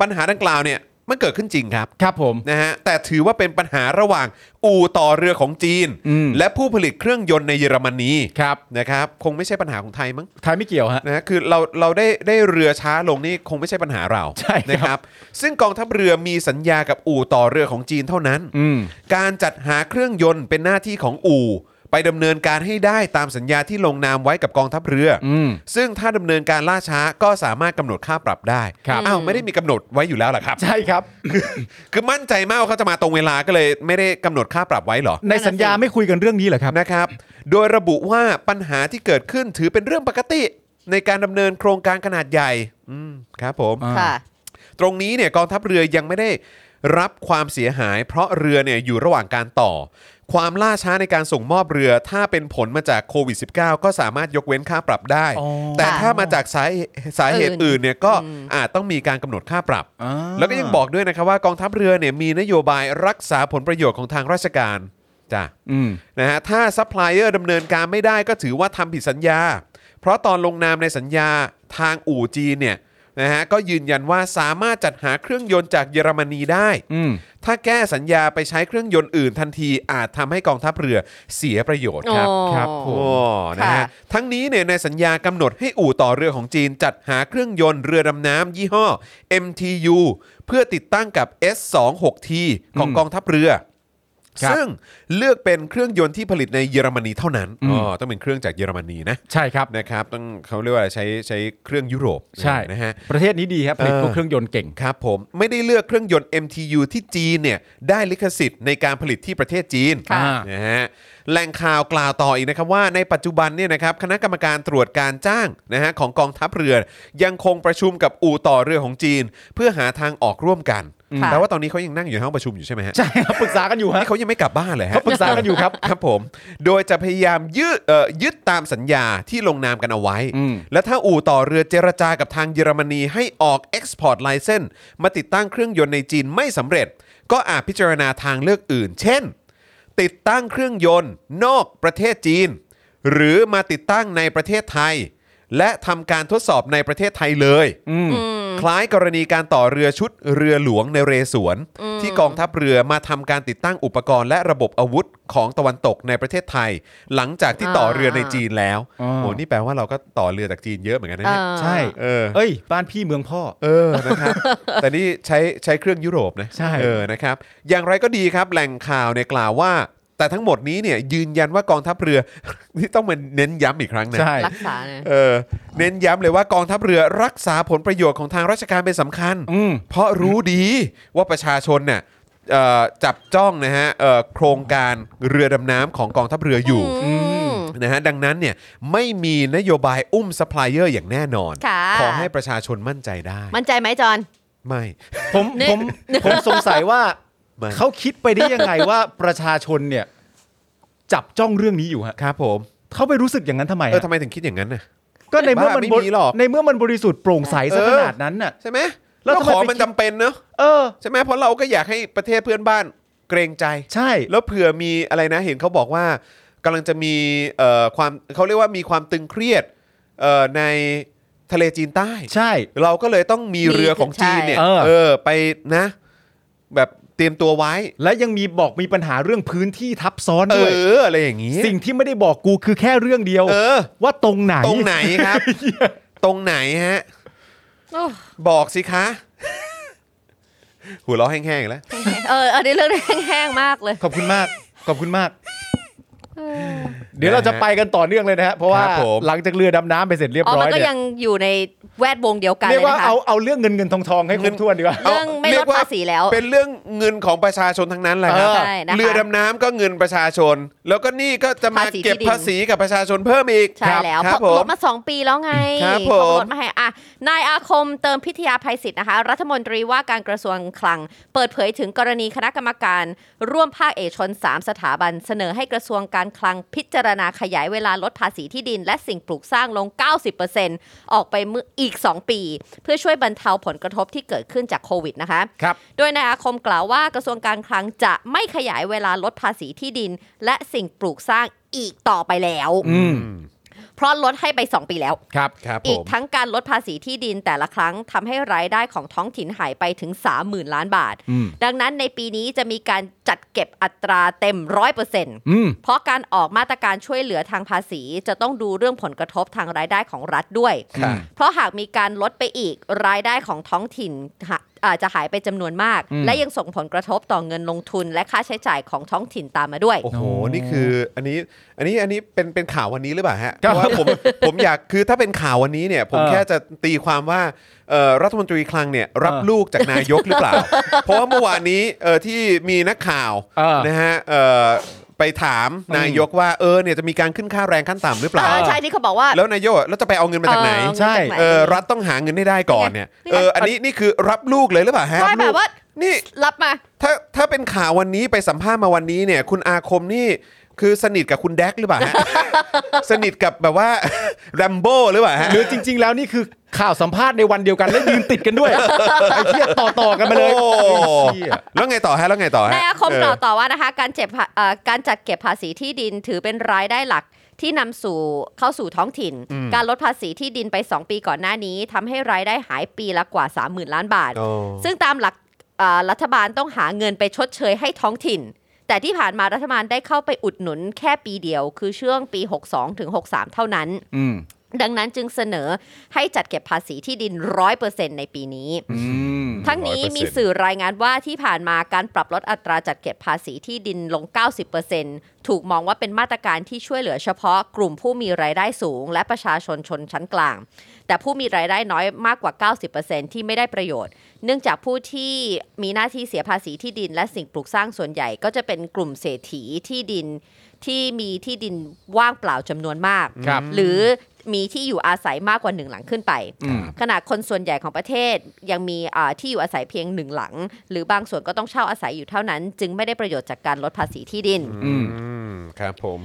Speaker 2: ปัญหาดังกล่าวเนี่ยมันเกิดขึ้นจริงครับ
Speaker 1: ครับผม
Speaker 2: นะฮะแต่ถือว่าเป็นปัญหาระหว่างอู่ต่อเรือของจีน
Speaker 1: อืม
Speaker 2: และผู้ผลิตเครื่องยนต์ในเยอรมนี
Speaker 1: ครับ
Speaker 2: นะครับคงไม่ใช่ปัญหาของไทย มั้ง
Speaker 1: ไทยไม่เกี่ยวฮะ
Speaker 2: นะคือเราเราได้ได้เรือช้าลงนี่คงไม่ใช่ปัญหาเรา
Speaker 1: ใช่ครับ
Speaker 2: นะครับ ซึ่งกองทัพเรือมีสัญญากับอู่ต่อเรือของจีนเท่านั้น
Speaker 1: อืม
Speaker 2: การจัดหาเครื่องยนต์เป็นหน้าที่ของอู่ ไปดำเนินการให้ได้ตามสัญญาที่ลงนามไว้กับกองทัพเรือ
Speaker 1: อืม
Speaker 2: ซึ่งถ้าดำเนินการล่าช้าก็สามารถกำหนดค่าปรับได้
Speaker 1: ครับ
Speaker 2: อ้าวไม่ได้มีกำหนดไว้อยู่แล้วเหรอครับ
Speaker 1: ใช่ครับ
Speaker 2: คือมั่นใจมากว่าเขาจะมาตรงเวลาก็เลยไม่ได้กำหนดค่าปรับไว้เหรอ
Speaker 1: ในสัญญาไม่คุยกันเรื่องนี้เหรอครับ
Speaker 2: นะครับ โดยระบุว่าปัญหาที่เกิดขึ้นถือเป็นเรื่องปกติ ในการดำเนินโครงการขนาดใหญ่อืมครับผม
Speaker 1: อ่า
Speaker 3: ค่ะ
Speaker 2: ตรงนี้เนี่ยกองทัพเรือยังไม่ได้รับความเสียหาย เพราะเรือเนี่ยอยู่ระหว่างการต่อ ความล่าช้าในการส่งมอบเรือ ถ้าเป็นผลมาจากโควิด -19 ก็สามารถยกเว้นค่าปรับได้
Speaker 1: อ๋อ
Speaker 2: แต่ถ้ามาจากสาเหตุสาเหตุอื่นเนี่ยก็
Speaker 3: อืม
Speaker 2: อาจต้องมีการกำหนดค่าปรับ
Speaker 1: อ่า
Speaker 2: แล้วก็ยังบอกด้วยนะครับว่ากองทัพเรือเนี่ยมีนโยบายรักษาผลประโยชน์ของทางราชการจ้ะ
Speaker 1: อืม
Speaker 2: นะฮะถ้าซัพพลายเออร์ดำเนินการไม่ได้ก็ถือว่าทำผิดสัญญา เพราะตอนลงนามในสัญญาทางอู่จีนเนี่ยนะฮะก็ยืนยันว่าสามารถจัดหาเครื่องยนต์จากเยอรมนีได้
Speaker 1: อืม
Speaker 2: ถ้าแก้สัญญาไปใช้เครื่องยนต์อื่นทันทีอาจทำให้กองทัพเรือเสียประโยชน์ครับ
Speaker 3: โอ้
Speaker 1: ครับผ
Speaker 2: โอ้
Speaker 1: ม
Speaker 2: นะฮะ
Speaker 3: ค่ะ
Speaker 2: ทั้งนี้เนี่ยในสัญญากำหนดให้อู่ต่อเรือของจีน จัดหาเครื่องยนต์เรือดำน้ำยี่ห้อ MTU เพื่อติดตั้งกับ S26T ของ
Speaker 1: อืม
Speaker 2: กองทัพเรือ
Speaker 1: ครับ
Speaker 2: ซึ่งเลือกเป็นเครื่องยนต์ที่ผลิตในเยอรมนีเท่านั้น
Speaker 1: อืม
Speaker 2: อ๋อต้องเป็นเครื่องจากเยอรมนีนะ
Speaker 1: ใช่ครับ
Speaker 2: นะครับต้องเขาเรียกว่าอะไรใช้ใช้เครื่องยุโรป
Speaker 1: ใช่
Speaker 2: นะฮะ
Speaker 1: ประเทศนี้ดีครับผลิต
Speaker 2: เออ
Speaker 1: พวกเครื่องยนต์เก่ง
Speaker 2: ครับผมไม่ได้เลือกเครื่องยนต์ MTU ที่จีนเนี่ยได้ลิขสิทธิ์ในการผลิตที่ประเทศจีน
Speaker 1: ค่ะ
Speaker 2: นะฮะแหล่งข่าวกล่าวต่ออีกนะครับว่าในปัจจุบันเนี่ยนะครับคณะกรรมการตรวจการจ้างนะฮะของกองทัพเรือ ยังคงประชุมกับอู่ต่อเรือของจีน เพื่อหาทางออกร่วมกัน
Speaker 3: ค่ะ
Speaker 2: แต่ว่าตอนนี้เขายังนั่งอยู่ในห้องประชุมอยู่ใช่ไหมฮะ
Speaker 1: ใช่ครับ ปรึกษากันอยู่ฮะ
Speaker 2: นี่เขายังไม่กลับบ้านเลยฮะ
Speaker 1: เขาปรึกษากันอยู่ครับ
Speaker 2: ครับผม โดยจะพยายามยืดเอ่อยึดตามสัญญาที่ลงนามกันเอาไว้
Speaker 1: อืม
Speaker 2: และถ้าอู่ต่อเรือเจรจากับทางเยอรมนีให้ออก Export License มาติดตั้งเครื่องยนต์ในจีนไม่สำเร็จ ก็อาจพิจารณาทางเลือกอื่น เช่น ติดตั้งเครื่องยนต์นอกประเทศจีน หรือมาติดตั้งในประเทศไทย และทำการทดสอบในประเทศไทยเลย
Speaker 1: อืม
Speaker 2: คล้ายกรณีการต่อเรือชุดเรือหลวงในเรสวน ที่กองทัพเรือมาทำการติดตั้งอุปกรณ์และระบบอาวุธของตะวันตกในประเทศไทย หลังจากที่ต่อเรือในจีนแล้ว
Speaker 1: อ่า
Speaker 2: โอ้นี่แปลว่าเราก็ต่อเรือจากจีนเยอะเหมือนกันนะเนี่ย
Speaker 3: เออ
Speaker 1: ใช่
Speaker 2: เออ
Speaker 1: เอ้ย บ้านพี่เมืองพ่อ
Speaker 2: เออ นะครับ แต่นี่ใช้ใช้เครื่องยุโรปนะ
Speaker 1: ใช่
Speaker 2: เออ นะครับ อย่างไรก็ดีครับ แหล่งข่าวเนี่ยกล่าวว่า แต่ทั้งหมดนี้เนี่ยยืนยันว่ากองทัพเรือ นี่ต้องมาเน้นย้ำอีกครั้งนะ
Speaker 1: ใช่
Speaker 3: รักษาเนี่ย
Speaker 2: เออ เน้นย้ำเลยว่ากองทัพเรือรักษาผลประโยชน์ของทางราชการเป็นสำคัญ
Speaker 1: อืม
Speaker 2: เพราะรู้ดีว่าประชาชนเนี่ยเอ่อจับจ้องนะฮะเอ่อโครงการเรือดำน้ำของกองทัพเรืออยู่
Speaker 3: อืม
Speaker 2: นะฮะ ดังนั้นเนี่ยไม่มีนโยบายอุ้มซัพพลายเออร์อย่างแน่นอน
Speaker 3: ค่ะ
Speaker 2: ขอให้ประชาชนมั่นใจได้
Speaker 3: มั่นใจไหมจอน
Speaker 2: ไม่
Speaker 1: ผม
Speaker 3: นี่
Speaker 1: ผมผมสงสัยว่า
Speaker 2: ไม่
Speaker 1: เขาคิดไปได้ยังไงว่าประชาชนเนี่ย จับจ้องเรื่องนี้อยู่ฮะ
Speaker 2: ครับผม
Speaker 1: เขาไปรู้สึกอย่างนั้นทำไม
Speaker 2: เออ
Speaker 1: ฮะ
Speaker 2: ทำไมถึงคิดอย่างนั้นน่ะ
Speaker 1: ก็ในเมื่อมัน
Speaker 2: บ้าไม่มีหรอก
Speaker 1: ในเมื่อมันบริสุทธิ์โปร่งใสซะขนาด
Speaker 2: เออ
Speaker 1: นั้นน่ะ
Speaker 2: ใช่ไหม
Speaker 1: แล้
Speaker 2: แล้ว ว
Speaker 1: ทำไม
Speaker 2: ของ
Speaker 1: ไป
Speaker 2: มัน
Speaker 1: คิด
Speaker 2: จำเป็นเนอะ
Speaker 1: เออ
Speaker 2: ใช่ไหมเพราะเราก็อยากให้ประเทศเพื่อนบ้านเกรงใจ
Speaker 1: ใช่
Speaker 2: แล้วเผื่อมีอะไรนะเห็นเขาบอกว่ากำลังจะมีเอ่อความเขาเรียกว่ามีความตึงเครียดเอ่อในทะเลจีนใต้
Speaker 1: ใช่
Speaker 2: เราก็เลยต้องมี
Speaker 3: มี
Speaker 2: เรือของจีนเนี่ย
Speaker 1: ใช่เออ
Speaker 2: เออไปนะ แบบเตรียมตัวไว้
Speaker 1: และยังมีบอกมีปัญหาเรื่องพื้นที่ทับซ้อน
Speaker 2: เอ
Speaker 1: ด้วย
Speaker 2: ออะไรอย่างนี้
Speaker 1: สิ่งที่ไม่ได้บอกกูคือแค่เรื่องเดียว
Speaker 2: เออ
Speaker 1: ว่าตรงไหน
Speaker 2: ตรงไหนครับ ตรงไหนฮะ
Speaker 3: โอ้
Speaker 2: บอกสิคะ หัวเราะแห้งๆอีกแล้ว
Speaker 3: เอออันนี้เรื่องแห้งๆมากเลย
Speaker 1: ขอบคุณมาก ขอบคุณมาก เดี๋ยวเราจะ
Speaker 2: นะฮะ
Speaker 1: ไปกันต่อเนื่องเลยนะฮะ เพราะว่า
Speaker 2: ครับผม
Speaker 1: หลังจากเรือดำน้ำไปเสร็จเรียบ
Speaker 3: อ๋อ
Speaker 1: ร้
Speaker 3: มั
Speaker 1: อน ย
Speaker 3: ก็
Speaker 1: เนี่
Speaker 3: ยั
Speaker 1: ย
Speaker 3: งอยู่ในแวดวงเดียวกัน
Speaker 1: เรีย
Speaker 3: เลย
Speaker 1: กว่า
Speaker 3: นะคะ
Speaker 1: เอาเอาเรื่องเงินเงินทองทองให้ครบถ้วนดีกว่า
Speaker 2: เอา
Speaker 3: เรื่องไม่ลด
Speaker 2: เรียกว่
Speaker 3: ภาษีแล้ว
Speaker 2: เป็นเรื่องเงินของประชาชนทั้งนั้นแหละครับ
Speaker 1: เออ
Speaker 3: ใช่นะคะ
Speaker 2: เรือดำน้ำก็เงินประชาชน แล้วก็นี่ก็จะมา
Speaker 3: ภาษีที่
Speaker 2: เก็บ
Speaker 3: ดิน
Speaker 2: ภาษีกับประชาชนเพิ่มอีก
Speaker 3: ใช่แล้ว
Speaker 2: ค
Speaker 3: เพ
Speaker 2: รับ
Speaker 3: ราะ
Speaker 2: ผ
Speaker 3: ลด
Speaker 2: ม
Speaker 3: มา 2 ปีแล้วไง
Speaker 2: ครับผม
Speaker 3: เขาก็ลดมาให้อ่ะนายอาคมเติมพิทยาภัยศิษย์นะคะ รัฐมนตรีว่าการกระทรวงคลัง เปิดเผยถึงกรณีคณะกรรมการ ร่วมภาคเอกชน 3 สถาบัน เสนอให้กระทรวงการคลังพิจารณาขยายเวลาลดภาษีที่ดิน และสิ่งปลูกสร้างลง 90%ออกไปเมื่ออีก 2 ปี เพื่อช่วยบรรเทาผลกระทบที่เกิดขึ้นจากโควิดนะคะ
Speaker 1: ครับ
Speaker 3: โดยนายอาคมกล่าวว่ากระทรวงการคลังจะไม่ขยายเวลาลดภาษีที่ดิน และสิ่งปลูกสร้างอีกต่อไปแล้ว
Speaker 1: อืม
Speaker 3: เพราะลดให้ไป 2 ปีแล้ว
Speaker 1: ครับ
Speaker 2: ครับผ
Speaker 3: อีก
Speaker 2: ม
Speaker 3: ทั้งการลดภาษีที่ดินแต่ละครั้งทำให้รายได้ของท้องถิ่นหายไปถึง 30,000 ล้านบาท
Speaker 1: อืม
Speaker 3: ดังนั้นในปีนี้จะมีการจัดเก็บอัตราเต็ม 100%
Speaker 1: อืม
Speaker 3: เพราะการออกมาตรการช่วยเหลือทางภาษี จะต้องดูเรื่องผลกระทบทางรายได้ของรัฐด้วย
Speaker 2: ค่ะ
Speaker 3: เพราะหากมีการลดไปอีกรายได้ของท้องถิ่นหะอาจจะหายไปจำนวนมาก
Speaker 1: อืม
Speaker 3: และยังส่งผลกระทบต่อเงินลงทุนและค่าใช้จ่ายของท้องถิ่นตามมาด้วย
Speaker 2: โอ้โห
Speaker 1: โอ้
Speaker 2: นี่คืออันนี้อันนี้อันนี้เป็นเป็นข่าววันนี้หรือเปล่าฮะ เพ
Speaker 1: ครับ
Speaker 2: ราะว่าผมผมอยากคือถ้าเป็นข่าววันนี้เนี่ยผม
Speaker 1: เออ
Speaker 2: แค่จะตีความว่าเอ่อรัฐมนตรีคลังเนี่ยรับ
Speaker 1: เออ
Speaker 2: ลูกจากนายกหรือเปล่า เพราะว่าเมื่อวานนี้เอ่อที่มีนักข่าว
Speaker 1: เออ
Speaker 2: นะฮะเอ่อไปถามนายกว่าเออเนี่ยจะมีการขึ้นค่าแรงขั้นต่ำหรือเปล่า
Speaker 3: อ่าใช่ที่เขาบอกว่า
Speaker 2: แล้วนายกแล้วจะไปเอาเงินมาจากไหน
Speaker 3: เออ
Speaker 1: ใช่
Speaker 3: มาจากไหน
Speaker 2: เออรัฐต้องหาเงินให้ได้ก่อนเนี่ย
Speaker 3: นี่ไง
Speaker 2: เอออันนี้นี่คือรับลูกเลยหรือเปล่าฮะ
Speaker 3: ใช่แบบว่า
Speaker 2: นี่
Speaker 3: รับมา
Speaker 2: ถ้าถ้าเป็นข่าววันนี้ไปสัมภาษณ์มาวันนี้เนี่ย คุณอาคมนี่คือสนิทกับคุณแดกหรือเปล่า ฮะ สนิทกับแบบว่า แรมโบ้หรือเปล่าฮะ
Speaker 1: หรือจริง ๆ แล้วนี่คือข่าวสัมภาษณ์ในวันเดียวกันแล้วยืนติดกันด้วย ไอ้เทียต่อต่อๆกันไปเลย
Speaker 2: โอ้
Speaker 1: เหี้ย
Speaker 2: แล้วไงต่อฮะแล้วไงต่อฮะ
Speaker 3: นายอาคม
Speaker 2: เ
Speaker 3: กล่าวต่อว่านะคะการเจ็บภาเอ่อการจัดเก็บภาษีที่ดินถือเป็นรายได้หลักที่นำสู่เข้าสู่ท้องถิ่น การลดภาษีที่ดินไป 2 ปีก่อนหน้านี้ทำให้รายได้หายปีละกว่า 30,000 ล้านบาท
Speaker 2: โอ้
Speaker 3: ซึ่งตามหลักเอ่อรัฐบาลต้องหาเงินไปชดเชยให้ท้องถิ่น แต่ที่ผ่านมารัฐบาลได้เข้าไปอุดหนุนแค่ปีเดียว คือช่วงปี 62ถึง63 เท่านั้น
Speaker 1: อืม
Speaker 3: ดังนั้นจึงเสนอให้จัดเก็บภาษีที่ดิน 100%ในปีนี้
Speaker 1: อืม
Speaker 3: ทั้งนี้มีสื่อรายงานว่าที่ผ่านมาการปรับลดอัตราจัดเก็บภาษีที่ดินลง 90%ถูกมองว่าเป็นมาตรการที่ช่วยเหลือเฉพาะกลุ่มผู้มีรายได้สูง และประชาชนชนชั้นกลาง แต่ผู้มีรายได้น้อยมากกว่า 90%ที่ไม่ได้ประโยชน์ เนื่องจากผู้ที่มีหน้าที่เสียภาษีที่ดินและสิ่งปลูกสร้างส่วนใหญ่ ก็จะเป็นกลุ่มเศรษฐีที่ดินที่มีที่ดินว่างเปล่าจำนวนมาก
Speaker 1: ครับ
Speaker 3: หรือมีที่อยู่อาศัยมากกว่าหนึ่งหลังขึ้นไป
Speaker 1: อืม
Speaker 3: ขณะคนส่วนใหญ่ของประเทศยังมีอ่าที่อยู่อาศัยเพียงหนึ่งหลัง หรือบางส่วนก็ต้องเช่าอาศัยอยู่เท่านั้น จึงไม่ได้ประโยชน์จากการลดภาษีที่ดิน
Speaker 1: อืม
Speaker 2: อืมครับผม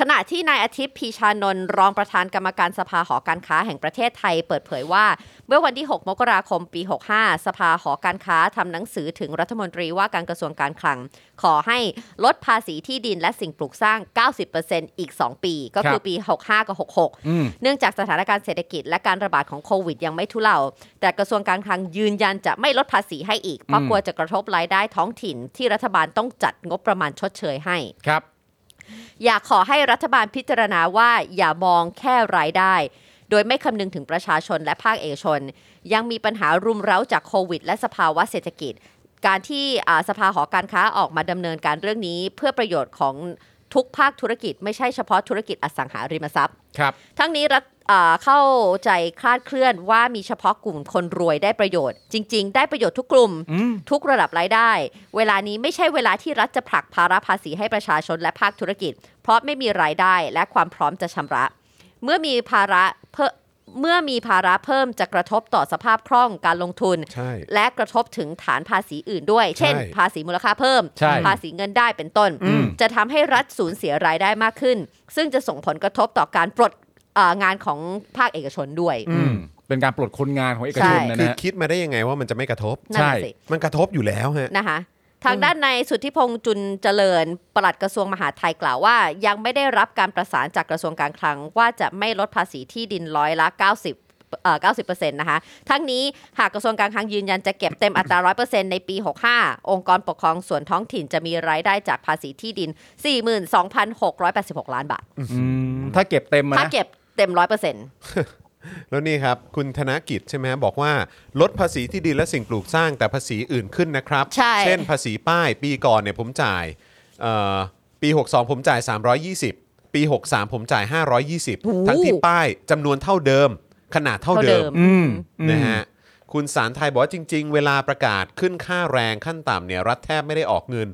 Speaker 3: ขณะที่นายอาทิตย์พีชานนท์รองประธานกรรมการสภาหอการค้าแห่งประเทศไทยเปิดเผยว่า เมื่อวันที่ 6 มกราคมปี 65 สภาหอการค้าทำหนังสือถึงรัฐมนตรีว่าการกระทรวงการคลัง ขอให้ลดภาษีที่ดินและสิ่งปลูกสร้าง 90%อีก 2 ปี ก็คือ
Speaker 1: ครับ
Speaker 3: ปี 65 กับ 66
Speaker 1: อืม
Speaker 3: เนื่องจากสถานการณ์เศรษฐกิจและการระบาดของโควิดยังไม่ทุเลา แต่กระทรวงการคลังยืนยันจะไม่ลดภาษีให้อีก เพราะ
Speaker 1: อืม
Speaker 3: กลัวจะกระทบรายได้ท้องถิ่นที่รัฐบาลต้องจัดงบประมาณชดเชยให้
Speaker 1: ครับ
Speaker 3: อยากขอให้รัฐบาลพิจารณาว่าอย่ามองแค่รายได้ โดยไม่คำนึงถึงประชาชนและภาคเอกชน ยังมีปัญหารุมเร้าจากโควิด และสภาวะเศรษฐกิจ การที่อ่าสภาหอการค้าออกมาดำเนินการเรื่องนี้ เพื่อประโยชน์ของทุกภาคธุรกิจ ไม่ใช่เฉพาะธุรกิจอสังหาริมทรัพย์
Speaker 1: ครับ
Speaker 3: ทั้งนี้รัฐอ่าเข้าใจคลาดเคลื่อนว่ามีเฉพาะกลุ่มคนรวยได้ประโยชน์ จริง ๆ ได้ประโยชน์ทุกกลุ่ม
Speaker 1: อืม
Speaker 3: ทุกระดับรายได้ เวลานี้ไม่ใช่เวลาที่รัฐจะผลักภาระภาษีให้ประชาชนและภาคธุรกิจ เพราะไม่มีรายได้และความพร้อมจะชำระ เมื่อมีภาระเพิ่มเมื่อมีภาระเพิ่มจะกระทบต่อสภาพคล่องการลงทุน
Speaker 2: ใช่
Speaker 3: และกระทบถึงฐานภาษีอื่นด้วย เช่น
Speaker 2: ใช่
Speaker 3: ภาษีมูลค่าเพิ่ม
Speaker 1: ใช่
Speaker 3: ภาษีเงินได้เป็นต้น
Speaker 1: อืม
Speaker 3: จะทำให้รัฐสูญเสียรายได้มากขึ้น ซึ่งจะส่งผลกระทบต่อการปลดเอ่องานของภาคเอกชนด้วย
Speaker 1: อืม เป็นการปลดคนงานของเอกชน
Speaker 2: คือ
Speaker 1: นะนะฮะ
Speaker 2: คิดมาได้ยังไงว่ามันจะไม่กระทบ
Speaker 3: นั่นนะ
Speaker 1: ใช่
Speaker 3: สิ
Speaker 2: มันกระทบอยู่แล้วฮะ
Speaker 3: นะคะทางด้านในายสุทธิพงษ์จุนเจริญปลัดกระทรวงมหาดไทยกล่าวว่า ยังไม่ได้รับการประสานจากกระทรวงการคลังว่าจะไม่ลดภาษีที่ดินร้อยละ 90เอ่อ90%นะคะ ทั้งนี้หากกระทรวงการคลังยืนยันจะเก็บเต็มอัตรา 100%ในปี 65 องค์กรปกครองส่วนท้องถิ่นจะมีรายได้จากภาษีที่ดิน 42,686 ล้านบาท
Speaker 1: อืมถ้าเก็บเต็มอะ
Speaker 3: ถ้า
Speaker 1: นะ
Speaker 3: เก็บเต็ม 100%
Speaker 2: แล้วนี่ครับ คุณธนกิจใช่ไหมฮะบอกว่า ลดภาษีที่ดินและสิ่งปลูกสร้างแต่ภาษีอื่นขึ้นนะครับ
Speaker 3: ใช่
Speaker 2: เช่นภาษีป้ายปีก่อนเนี่ยผมจ่ายเอ่อปี 62 ผมจ่าย 320 ปี 63 ผมจ่าย 520 ทั้งที่ป้ายจำนวนเท่าเดิม ขนาดเท่า
Speaker 3: เท่า
Speaker 2: เดิ
Speaker 3: เดิ
Speaker 2: ม
Speaker 3: ม
Speaker 1: อืมอืม
Speaker 2: นะฮะคุณสารไทยบอกว่าจริง ๆ เวลาประกาศขึ้นค่าแรงขั้นต่ำเนี่ยรัฐแทบไม่ได้ออกเงิน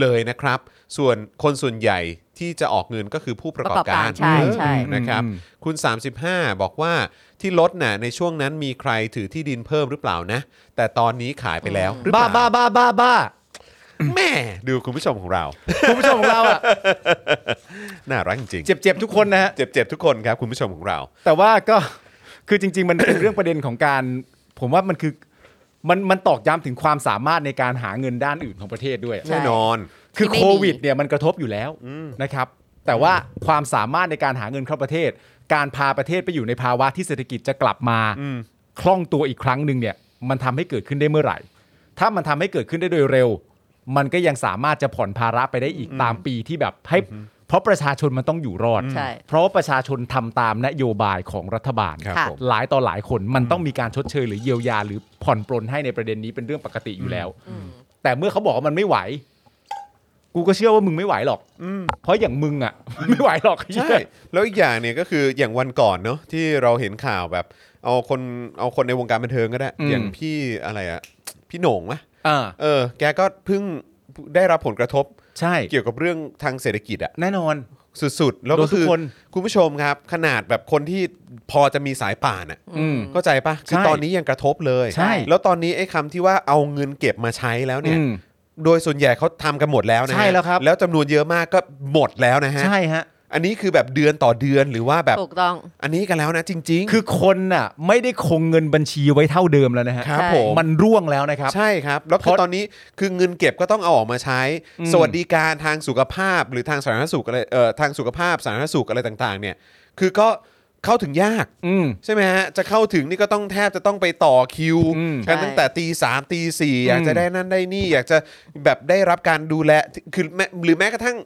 Speaker 2: เลยนะครับ ส่วนคนส่วนใหญ่ที่จะออกเงินก็คือผู้ประกอบการ
Speaker 3: ประกอบการใช่ใช่
Speaker 2: นะครับ
Speaker 1: อืม
Speaker 2: คุณ 35 บอกว่าที่ลดน่ะในช่วงนั้นมีใครถือที่ดินเพิ่มหรือเปล่านะ แต่ตอนนี้ขายไปแล้วหรือเป
Speaker 1: บ้า
Speaker 2: ล่า
Speaker 1: บ้าบ้าบ้าบ้า
Speaker 2: แม่ดูคุณผู้ชมของเรา
Speaker 1: คุณผู้ชมของเราอะ
Speaker 2: น่ารักจริง
Speaker 1: เจ็บๆทุกคนนะฮะ
Speaker 2: ๆเจ็บๆทุกคนครับคุณผู้ชมของเรา
Speaker 1: แต่ว่าก็ คือจริง ๆ มันเป็น เรื่องประเด็นของการ ผมว่ามันคือมันมันตอกย้ำถึงความสามารถในการหาเงินด้านอื่นของประเทศด้วย
Speaker 3: ใช่
Speaker 2: แน่นอน
Speaker 1: คือ
Speaker 3: ที่ไม่มี
Speaker 1: โควิดเนี่ยมันกระทบอยู่แล้วนะครับ แต่ว่าความสามารถในการหาเงินเข้าประเทศ การพาประเทศไปอยู่ในภาวะที่เศรษฐกิจจะกลับมาคล่องตัวอีกครั้งหนึ่งเนี่ย มันทำให้เกิดขึ้นได้เมื่อไหร่ ถ้ามันทำให้เกิดขึ้นได้โดยเร็ว มันก็ยังสามารถจะผ่อนภาระไปได้อีกตามปีที่แบบให้เพราะประชาชนมันต้องอยู่รอด
Speaker 3: ใช่
Speaker 1: เพราะว่าประชาชนทำตามนโยบายของรัฐบาล
Speaker 2: ครับ
Speaker 3: ค่ะ
Speaker 2: ผม
Speaker 1: หลายต่อหลายคนมันต้องมีการชดเชยหรือเยียวยาหรือผ่อนปลนให้ในประเด็นนี้เป็นเรื่องปกติอยู่แล้ว แต่เมื่อเขาบอกว่ามันไม่ไหว กูก็เชื่อว่ามึงไม่ไหวหรอกเพราะอย่างมึงอ่ะ ไม่ไหวหรอก
Speaker 2: ใช่แล้วอีกอย่างเนี่ยก็คืออย่างวันก่อนเนาะที่เราเห็นข่าวแบบ เอาคนเอาคนในวงการบันเทิงก็ได้ อย่างพี่อะไรอะพี่โหน่งมะ
Speaker 1: เอ่า
Speaker 2: เออ แกก็เพิ่งได้รับผลกระทบ
Speaker 1: ใช่
Speaker 2: เกี่ยวกับเรื่องทางเศรษฐกิจอะ
Speaker 1: แน่นอน
Speaker 2: สุดๆ แล้วก็คือ
Speaker 1: โดนทุกคน
Speaker 2: คุณผู้ชมครับ ขนาดแบบคนที่พอจะมีสายป่านอะ
Speaker 1: อืม
Speaker 2: เข้าใจปะคือ
Speaker 1: ใช่
Speaker 2: ตอนนี้ยังกระทบเลย
Speaker 1: ใช่
Speaker 2: แล้วตอนนี้ไอ้คำที่ว่าเอาเงินเก็บมาใช้แล้วเนี่ย
Speaker 1: อืม
Speaker 2: โดยส่วนใหญ่เขาทำกันหมดแล้วนะฮะ
Speaker 1: ใช่แล้วครับ
Speaker 2: แล้วจำนวนเยอะมากก็หมดแล้วนะฮะ
Speaker 1: ใช่ฮะ
Speaker 2: อันนี้คือแบบเดือนต่อเดือนหรือว่าแบบ
Speaker 3: ถูกต้อง
Speaker 2: อันนี้กันแล้วนะจริง ๆ
Speaker 1: คือคนน่ะ ไม่ได้คงเงินบัญชีไว้เท่าเดิมแล้วนะฮะ
Speaker 2: ครับ
Speaker 3: ใช่
Speaker 2: ผม
Speaker 1: มันร่วงแล้วนะครับ
Speaker 2: ใช่ครับ แล้ว
Speaker 1: เพ
Speaker 2: คือ
Speaker 1: ราะ
Speaker 2: ตอนนี้คือเงินเก็บก็ต้องเอาออกมาใช้
Speaker 1: อืม
Speaker 2: สวัสดิการทางสุขภาพหรือทางสาธารณสุขอะไรเอ่อทางสุขภาพสาธารณสุขอะไรต่างๆ เนี่ย คือก็เข้าถึงยาก
Speaker 1: อืม
Speaker 2: ใช่ไหมฮะจะเข้าถึงนี่ก็ต้องแทบจะต้องไปต่อคิว
Speaker 1: อืม
Speaker 2: กัน
Speaker 3: ใช่
Speaker 2: ตั้งแต่ตีสามตีสี่อยากจะ
Speaker 1: อืม
Speaker 2: ได้นั่นได้นี่ อยากจะแบบได้รับการดูแลคือแม้หรือแม้กระทั่ง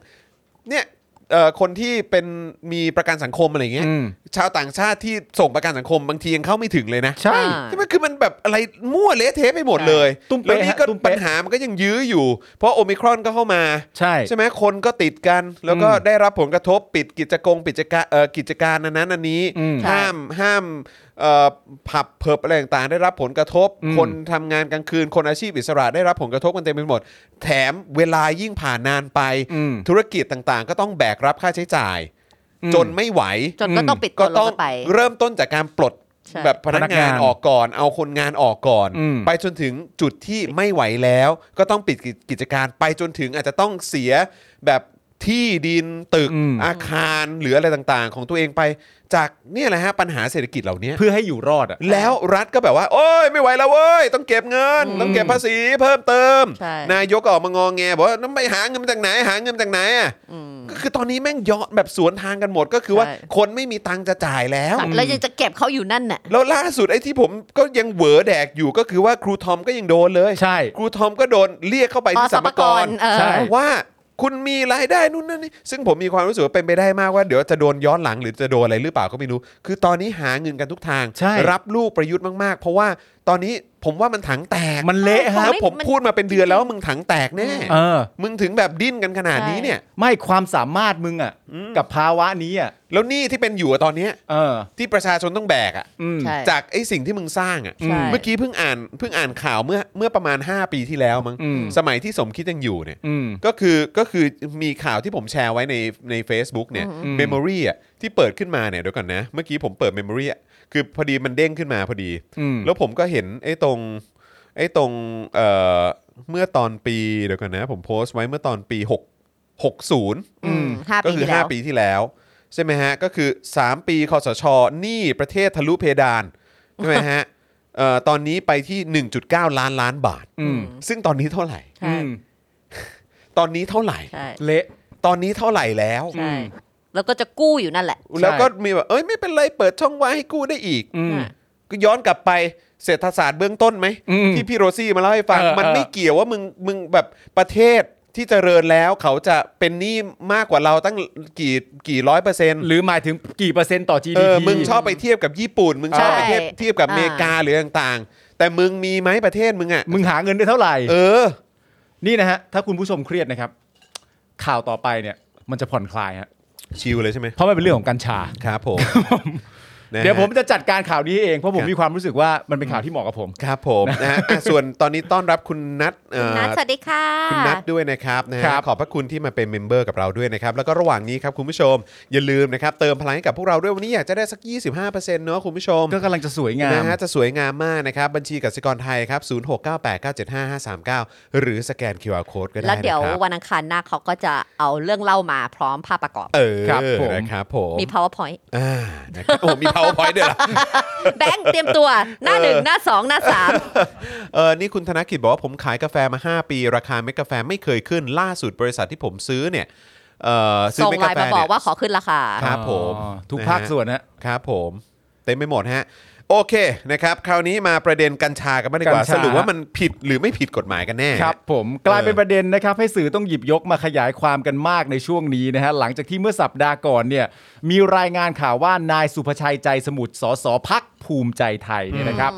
Speaker 2: เนี่ยเอ่อคนที่เป็นมีประกันสังคมอะไรอย่างเงี้ย
Speaker 1: อืม
Speaker 2: ชาวต่างชาติที่ส่งประกันสังคมบางทียังเข้าไม่ถึงเลยนะ
Speaker 1: ใช่
Speaker 3: อ่า
Speaker 2: ใช่ไหมคือมันแบบอะไรมั่วเละเทะไปหมดเลย
Speaker 1: ตุ้มเป๊ะ
Speaker 2: แล้วนี่ก็
Speaker 1: ฮะตุ้มเป๊ะ
Speaker 2: ปัญหามันก็ยังยื้ออยู่ เพราะโอมิครอนก็เข้ามา
Speaker 1: ใช่
Speaker 2: ใช่ไหมคนก็ติดกัน แล้วก็ได้รับผลกระทบปิดกิจกงปิดการเอ่อกิจการนั้นนั้นอันนี้
Speaker 1: อืม
Speaker 2: ห้ามห้ามเอ่อผับเพิบอะไรต่างๆได้รับผลกระทบ
Speaker 1: อืม
Speaker 2: คนทำงานกลางคืนคนอาชีพอิสระได้รับผลกระทบกันเต็มไปหมด แถมเวลายิ่งผ่านนานไป
Speaker 1: อืม
Speaker 2: ธุรกิจต่างๆ ก็ต้องแบกรับค่าใช้จ่าย
Speaker 1: อืม
Speaker 2: จนไม่ไหว
Speaker 3: จนก็ต้องปิดตั
Speaker 2: ก็
Speaker 3: วล
Speaker 2: ต้
Speaker 3: ง
Speaker 2: อง
Speaker 3: กันไป
Speaker 2: เริ่มต้นจากการปลด
Speaker 3: ใช่
Speaker 2: แบบพนัก
Speaker 1: พนั
Speaker 2: งาง
Speaker 1: กาน น
Speaker 2: ออกก่อน เอาคนงานออกก่อน
Speaker 1: อืม
Speaker 2: ไปจนถึงจุดที่ไม่ไหวแล้ว ก็ต้องปิดกิจการไปจนถึงอาจจะต้องเสียแบบ ที่ดินตึก
Speaker 1: อืม
Speaker 2: อาคารหรืออะไรต่างๆ ของตัวเองไป จากเนี่ยแหละฮะปัญหาเศรษฐกิจเหล่านี้
Speaker 1: เพื่อให้อยู่รอดอ่ะ
Speaker 2: แล้วรัฐก็แบบว่า โอ้ยไม่ไหวแล้วเว้ย ต้องเก็บเงิน
Speaker 3: อืม
Speaker 2: ต้องเก็บภาษีเพิ่มเติม
Speaker 3: ใช่
Speaker 2: นายกก็ออกมางองแงบอกว่าต้องไปหาเงินมาจากไหนหาเงินมาจากไหนอ่ะ
Speaker 3: อืม
Speaker 2: ก็คือตอนนี้แม่งเยาะแบบสวนทางกันหมดก็คือว่า
Speaker 3: ใช่
Speaker 2: คนไม่มีตังค์จะจ่ายแล้ว
Speaker 3: แล้วยังจะเก็บเขาอยู่นั่นน่ะ
Speaker 2: แล้วล่าสุดไอ้ที่ผมก็ยังเหวอแดกอยู่ก็คือว่าครูทอมก็ยังโดนเลย
Speaker 1: ใช่
Speaker 2: ครูทอมก็โดนเรียกเข้าไป
Speaker 3: อ๋อ
Speaker 2: ที่สรรพากร
Speaker 3: สรรพากรเออ
Speaker 1: ใช่
Speaker 2: ว่าคุณมีรายได้นู่นนั่นนี่ซึ่งผมมีความรู้สึกว่าเป็นไปได้มากว่าเดี๋ยวจะโดนย้อนหลังหรือจะโดนอะไรหรือเปล่าก็ไม่รู้ คือตอนนี้หาเงินกันทุกทาง
Speaker 1: ใช่
Speaker 2: รับลูกประยุทธ์มากๆ เพราะว่าตอนนี้ผมว่ามันถังแตก
Speaker 1: มันเละฮะ
Speaker 2: แล้วผม
Speaker 3: มัน
Speaker 2: พูดมาเป็นเดือนแล้วว่ามึงถังแตกแน่
Speaker 1: เออ
Speaker 2: มึงถึงแบบดิ้นกันขนาดนี้
Speaker 3: ใช่
Speaker 2: เนี่ย
Speaker 1: ไม่ความสามารถมึงอ่ะ กับภาวะนี้อ่ะ
Speaker 2: แล้วหนี่ที่เป็นอยู่อะตอนเนี้ย
Speaker 1: เออ
Speaker 2: ที่ประชาชนต้องแบกอะ
Speaker 1: อืม
Speaker 3: ใช่
Speaker 2: จากไอ้สิ่งที่มึงสร้างอ่ะ
Speaker 3: ใช่
Speaker 2: เมื่อกี้เพิ่งอ่านเพิ่งอ่านข่าวเมื่อเมื่อประมาณ 5 ปีที่แล้วมั้ง
Speaker 1: อืม
Speaker 2: สมัยที่สมคิดยังอยู่เนี่ย
Speaker 1: อืม
Speaker 2: ก็คือก็คือมีข่าวที่ผมแชร์ไว้ในใน a c e b o o k เนี่ย
Speaker 1: อืม
Speaker 2: เมมโมรีอ่ะที่เปิดขึ้นมาเนี่ยเดี๋ยวก่อนนะ เมื่อกี้ผมเปิดเมมโมรีอ่ะคือพอดีมันเด้งขึ้นมาพอดี
Speaker 1: อืม
Speaker 2: แล้วผมก็เห็นไอ้ตรงไอ้ตรงเอ่อเมื่อตอนปีเดี๋ยวก่อนนะ ผมโพสต์ไว้เมื่อตอนปี6 60
Speaker 3: อืมห้า
Speaker 2: ก็
Speaker 3: ปี
Speaker 2: คือ
Speaker 3: ที่แล้ว
Speaker 2: 5 ปีที่แล้ว ใช่ไหมฮะ ก็คือ 3 ปีคอสชหนี้ประเทศทะลุเพดาน ใช่ไหมฮะ เอ่อตอนนี้ไปที่ 1.9 ล้านล้านบาท
Speaker 1: อืม
Speaker 2: ซึ่งตอนนี้เท่าไหร่
Speaker 3: ใช่
Speaker 1: อืม
Speaker 2: ตอนนี้เท่าไหร่
Speaker 3: ใช่
Speaker 1: เละ
Speaker 2: ตอนนี้เท่าไหร่แล้ว
Speaker 3: ใช่ แล้วก็จะกู้อยู่นั่นแหละ
Speaker 2: แล้วก็มีแบบ เอ้ย ไม่เป็นไร เปิดช่องว่างให้กู้ได้อีก
Speaker 1: อืม
Speaker 2: ก็ย้อนกลับไปเศรษฐศาสตร์เบื้องต้นไหม
Speaker 1: อืม
Speaker 2: ที่พี่โรซี่มาเล่าให้ฟัง
Speaker 1: เออ
Speaker 2: มัน
Speaker 1: เออ
Speaker 2: ไม่เกี่ยวว่ามึงมึงแบบประเทศที่เจริญแล้วเขาจะเป็นหนี้มากกว่าเราตั้งกี่กี่ร้อยเปอร์เซ็นต์
Speaker 1: หรือหมายถึงกี่เปอร์เซ็นต์ต่อ
Speaker 2: เอ
Speaker 1: GDP
Speaker 2: อ มึงชอบไปเทียบกับญี่ปุ่น มึงชอบไปเทียบ
Speaker 3: ใช่
Speaker 2: เทียบกับอ
Speaker 3: อ่า
Speaker 2: เมริกาหรือต่างๆ แต่มึงมีไหมประเทศมึงอ่ะ
Speaker 1: มึงหาเงินได้เท่าไหร่
Speaker 2: เออ
Speaker 1: นี่นะฮะ ถ้าคุณผู้ชมเครียดนะครับ ข่าวต่อไปเนี่ย มันจะผ่อนคลายฮะ
Speaker 2: ชิวเลยใช่ไหม
Speaker 1: เพราะมันเป็นเรื่องของกัญชา
Speaker 2: ครับผมนะฮะ
Speaker 1: เดี๋ยวผมจะจัดการข่าวนี้เอง เพราะผมมีความรู้สึกว่ามันเป็นข่าวที่เหมาะกับผม
Speaker 2: ครับผมนะฮะอ่ะส่วนตอนนี้ต้อนรับคุณนัทเอ่
Speaker 3: คุณ
Speaker 2: อ
Speaker 3: นัทสวัสดีค่ะ
Speaker 2: คุณนัทด้วยนะครับนะฮะ
Speaker 1: ครับ
Speaker 2: ขอบพระคุณที่มาเป็นเมมเบอร์กับเราด้วยนะครับ แล้วก็ระหว่างนี้ครับคุณผู้ชม อย่าลืมนะครับ เติมพลังให้กับพวกเราด้วยวันนี้อยากจะได้สัก 25%เนอะคุณผู้ชม
Speaker 1: ก็กำลังจะสวยงาม
Speaker 2: นะฮะจะสวยงามมากนะครับ บัญชีกสิกรไทยครับ 0698975539 หรือสแกน QR Code ก็ได้
Speaker 3: แล้
Speaker 2: นะ
Speaker 3: วเดี๋ยว
Speaker 2: ครับ
Speaker 3: วันอังคารหน้าเขาก็จะเอาเรื่องเล่ามาพร้อมภาพประกอบ
Speaker 2: เออ
Speaker 1: ครับผม
Speaker 2: นะครับผม
Speaker 3: มี powerpoint
Speaker 2: อ่านะครับโอ้มี powerpoint ด้วยเหรอ
Speaker 3: แบงค์เตรียมตัวหน้าหนึ่งหน้าสองหน้าสาม
Speaker 2: เออนี่คุณธนกิจบอกว่าผมขายกาแฟมา 5 ปี ราคาเม็ดกาแฟไม่เคยขึ้นล่าสุดบริษัทที่ผมซื้อเนี่ยเออซื้อ
Speaker 3: ส่ง
Speaker 2: เม็ด
Speaker 3: ไล
Speaker 2: กา
Speaker 3: น์
Speaker 2: แฟ
Speaker 3: มาบอ
Speaker 2: เนี่
Speaker 3: ก
Speaker 2: ย
Speaker 3: ว่าขอขึ้นราคา
Speaker 2: ครับผม
Speaker 1: อ๋อทุก
Speaker 2: นะฮะ
Speaker 1: ภาคส่วนนะ
Speaker 2: ครับผมเต็มไปหมดฮะ โอเคนะครับ คราวนี้มาประเด็นกัญชากันบ้างดีกว่า
Speaker 1: กัญชา
Speaker 2: สรุปว่ามันผิดหรือไม่ผิดกฎหมายกันแน่
Speaker 1: ครับผมกลายเป็นประเด็นนะครับ ให้สื่อต้องหยิบยกมาขยายความกันมากในช่วงนี้นะฮะหลังจากที่เมื่อสัปดาห์ก่อนเนี่ยมีรายงานข่าวว่านายสุภชัยใจสมุทรสสพักภูมิใจไทยเนี่ยนะครับ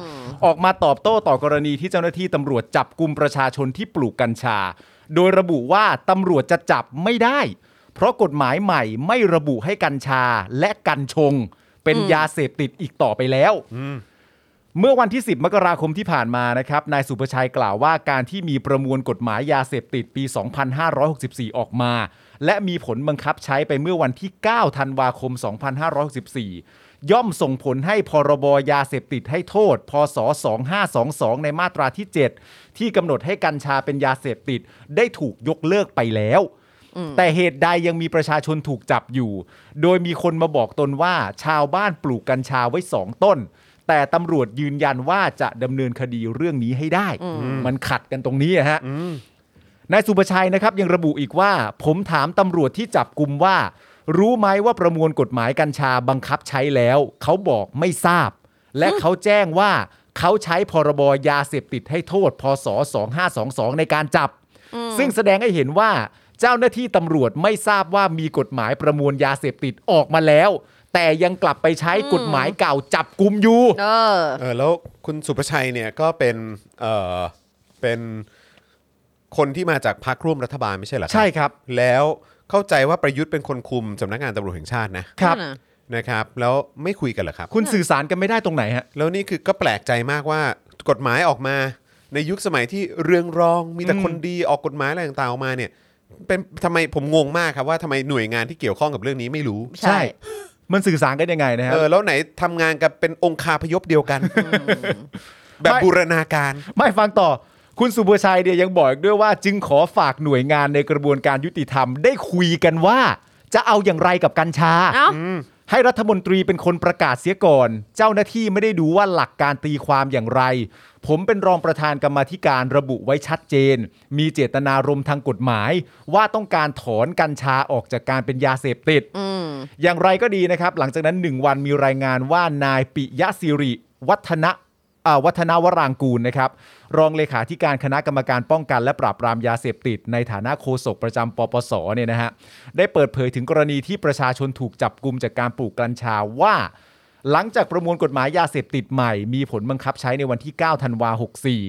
Speaker 1: ออกมาตอบโต้ต่อกรณีที่เจ้าหน้าที่ตำรวจจับกลุ่มประชาชนที่ปลูกกัญชา โดยระบุว่าตำรวจจะจับไม่ได้ เพราะกฎหมายใหม่ไม่ระบุให้กัญชาและกัญชง เป็นยาเสพติดอีกต่อไปแล้ว เมื่อวันที่ 10 มกราคมที่ผ่านมานะครับนายสุภชัยกล่าวว่าการที่มีประมวลกฎหมายยาเสพติดปี 2564 ออกมา และมีผลบังคับใช้ไปเมื่อวันที่ 9 ธันวาคม 2564 ย่อมส่งผลให้พรบยาเสพติดให้โทษ พศ 2522 ในมาตราที่ 7 ที่กำหนดให้กัญชาเป็นยาเสพติดได้ถูกยกเลิกไปแล้ว แต่เหตุใดยังมีประชาชนถูกจับอยู่ โดยมีคนมาบอกตนว่าชาวบ้านปลูกกัญชาไว้สองต้น แต่ตำรวจยืนยันว่าจะดำเนินคดีเรื่องนี้ให้ได้ มันขัดกันตรงนี้อะฮะ นายสุประชัยนะครับยังระบุอีกว่า ผมถามตำรวจที่จับกลุ่มว่า รู้ไหมว่าประมวลกฎหมายกัญชาบังคับใช้แล้ว เขาบอกไม่ทราบ และเขาแจ้งว่าเขาใช้พรบยาเสพติดให้โทษ พศ 2522 ในการจับ ซึ่งแสดงให้เห็นว่า เจ้าหน้าที่ตำรวจไม่ทราบว่ามีกฎหมายประมวลยาเสพติดออกมาแล้ว แต่ยังกลับไปใช้กฎหมายเก่าจับกลุ่มอยู่
Speaker 3: เออ
Speaker 2: เออแล้วคุณสุประชัยเนี่ยก็เป็นเออเป็นคนที่มาจากพรรคร่วมรัฐบาลไม่ใช่เหรอ
Speaker 1: ใช่ครับ
Speaker 2: แล้วเข้าใจว่าประยุทธ์เป็นคนคุมสำนักงานตำรวจแห่งชาตินะครับ นะครับ แล้วไม่คุยกันเหรอครับ
Speaker 1: คุณสื่อสารกันไม่ได้ตรงไหนฮะ
Speaker 2: แล้วนี่คือก็แปลกใจมากว่ากฎหมายออกมา ในยุคสมัยที่เรืองรองมีแต่
Speaker 1: อืม
Speaker 2: คนดีออกกฎหมายอะไรต่างๆออกมาเนี่ยเป็นทำไมผมงงมากครับว่าทำไมหน่วยงานที่เกี่ยวข้องกับเรื่องนี้ไม่รู้
Speaker 3: ใช่
Speaker 1: มันสื่อสารกันยังไงนะฮะ
Speaker 2: เออแล้วไหนทำงานกับเป็นองคาพยพเดียวกัน แบบ
Speaker 1: ไม่
Speaker 2: บูรณาการ
Speaker 1: ไม่ฟังต่อ คุณสุภชัยเนี่ยยังบอกอีกด้วยว่าจึงขอฝากหน่วยงานในกระบวนการยุติธรรมได้คุยกันว่า จะเอาอย่างไรกับกัญชา
Speaker 3: เอ้า
Speaker 1: ให้รัฐมนตรีเป็นคนประกาศเสียก่อน เจ้าหน้าที่ไม่ได้ดูว่าหลักการตีความอย่างไร ผมเป็นรองประธานกรรมาธิการระบุไว้ชัดเจน มีเจตนารมณ์ทางกฎหมาย ว่าต้องการถอนกัญชาออกจากการเป็นยาเสพติด
Speaker 3: อืม
Speaker 1: อย่างไรก็ดีนะครับ หลังจากนั้น 1 วันมีรายงานว่านายปิยะสิริ วัฒนะอ่าวัฒนวรางกูลนะครับ รองเลขาธิการคณะกรรมการป้องกันและปราบปรามยาเสพติด ในฐานะโฆษกประจำปปสเนี่ยนะฮะได้เปิดเผยถึงกรณีที่ประชาชนถูกจับกลุมจากการปลูกกัญชาว่า หลังจากประมวลกฎหมายยาเสพติดใหม่ มีผลบังคับใช้ในวันที่ 9 ธันวา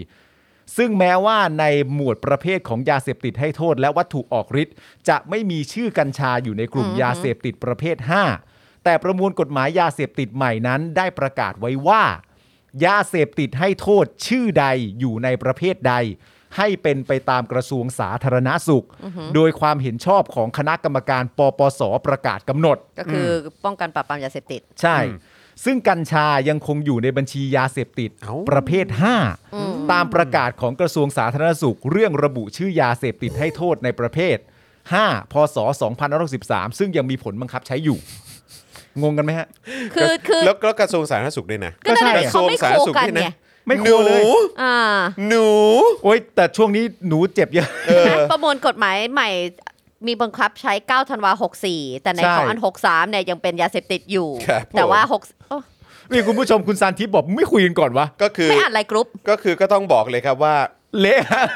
Speaker 1: 64 ซึ่งแม้ว่าในหมวดประเภทของยาเสพติดให้โทษและวัตถุออกฤทธิ์จะไม่มีชื่อกัญชาอยู่ในกลุ่มยาเสพติดประเภท 5 แต่ประมวลกฎหมายยาเสพติดใหม่นั้นได้ประกาศไว้ว่า ยาเสพติดให้โทษชื่อใดอยู่ในประเภทใด ให้เป็นไปตามกระทรวงสาธารณาสุข โดยความเห็นชอบของคณะกรรมการปปสประกาศกำหนด
Speaker 3: ก็คืออป้องกันปราบปรามยาเสพติด
Speaker 1: ใช่ ซึ่งกัญชายังคงอยู่ในบัญชียาเสพติด
Speaker 2: เอ้า
Speaker 1: ประเภท 5 ตามประกาศของกระทรวงสาธารณสุข เรื่องระบุชื่อยาเสพติดให้โทษในประเภท 5 พศ 2563 ซึ่งยังมีผลบังคับใช้อยู่ งงกันไหมฮะ
Speaker 3: คือคือ
Speaker 2: แล้วก็กระทรวงสาธารณสุขด้วยนะ
Speaker 3: ก็นั่นแห
Speaker 1: ก็
Speaker 3: ละ
Speaker 1: ใช่
Speaker 3: เขาไม่โคกันไง
Speaker 1: ไม่
Speaker 2: ห
Speaker 1: โค
Speaker 2: นู
Speaker 1: เลย
Speaker 3: อ่า
Speaker 2: หนู
Speaker 1: โอ๊ย แต่ช่วงนี้หนูเจ็บเยอะ
Speaker 2: เออ
Speaker 3: ประมวลกฎหมายใหม่มีบังคับใช้ 9 ธันวา 64 แต่ใน
Speaker 1: ใช่
Speaker 3: ของอัน 63 เนี่ยยังเป็นยาเสพติดอยู่
Speaker 2: ครับผม
Speaker 3: แต่ว่า6โอ้
Speaker 1: นี่คุณผู้ชมคุณซานทิปบอกไม่คุยกันก่อนวะ
Speaker 2: ก็คือ
Speaker 3: ไม่อ่านไลน์กรุ๊ป
Speaker 2: ก็คือก็ต้องบอกเลยครับว่า
Speaker 1: เละฮะ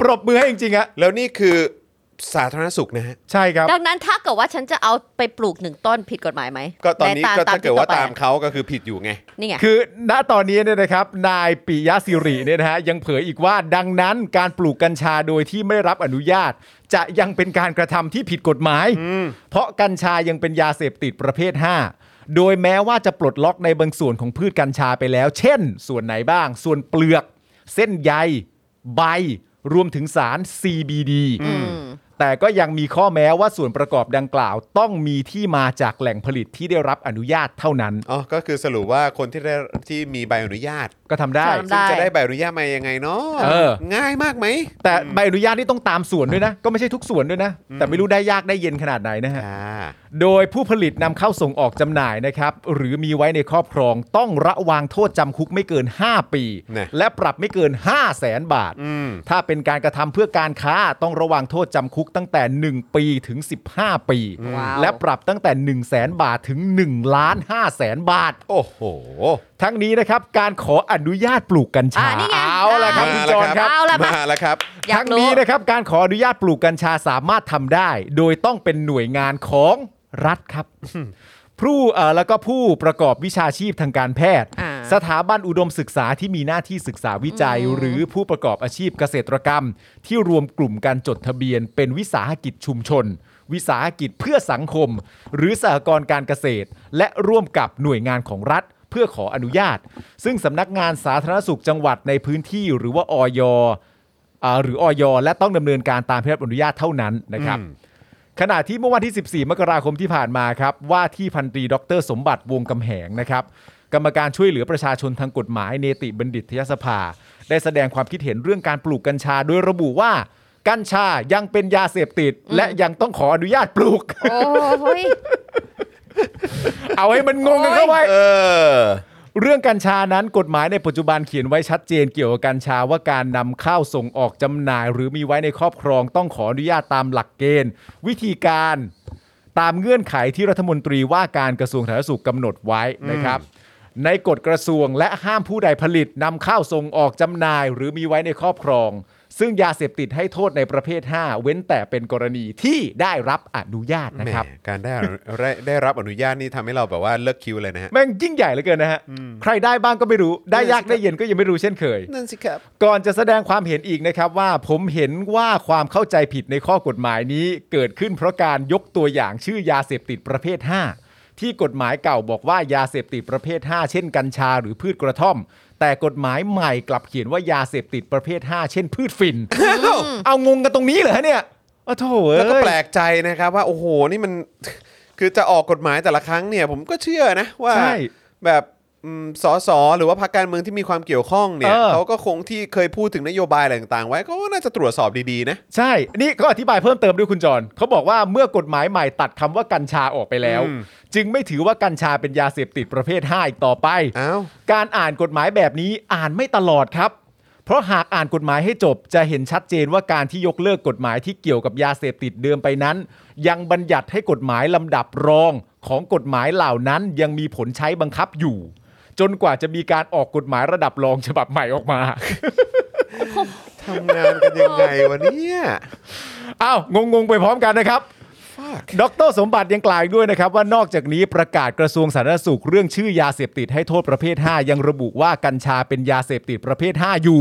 Speaker 1: ปรบมือให้จริงๆอะ
Speaker 2: แล้วนี่คือสาธารณสุขนะฮะ
Speaker 1: ใช่ครับ
Speaker 3: ดังนั้นถ้าเกิดว่าฉันจะเอาไปปลูกหนึ่งต้นผิดกฎหมายไหม
Speaker 2: ก็ตอนนี้
Speaker 3: ใน
Speaker 2: ก็ถ้าเกิดว่าตาม
Speaker 3: ที่ต่อ
Speaker 2: เขาก็คือผิดอยู่ไง
Speaker 3: ไปนี่ไง
Speaker 1: คือณตอนนี้เนี่ยนะครับนายปิยะสิริเนี่ยนะฮะยังเผยอีกว่าดังนั้นการปลูกกัญชาโดยที่ไม่รับอนุญาต จะยังเป็นการกระทำที่ผิดกฎหมาย เพราะกัญชายังเป็นยาเสพติดประเภท 5 โดยแม้ว่าจะปลดล็อกในบางส่วนของพืชกัญชาไปแล้ว เช่น ส่วนไหนบ้าง ส่วนเปลือก เส้นใยใบ รวมถึงสาร CBD แต่ก็ยังมีข้อแม้ว่าส่วนประกอบดังกล่าว ต้องมีที่มาจากแหล่งผลิตที่ได้รับอนุญาตเท่านั้น
Speaker 2: อ๋อ ก็คือสรุปว่าคนที่ได้ที่มีใบอนุญาต
Speaker 1: ก็ทำได้
Speaker 3: ใช่
Speaker 2: ซึ่งจะได้ใบอนุญาตมายังไงเนาะ
Speaker 1: เออ
Speaker 2: ง่ายมากไหม
Speaker 1: แต่ใบอนุญาตนี่ต้องตามส่วนด้วยนะ ก็ไม่ใช่ทุกส่วนด้วยนะ แต่ไม่รู้ได้ยากได้เย็นขนาดไหนนะฮะ
Speaker 2: อ่า
Speaker 1: โดยผู้ผลิตนำเข้าส่งออกจำหน่ายนะครับ หรือมีไว้ในครอบครองต้องระวางโทษจำคุกไม่เกิน 5 ปี
Speaker 2: นะ
Speaker 1: และปรับไม่เกิน 5 0 0แสนบาท
Speaker 2: อืม
Speaker 1: ถ้าเป็นการกระทำเพื่อการค้าต้องระวังโทษจำคุกตั้งแต่ 1 ปีถึง 15 ปี
Speaker 3: ว้าว
Speaker 1: และปรับตั้งแต่ 1 0 0 0 0แสนบาทถึง1ล้าน5แสนบาท
Speaker 2: โอ้โห
Speaker 1: ทั้งนี้นะครับการขออนุญาตปลูกกัญชา
Speaker 3: อ่านี่ไง
Speaker 1: เอาละครับคุณ
Speaker 2: มาแล้ว
Speaker 1: จอห์น
Speaker 2: ครับ
Speaker 1: ครับ
Speaker 3: เอาละมา
Speaker 2: มาแล้วครับ
Speaker 3: อยาก
Speaker 1: ทั้ง
Speaker 3: รู้
Speaker 1: นี้นะครับการขออนุญาตปลูกกัญชาสามารถทำได้ โดยต้องเป็นหน่วยงานของรัฐครับ ผู้เอ่อแล้วก็ผู้ประกอบวิชาชีพทางการแพทย์
Speaker 3: อ่า
Speaker 1: สถาบันอุดมศึกษาที่มีหน้าที่ศึกษาวิจัย หรือผู้ประกอบอาชีพเกษตรกรรม ที่รวมกลุ่มการจดทะเบียน เป็นวิสาหกิจชุมชน วิสาหกิจเพื่อสังคม หรือสหกรณ์การเกษตร และร่วมกับหน่วยงานของรัฐ เพื่อขออนุญาต ซึ่งสำนักงานสาธารณสุขจังหวัดในพื้นที่หรือว่าออยอ่าหรือออยและต้องดำเนินการตามที่รับอนุญาตเท่านั้นนะครับ ขณะที่เมื่อวันที่ 14 มกราคมที่ผ่านมาครับ ว่าที่พันตรีดร สมบัติวงศ์กำแหงนะครับ กรรมการช่วยเหลือประชาชนทางกฎหมายเนติบัณฑิตยสภา ได้แสดงความคิดเห็นเรื่องการปลูกกัญชา โดยระบุว่า กัญชายังเป็นยาเสพติด และยังต้องขออนุญาตปลูก
Speaker 3: โอ้ย
Speaker 1: เอาให้มันงงกันเข้าไว้
Speaker 2: เออ
Speaker 1: เรื่องกัญชานั้นกฎหมายในปัจจุบันเขียนไว้ชัดเจนเกี่ยวกับกัญชาว่าการนำเข้าส่งออกจำหน่าย หรือมีไว้ในครอบครองต้องขออนุญาตตามหลักเกณฑ์ วิธีการตามเงื่อนไขที่รัฐมนตรีว่าการกระทรวงสาธารณสุขกำหนดไว้นะครับ ในกฎกระทรวงและห้ามผู้ใดผลิตนำเข้าส่งออกจำหน่าย หรือมีไว้ในครอบครอง ซึ่งยาเสพติดให้โทษในประเภท 5 เว้นแต่เป็นกรณีที่ได้รับอนุญาต
Speaker 2: แหม
Speaker 1: นะครับ
Speaker 2: การได้อนุได้ได้รับอนุญาตนี่ทำให้เราแบบว่าเลิกคิวเลยนะฮะ
Speaker 1: แม่งยิ่งใหญ่เหลือเกินนะฮะ ใครได้บ้างก็ไม่รู้ ได้ยากได้เย็นก็ยังไม่รู้เช่นเคย
Speaker 2: นั่นสิครับ
Speaker 1: ก่อนจะแสดงความเห็นอีกนะครับว่าผมเห็นว่าความเข้าใจผิดในข้อกฎหมายนี้ เกิดขึ้นเพราะการยกตัวอย่างชื่อยาเสพติดประเภท 5 ที่กฎหมายเก่าบอกว่ายาเสพติดประเภท 5 เช่นกัญชาหรือพืชกระท่อม แต่กฎหมายใหม่กลับเขียนว่ายาเสพติดประเภท 5 เช่น พืชฝิ่น เอางงกันตรงนี้เหรอฮะเนี่ยโอ้โถเอ้ย
Speaker 2: แล้วก็แปลกใจนะครับ ว่าโอ้โหนี่มัน คือจะออกกฎหมายแต่ละครั้งเนี่ย ผมก็เชื่อนะว่า
Speaker 1: ใช่
Speaker 2: แบบ อืมสสหรือว่าพรรคการเมืองที่มีความเกี่ยวข้องเนี่ย
Speaker 1: เออ
Speaker 2: เขาก็คงที่เคยพูดถึงนโยบายอะไรต่างๆ ไว้ก็น่าจะตรวจสอบดีๆนะ
Speaker 1: ใช่ นี่ก็อธิบายเพิ่มเติมด้วยคุณจรเขาบอกว่าเมื่อกฎหมายใหม่ตัดคำว่ากัญชาออกไปแล้ว
Speaker 2: อืม
Speaker 1: จึงไม่ถือว่ากัญชาเป็นยาเสพติดประเภท5อีกต่อไป
Speaker 2: อ้าว
Speaker 1: การอ่านกฎหมายแบบนี้อ่านไม่ตลอดครับ เพราะหากอ่านกฎหมายให้จบจะเห็นชัดเจนว่าการที่ยกเลิกกฎหมายที่เกี่ยวกับยาเสพติดเดิมไปนั้น ยังบัญญัติให้กฎหมายลำดับรองของกฎหมายเหล่านั้นยังมีผลใช้บังคับอยู่ จนกว่าจะมีการออกกฎหมายระดับรองฉบับใหม่ออกมา
Speaker 2: ทำงานกันยังไงวะเนี่ย
Speaker 1: อ้าวงงๆไปพร้อมกันนะครับ ดรสมบัติยังกล่าวอีกด้วยนะครับ ว่านอกจากนี้ประกาศกระทรวงสาธารณสุขเรื่องชื่อยาเสพติดให้โทษประเภท 5 ยังระบุว่ากัญชาเป็นยาเสพติดประเภท 5 อยู่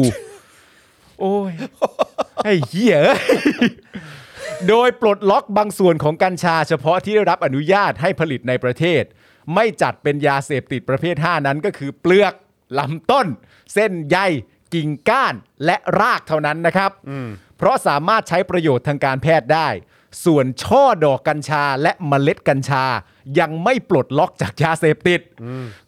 Speaker 1: โอ้ยไอ้เหี้ยเอ้ยโดยปลดล็อกบางส่วนของกัญชาเฉพาะที่ได้รับอนุญาตให้ผลิตในประเทศ ไม่จัดเป็นยาเสพติดประเภท 5 นั้นก็คือเปลือกลำต้น เส้นใยกิ่งก้านและรากเท่านั้นนะครับ เพราะสามารถใช้ประโยชน์ทางการแพทย์ได้ ส่วนช่อดอกกัญชาและเมล็ดกัญชา ยังไม่ปลดล็อกจากยาเสพติด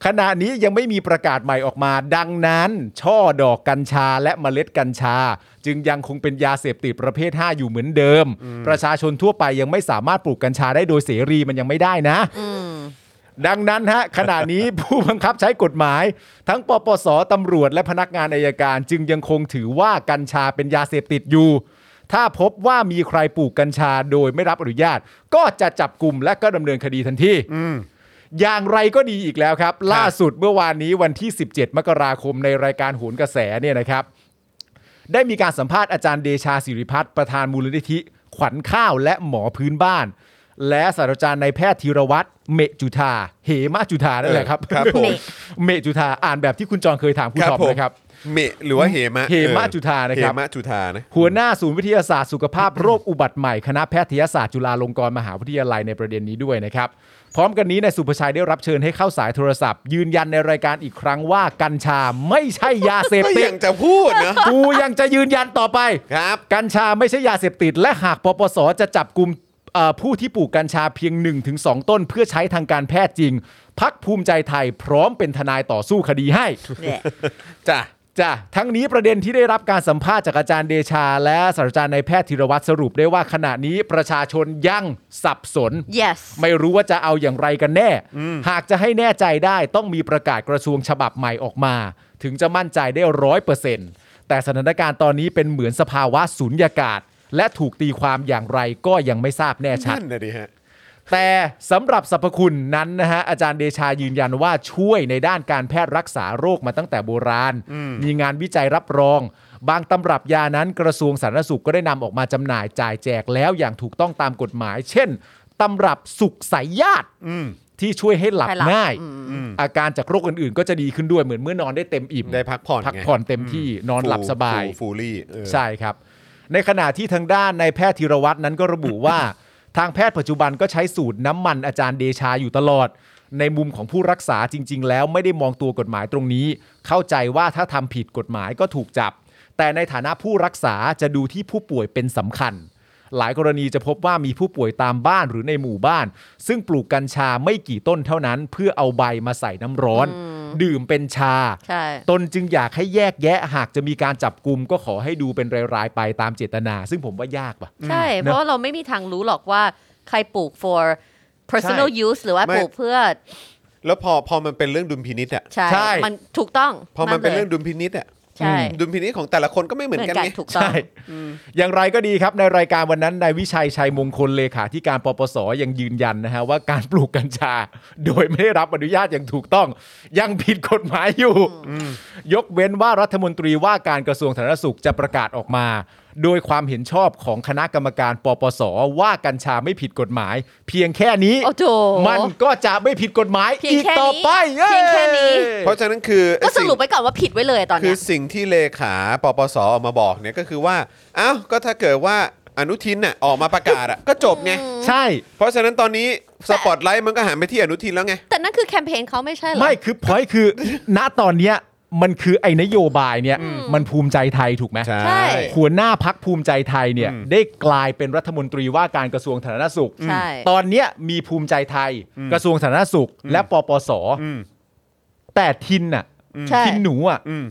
Speaker 1: ขณะนี้ยังไม่มีประกาศใหม่ออกมา ดังนั้น ช่อดอกกัญชาและเมล็ดกัญชา จึงยังคงเป็นยาเสพติดประเภท 5 อยู่เหมือนเดิม ประชาชนทั่วไปยังไม่สามารถปลูกกัญชาได้โดยเสรีมันยังไม่ได้นะ ดังนั้นฮะขณะนี้ ผู้บังคับใช้กฎหมาย ทั้งปปสตำรวจและพนักงานอายการ จึงยังคงถือว่ากัญชาเป็นยาเสพติดอยู่ ถ้าพบว่ามีใครปลูกกัญชาโดยไม่รับอนุญาต ก็จะจับกลุ่มและก็ดำเนินคดีทันทีอย่างไรก็ดีอีกแล้วครับ ล่าสุดเมื่อวานนี้วันที่ 17 มกราคมในรายการโหนกระแสเนี่ยนะครับ ได้มีการสัมภาษณ์อาจารย์เดชาสิริพัฒน์ประธานมูลนิธิ ขวัญข้าวและหมอพื้นบ้าน และศาสตราจารย์นายแพทย์ธีรวัตรเมจุธาเหมาจุธานั่นแหละครับ
Speaker 2: ครับผม
Speaker 1: เมจุธาอ่านแบบที่คุณจรเคยถามคุณ
Speaker 2: ครับ
Speaker 1: ท็อป
Speaker 2: ผม
Speaker 1: นะครับ
Speaker 2: เมะหรือว่าเหมะ
Speaker 1: เหมะ
Speaker 2: เออ
Speaker 1: จุธานะครับ
Speaker 2: เหมะจุธานะ
Speaker 1: หัวหน้าศูนย์วิทยาศาสตร์สุขภาพโรคอุบัติใหม่คณะแพทยศาสตร์จุฬาลงกรณ์มหาวิทยาลัยในประเด็นนี้ด้วยนะครับ พร้อมกันนี้นายสุภชัยได้รับเชิญให้เข้าสายโทรศัพท์ ยืนยันในรายการอีกครั้งว่ากัญชาไม่ใช่ยาเสพ
Speaker 2: ก็
Speaker 1: ติ
Speaker 2: ยั
Speaker 1: ด
Speaker 2: งจะพูดเนอะ
Speaker 1: กูยังจะยืนยันต่อไป
Speaker 2: ครับ
Speaker 1: กัญชาไม่ใช่ยาเสพติด และหากปปสจะจับกลุ่มเอ่อผู้ที่ปลูกกัญชาเพียง 1-2 ต้น เพื่อใช้ทางการแพทย์จริง พักภูมิใจไทยพร้อมเป็นทนายต่อสู้คดีให้
Speaker 3: เนี่ย
Speaker 2: จ้ะ
Speaker 1: จ้ะทั้งนี้ประเด็นที่ได้รับการสัมภาษณ์จากอาจารย์เดชา และศาสตราจารย์นายแพทย์ธีรวัตรสรุปได้ว่าขณะนี้ประชาชนยังสับสน
Speaker 3: yes
Speaker 1: ไม่รู้ว่าจะเอาอย่างไรกันแน่ หากจะให้แน่ใจได้ต้องมีประกาศกระทรวงฉบับใหม่ออกมา ถึงจะมั่นใจได้ร้อยเปอร์เซ็นต์แต่สถานการณ์ตอนนี้เป็นเหมือนสภาวะสุญญากาศ และถูกตีความอย่างไรก็ยังไม่ทราบแน่ชัด
Speaker 2: นั่นนะดิฮะ
Speaker 1: แต่สำหรับสรรพคุณนั้นนะฮะอาจารย์เดชายืนยันว่าช่วยในด้านการแพทย์รักษาโรคมาตั้งแต่โบราณ มีงานวิจัยรับรอง บางตำรับยานั้นกระทรวงสาธารณสุขก็ได้นำออกมาจำหน่ายจ่ายแจกแล้วอย่างถูกต้องตามกฎหมาย เช่นตำรับสุขสายญาติที่ช่วยให้หลับ
Speaker 3: ให้หลับ
Speaker 1: ง่าย อาการจากโรคอื่นๆ ก็จะดีขึ้นด้วยเหมือนเมื่อนอนได้เต็มอิ่ม
Speaker 2: ได้พักผ่อน
Speaker 1: พัก
Speaker 2: ไง
Speaker 1: ผ่อนเต็มที่นอนหลับสบาย
Speaker 2: ฟูลี่เออ
Speaker 1: ใช่ครับ ในขณะที่ทางด้านนายแพทย์ธีรวัตรนั้นก็ระบุว่า ทางแพทย์ปัจจุบันก็ใช้สูตรน้ำมันอาจารย์เดชาอยู่ตลอด ในมุมของผู้รักษาจริง ๆ แล้วไม่ได้มองตัวกฎหมายตรงนี้ เข้าใจว่าถ้าทำผิดกฎหมายก็ถูกจับ แต่ในฐานะผู้รักษาจะดูที่ผู้ป่วยเป็นสำคัญ หลายกรณีจะพบว่ามีผู้ป่วยตามบ้านหรือในหมู่บ้าน ซึ่งปลูกกัญชาไม่กี่ต้นเท่านั้น เพื่อเอาใบมาใส่น้ำร้อน ดื่มเป็นชา
Speaker 3: ใช่
Speaker 1: ตนจึงอยากให้แยกแยะหากจะมีการจับกลุ่มก็ขอให้ดูเป็นรายๆไปตามเจตนา ซึ่งผมว่ายากว่ะ
Speaker 3: ใช่ เพราะว่าเราไม่มีทางรู้หรอกว่าใครปลูก for personal
Speaker 1: ใช่
Speaker 3: use หรือว่าปลูกเพื่อ
Speaker 2: แล้วพอพอมันเป็นเรื่องดุลพินิษอะ
Speaker 3: ใช่
Speaker 1: ใช่
Speaker 3: มันถูกต้อง
Speaker 2: พอมันเป็นเรื่อง
Speaker 3: ลย
Speaker 2: ดุลพินิษอะ
Speaker 3: ใช่
Speaker 2: ดุลพินิษของแต่ละคนก็ไม่เหมือนกันไง
Speaker 3: ถูกต้อง
Speaker 1: ใช่ อย่างไรก็ดีครับ ในรายการวันนั้นนายวิชัยชัยมงคลเลขาธิการปปสยังยืนยันนะฮะว่าการปลูกกัญชา โดยไม่ได้รับอนุญาตอย่างถูกต้อง ยังผิดกฎหมายอยู่ ยกเว้นว่ารัฐมนตรีว่าการกระทรวงสาธารณสุขจะประกาศออกมา โดยความเห็นชอบของคณะกรรมการปปสว่ากัญชาไม่ผิดกฎหมาย เพียงแค่นี้
Speaker 3: โอ้โถ
Speaker 1: มันก็จะไม่ผิดกฎหมาย
Speaker 3: เพียง
Speaker 1: อีก
Speaker 3: แค่นี้
Speaker 1: ต่อไป
Speaker 3: เพียงแค่นี้
Speaker 2: เพราะฉะนั้นคือ
Speaker 3: ก็ส
Speaker 2: ง
Speaker 3: รุปไว้ก่อนว่าผิดไว้เลยตอน
Speaker 2: คื
Speaker 3: เนี้
Speaker 2: อย สิ่งที่เลขาปปสออกมาบอกเนี่ยก็คือว่า เอ้า ก็ถ้าเกิดว่าอนุทินน่ะออกมาประกาศอ่ะ ก็จบไง
Speaker 1: ใช่
Speaker 2: เพราะฉะนั้นตอนนี้สปอตไลท์มันก็หันไปที่อนุทินแล้วไง
Speaker 3: แต่นั่นคือแคมเปญเขาไม่ใช่เหรอ
Speaker 1: ไม่คือพอยคือ ณตอนเนี้ยมันคือไอ้นโยบายเนี่ยมันภูมิใจไทยถูกไหม
Speaker 3: ใช่
Speaker 1: หัวหน้าพักภูมิใจไทยเนี่ยได้กลายเป็นรัฐมนตรีว่าการกระทรวงสาธารณสุข
Speaker 3: ใช่
Speaker 1: ตอนเนี้ยมีภูมิใจไทย กระทรวงสาธารณสุข และปปส แต่ทินน่ะ
Speaker 3: ใช่
Speaker 1: ทินหนูอ่ะ
Speaker 2: อืม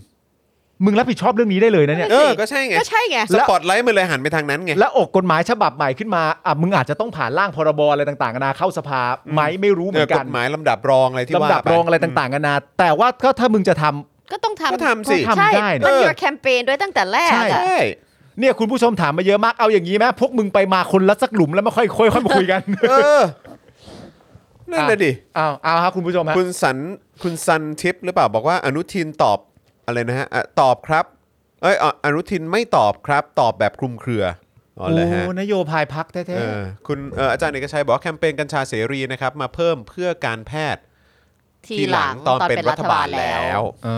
Speaker 1: มึงรับผิดชอบเรื่องนี้ได้เลยนะเนี่ย
Speaker 2: เออก็ใช่ไง
Speaker 5: ก็ใช่ไง
Speaker 2: สปอตไลท์มันเลยหันไปทางนั้นไง
Speaker 1: แล้วออกกฎหมายฉบับใหม่ขึ้นมาอ่ะมึงอาจจะต้องผ่านร่างพรบอะไรต่างๆนานาเข้าสภาไหมไม่รู้เหมือนกั
Speaker 2: ก
Speaker 1: น
Speaker 2: ฎหมายลำดับรองอะไรที่ว่า
Speaker 1: ลำดับ
Speaker 2: ป
Speaker 1: รองอะไรต่างๆนานาแต่ว่าก็ถ้ามึงจะทำ
Speaker 5: ก็ต้อง
Speaker 2: ก็
Speaker 5: ทำ
Speaker 2: ทำสิ
Speaker 1: ก็ทำ
Speaker 3: ใช่
Speaker 1: ได้นะ
Speaker 3: มัน
Speaker 2: เออ
Speaker 3: ยูแคมเปญด้วยตั้งแต่แรก
Speaker 1: ใช่
Speaker 3: อะ
Speaker 2: ใช่
Speaker 1: เนี่ยคุณผู้ชมถามมาเยอะมากเอาอย่างนี้ไหมพวกมึงไปมาคนละสักหลุมแล้วมาค่อยค่อยค่อยมาคุย กัน
Speaker 2: เออ นั่นแหละดิ
Speaker 1: เอาเอาครับคุณผู้ชมฮะ
Speaker 2: คุณสันคุณสันทิปหรือเปล่าบอกว่าอนุทินตอบอะไรนะฮะอ่ะตอบครับ เอ้ยอ่ะอนุทินไม่ตอบครับ ตอบแบบคลุมเครืออ๋อ
Speaker 1: โอ้
Speaker 2: เลยฮะ
Speaker 1: นโยบายพักแท้
Speaker 2: เออคุณเอ่ออาจารย์เอกชัยบอกว่าแคมเปญกัญชาเสรีนะครับ มาเพิ่มเพื่อการแพทย์
Speaker 3: ทีหลัง
Speaker 2: ตอนเป็นรัฐบาลแล้ว
Speaker 1: ๆเอ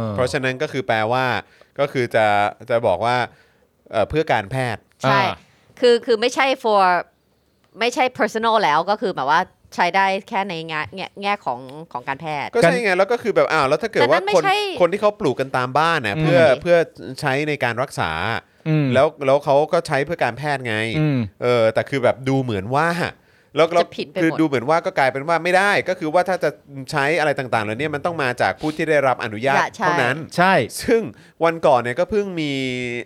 Speaker 1: อ
Speaker 2: เพราะฉะนั้นก็คือแปลว่า ก็คือจะจะบอกว่าเอ่อเพื่อการแพทย์
Speaker 3: ใช่ คือคือไม่ใช่ for ไม่ใช่ personal แล้วก็คือแบบว่าใช้ได้แค่ในงานแง่แง่ของของการแพทย์
Speaker 2: ก็ใช่ไงแล้วก็คือแบบอ้าวแล้วถ้าเกิดว่า
Speaker 3: แต่นั่นไม่
Speaker 2: คน
Speaker 3: ใช่
Speaker 2: คนที่เขาปลูกกันตามบ้านเนี่ยเพื่อเพื่อใช้ในการรักษา
Speaker 1: อืม
Speaker 2: แล้วแล้วเขาก็ใช้เพื่อการแพทย์ไง
Speaker 1: อืม
Speaker 2: เออแต่คือแบบดูเหมือนว่าแล้วแล้ว
Speaker 3: จะผิดไปหมด
Speaker 2: คือดูเหมือนว่าก็กลายเป็นว่าไม่ได้ก็คือว่าถ้าจะใช้อะไรต่างๆเหล่านี้มันต้องมาจากผู้ที่ได้รับอนุญาต
Speaker 3: อย่าใช่
Speaker 2: เท่านั้น
Speaker 1: ใช่
Speaker 2: ซึ่งวันก่อนเนี่ยก็เพิ่งมี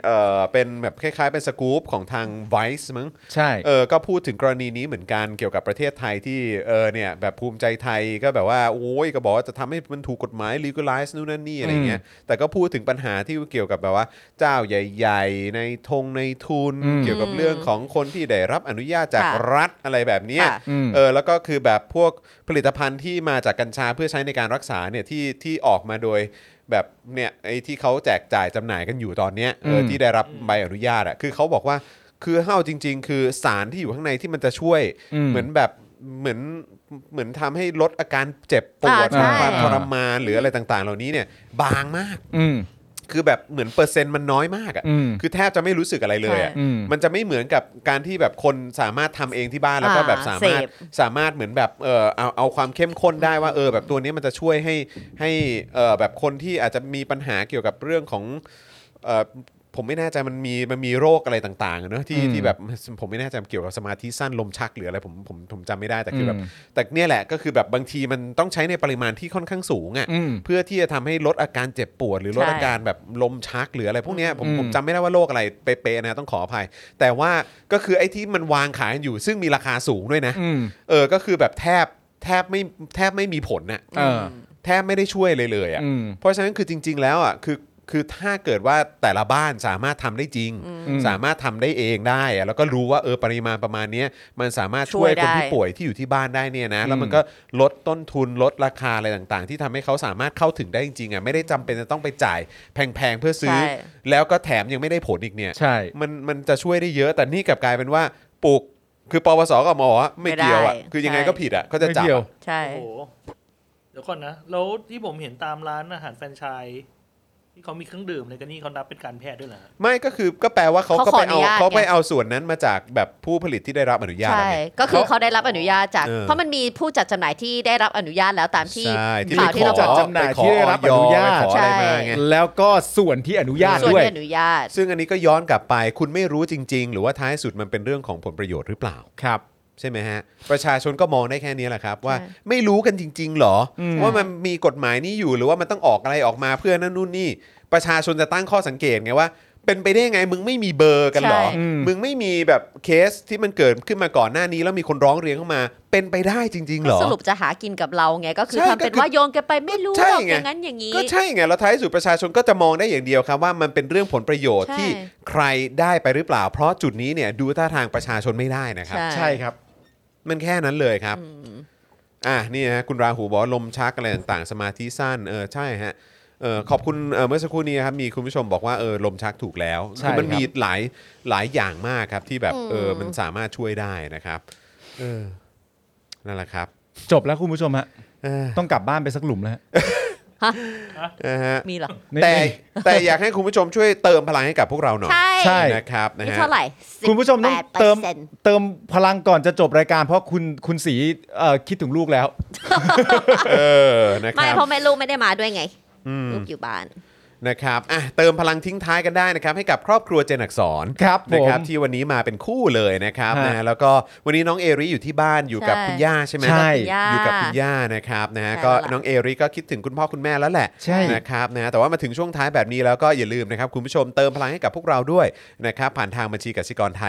Speaker 2: เอ่อเป็นแบบคล้ายๆเป็นสกู๊ปของทาง Vice มั้ง
Speaker 1: ใช่
Speaker 2: เออ ก็พูดถึงกรณีนี้เหมือนกันเกี่ยวกับประเทศไทยที่ เออ เนี่ย แบบภูมิใจไทยก็แบบว่า โอ้ย ก็บอกว่าจะทำให้มันถูกกฎหมาย legalize นู่นนั่นนี่อะไรเงี้ย แต่ก็พูดถึงปัญหาที่เกี่ยวกับแบบว่า เจ้าใหญ่ ๆ ในทงในทุน เกี่ยวกับเรื่องของคนที่ได้รับอนุญาตจาก
Speaker 3: ค่ะ
Speaker 2: รัฐอะไรแบบเนี้ย
Speaker 3: ค่ะ
Speaker 1: ม
Speaker 2: เออแล้วก็คือแบบพวกผลิตภัณฑ์ที่มาจากกัญชาเพื่อใช้ในการรักษาเนี่ยที่ที่ออกมาโดยแบบเนี่ยไอ้ที่เขาแจกจ่ายจำหน่ายกันอยู่ตอนเนี้ยเออ
Speaker 1: อืม
Speaker 2: ที่ได้รับใบอนุญาตอะคือเขาบอกว่าคือเฮ้าจริง ๆ คือสารที่อยู่ข้างในที่มันจะช่วย เหมือนแบบเหมือนเหมือนทำให้ลดอาการเจ็บปวด
Speaker 3: อ่าใช่
Speaker 2: ความทรมานหรืออะไรต่างๆ เหล่านี้เนี่ยบางมาก
Speaker 1: อืม
Speaker 2: คือแบบเหมือนเปอร์เซ็นต์มันน้อยมาก
Speaker 1: อืม
Speaker 2: อะ่ะ คือแทบจะไม่รู้สึกอะไรเลยอะ
Speaker 3: ใช่
Speaker 1: อืม
Speaker 2: มันจะไม่เหมือนกับการที่แบบคนสามารถทำเองที่บ้านแล้วก็แบบสามารถ
Speaker 3: เสพ
Speaker 2: สามารถเหมือนแบบเออเอาเอาความเข้มข้นได้ว่าเออแบบตัวนี้มันจะช่วยให้ให้เออแบบคนที่อาจจะมีปัญหาเกี่ยวกับเรื่องของเออผมไม่แน่ใจมันมีมันมีโรคอะไรต่างๆอะเนอะที่
Speaker 1: อืม
Speaker 2: ที่แบบผมไม่แน่ใจเกี่ยวกับสมาธิสั้นลมชักหรืออะไรผมผมผมจำไม่ได้แต่คืออ
Speaker 1: ม
Speaker 2: แบบแต่เนี่ยแหละก็คือแบบบางทีมันต้องใช้ในปริมาณที่ค่อนข้างสูงอ่ะ
Speaker 1: อืม
Speaker 2: เพื่อที่จะทำให้ลดอาการเจ็บปวด หรือลด
Speaker 3: ใช่
Speaker 2: อาการแบบลมชักหรืออะไรพวกเนี้ยผม
Speaker 1: อืม
Speaker 2: ผมจำไม่ได้ว่าโรคอะไรเป๊ะๆนะต้องขออภัย แต่ว่าก็คือไอ้ที่มันวางขายอยู่ ซึ่งมีราคาสูงด้วยนะ
Speaker 1: อืม
Speaker 2: เออก็คือแบบแทบแทบไม่แทบไม่มีผลน่ะ
Speaker 1: เออ
Speaker 2: แทบไม่ได้ช่วยเลยเลยอ่ะ
Speaker 1: อืม
Speaker 2: เพราะฉะนั้นคือจริง ๆ แล้วอ่ะคือคือถ้าเกิดว่าแต่ละบ้านสามารถทำได้จริง
Speaker 1: อืม
Speaker 2: สามารถทำได้เองได้อะแล้วก็รู้ว่าเออปริมาณประมาณเนี้ยมันสามารถช่วย
Speaker 3: ช่วยได้
Speaker 2: คนที่ป่วยที่อยู่ที่บ้านได้เนี่ยนะ แล้วมันก็ลดต้นทุนลดราคาอะไรต่างๆ ที่ทำให้เขาสามารถเข้าถึงได้จริงๆอ่ะไม่ได้จำเป็นจะต้องไปจ่ายแพงๆเพื่อซื้อ
Speaker 3: ใช่
Speaker 2: แล้วก็แถมยังไม่ได้ผลอีกเนี่ย
Speaker 1: ใช่
Speaker 2: มันมันจะช่วยได้เยอะ แต่นี่กลับกลายเป็นว่าปลูกคือปวสกับหมอว่าไม่
Speaker 3: ไม่ได้
Speaker 2: เกี่ยวอ่ะคือยังไง
Speaker 3: ใช่
Speaker 2: ก็ผิดอ่ะก็จะจับ
Speaker 1: ไม่เกี่ยว
Speaker 2: อะ
Speaker 3: ใช่
Speaker 4: โอ้โห เดี๋ยวก่อนนะ แล้วที่ผมเห็นตามร้านอาหารแฟรนไชส์ที่เขามีเครื่องดื่มอะไรกันนี่เขานับเป็นการแพทย์ด้วยเหรอฮะ
Speaker 2: ไม่ก็คือก็แปลว่าเขาก็ไปเอาเขาไปเอาส่วนนั้นมาจากแบบผู้ผลิตที่ได้รับอนุญาตแล้
Speaker 3: ใช่
Speaker 2: วไง
Speaker 3: ก็คือเขาได้รับอนุญาตจาก
Speaker 2: เออ
Speaker 3: เพราะมันมีผู้จัดจำหน่ายที่ได้รับอนุญาตแล้วตามที่
Speaker 2: ใช่ที่
Speaker 3: ข่าว
Speaker 2: ไป
Speaker 3: ที่เรา
Speaker 2: ข
Speaker 3: บ
Speaker 2: อ
Speaker 3: อก
Speaker 1: จำหน่ายที่ได้รับ
Speaker 2: ปข
Speaker 1: อนุญาต
Speaker 2: ไปขออะไรมาไง
Speaker 1: แล้วก็ส่วนที่อนุญาต
Speaker 3: ส่วน
Speaker 1: ด้วย
Speaker 3: ที่อนุญาต
Speaker 2: ซึ่งอันนี้ก็ย้อนกลับไปคุณไม่รู้จริง ๆ หรือว่าท้ายสุดมันเป็นเรื่องของผลประโยชน์หรือเปล่า
Speaker 1: ครับ
Speaker 2: ใช่ไหมฮะ ประชาชนก็มองได้แค่นี้แหละครับ ว่า
Speaker 3: ใช่
Speaker 2: ไม่รู้กันจริง ๆ หรอ
Speaker 1: อืม
Speaker 2: ว่ามันมีกฎหมายนี้อยู่หรือว่ามันต้องออกอะไรออกมาเพื่อนั่นนู่นนี่ ประชาชนจะตั้งข้อสังเกตไงว่า เป็นไปได้ไงมึงไม่มีเบอร์กันเหรอ
Speaker 3: ใช่
Speaker 2: มึงไม่มีแบบเคสที่มันเกิดขึ้นมาก่อนหน้านี้ แล้วมีคนร้องเรียนเข้ามา เป็นไปได้จริง ๆ เหรอ
Speaker 3: สรุปจะหากินกับเราไง ก็คือ
Speaker 2: ใช่
Speaker 3: ทำเป็น
Speaker 2: ก็คือ
Speaker 3: ว่าโยงกันไปไม่รู้
Speaker 2: ใช่
Speaker 3: หรอก
Speaker 2: ไง
Speaker 3: อย่างนั้นอย่างนี้
Speaker 2: ก็ใช่ไงแล้วท้ายสุดประชาชนก็จะมองได้อย่างเดียวครับว่ามันเป็นเรื่องผลประโยชน์
Speaker 3: ใช่
Speaker 2: ที่ใครได้ไปหรือเปล่า เพราะจุดนี้เนี่ยดูท่าทางประชาชนไม่ได้นะครับ
Speaker 1: ใช่ครับ
Speaker 2: มันแค่นั้นเลยครับ
Speaker 3: อืม
Speaker 2: อ่ะนี่ฮะคุณราหูบอกว่าลมชักอะไรต่างๆ สมาธิสั้นเออใช่ฮะเออขอบคุณเออเมื่อสักครู่นี้ครับมีคุณผู้ชมบอกว่าเออลมชักถูกแล้ว
Speaker 1: ใช่
Speaker 2: คือมัน
Speaker 1: ครับ
Speaker 2: มีหลายหลายอย่างมากครับที่แบบ
Speaker 3: อืม
Speaker 2: เออมันสามารถช่วยได้นะครับเออนั่นแหละครับ
Speaker 1: จบแล้วคุณผู้ชมฮะ
Speaker 2: เออ
Speaker 1: ต้องกลับบ้านไปสักหลุมแล้วฮะ
Speaker 2: นะฮะ
Speaker 3: มีเหรอ
Speaker 1: ไม่
Speaker 2: แต่
Speaker 1: มี
Speaker 2: แต่อยากให้คุณผู้ชมช่วยเติมพลังให้กับพวกเราหน่อย
Speaker 3: ใช่
Speaker 1: ใช่
Speaker 2: นะครับนะ
Speaker 3: นี่
Speaker 2: ฮะ
Speaker 3: เท่าไหร่
Speaker 1: คุณผู้ชมต้อง
Speaker 3: 18%
Speaker 1: เติม เติมพลังก่อนจะจบรายการเพราะคุณคุณสีเอ่อคิดถึงลูกแล้ว
Speaker 2: เออ นะค
Speaker 3: ไม่
Speaker 2: รับ
Speaker 3: เพราะแม่ลูกไม่ได้มาด้วยไง
Speaker 2: อืม
Speaker 3: ลูกอยู่บ้าน
Speaker 2: นะครับอ่ะเติมพลังทิ้งท้ายกันได้นะครับ ให้กับครอบครัวเจนอักสอน
Speaker 1: ครับผม
Speaker 2: นะครับที่วันนี้มาเป็นคู่เลยนะครับ
Speaker 1: ฮะ
Speaker 2: นะแล้วก็วันนี้น้องเอริอยู่ที่บ้านอยู่กับ
Speaker 3: ใช่
Speaker 2: คุณย่าใช่ไหม
Speaker 1: ใช่
Speaker 2: อยู่กับคุณย่านะครับนะฮะ
Speaker 3: ใช่
Speaker 2: ก็
Speaker 3: แล้วล่ะ
Speaker 2: น้องเอริก็คิดถึงคุณพ่อคุณแม่แล้วแหละ
Speaker 1: ใช่
Speaker 2: นะครับนะแต่ว่ามาถึงช่วงท้ายแบบนี้แล้วก็อย่าลืมนะครับ คุณผู้ชมเติมพลังให้กับพวกเราด้วยนะครับ ผ่านทางบัญชีกสิกรไท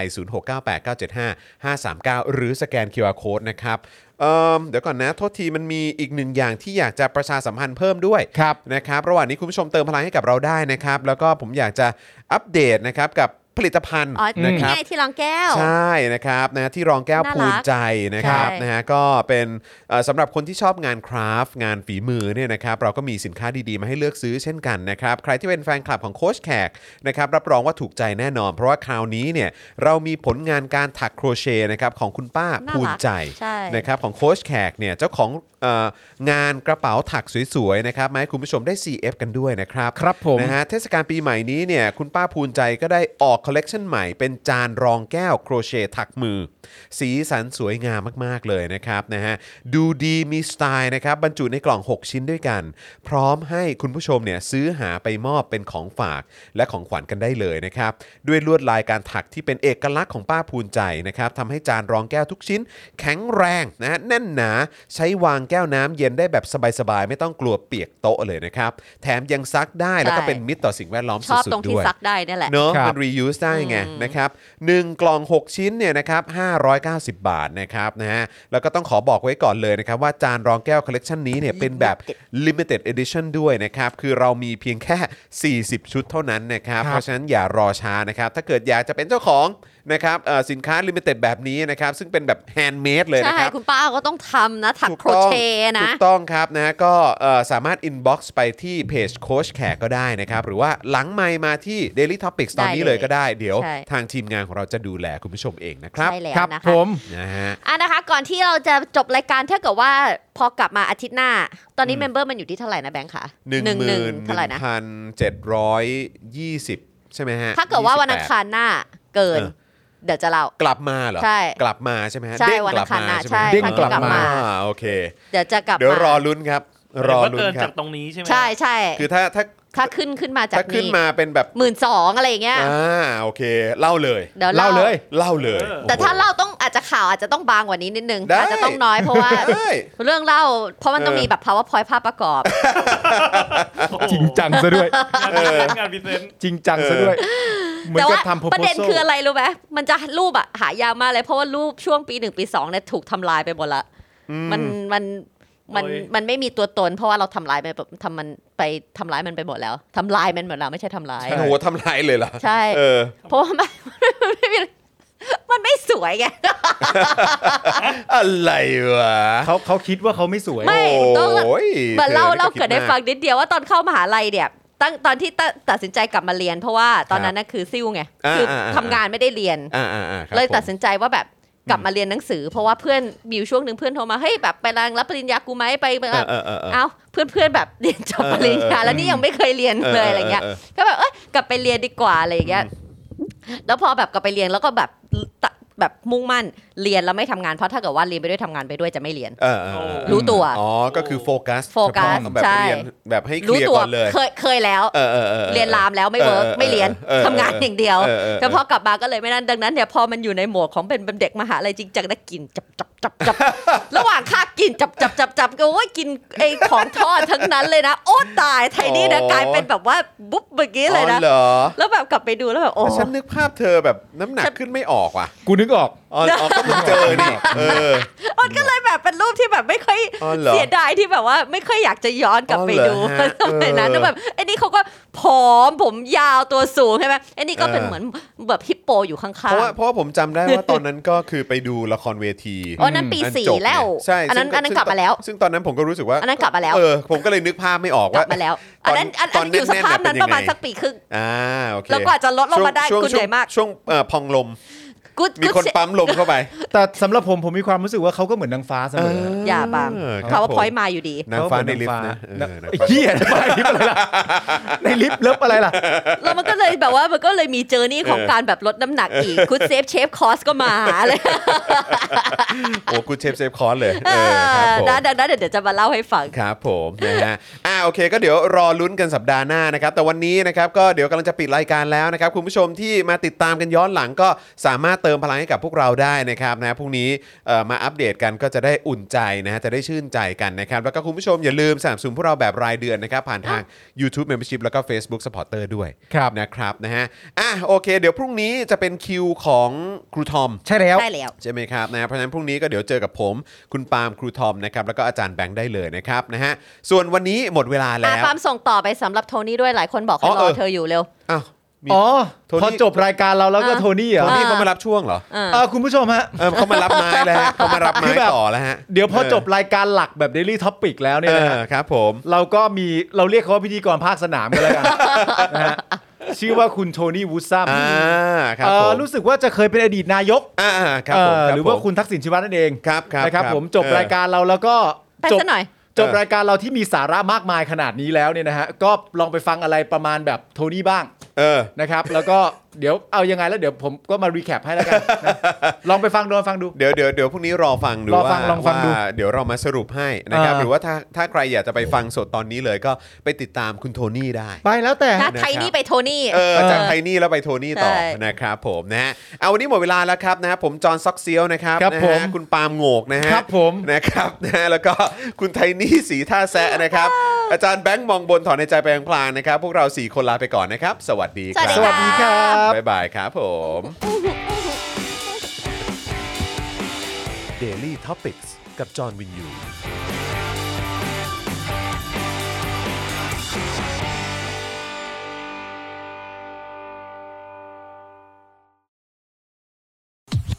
Speaker 2: ย 0698975539 หรือสแกน QR Code นะครับเอิ่มเดี๋ยวก่อนนะ โทษทีมันมีอีกหนึ่งอย่างที่อยากจะประชาสัมพันธ์เพิ่มด้วย
Speaker 1: ครับ
Speaker 2: นะครับระหว่างนี้คุณผู้ชมเติมพลังให้กับเราได้นะครับ แล้วก็ผมอยากจะอัปเดตนะครับกับผลิตภัณฑ์
Speaker 3: อ๋อ
Speaker 2: นะ
Speaker 3: นี่
Speaker 2: ครับ
Speaker 3: ไงที่รองแก้ว
Speaker 2: ใช่นะครับนะที่รองแก้ว
Speaker 3: น่ารัก
Speaker 2: ภูมิใจนะครับ
Speaker 3: ใช่
Speaker 2: นะฮะก็เป็นเอ่อสำหรับคนที่ชอบงานคราฟต์งานฝีมือเนี่ยนะครับเราก็มีสินค้าดีๆ มาให้เลือกซื้อเช่นกันนะครับใครที่เป็นแฟนคลับของโค้ชแขกนะครับรับรองว่าถูกใจแน่นอน เพราะว่าคราวนี้เนี่ยเรามีผลงานการถักโครเชต์นะครับของคุณป้า
Speaker 3: น่ารัก
Speaker 2: ภูมิใจ
Speaker 3: ใช่
Speaker 2: นะครับของโค้ชแขกเนี่ยเจ้าของเอ่องานกระเป๋าถักสวยๆนะครับมาให้คุณผู้ชมได้ CF กันด้วยนะครับ
Speaker 1: ครับผม
Speaker 2: นะฮะเทศกาลปีใหม่นี้เนี่ยคุณป้าภูนใจก็ได้ออกคอลเลกชันใหม่เป็นจานรองแก้วโครเชต์ถักมือ สีสันสวยงามมาก ๆ เลยนะครับนะฮะดูดีมีสไตล์นะครับบรรจุในกล่อง 6 ชิ้นด้วยกัน พร้อมให้คุณผู้ชมเนี่ยซื้อหาไปมอบเป็นของฝากและของขวัญกันได้เลยนะครับ ด้วยลวดลายการถักที่เป็นเอกลักษณ์ของป้าภูนใจนะครับทำให้จานรองแก้วทุกชิ้น แข็งแรงนะฮะแน่นหนาใช้วางแก้วน้ำเย็นได้แบบสบายๆไม่ต้องกลัวเปียกโต๊ะเลยนะครับแถมยังซักได้แล้วก็เป็น
Speaker 3: ใช่
Speaker 2: มิตรต่อสิ่งแวดล้อม
Speaker 3: ชอบ
Speaker 2: สุด
Speaker 3: ตรง
Speaker 2: ๆ
Speaker 3: ที่
Speaker 2: ด้วย
Speaker 3: ซักได้เนี่ยแหละ
Speaker 2: เนอะ
Speaker 1: ครับ
Speaker 2: มัน reuse ได้ไง
Speaker 3: อืม
Speaker 2: นะครับหนึ่งกล่อง 6 ชิ้นเนี่ยนะครับ590 บาทนะครับนะฮะแล้วก็ต้องขอบอกไว้ก่อนเลยนะครับ ว่าจานรองแก้วคอลเลกชันนี้เนี่ยเป็นแบบ limited edition ด้วยนะครับ คือเรามีเพียงแค่ 40 ชุดเท่านั้นนะครับ
Speaker 1: ครับ
Speaker 2: เพราะฉะนั้นอย่ารอช้านะครับ ถ้าเกิดอยากจะเป็นเจ้าของนะครับเอ่อสินค้า limited แบบนี้นะครับ ซึ่งเป็นแบบ handmade เลย
Speaker 3: ใช่
Speaker 2: นะครับ
Speaker 3: คุณป้าก็ต้องทำนะ ถัก
Speaker 2: ถูก
Speaker 3: โคร
Speaker 2: ต้อง
Speaker 3: เชต์นะ
Speaker 2: ถูกต้องครับนะก็เอ่อสามารถ inbox ไปที่เพจโค้ชแขกก็ได้นะครับ หรือว่าหลังไมค์มาที่ Daily Topics ตอนนี้
Speaker 3: ได้
Speaker 2: เล
Speaker 3: เลย ย
Speaker 2: ก็ได้ เดี๋ยว
Speaker 3: ใช่
Speaker 2: ทางทีมงานของเราจะดูแลคุณผู้ชมเองนะครับ
Speaker 3: ใช่แล้ว
Speaker 1: ครับ
Speaker 3: นะ
Speaker 1: ผ
Speaker 3: คะ
Speaker 1: ม
Speaker 2: นะฮะ
Speaker 3: อ่ะนะคะ ก่อนที่เราจะจบรายการถ้าเกิดว่าพอกลับมาอาทิตย์หน้า ตอนนี้
Speaker 2: อืม
Speaker 3: เมมเบอร์มันอยู่ที่เท่าไหร่นะแบงค์คะ
Speaker 2: หนึ่งหมื่นห
Speaker 3: เท่าไหร่
Speaker 2: นึ่ง
Speaker 3: นะ
Speaker 2: พันเจ็ดร้อยยี่สิบใช่ไหมฮะ
Speaker 3: ถ้าเกิดว่าวันอัง
Speaker 2: 28
Speaker 3: คารหน้าเกิน
Speaker 2: เออ
Speaker 3: เดี๋ยวจะเล่า
Speaker 2: กลับมาเหรอ
Speaker 3: ใช่
Speaker 2: กลับมาใช่ไหมฮะ
Speaker 3: ใช่
Speaker 2: เด้ง
Speaker 3: วัน
Speaker 2: ก
Speaker 3: อั
Speaker 2: ลับ
Speaker 3: งคาร
Speaker 2: มา
Speaker 3: น่ะ
Speaker 2: ใช่ไหม
Speaker 3: ใช่
Speaker 1: เด้งกลับมา
Speaker 2: อ่โอเค
Speaker 3: เดี๋ยวจะกลับ
Speaker 2: เดี๋ยว
Speaker 3: มาร
Speaker 2: อลุ้นครับ รอลุ้น
Speaker 4: เกิน
Speaker 2: ครั
Speaker 4: จา
Speaker 2: บ
Speaker 4: กตรงนี้ใช่ไหม
Speaker 3: ใช่ใช่
Speaker 2: คือถ้าถ้า
Speaker 3: ถ้าขึ้นขึ้นมาจาก
Speaker 2: ถ้าขึ้น
Speaker 3: นี้
Speaker 2: มาเป็นแบบ
Speaker 3: หมื่นสองอะไรอย่างเงี้ย
Speaker 2: อ่าโอเคเล่าเลย
Speaker 3: เดี๋ยว
Speaker 1: เล่าเลย
Speaker 2: เล่าเลย
Speaker 3: แต่
Speaker 2: โอ้โห
Speaker 3: ถ้าเล่าต้องอาจจะข่าวอาจจะต้องบางกว่านี้นิดนึง
Speaker 2: ได้
Speaker 3: อาจจะต้องน้อยเพราะ ว่า
Speaker 2: เอ้ย
Speaker 3: เรื่องเล่าเพราะมันต้องมีแบบ powerpoint ภาพประกอบ
Speaker 4: โอ้โห
Speaker 1: จริงจังซะด้วย
Speaker 2: เออ
Speaker 4: งานพิเศษ
Speaker 1: จริงจังซะด้วยเหมือน
Speaker 3: แต่
Speaker 1: กับ
Speaker 3: ว่า
Speaker 1: ทำ proposal
Speaker 3: ประเด็นคืออะไรรู้ไหมมันจะรูปอะหายากมากเลย เพราะว่ารูปช่วงปีหนึ่งปีสองเนี่ยถูกทำลายไปหมดละ มันมันมัน
Speaker 4: โอ้ย
Speaker 3: มันไม่มีตัวตน เพราะว่าเราทำลายไปทำมันไปทำลายมันไปหมดแล้วทำลายมันหมดแล้วไม่ใช่ทำลาย
Speaker 2: โอ้โหทำลายเลยเหรอ
Speaker 3: ใช่
Speaker 2: เออ
Speaker 3: เพราะว่ามัน มันไม่มีมันไม่สวยไง
Speaker 2: อะไรวะ
Speaker 1: เขาเขาคิดว่าเขาไม่สวย
Speaker 3: ไม่ ต้อง
Speaker 2: โอ้ย
Speaker 3: เหมือนเล่า
Speaker 2: ธอ
Speaker 3: เล่า
Speaker 2: คิ
Speaker 3: เกิดได้ฟังนิดเดียวว่าตอนเข้ามหาลัยเนี่ยตั้งตอนที่ตัตัดสินใจกลับมาเรียน เพราะว่าตอนนั้นน่ะคือซิ่วไง
Speaker 2: า
Speaker 3: คืออา
Speaker 2: อ่า
Speaker 3: ทำงานไม่ได้เรียน
Speaker 2: อ่าอ่าอ่าครับ
Speaker 3: เลยตัด
Speaker 2: ผม
Speaker 3: สินใจว่าแบบกลับมาเรียนหนังสือ เพราะว่าเพื่อนมีอยู่ช่วงหนึ่งเพื่อนโทรมาเฮ้ยแบบไปรังรับปริญญากูไหมไปไป
Speaker 2: เอ
Speaker 3: รั
Speaker 2: อบ เออเออเออ
Speaker 3: เอ้าเพื่อนเพื่อนแบบเรียนจบ
Speaker 2: เออ
Speaker 3: ปริญญา
Speaker 2: เออ
Speaker 3: แล้วนี่ยังไม่เคยเรียนเลยอะไรเงี้ยก็แบบเอ้ยกลับไปเรียนดีกว่าอะไรอย่างเงี้ยแล้วพอแบบกลับไปเรียนแล้วก็แบบตะแบบมุ่งมั่นเรียนแล้วไม่ทำงานเพราะถ้าเกิดว่าเรียนไปด้วยทำงานไปด้วยจะไม่เรียน
Speaker 2: เออเออเออ
Speaker 3: รู้ตัว
Speaker 2: อ๋อ ก็คือโฟกัส
Speaker 3: โฟกัส
Speaker 2: เฉพาะแบบ
Speaker 3: ใช่
Speaker 2: เรียนแบบให้เค
Speaker 3: รู้
Speaker 2: ลียร์
Speaker 3: ตัว
Speaker 2: ก่อนเลย
Speaker 3: เคยเคยแล้ว
Speaker 2: เออเออออ
Speaker 3: เรียนลามแล้วไม่เวิร์ก
Speaker 2: เออเออ
Speaker 3: ไม่เรียน
Speaker 2: เออเออ
Speaker 3: ทำงานอย่างเดียว
Speaker 2: เออเออ
Speaker 3: แต่พอกลับมาก็เลยไม่นั่นดังนั้นเนี่ยพอมันอยู่ในโหมดของเป็นเด็กมหาลัยจริงจังนะกินจับจับจับจับ ระหว่างค่ากินจับจับจับจับก็ว่ากินไอของทอดทั้งนั้นเลยนะ โอ้ตายไทยนี่นะกลายเป็นแบบว่าบุ๊บเมื่อกี้เลย
Speaker 2: อ๋
Speaker 3: นะ
Speaker 2: อเหรอ
Speaker 3: แล้วแบบกลับไปดูแล้วแบบโอ้
Speaker 2: แต่ฉันนึกภาพเธอแบบน้ำหนัก
Speaker 3: ฉัน
Speaker 2: ขึ้นไม่ออกว่ะ
Speaker 1: กูนึกออก
Speaker 2: อ๋ออ๋อก็มึงเจอนี่เอ อ
Speaker 3: มันก็เลยแบบเป็นรูปที่แบบไม่ค่อย
Speaker 2: อ๋อเหรอ
Speaker 3: เสียดายที่แบบว่าไม่ค่อยอยากจะย้อนกลับไปดู
Speaker 2: อ๋อเหรอฮะ
Speaker 3: สมัยนั้น
Speaker 2: เออ
Speaker 3: แล้วแบบไอ้นี่เขาก็ผอมผมยาวตัวสูงใช่ไหมไอ้นี่ก็เป็น
Speaker 2: เออ
Speaker 3: เหมือนแบบฮิปโปอยู่ข้างๆ
Speaker 2: เพราะว่าเพราะว่าผมจำได้ว่าตอนนั้นก็คือไปดูละครเวที
Speaker 3: อ๋อนั่นปี
Speaker 2: อัน
Speaker 3: สี่
Speaker 2: จบ
Speaker 3: แล้ว
Speaker 2: ใช่
Speaker 3: อันนั้น
Speaker 2: ซึ่ง
Speaker 3: อันนั้นกลับมาแล้ว
Speaker 2: ซึ่งตอนนั้นผมก็รู้สึกว่า
Speaker 3: อันนั้นกลับมาแล้ว
Speaker 2: เออผมก็เลยนึกภาพไม่ออก
Speaker 3: กลั
Speaker 2: ว่า
Speaker 3: บมาแล้ว
Speaker 2: ตอน
Speaker 3: อันนั้นอัน
Speaker 2: ต
Speaker 3: อั
Speaker 2: อน
Speaker 3: นอยู่
Speaker 2: แน่
Speaker 3: ส
Speaker 2: นๆ
Speaker 3: ภาพ
Speaker 2: แบบ
Speaker 3: นั้น
Speaker 2: เป็น
Speaker 3: ประมาณ
Speaker 2: ยังไง
Speaker 3: สักปีครึ่ง
Speaker 2: อ่าโอเค
Speaker 3: แล้วกว่าจะลดลงมาได้
Speaker 2: ช่ว
Speaker 3: คุณเหนื่อยมาก
Speaker 2: ช่วงช่วงเอ่อพองลม
Speaker 3: กูด
Speaker 2: มี
Speaker 3: กูด
Speaker 2: คนปั๊มลมเข้าไป
Speaker 1: แต่สำหรับผมผมมีความรู้สึกว่าเขาก็เหมือนนางฟ้าเสมอ
Speaker 3: อย่าบัง
Speaker 2: เออค
Speaker 3: เขา
Speaker 2: รับ
Speaker 3: ว่า
Speaker 2: ผม
Speaker 3: พอยมาอยู่ดี
Speaker 2: นางฟ้าในลิฟต์นะเออ
Speaker 1: ไอ้เหี้ยในลิฟต์อะไรล่ะ ในลิฟต์เลิฟอะไรล่ะ
Speaker 3: แล้วมันก็เลยแบบว่ามันก็เลยมีเจอร์นี่ของการแบบลดน้ำหนักอีกคุณเซฟเชฟคอสก็มาหาเลย
Speaker 2: โอ้กูเชฟเซฟคอร์สเลยเออครับผม
Speaker 3: นะดังนั้นเดี๋ยวจะมาเล่าให้ฟัง
Speaker 2: ครับผมนะฮะ อ่าโอเค ก็เดี๋ยวรอลุ้นกันสัปดาห์หน้านะครับ แต่วันนี้นะครับก็เดี๋ยวกำลังจะปิดรายการแล้วนะครับ คุณผู้ชมที่มาติดตามกันย้อนหลังก็สามารถเติมพลังให้กับพวกเราได้นะครับนะพรุ่งนี้เอ่อมาอัปเดตกันก็จะได้อุ่นใจนะฮะจะได้ชื่นใจกันนะครับ แล้วก็คุณผู้ชมอย่าลืมสนับสนุนพวกเราแบบรายเดือนนะครับ ผ่านทาง YouTube Membership แล้วก็ Facebook Supporter ด้วย
Speaker 1: ครับ
Speaker 2: นะครับนะฮะอ่ะโอเค เดี๋ยวพรุ่งนี้จะเป็นคิวของครูทอม
Speaker 1: ใช่แล้ว
Speaker 3: ได้แล้ว
Speaker 2: ใช่ไหมครับนะเพราะฉะนั้นพรุ่งนี้ก็เดี๋ยวเจอกับผม คุณปาล์มครูทอมนะครับแล้วก็อาจารย์แบงค์ได้เลยนะครับนะฮะส่วนวันนี้หมดเวลา
Speaker 3: อ่ะ
Speaker 2: แล้ว
Speaker 3: ความส่งต่อไปสำหรับโทนี่ด้วยหลายคนบอกให้
Speaker 2: อ๋อเอ
Speaker 3: รอ
Speaker 2: อ
Speaker 3: เธออยู่เร็ว
Speaker 2: อ้าวมี
Speaker 1: อ๋อ
Speaker 2: โทนี่
Speaker 1: พอจบรายการเราแล้วก็โทนี่เหร
Speaker 2: โท
Speaker 1: อ
Speaker 2: นี่เขามารับช่วงเหรอ
Speaker 3: เออ
Speaker 1: เออคุณผู้ชมฮะ
Speaker 2: เออเขามารับไม้ แล้วฮะเขามารับไม้
Speaker 1: คือแบบ
Speaker 2: ต่อแล้วฮะ
Speaker 1: เดี๋ยวพอจบรายการหลักแบบ Daily Topic แล้ว
Speaker 2: เอ
Speaker 1: เนี่ยนะ
Speaker 2: อ
Speaker 1: ฮะ
Speaker 2: ครับผม
Speaker 1: เราก็มีเราเรียกเขาว่าพิธีกรภาคสนามกันแล้วกัน นะฮะชื่อว่าคุณโทนี่วูดซัม
Speaker 2: อ่าครับ
Speaker 1: เอ่
Speaker 2: ผ
Speaker 1: อ
Speaker 2: ม
Speaker 1: รู้สึกว่าจะเคยเป็นอดีตนายก
Speaker 2: อ่าครับ
Speaker 1: เอ่
Speaker 2: ผม
Speaker 1: อ
Speaker 2: คบ
Speaker 1: หรือว่า
Speaker 2: ผม
Speaker 1: คุณทักษิณชินวัตรนั่นเอง
Speaker 2: ครับครับ
Speaker 1: นะครับผมจบ
Speaker 2: เออ
Speaker 1: รายการเราแล้วก็
Speaker 3: ไป
Speaker 1: จบ
Speaker 3: ซะหน่อย
Speaker 1: จบ
Speaker 2: เออ
Speaker 1: รายการเราที่มีสาระมากมายขนาดนี้แล้วเนี่ยนะฮะ ก็ลองไปฟังอะไรประมาณแบบโทนี่บ้าง
Speaker 2: เออ
Speaker 1: นะครับ แล้วก็เดี๋ยวเอายังไงแล้วเดี๋ยวผมก็มารีแคปให้แล้วกัน นะลองไปฟังดูลองฟังดู
Speaker 2: เดี๋ยวเดี๋ยวเดี๋ยวพรุ่งนี้รอฟังดู
Speaker 1: รอฟั
Speaker 2: ว่าง
Speaker 1: ลองฟังดู
Speaker 2: ว่าเดี๋ยวเรามาสรุปให้นะครับ
Speaker 1: เออ
Speaker 2: หรือว่าถ้าถ้าใครอยากจะไปฟังสดตอนนี้เลยก็ไปติดตามคุณโทนี่ได้
Speaker 1: ไปแล้วแต่
Speaker 3: นะ
Speaker 2: นะครับ
Speaker 3: ไทยนี่ไปโทนี่
Speaker 2: เออ
Speaker 1: เออ
Speaker 2: จากไทนี่แล้วไปโทนี่ต่อ
Speaker 3: ใช่
Speaker 2: นะครับผมนะฮะเอาวันนี้หมดเวลาแล้วครับนะฮะผมจอห์นซอกเซียวนะครับ
Speaker 1: ครับ
Speaker 2: นะ
Speaker 1: ผม
Speaker 2: ฮะคุณปาล์มโงกนะฮะ
Speaker 1: ครับผม
Speaker 2: นะครับ นะฮะแล้วก็คุณไทนี่สีท่าแซะนะครับ อาจารย์แบงค์มองบนถอนในใจไปพลางๆนะครับ พวกเราสี่คนลาไปก่อนนะครับ สวัสดีครับ
Speaker 1: สวัสดีครับ
Speaker 2: บ๊ายบายครับผม Daily Topics กับจอห์นวินยู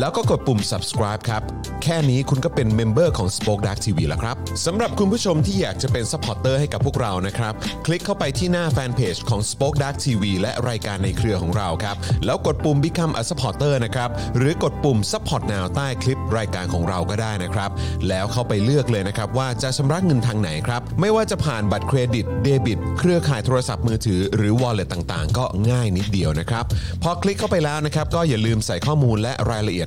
Speaker 2: แล้วก็กดปุ่ม subscribe ครับ แค่นี้คุณก็เป็นเมมเบอร์ของ Spoke Dark TV แล้วครับ สำหรับคุณผู้ชมที่อยากจะเป็น s u p p อร์เตอร์ให้กับพวกเรานะครับ คลิกเข้าไปที่หน้าแฟนเพจของ Spoke Dark TV และรายการในเครือของเราครับ แล้วกดปุ่ม Become a supporter นะครับ หรือกดปุ่ม support now ใต้คลิปรายการของเราก็ได้นะครับ แล้วเข้าไปเลือกเลยนะครับว่าจะชำระเงินทางไหนครับ ไม่ว่าจะผ่านบัตรเครดิตเดบิต เครือข่ายโทรศัพท์มือถือหรือ wallet ต่างๆ ก็ง่ายนิดเดียวนะครับ พอคลิกเข้าไปแล้วนะครับ ก็อย่าลืมใส่ข้อมูลและรายละเอียด